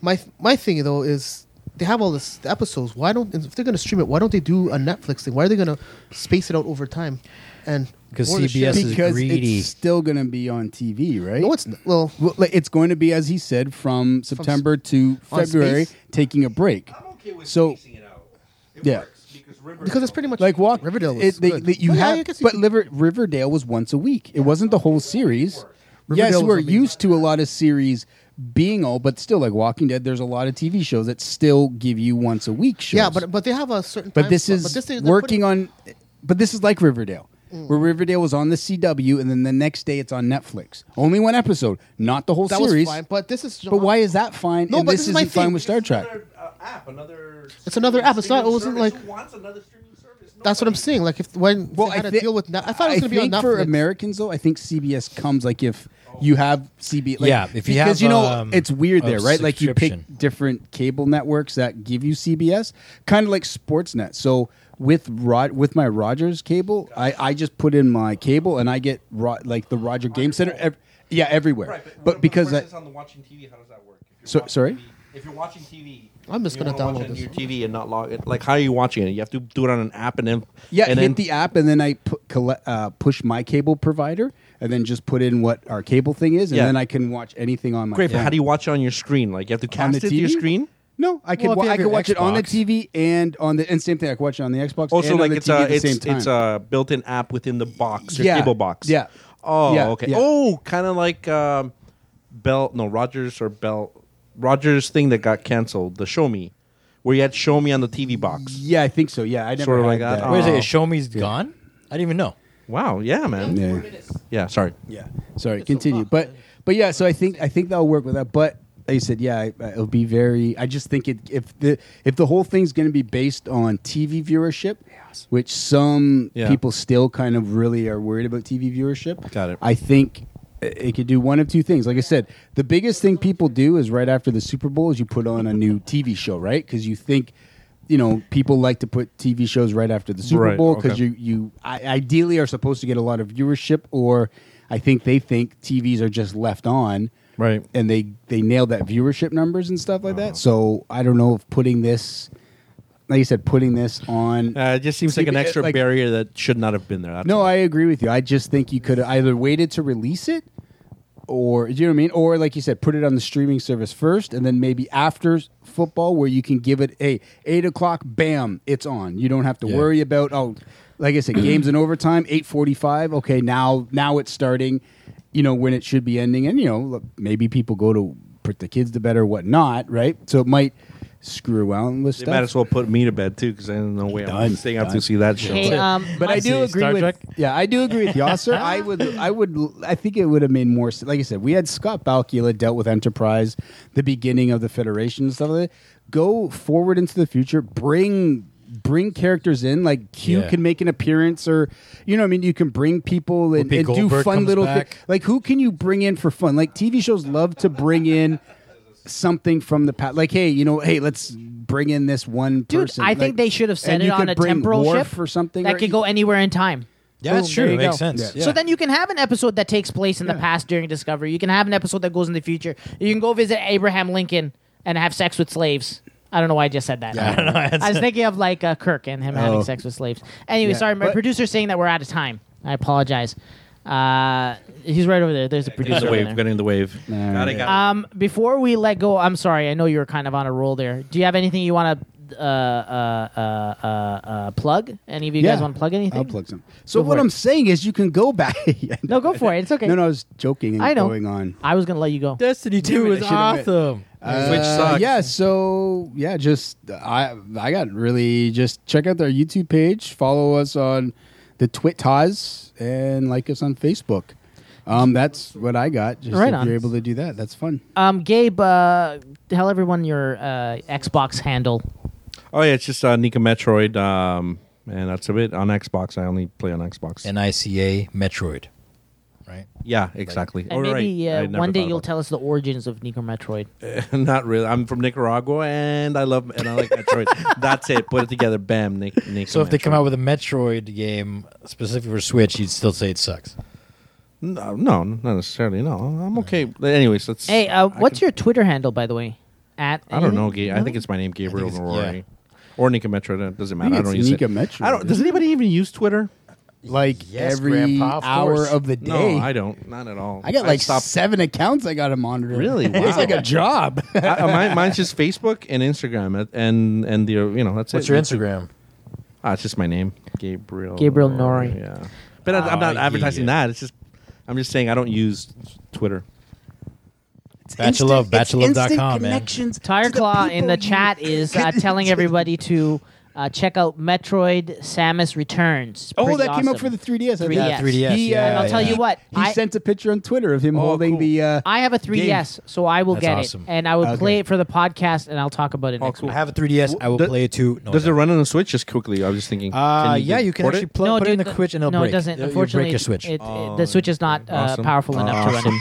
Speaker 7: my my thing though is they have all this the episodes. Why don't if they're gonna stream it? Why don't they do a Netflix thing? Why are they gonna space it out over time? And
Speaker 8: 'Cause
Speaker 7: more of the
Speaker 8: CBS
Speaker 7: shit-
Speaker 8: is
Speaker 5: because
Speaker 8: greedy.
Speaker 5: it's still going to be on TV, right?
Speaker 7: no, it's n- well.
Speaker 5: Well, like, it's going to be, as he said, from September to
Speaker 7: on
Speaker 5: February,
Speaker 7: space?
Speaker 5: taking a break. so, yeah.
Speaker 7: Because it's pretty much
Speaker 5: Like walk
Speaker 7: Riverdale. Was
Speaker 5: it- they-
Speaker 7: good.
Speaker 5: they- you
Speaker 7: Well, yeah,
Speaker 5: have,
Speaker 7: I guess you
Speaker 5: but
Speaker 7: could-
Speaker 5: Liver, Riverdale was once a week. It wasn't the whole series.
Speaker 7: Riverdale
Speaker 5: yes,
Speaker 7: was
Speaker 5: we're
Speaker 7: amazing.
Speaker 5: used to a lot of series being all, but still, like Walking Dead, there's a lot of TV shows that still give you once a week shows.
Speaker 7: yeah, but but they have a certain.
Speaker 5: But
Speaker 7: time
Speaker 5: this
Speaker 7: slot.
Speaker 5: is
Speaker 7: but thing they're
Speaker 5: working
Speaker 7: putting- Mm.
Speaker 5: on. But this is like Riverdale, where Riverdale was on the CW, and then the next day it's on Netflix. Only one episode, not the whole
Speaker 7: That
Speaker 5: series.
Speaker 7: was fine, but this is.
Speaker 5: But why is that fine?
Speaker 7: No,
Speaker 5: and
Speaker 7: but
Speaker 5: this,
Speaker 7: this is
Speaker 5: isn't
Speaker 7: my
Speaker 5: fine
Speaker 7: thing.
Speaker 5: with Star Trek.
Speaker 9: uh, app, another
Speaker 7: It's another app. It's not- it wasn't like-
Speaker 9: wants another streaming service?
Speaker 7: That's what I'm saying. Like if when
Speaker 5: Well,
Speaker 7: they
Speaker 5: I
Speaker 7: had to
Speaker 5: thi-
Speaker 7: deal with. Net- I thought it was going to be on
Speaker 5: think for
Speaker 7: Netflix.
Speaker 5: Americans though, I think CBS comes like if you have CBS. Like,
Speaker 8: Yeah, if you
Speaker 5: because
Speaker 8: have,
Speaker 5: you know
Speaker 8: um,
Speaker 5: it's weird
Speaker 8: a
Speaker 5: there, right? Like you pick
Speaker 8: subscription.
Speaker 5: different cable networks that give you CBS, kind of like Sportsnet. So with Rod with my Rogers cable, I, I just put in my cable and I get ro- like the Roger Game Center. Ev- yeah, everywhere. but because I,
Speaker 9: it's on the watching TV, how does that work? If you're
Speaker 5: So-
Speaker 9: watching
Speaker 5: sorry?
Speaker 9: TV if you're watching TV,
Speaker 7: I'm just
Speaker 9: you
Speaker 7: gonna
Speaker 9: wanna watch
Speaker 7: download
Speaker 9: it on
Speaker 7: this
Speaker 9: your
Speaker 7: one.
Speaker 9: TV and not log it. Like, how are you watching it? You have to do it on an app and then
Speaker 5: yeah,
Speaker 9: and
Speaker 5: hit
Speaker 9: then,
Speaker 5: the app and then I pu- collect, uh, push my cable provider and then just put in what our cable thing is, and
Speaker 9: Yeah.
Speaker 5: then I can watch anything on my.
Speaker 9: Great, but
Speaker 5: phone.
Speaker 9: how do you watch it on your screen? Like, you have to cast
Speaker 5: on the
Speaker 9: it to
Speaker 5: TV?
Speaker 9: your screen.
Speaker 5: No, I could
Speaker 7: Well, if
Speaker 5: wa-
Speaker 7: you
Speaker 5: I
Speaker 7: have
Speaker 5: could
Speaker 7: your
Speaker 5: watch it on the
Speaker 7: Xbox.
Speaker 5: TV and on the and same thing. I could watch it on the Xbox.
Speaker 9: Also,
Speaker 5: and
Speaker 9: Oh, like
Speaker 5: on
Speaker 9: it's
Speaker 5: the TV
Speaker 9: a
Speaker 5: at the
Speaker 9: it's,
Speaker 5: same time.
Speaker 9: it's a built-in app within the box, your
Speaker 5: Yeah,
Speaker 9: cable box.
Speaker 5: yeah.
Speaker 9: Oh,
Speaker 5: Yeah,
Speaker 9: okay.
Speaker 5: yeah.
Speaker 9: Oh, kind of like um, Bell. No, Rogers or Bell. Rogers thing that got canceled. The Show Me, where you had Show Me on the TV box.
Speaker 5: yeah, I think so. Yeah, I never
Speaker 9: uh, Sort of
Speaker 5: had
Speaker 9: like that.
Speaker 8: Wait a
Speaker 9: Oh.
Speaker 5: Uh,
Speaker 8: second, Show Me's gone? I didn't even know.
Speaker 9: Wow. Yeah, man. Yeah.
Speaker 5: Yeah,
Speaker 9: sorry.
Speaker 5: yeah. Sorry, continue. But but yeah, so I think I think that'll work with that. But like you said, yeah, I- I- it'll be very. I just think it if the if the whole thing's going to be based on TV viewership, which some
Speaker 9: Yeah.
Speaker 5: people still kind of really are worried about TV viewership.
Speaker 9: Got it.
Speaker 5: I think. i- It could do one of two things. Like I said, the biggest thing people do is right after the Super Bowl is you put on a new TV show, right? Because you think, you know, people like to put TV shows right after the Super
Speaker 9: Right,
Speaker 5: Bowl because
Speaker 9: okay.
Speaker 5: you you I, ideally are supposed to get a lot of viewership, or I think they think TVs are just left on,
Speaker 9: Right.
Speaker 5: And they they nailed that viewership numbers and stuff like that. So I don't know if putting this, like you said, putting this on.
Speaker 9: Uh, it just seems like an
Speaker 5: See, it-
Speaker 9: extra
Speaker 5: like-
Speaker 9: barrier that should not have been there. That's
Speaker 5: no,
Speaker 9: all.
Speaker 5: I agree with you. I just think you could have either waited to release it, or do you know what I mean? Or like you said, put it on the streaming service first, and then maybe after s- football, where you can give it a eight o'clock, bam, it's on. You don't have to
Speaker 8: Yeah.
Speaker 5: worry about oh, like I said, games in overtime, eight forty five. Okay, now now it's starting. You know when it should be ending, and you know look, maybe people go to put the kids to bed or whatnot, right? So it might screw around with
Speaker 9: They
Speaker 5: stuff.
Speaker 9: might as well put me to bed too, because I don't know way I'm
Speaker 5: Done.
Speaker 9: staying up
Speaker 5: Done.
Speaker 9: to see that show.
Speaker 4: Hey, um,
Speaker 5: But I,
Speaker 8: I
Speaker 5: do
Speaker 8: say
Speaker 5: agree
Speaker 8: Star
Speaker 5: with
Speaker 8: Trek.
Speaker 5: yeah, I do agree with Yasser. I would I would I think it would have made more sense. Like I said, we had Scott Bakula dealt with Enterprise, the beginning of the Federation and stuff like that. Go forward into the future, bring bring characters in like Q
Speaker 8: Yeah.
Speaker 5: can make an appearance or you know what I mean you can bring people and,
Speaker 8: Whoopi
Speaker 5: and do
Speaker 8: Goldberg
Speaker 5: fun
Speaker 8: comes
Speaker 5: little things.
Speaker 8: back.
Speaker 5: Like who can you bring in for fun? Like TV shows love to bring in something from the past. Like hey, you know, hey, let's bring in this one
Speaker 4: Dude,
Speaker 5: person.
Speaker 4: I
Speaker 5: Like-
Speaker 4: think they should have set
Speaker 5: and
Speaker 4: it
Speaker 5: you
Speaker 4: on
Speaker 5: could
Speaker 4: a
Speaker 5: bring
Speaker 4: temporal
Speaker 5: Worf
Speaker 4: ship
Speaker 5: or something
Speaker 4: that
Speaker 5: or-
Speaker 4: could go anywhere in time.
Speaker 8: Yeah, that's
Speaker 4: Boom,
Speaker 8: true.
Speaker 4: there you
Speaker 8: Makes
Speaker 4: go.
Speaker 8: sense.
Speaker 5: Yeah.
Speaker 4: So then you can have an episode that takes place in the past during Discovery. You can have an episode that goes in the future. You can go visit Abraham Lincoln and have sex with slaves. I don't know why I just said that. I,
Speaker 8: don't know.
Speaker 4: was thinking of like uh, Kirk and him having sex with slaves. Anyway,
Speaker 5: Oh. Yeah,
Speaker 4: sorry, my
Speaker 5: but-
Speaker 4: producer's saying that we're out of time. I apologize. Uh, he's right over there. There's the
Speaker 9: Getting
Speaker 4: producer.
Speaker 9: the
Speaker 4: over
Speaker 9: wave,
Speaker 4: there.
Speaker 9: getting the wave. Got it, got it.
Speaker 4: Um, before we let go, I'm sorry. I know you were kind of on a roll there. Do you have anything you want to uh, uh, uh, uh, uh, plug? Any of you guys want to plug anything?
Speaker 5: I'll plug some. So
Speaker 4: Go for
Speaker 5: what
Speaker 4: it.
Speaker 5: I'm saying is, you can go back. Yeah,
Speaker 4: No, go for it. It's okay.
Speaker 5: No, no, I was joking. And
Speaker 4: I know.
Speaker 5: Going on.
Speaker 4: I was gonna let you go.
Speaker 8: Destiny 2 is awesome.
Speaker 9: Which
Speaker 8: Uh,
Speaker 9: sucks.
Speaker 5: Uh, Yeah. So yeah, just I I got really just check out our YouTube page, follow us on the Twitters, and like us on Facebook. Um, that's what I got. Just
Speaker 4: Right
Speaker 5: if
Speaker 4: on.
Speaker 5: you're able to do that, that's fun.
Speaker 4: Um, Gabe, uh, tell everyone your uh, Xbox handle.
Speaker 9: Oh yeah, it's just uh, Nika Metroid, um, and that's a bit on Xbox. I only play on Xbox.
Speaker 8: NICA Metroid. right?
Speaker 9: Yeah, exactly.
Speaker 4: And
Speaker 9: All right.
Speaker 4: maybe
Speaker 9: I
Speaker 4: uh,
Speaker 9: never
Speaker 4: one day
Speaker 9: thought
Speaker 4: you'll
Speaker 9: about Uh,
Speaker 4: tell us the origins of Negro Metroid.
Speaker 9: that. Not really. I'm from Nicaragua, and I love and I like Metroid. That's it. Put it together. Bam. Nick, Nick
Speaker 8: So if they come
Speaker 9: Metroid.
Speaker 8: out with a Metroid game specifically for Switch, you'd still say it sucks.
Speaker 9: no, no, not necessarily. No, I'm okay. But anyways, let's.
Speaker 4: Hey, uh,
Speaker 9: I
Speaker 4: what's
Speaker 9: can-
Speaker 4: your Twitter handle, by the way? At
Speaker 9: I don't
Speaker 4: anything?
Speaker 9: know. Ga- I
Speaker 4: No?
Speaker 9: think it's my name, Gabriel
Speaker 8: it's-
Speaker 9: Norori.
Speaker 8: yeah.
Speaker 9: Or Nika Metroid. It doesn't
Speaker 5: I
Speaker 9: matter.
Speaker 5: think
Speaker 9: I, don't
Speaker 5: it's
Speaker 9: use
Speaker 5: Nika
Speaker 9: it.
Speaker 5: Metroid.
Speaker 9: I don't. Does anybody even use Twitter?
Speaker 5: like
Speaker 8: Yes,
Speaker 5: every
Speaker 8: Grandpa, of
Speaker 5: hour
Speaker 8: course.
Speaker 5: of the day.
Speaker 9: No, I don't. Not at all.
Speaker 5: I got like
Speaker 9: stop.
Speaker 5: seven accounts I got to monitor.
Speaker 9: Really?
Speaker 5: it's
Speaker 9: Wow.
Speaker 5: like a job.
Speaker 9: I, uh, mine, mine's just Facebook and Instagram, uh, and and the you know that's
Speaker 8: What's
Speaker 9: it.
Speaker 8: your Instagram?
Speaker 9: Ah, it's just my name, Gabriel.
Speaker 4: Gabriel Nori.
Speaker 9: Yeah, but I,
Speaker 8: Oh,
Speaker 9: I'm not
Speaker 8: I
Speaker 9: advertising
Speaker 8: get it.
Speaker 9: that. It's just I'm just saying I don't use Twitter.
Speaker 8: Bachelor, bachelor.com, man.
Speaker 5: connections.
Speaker 4: Tire Claw in the chat is uh, telling everybody to uh, check out Metroid Samus Returns.
Speaker 5: Oh,
Speaker 4: Pretty
Speaker 5: that came out
Speaker 4: awesome.
Speaker 5: for the 3DS. I think.
Speaker 4: 3DS. Yeah, 3DS,
Speaker 5: He,
Speaker 8: yeah,
Speaker 5: uh,
Speaker 4: And I'll tell you what,
Speaker 5: He
Speaker 4: I,
Speaker 5: sent a picture on Twitter of him
Speaker 9: Oh,
Speaker 5: holding
Speaker 9: cool.
Speaker 5: the. Uh,
Speaker 4: I have a 3DS, so I will
Speaker 8: That's
Speaker 4: get
Speaker 8: awesome.
Speaker 4: it, and I will
Speaker 5: Okay.
Speaker 4: play it for the podcast, and I'll talk about it next
Speaker 9: cool.
Speaker 8: I
Speaker 4: week.
Speaker 8: have a 3DS. I will
Speaker 9: Does-
Speaker 8: play it too. No,
Speaker 9: Does
Speaker 8: I
Speaker 9: it
Speaker 8: don't.
Speaker 9: run on the Switch just quickly? I was just thinking.
Speaker 8: Uh, yeah, you can
Speaker 9: port it?
Speaker 8: actually plug, put it in the Switch and it'll
Speaker 4: no,
Speaker 8: break.
Speaker 4: it doesn't.
Speaker 8: It'll- it'll break
Speaker 4: Unfortunately,
Speaker 8: your Switch.
Speaker 4: It, it- the Switch is not uh,
Speaker 9: Awesome.
Speaker 4: powerful enough to run it.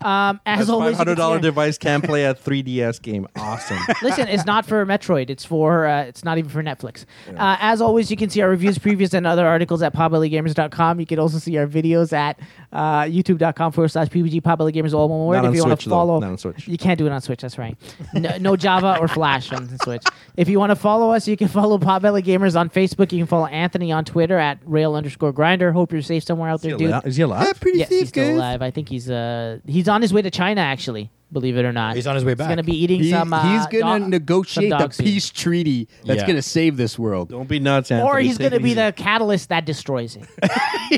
Speaker 4: Um, as
Speaker 9: That's
Speaker 4: always, you
Speaker 9: $500
Speaker 4: can see-
Speaker 9: device can play a 3DS game. Awesome.
Speaker 4: Listen, it's not for Metroid. It's for uh, it's not even for Netflix. Uh, as always, you can see our reviews, previews, and other articles at popbellygamers.com. You can also see our videos at uh, youtube.com forward slash PBG Gamers all one word.
Speaker 9: Not
Speaker 4: if
Speaker 9: on
Speaker 4: you want
Speaker 9: Switch,
Speaker 4: to
Speaker 9: though.
Speaker 4: follow,
Speaker 9: Not on Switch.
Speaker 4: you can't do it on Switch. That's right. No, no Java or Flash on Switch. If you want to follow us, you can follow Potbelly Gamers on Facebook. You can follow Anthony on Twitter at rail underscore grinder. Hope you're safe somewhere out there, dude.
Speaker 9: Is he alive?
Speaker 5: pretty
Speaker 4: Yes, he's still alive. I think he's uh he's on his way to China actually. Believe it or not,
Speaker 8: He's on his way
Speaker 4: He's
Speaker 8: back.
Speaker 4: gonna be eating
Speaker 5: He-
Speaker 4: some. Uh,
Speaker 5: he's gonna
Speaker 4: dog- some
Speaker 5: negotiate the
Speaker 4: dog soon.
Speaker 5: peace treaty that's
Speaker 8: Yeah.
Speaker 5: gonna save this world.
Speaker 9: Don't be nuts, Anthony.
Speaker 4: or he's
Speaker 9: Take
Speaker 4: going to
Speaker 9: it
Speaker 4: be
Speaker 9: easy.
Speaker 4: the catalyst that destroys it.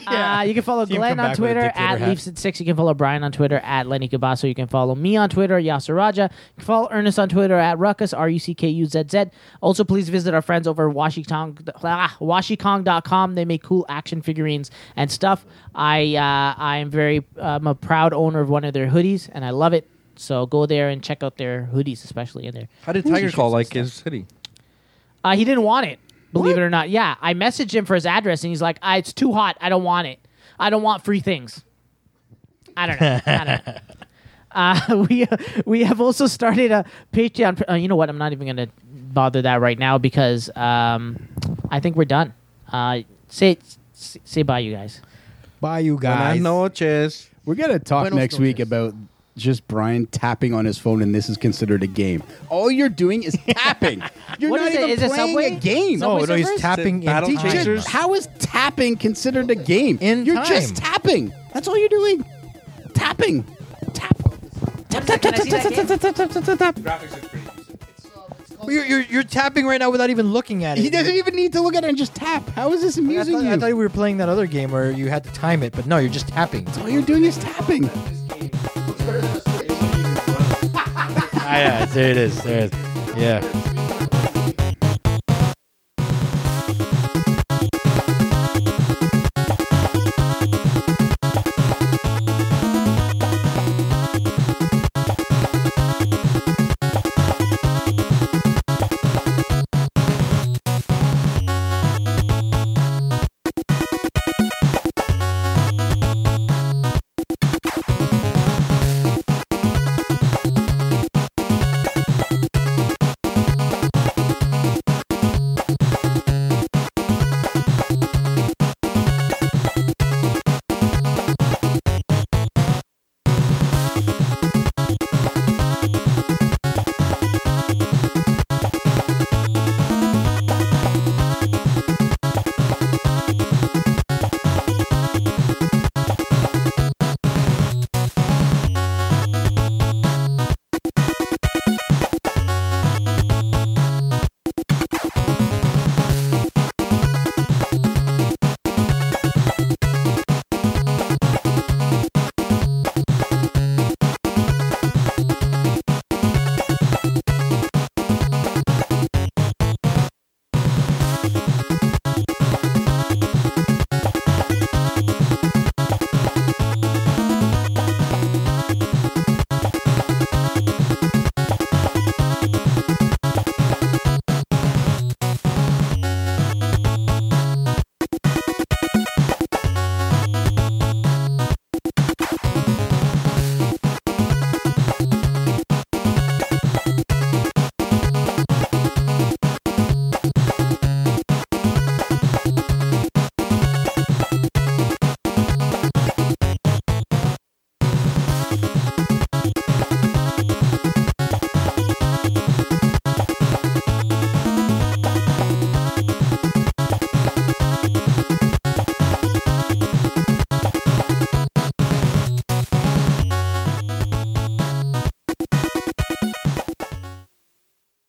Speaker 4: uh, you can follow
Speaker 8: Team
Speaker 4: Glenn
Speaker 8: come
Speaker 4: on
Speaker 8: back with a
Speaker 4: Twitter
Speaker 8: dictator
Speaker 4: at
Speaker 8: hat.
Speaker 4: Leafs at Six. You can follow Brian on Twitter at Lenny Cabasso. You can follow me on Twitter, Yasser Raja. You can follow Ernest on Twitter at Ruckus, R U C K U Z Z. Also, please visit our friends over at Washington, ah, washikong.com. They make cool action figurines and stuff. I uh, I am very I'm a proud owner of one of their hoodies, and I love it. So go there and check out their hoodies, especially in there.
Speaker 9: How did Tiger Claw like his city?
Speaker 4: Uh, he didn't want it, believe it or not. Yeah, I messaged him for his address, and he's like, "Ah, "It's too hot. I don't want it. I don't want free things." I don't know. I don't know. Uh, we we have also started a Patreon. Uh, you know what? I'm not even gonna bother that right now because um, I think we're done. Uh, say say bye, you guys.
Speaker 8: Bye, you guys.
Speaker 9: Buenas noches.
Speaker 5: We're gonna talk
Speaker 7: Buenos
Speaker 5: next week
Speaker 7: noches.
Speaker 5: about just Brian tapping on his phone, and this is considered a game. All you're doing is tapping. You're
Speaker 4: What
Speaker 5: not
Speaker 4: is it?
Speaker 5: even
Speaker 4: Is it
Speaker 5: playing
Speaker 4: Subway?
Speaker 5: a game.
Speaker 8: No,
Speaker 4: Subway
Speaker 8: no, he's
Speaker 4: Surfers?
Speaker 8: tapping in
Speaker 9: Battle
Speaker 8: time.
Speaker 9: Chasers?
Speaker 5: Just, how is tapping considered a game?
Speaker 8: In
Speaker 5: you're
Speaker 8: time.
Speaker 5: just tapping. That's all you're doing. Tapping. Tap. Tap, tap, tap, tap, tap, tap, tap, tap, tap, tap, tap.
Speaker 8: You're, you're, you're tapping right now without even looking at it.
Speaker 5: He doesn't even need to look at it and just tap. How is this
Speaker 8: I
Speaker 5: amusing
Speaker 8: thought, I
Speaker 5: you?
Speaker 8: thought we were playing that other game where you had to time it, but no, you're just tapping.
Speaker 5: all you're doing is tapping.
Speaker 8: Ah, yeah, there it is. There it is. Yeah.